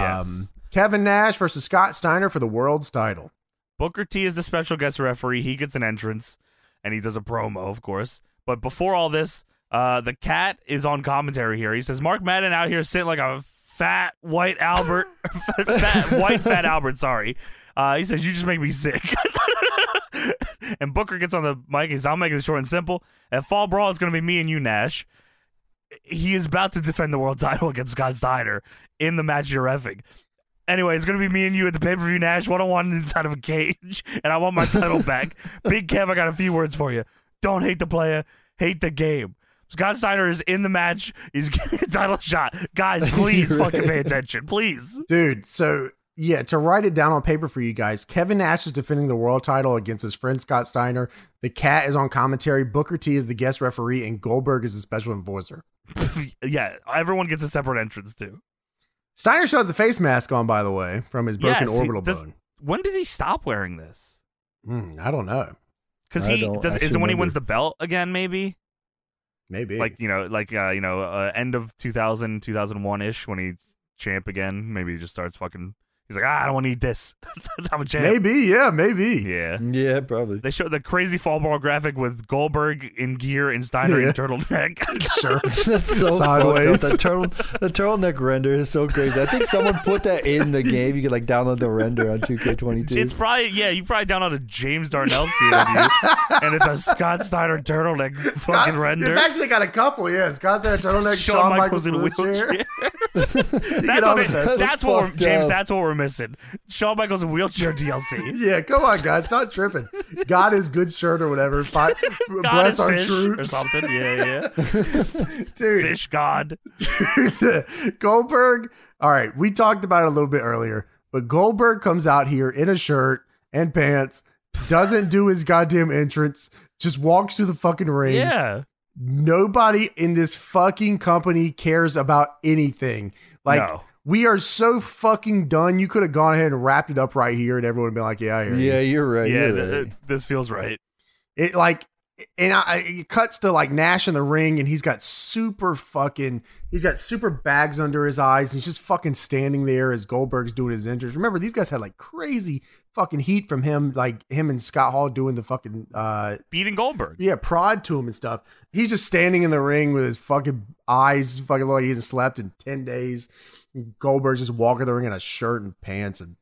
[SPEAKER 2] Yes.
[SPEAKER 1] Kevin Nash versus Scott Steiner for the world's title.
[SPEAKER 2] Booker T is the special guest referee. He gets an entrance, and he does a promo, of course. But before all this, uh, the cat is on commentary here. He says Mark Madden out here sitting like a fat white Albert, fat, white fat Albert. Sorry. Uh, he says you just make me sick. and Booker gets on the mic. He says I'll make this short and simple. At Fall Brawl, it's going to be me and you, Nash. He is about to defend the world title against Scott Steiner in the match you're effing. Anyway, it's gonna be me and you at the pay per view Nash one on one inside of a cage, and I want my title back. Big Kev, I got a few words for you. Don't hate the player, hate the game. Scott Steiner is in the match. He's getting a title shot. Guys, please fucking pay attention. Please.
[SPEAKER 1] Dude, so yeah, to write it down on paper for you guys, Kevin Nash is defending the world title against his friend Scott Steiner. The cat is on commentary. Booker T is the guest referee, and Goldberg is the special enforcer.
[SPEAKER 2] yeah, everyone gets a separate entrance too.
[SPEAKER 1] Steiner still has a face mask on, by the way, from his broken
[SPEAKER 2] Yes, he-
[SPEAKER 1] orbital
[SPEAKER 2] does-
[SPEAKER 1] bone.
[SPEAKER 2] When does he stop wearing this?
[SPEAKER 1] Hmm, I don't know.
[SPEAKER 2] Because
[SPEAKER 3] I
[SPEAKER 2] he
[SPEAKER 3] don't
[SPEAKER 2] does. Is it
[SPEAKER 3] actually
[SPEAKER 2] when he wins
[SPEAKER 3] remember.
[SPEAKER 2] the belt again? Maybe
[SPEAKER 1] Maybe.
[SPEAKER 2] like you know, like uh, you know, uh, end of 2000, 2001 ish when he's champ again. Maybe he just starts fucking. He's like, ah, I don't want to eat this. I'm a champ.
[SPEAKER 1] maybe, Mm. yeah, maybe.
[SPEAKER 2] Yeah.
[SPEAKER 3] Yeah, probably.
[SPEAKER 2] They show the crazy fall ball graphic with Goldberg in gear and Steiner
[SPEAKER 1] Yeah.
[SPEAKER 2] in turtleneck.
[SPEAKER 1] Sure.
[SPEAKER 3] That's so
[SPEAKER 1] Sideways.
[SPEAKER 3] Sideways. That turtle, the turtleneck render is so crazy. I think someone put that in the game. You could like download the render on 2K22.
[SPEAKER 2] It's probably yeah. You probably download a James Darnell interview, and it's a Scott Steiner turtleneck fucking render.
[SPEAKER 1] It's actually got a couple, yeah. It's got that turtleneck, Shawn Michaels, in wheelchair.
[SPEAKER 2] that's
[SPEAKER 1] all the
[SPEAKER 2] what, it-
[SPEAKER 3] best.
[SPEAKER 2] that's what we're,
[SPEAKER 3] Fucked
[SPEAKER 2] James.
[SPEAKER 3] up.
[SPEAKER 2] That's what we're missing. Shawn Michaels in wheelchair DLC.
[SPEAKER 1] Yeah, come on, guys. Stop tripping. God is good shirt or whatever. Fi-
[SPEAKER 2] God
[SPEAKER 1] bless
[SPEAKER 2] is
[SPEAKER 1] our
[SPEAKER 2] fish or
[SPEAKER 1] troops.
[SPEAKER 2] something. Yeah, yeah.
[SPEAKER 1] Dude,
[SPEAKER 2] Fish God.
[SPEAKER 1] Goldberg. All right, we talked about it a little bit earlier, but Goldberg comes out here in a shirt and pants, doesn't do his goddamn entrance, just walks through the fucking ring.
[SPEAKER 2] Yeah.
[SPEAKER 1] Nobody in this fucking company cares about anything. Like
[SPEAKER 2] No.
[SPEAKER 1] we are so fucking done. You could have gone ahead and wrapped it up right here, and everyone would be like, "Yeah, I hear you."
[SPEAKER 3] yeah, you're right.
[SPEAKER 2] yeah.
[SPEAKER 3] you're
[SPEAKER 2] th-
[SPEAKER 3] right.
[SPEAKER 2] th- this feels right.
[SPEAKER 1] It like, and I, I- it cuts to like Nash in the ring, and he's got super fucking, he's got super bags under his eyes, and he's just fucking standing there as Goldberg's doing his entrance. Remember, these guys had like crazy fucking heat from him, like him and Scott Hall doing the fucking, uh,
[SPEAKER 2] Beating Goldberg.
[SPEAKER 1] yeah, prod to him and stuff. He's just standing in the ring with his fucking eyes fucking look like he hasn't slept in ten days. Goldberg's just walking the ring in a shirt and pants and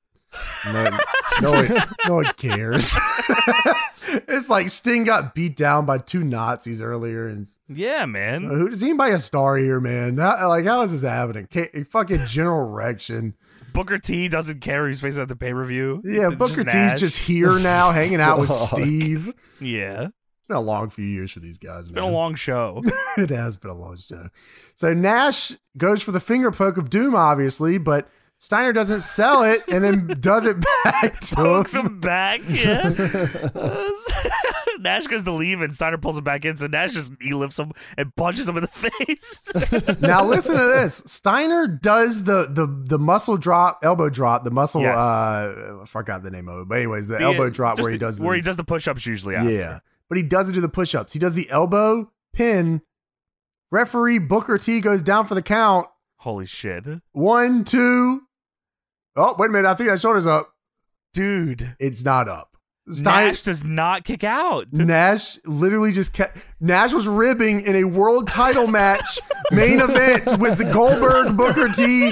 [SPEAKER 1] no, no, one, no one cares. it's like Sting got beat down by two Nazis earlier, and
[SPEAKER 2] Yeah, man.
[SPEAKER 1] who does anybody a star here, man? How, like, how is this happening? Ca fucking General Rection.
[SPEAKER 2] Booker T doesn't care who's facing at the pay per view.
[SPEAKER 1] Uh, Yeah, Booker T's just here now, hanging out with
[SPEAKER 3] Fuck.
[SPEAKER 1] Steve. It's
[SPEAKER 2] yeah. It's
[SPEAKER 1] been a long few years for these guys.
[SPEAKER 2] been
[SPEAKER 1] man.
[SPEAKER 2] a long show.
[SPEAKER 1] it has been a long show. So Nash goes for the finger poke of doom, obviously, but Steiner doesn't sell it and then does it back to
[SPEAKER 2] pokes
[SPEAKER 1] him.
[SPEAKER 2] him back. Yeah. Nash goes to leave and Steiner pulls him back in. So Nash just he lifts him and punches him in the face.
[SPEAKER 1] Now listen to this. Steiner does the the the muscle drop, elbow drop, the muscle.
[SPEAKER 2] Yes.
[SPEAKER 1] Uh, I forgot the name of it, but anyways, the, elbow
[SPEAKER 2] Yeah,
[SPEAKER 1] drop
[SPEAKER 2] just
[SPEAKER 1] where he
[SPEAKER 2] the-
[SPEAKER 1] does the
[SPEAKER 2] where he does the push ups usually.
[SPEAKER 1] yeah,
[SPEAKER 2] After.
[SPEAKER 1] but he doesn't do the push ups. He does the elbow pin. Referee Booker T goes down for the count.
[SPEAKER 2] Holy shit,
[SPEAKER 1] One, two. Oh, wait a minute. I think that shoulder's up.
[SPEAKER 2] dude!
[SPEAKER 1] It's not up. Steiner,
[SPEAKER 2] Nash does not kick out.
[SPEAKER 1] Nash literally just kept. Nash was ribbing in a world title match main event with the Goldberg, Booker T,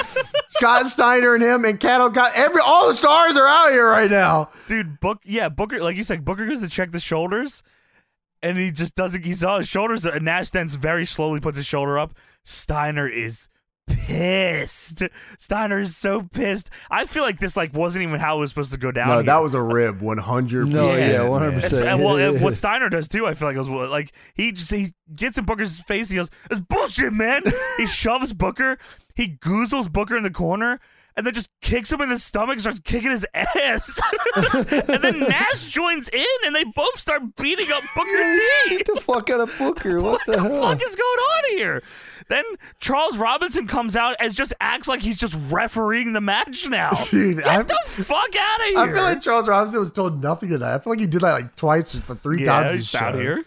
[SPEAKER 1] Scott Steiner, and him, and Cat got every all the stars are out here right now.
[SPEAKER 2] Dude, Book, yeah, Booker, like you said, Booker goes to check the shoulders, and he just doesn't. He saw his shoulders, and Nash then very slowly puts his shoulder up. Steiner is pissed. Steiner is so pissed. I feel like this like wasn't even how it was supposed to go down.
[SPEAKER 1] No,
[SPEAKER 2] here.
[SPEAKER 1] that was a rib, one hundred.
[SPEAKER 3] No,
[SPEAKER 2] yeah,
[SPEAKER 1] man.
[SPEAKER 3] 100%.
[SPEAKER 2] It's-
[SPEAKER 3] So-
[SPEAKER 2] and well, and what Steiner does too, I feel like it was what- like he just he gets in Booker's face. He goes, "It's bullshit, man." he shoves Booker. He goozles Booker in the corner, and then just kicks him in the stomach. and Starts kicking his ass, and then Nash joins in, and they both start beating up Booker T.
[SPEAKER 3] Get the fuck out of Booker. What, the, hell?
[SPEAKER 2] fuck is going on here? Then Charles Robinson comes out and just acts like he's just refereeing the match now.
[SPEAKER 1] Dude,
[SPEAKER 2] Get
[SPEAKER 1] I-
[SPEAKER 2] the fuck out of here!
[SPEAKER 1] I feel like Charles Robinson was told nothing tonight. I feel like he did that like twice or three
[SPEAKER 2] yeah,
[SPEAKER 1] times.
[SPEAKER 2] he's
[SPEAKER 1] this
[SPEAKER 2] out
[SPEAKER 1] show.
[SPEAKER 2] here.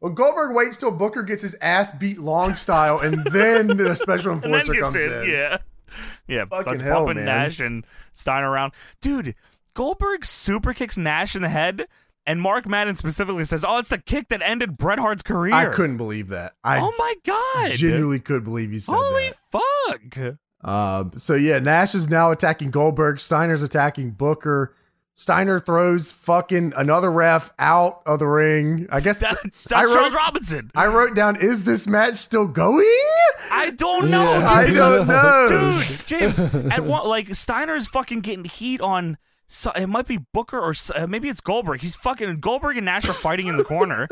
[SPEAKER 1] Well, Goldberg waits till Booker gets his ass beat long style, and then the special
[SPEAKER 2] and then
[SPEAKER 1] enforcer
[SPEAKER 2] gets
[SPEAKER 1] comes
[SPEAKER 2] in.
[SPEAKER 1] in.
[SPEAKER 2] Yeah, yeah.
[SPEAKER 1] Fucking
[SPEAKER 2] starts
[SPEAKER 1] hell, man.
[SPEAKER 2] bumping Nash and Steiner around, dude. Goldberg super kicks Nash in the head, and Mark Madden specifically says, "Oh, it's the kick that ended Bret Hart's career."
[SPEAKER 1] I couldn't believe that. I
[SPEAKER 2] oh my god!
[SPEAKER 1] genuinely could believe you said
[SPEAKER 2] Holy
[SPEAKER 1] that.
[SPEAKER 2] fuck!
[SPEAKER 1] Um, so yeah, Nash is now attacking Goldberg. Steiner's attacking Booker. Steiner throws fucking another ref out of the ring. I guess
[SPEAKER 2] That, that's
[SPEAKER 1] I wrote-
[SPEAKER 2] Charles Robinson.
[SPEAKER 1] I wrote down, is this match still going?
[SPEAKER 2] I don't know.
[SPEAKER 3] Yeah.
[SPEAKER 1] I
[SPEAKER 2] Oh, dude.
[SPEAKER 1] don't know.
[SPEAKER 2] dude, James, at one, like Steiner is fucking getting heat on so it might be Booker or s- uh, maybe it's Goldberg. He's fucking Goldberg and Nash are fighting in the corner.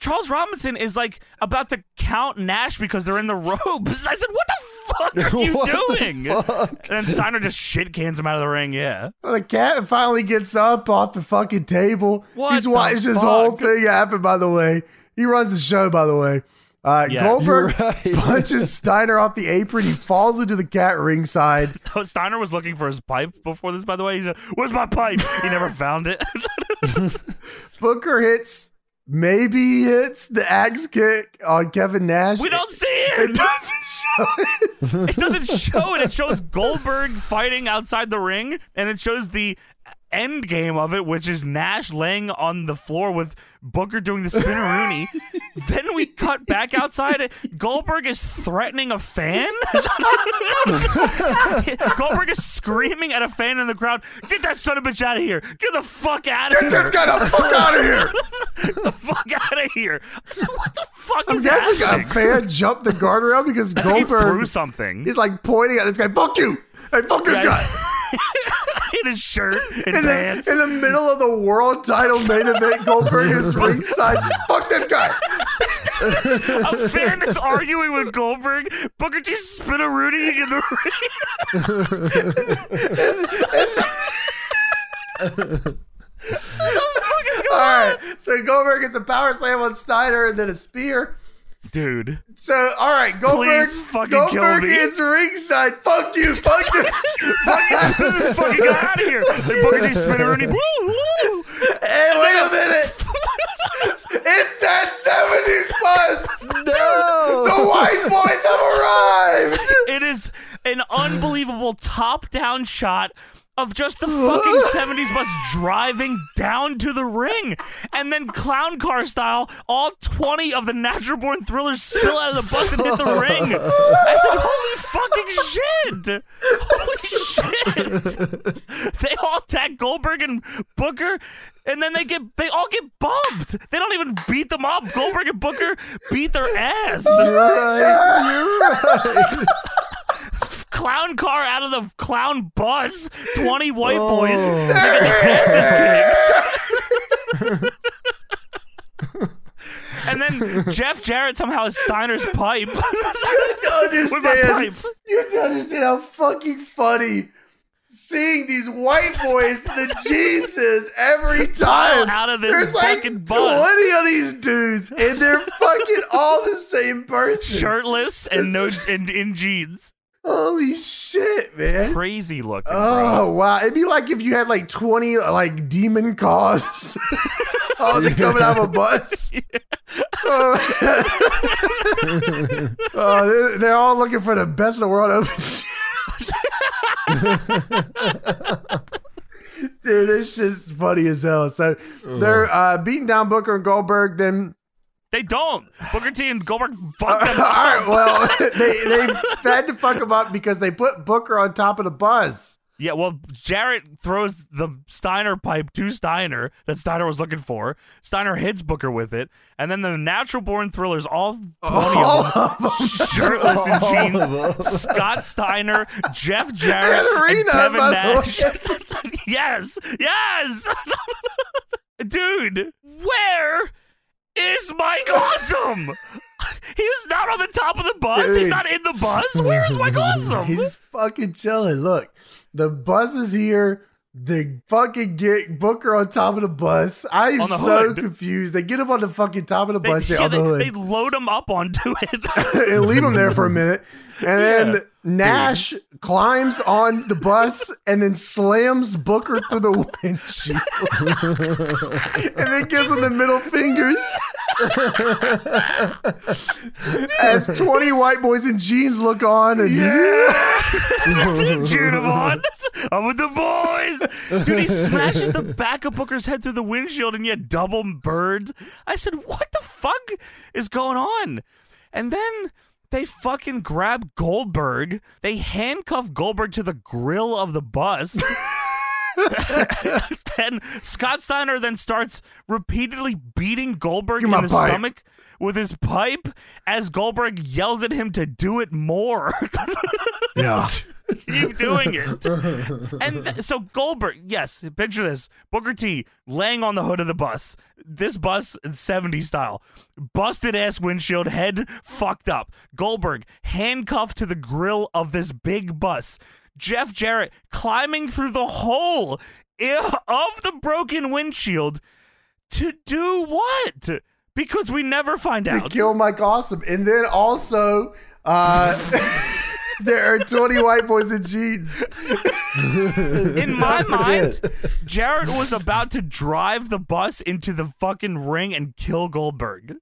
[SPEAKER 2] Charles Robinson is like about to count Nash because they're in the ropes. I said, "What the fuck are you
[SPEAKER 3] What the
[SPEAKER 2] doing?" And Steiner just shit cans him out of the ring. Yeah,
[SPEAKER 1] Well, the cat finally gets up off the fucking table.
[SPEAKER 2] What
[SPEAKER 1] He's
[SPEAKER 2] the
[SPEAKER 1] watched this whole
[SPEAKER 2] fuck?
[SPEAKER 1] thing happen, by the way. He runs the show, by the way. Uh,
[SPEAKER 2] Yes.
[SPEAKER 1] Goldberg
[SPEAKER 3] You're right.
[SPEAKER 1] punches Steiner off the apron. He falls into the cat ringside.
[SPEAKER 2] Steiner was looking for his pipe before this. By the way, he's like, "Where's my pipe?" He never found it.
[SPEAKER 1] Booker hits, maybe he hits the axe kick on Kevin Nash.
[SPEAKER 2] we don't see
[SPEAKER 1] It
[SPEAKER 2] it.
[SPEAKER 1] doesn't show it.
[SPEAKER 2] It doesn't show it. It shows Goldberg fighting outside the ring, and it shows the end game of it, which is Nash laying on the floor with Booker doing the spinneroonie. then we cut back outside. Goldberg is threatening a fan. Goldberg is screaming at a fan in the crowd, "Get that son of a bitch out of here! Get the fuck out of here!
[SPEAKER 4] This guy the fuck out of here.
[SPEAKER 2] Get the fuck out of here!" I said, "What the fuck
[SPEAKER 1] I'm
[SPEAKER 2] is
[SPEAKER 1] guessing
[SPEAKER 2] happening?"
[SPEAKER 1] a fan jumped the guardrail because
[SPEAKER 2] He threw
[SPEAKER 1] Goldberg
[SPEAKER 2] something.
[SPEAKER 1] is like pointing at this guy. Fuck you! Hey, fuck this
[SPEAKER 2] Yeah.
[SPEAKER 1] guy!
[SPEAKER 2] in his shirt and
[SPEAKER 1] In the,
[SPEAKER 2] pants.
[SPEAKER 1] in the middle of the world title main event, Goldberg is ringside. Fuck this guy!
[SPEAKER 2] A fan is arguing with Goldberg. Booker T spit a Rooney in the ring.
[SPEAKER 1] All right, so Goldberg gets a power slam on Steiner and then a spear.
[SPEAKER 2] Dude.
[SPEAKER 1] So, all right, Goldberg,
[SPEAKER 2] Please fucking kill
[SPEAKER 1] Goldberg
[SPEAKER 2] me.
[SPEAKER 1] is ringside. Fuck you! Fuck this!
[SPEAKER 2] Fucking got out of here. Like Booker T spit a Rooney. Woo, woo.
[SPEAKER 1] Hey, wait a minute! It's that 70s bus! No! The white boys have arrived!
[SPEAKER 2] It is an unbelievable top down shot of just the fucking 70s bus driving down to the ring. And then clown car style, all 20 of the natural born thrillers spill out of the bus and hit the ring. I said, holy fucking shit! Holy shit! they all tag Goldberg and Booker, and then they get they all get bumped. They don't even beat them up. Goldberg and Booker beat their ass. clown car out of the clown bus. Twenty white boys. They get their asses kicked. and then Jeff Jarrett somehow is Steiner's pipe.
[SPEAKER 1] You don't
[SPEAKER 2] With my
[SPEAKER 1] understand.
[SPEAKER 2] pipe.
[SPEAKER 1] You don't understand how fucking funny seeing these white boys in the jeans is every time.
[SPEAKER 2] out of this
[SPEAKER 1] There's
[SPEAKER 2] fucking
[SPEAKER 1] like
[SPEAKER 2] bus.
[SPEAKER 1] twenty of these dudes, and they're fucking all the same person.
[SPEAKER 2] Shirtless and no and in jeans.
[SPEAKER 1] Holy shit, man.
[SPEAKER 2] Crazy looking, bro.
[SPEAKER 1] Oh wow! It'd be like if you had like twenty like demon cars, oh, they coming out of a bus. Oh, Oh, they're, they're all looking for the best in the world. Open. Dude, this shit's funny as hell. So they're uh, beating down Booker and Goldberg. Then
[SPEAKER 2] They don't. Booker T and Goldberg
[SPEAKER 1] all
[SPEAKER 2] fucked them up.
[SPEAKER 1] right, well, they they had to fuck him up because they put Booker on top of the bus.
[SPEAKER 2] Yeah, well, Jarrett throws the Steiner pipe to Steiner that Steiner was looking for. Steiner hits Booker with it, and then the natural born thrillers, all 20
[SPEAKER 1] All
[SPEAKER 2] of
[SPEAKER 1] of them.
[SPEAKER 2] them, shirtless and jeans, Scott Steiner, Jeff Jarrett,
[SPEAKER 1] And Reno,
[SPEAKER 2] and Kevin
[SPEAKER 1] by the
[SPEAKER 2] Nash. yes, yes, dude, where is Mike Awesome? He was not on the top of the bus.
[SPEAKER 1] Dude.
[SPEAKER 2] He's not in the bus. Where is Mike Awesome?
[SPEAKER 1] He's fucking chilling. Look, the bus is here. They fucking get Booker on top of the bus. I am
[SPEAKER 2] On the
[SPEAKER 1] so
[SPEAKER 2] hood.
[SPEAKER 1] confused. They get him on the fucking top of the
[SPEAKER 2] They,
[SPEAKER 1] bus. yeah,
[SPEAKER 2] yeah,
[SPEAKER 1] on the
[SPEAKER 2] they-
[SPEAKER 1] hood.
[SPEAKER 2] they load him up onto it.
[SPEAKER 1] and leave him there for a minute. And then Nash climbs on the bus and then slams Booker through the windshield. and then gives him the middle fingers. As 20 white boys in jeans look on and
[SPEAKER 2] cheering him on. I'm with the boys. Dude, he smashes the back of Booker's head through the windshield and yet double birds. I said, what the fuck is going on? And then they fucking grab Goldberg. They handcuff Goldberg to the grill of the bus. and Scott Steiner then starts repeatedly beating Goldberg
[SPEAKER 1] Give
[SPEAKER 2] in
[SPEAKER 1] me my
[SPEAKER 2] the
[SPEAKER 1] pipe.
[SPEAKER 2] stomach with his pipe as Goldberg yells at him to do it more.
[SPEAKER 1] Yeah.
[SPEAKER 2] Keep doing it. And th- so Goldberg, yes, picture this Booker T laying on the hood of the bus. This bus, 70 style, busted ass windshield, head fucked up. Goldberg handcuffed to the grill of this big bus. Jeff Jarrett climbing through the hole i- of the broken windshield to do what? Because we never find
[SPEAKER 1] to
[SPEAKER 2] out.
[SPEAKER 1] kill Mike Awesome. And then also, uh, there are 20 white boys in jeans.
[SPEAKER 2] In my mind, Jarrett was about to drive the bus into the fucking ring and kill Goldberg.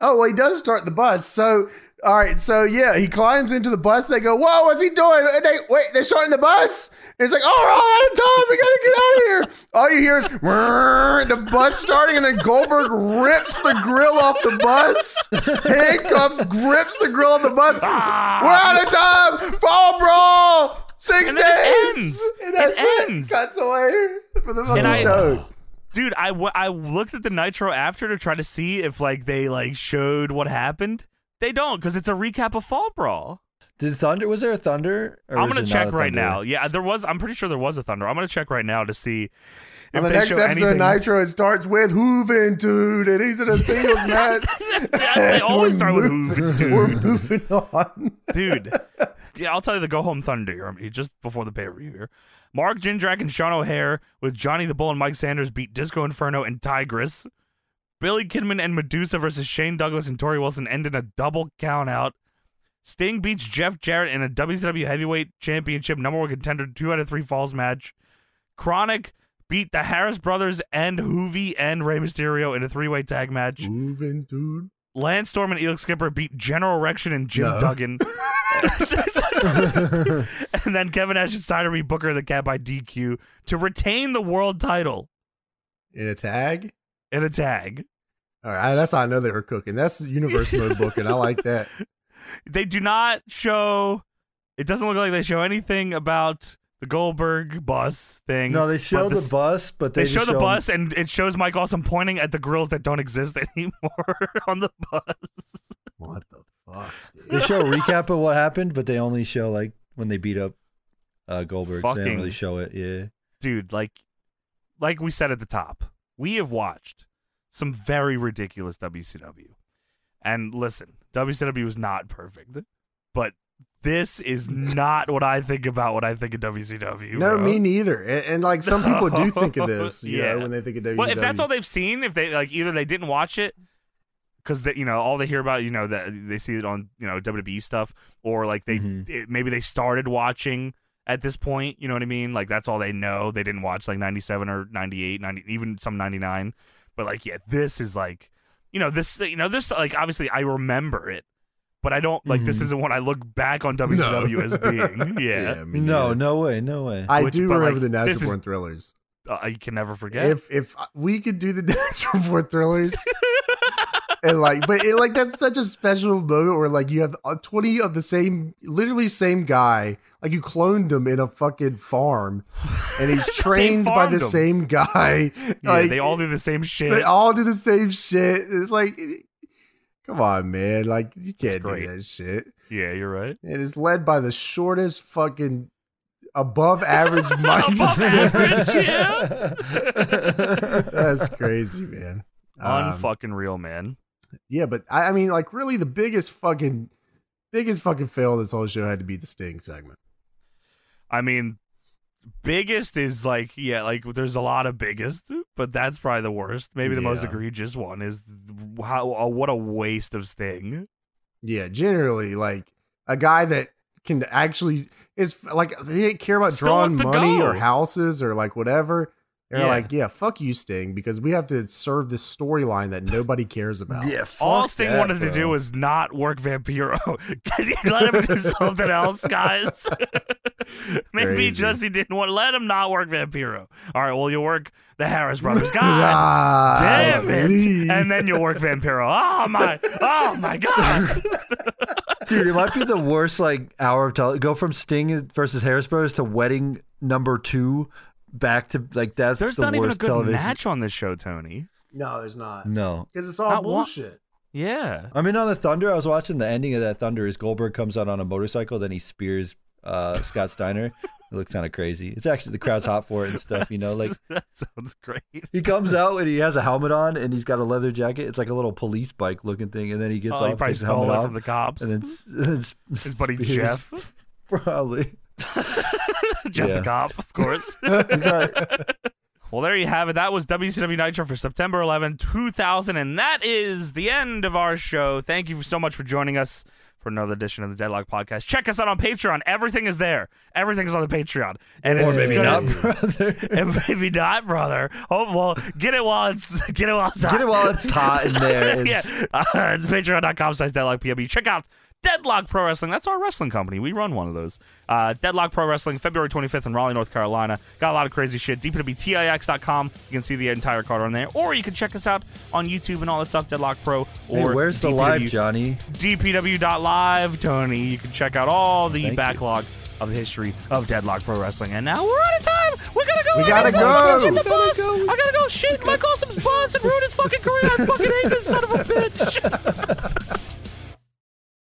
[SPEAKER 1] Oh, well, he does start the bus. So, all right. So, yeah, he climbs into the bus. They go, Whoa, what's he doing? And they, wait, they're starting the bus. And it's like, Oh, we're all out of time. We got to get out of here. All you hear is "Whirr," the bus starting, and then Goldberg rips the grill off the bus, handcuffs, grips the grill off the bus. We're out of time. Fall brawl. Six
[SPEAKER 2] Ah.
[SPEAKER 1] days.
[SPEAKER 2] And then it ends.
[SPEAKER 1] And that's
[SPEAKER 2] It
[SPEAKER 1] it.
[SPEAKER 2] ends.
[SPEAKER 1] Cuts away for the fucking
[SPEAKER 2] And I-
[SPEAKER 1] show.
[SPEAKER 2] Dude, I, w- I looked at the Nitro after to try to see if like they like showed what happened. They don't because it's a recap of Fall Brawl.
[SPEAKER 3] Did Thunder? Was there a Thunder? or
[SPEAKER 2] I'm
[SPEAKER 3] was
[SPEAKER 2] gonna
[SPEAKER 3] it not
[SPEAKER 2] check
[SPEAKER 3] a
[SPEAKER 2] right
[SPEAKER 3] Thunder?
[SPEAKER 2] now. Yeah, there was. I'm pretty sure there was a Thunder. I'm gonna check right now to see if
[SPEAKER 1] On the
[SPEAKER 2] they
[SPEAKER 1] next
[SPEAKER 2] show
[SPEAKER 1] episode
[SPEAKER 2] anything.
[SPEAKER 1] of Nitro, it starts with Juventud, and he's in a singles match.
[SPEAKER 2] Yeah, they always
[SPEAKER 1] We're
[SPEAKER 2] start with
[SPEAKER 1] moving-
[SPEAKER 2] "Ooh, dude.
[SPEAKER 1] We're moving on.
[SPEAKER 2] dude. Yeah, I'll tell you the go home thunder I mean, just before the pay per view here. Mark Jindrak and Sean O'Hare with Johnny the Bull and Mike Sanders beat Disco Inferno and Tigress. Billy Kidman and Medusa versus Shane Douglas and Tori Wilson end in a double count out. Sting beats Jeff Jarrett in a WCW Heavyweight Championship number one contender two out of three falls match. Chronic beat the Harris brothers and Hoovy and Rey Mysterio in a three way tag match.
[SPEAKER 1] Juventud.
[SPEAKER 2] Landstorm and Elix Skipper beat General Rection and Jim
[SPEAKER 1] No.
[SPEAKER 2] Duggan. and then Kevin Nash and Steiner beat Booker and the Cat by DQ to retain the world title
[SPEAKER 1] In a tag?
[SPEAKER 2] in a tag.
[SPEAKER 1] All right, that's how I know they were cooking. That's universe mode booking. I like that.
[SPEAKER 2] They do not show, it doesn't look like they show anything about the Goldberg bus thing.
[SPEAKER 3] No, they
[SPEAKER 2] but
[SPEAKER 3] show the
[SPEAKER 2] s-
[SPEAKER 3] bus, but
[SPEAKER 2] They,
[SPEAKER 3] they,
[SPEAKER 2] show
[SPEAKER 3] just
[SPEAKER 2] the
[SPEAKER 3] them-
[SPEAKER 2] bus, and it shows Mike Awesome pointing at the grills that don't exist anymore on the bus.
[SPEAKER 1] What the fuck? dude?
[SPEAKER 3] They show a recap of what happened, but they only show like when they beat up uh, Goldberg. So they
[SPEAKER 2] Fucking-
[SPEAKER 3] don't really show it. Yeah.
[SPEAKER 2] dude, like like we said at the top, we have watched some very ridiculous WCW. And listen, WCW was not perfect, but this is not what I think about when I think of WCW.
[SPEAKER 1] No,
[SPEAKER 2] bro.
[SPEAKER 1] me neither. And, and like some people do think of this, you
[SPEAKER 2] Yeah.
[SPEAKER 1] know, when they think of E. WWE.
[SPEAKER 2] Well, if that's all they've seen, if they like either they didn't watch it because you know all they hear about, you know that they see it on you know WWE stuff, or like they
[SPEAKER 1] Mm-hmm.
[SPEAKER 3] Mhm.
[SPEAKER 2] it, maybe they started watching at this point. You know what I mean? Like that's all they know. They didn't watch like ninety seven or 98, 90, even some ninety nine. But like, yeah, this is like you know this you know this like obviously I remember it. But I don't like this.
[SPEAKER 3] Mhm.
[SPEAKER 2] Isn't what I look back on WCW as being. E Yeah,
[SPEAKER 1] Mm-hmm. E. Yeah, me
[SPEAKER 3] No,
[SPEAKER 1] neither.
[SPEAKER 3] no way, no way.
[SPEAKER 1] I
[SPEAKER 2] Which-
[SPEAKER 1] do
[SPEAKER 2] but,
[SPEAKER 1] remember
[SPEAKER 2] like,
[SPEAKER 1] the natural
[SPEAKER 2] this is-
[SPEAKER 1] born thrillers.
[SPEAKER 2] Uh, you can never forget.
[SPEAKER 1] If if we could do the natural born thrillers, and like, but it, like that's such a special moment where like you have uh, twenty of the same, literally same guy. Like you cloned him in a fucking farm, and he's trained by
[SPEAKER 2] farmed
[SPEAKER 1] the
[SPEAKER 2] him.
[SPEAKER 1] same guy.
[SPEAKER 2] yeah,
[SPEAKER 1] like,
[SPEAKER 2] they all do the same shit.
[SPEAKER 1] they all do the same shit. It's like, come on, man! Like you can't do
[SPEAKER 2] great.
[SPEAKER 1] that shit.
[SPEAKER 2] yeah, you're right.
[SPEAKER 1] It is led by the shortest fucking above average mic.
[SPEAKER 2] Above average, yeah.
[SPEAKER 1] That's crazy, man. Um,
[SPEAKER 2] Unfucking real, man.
[SPEAKER 1] yeah, but I, I mean, like, really, the biggest fucking, biggest fucking fail of this whole show had to be the Sting segment.
[SPEAKER 2] I mean, biggest is like, yeah, like there's a lot of biggest, but that's probably the worst. Maybe the most
[SPEAKER 1] Yeah.
[SPEAKER 2] egregious one is how uh, what a waste of Sting.
[SPEAKER 1] Yeah, generally, like a guy that can actually is like they didn't care about
[SPEAKER 2] Still
[SPEAKER 1] drawing
[SPEAKER 2] wants to
[SPEAKER 1] money
[SPEAKER 2] go.
[SPEAKER 1] or houses or like whatever. They're
[SPEAKER 2] Yeah.
[SPEAKER 1] like, yeah, fuck you, Sting, because we have to serve this storyline that nobody cares about.
[SPEAKER 3] yeah, fuck
[SPEAKER 2] All Sting
[SPEAKER 3] that,
[SPEAKER 2] wanted
[SPEAKER 3] bro.
[SPEAKER 2] to do was not work Vampiro. Can you let him do something else, guys? Maybe
[SPEAKER 1] Crazy.
[SPEAKER 2] just he didn't want let him not work Vampiro. All right, well you work the Harris Brothers. God
[SPEAKER 1] God,
[SPEAKER 2] damn it!
[SPEAKER 1] Ah, please.
[SPEAKER 2] And then you'll work Vampiro. Oh my! Oh my God!
[SPEAKER 3] dude. It might be the worst like hour of tele. Go from Sting versus Harris Bros to wedding number two back to like that's
[SPEAKER 2] There's
[SPEAKER 3] the
[SPEAKER 2] not
[SPEAKER 3] worst
[SPEAKER 2] even a good
[SPEAKER 3] television.
[SPEAKER 2] match on this show, Tony.
[SPEAKER 1] No, there's not.
[SPEAKER 3] No.
[SPEAKER 1] Because it's all
[SPEAKER 2] Not one-
[SPEAKER 1] bullshit.
[SPEAKER 2] Yeah.
[SPEAKER 3] I mean, on the Thunder, I was watching the ending of that Thunder. Is Goldberg comes out on a motorcycle, then he spears uh, Scott Steiner. It looks kind of crazy. It's actually the crowd's hot for it and stuff. You know, Uh, like
[SPEAKER 2] that sounds great.
[SPEAKER 3] he comes out and he has a helmet on and he's got a leather jacket. It's like a little police bike looking thing, and then he gets
[SPEAKER 2] Oh,
[SPEAKER 3] off,
[SPEAKER 2] he probably
[SPEAKER 3] takes the helmet
[SPEAKER 2] stole it
[SPEAKER 3] off,
[SPEAKER 2] from the cops.
[SPEAKER 3] and then s- and s-
[SPEAKER 2] His buddy
[SPEAKER 3] spears-
[SPEAKER 2] Jeff,
[SPEAKER 3] probably.
[SPEAKER 2] Jeff
[SPEAKER 3] Yeah.
[SPEAKER 2] the cop, of course.
[SPEAKER 3] Right.
[SPEAKER 2] Well, there you have it. That was WCW Nitro for September 11, 2000. And that is the end of our show. Thank you so much for joining us for another edition of the Deadlock Podcast. Check us out on Patreon. Everything is there. Everything's on the Patreon. And
[SPEAKER 3] or
[SPEAKER 2] it's
[SPEAKER 3] maybe
[SPEAKER 2] gonna-
[SPEAKER 3] not, brother.
[SPEAKER 2] And maybe not, brother. Oh, well, get it while it's get it while it's
[SPEAKER 3] Get it while it's hot in there.
[SPEAKER 2] yeah,
[SPEAKER 3] It's-
[SPEAKER 2] uh, it's patreon.com slash deadlock PME. Check out Deadlock Pro Wrestling. That's our wrestling company. We run one of those. Uh, Deadlock Pro Wrestling, February 25th in Raleigh, North Carolina. Got a lot of crazy shit. DeepWTIX.com. You can see the entire card on there. Or you can check us out on YouTube and all that stuff, Deadlock Pro.
[SPEAKER 3] Hey,
[SPEAKER 2] Or
[SPEAKER 3] where's the
[SPEAKER 2] DPW
[SPEAKER 3] live, Johnny?
[SPEAKER 2] DPW.live, Tony. You can check out all the
[SPEAKER 3] Thank you.
[SPEAKER 2] backlog of the history of Deadlock Pro Wrestling. And now we're out of time. We gotta go.
[SPEAKER 1] We
[SPEAKER 2] I
[SPEAKER 1] gotta
[SPEAKER 2] go.
[SPEAKER 1] go.
[SPEAKER 2] shit the
[SPEAKER 1] We
[SPEAKER 2] bus. I gotta go shit my Awesome's boss and ruin his fucking career. I fucking hate this son of a bitch.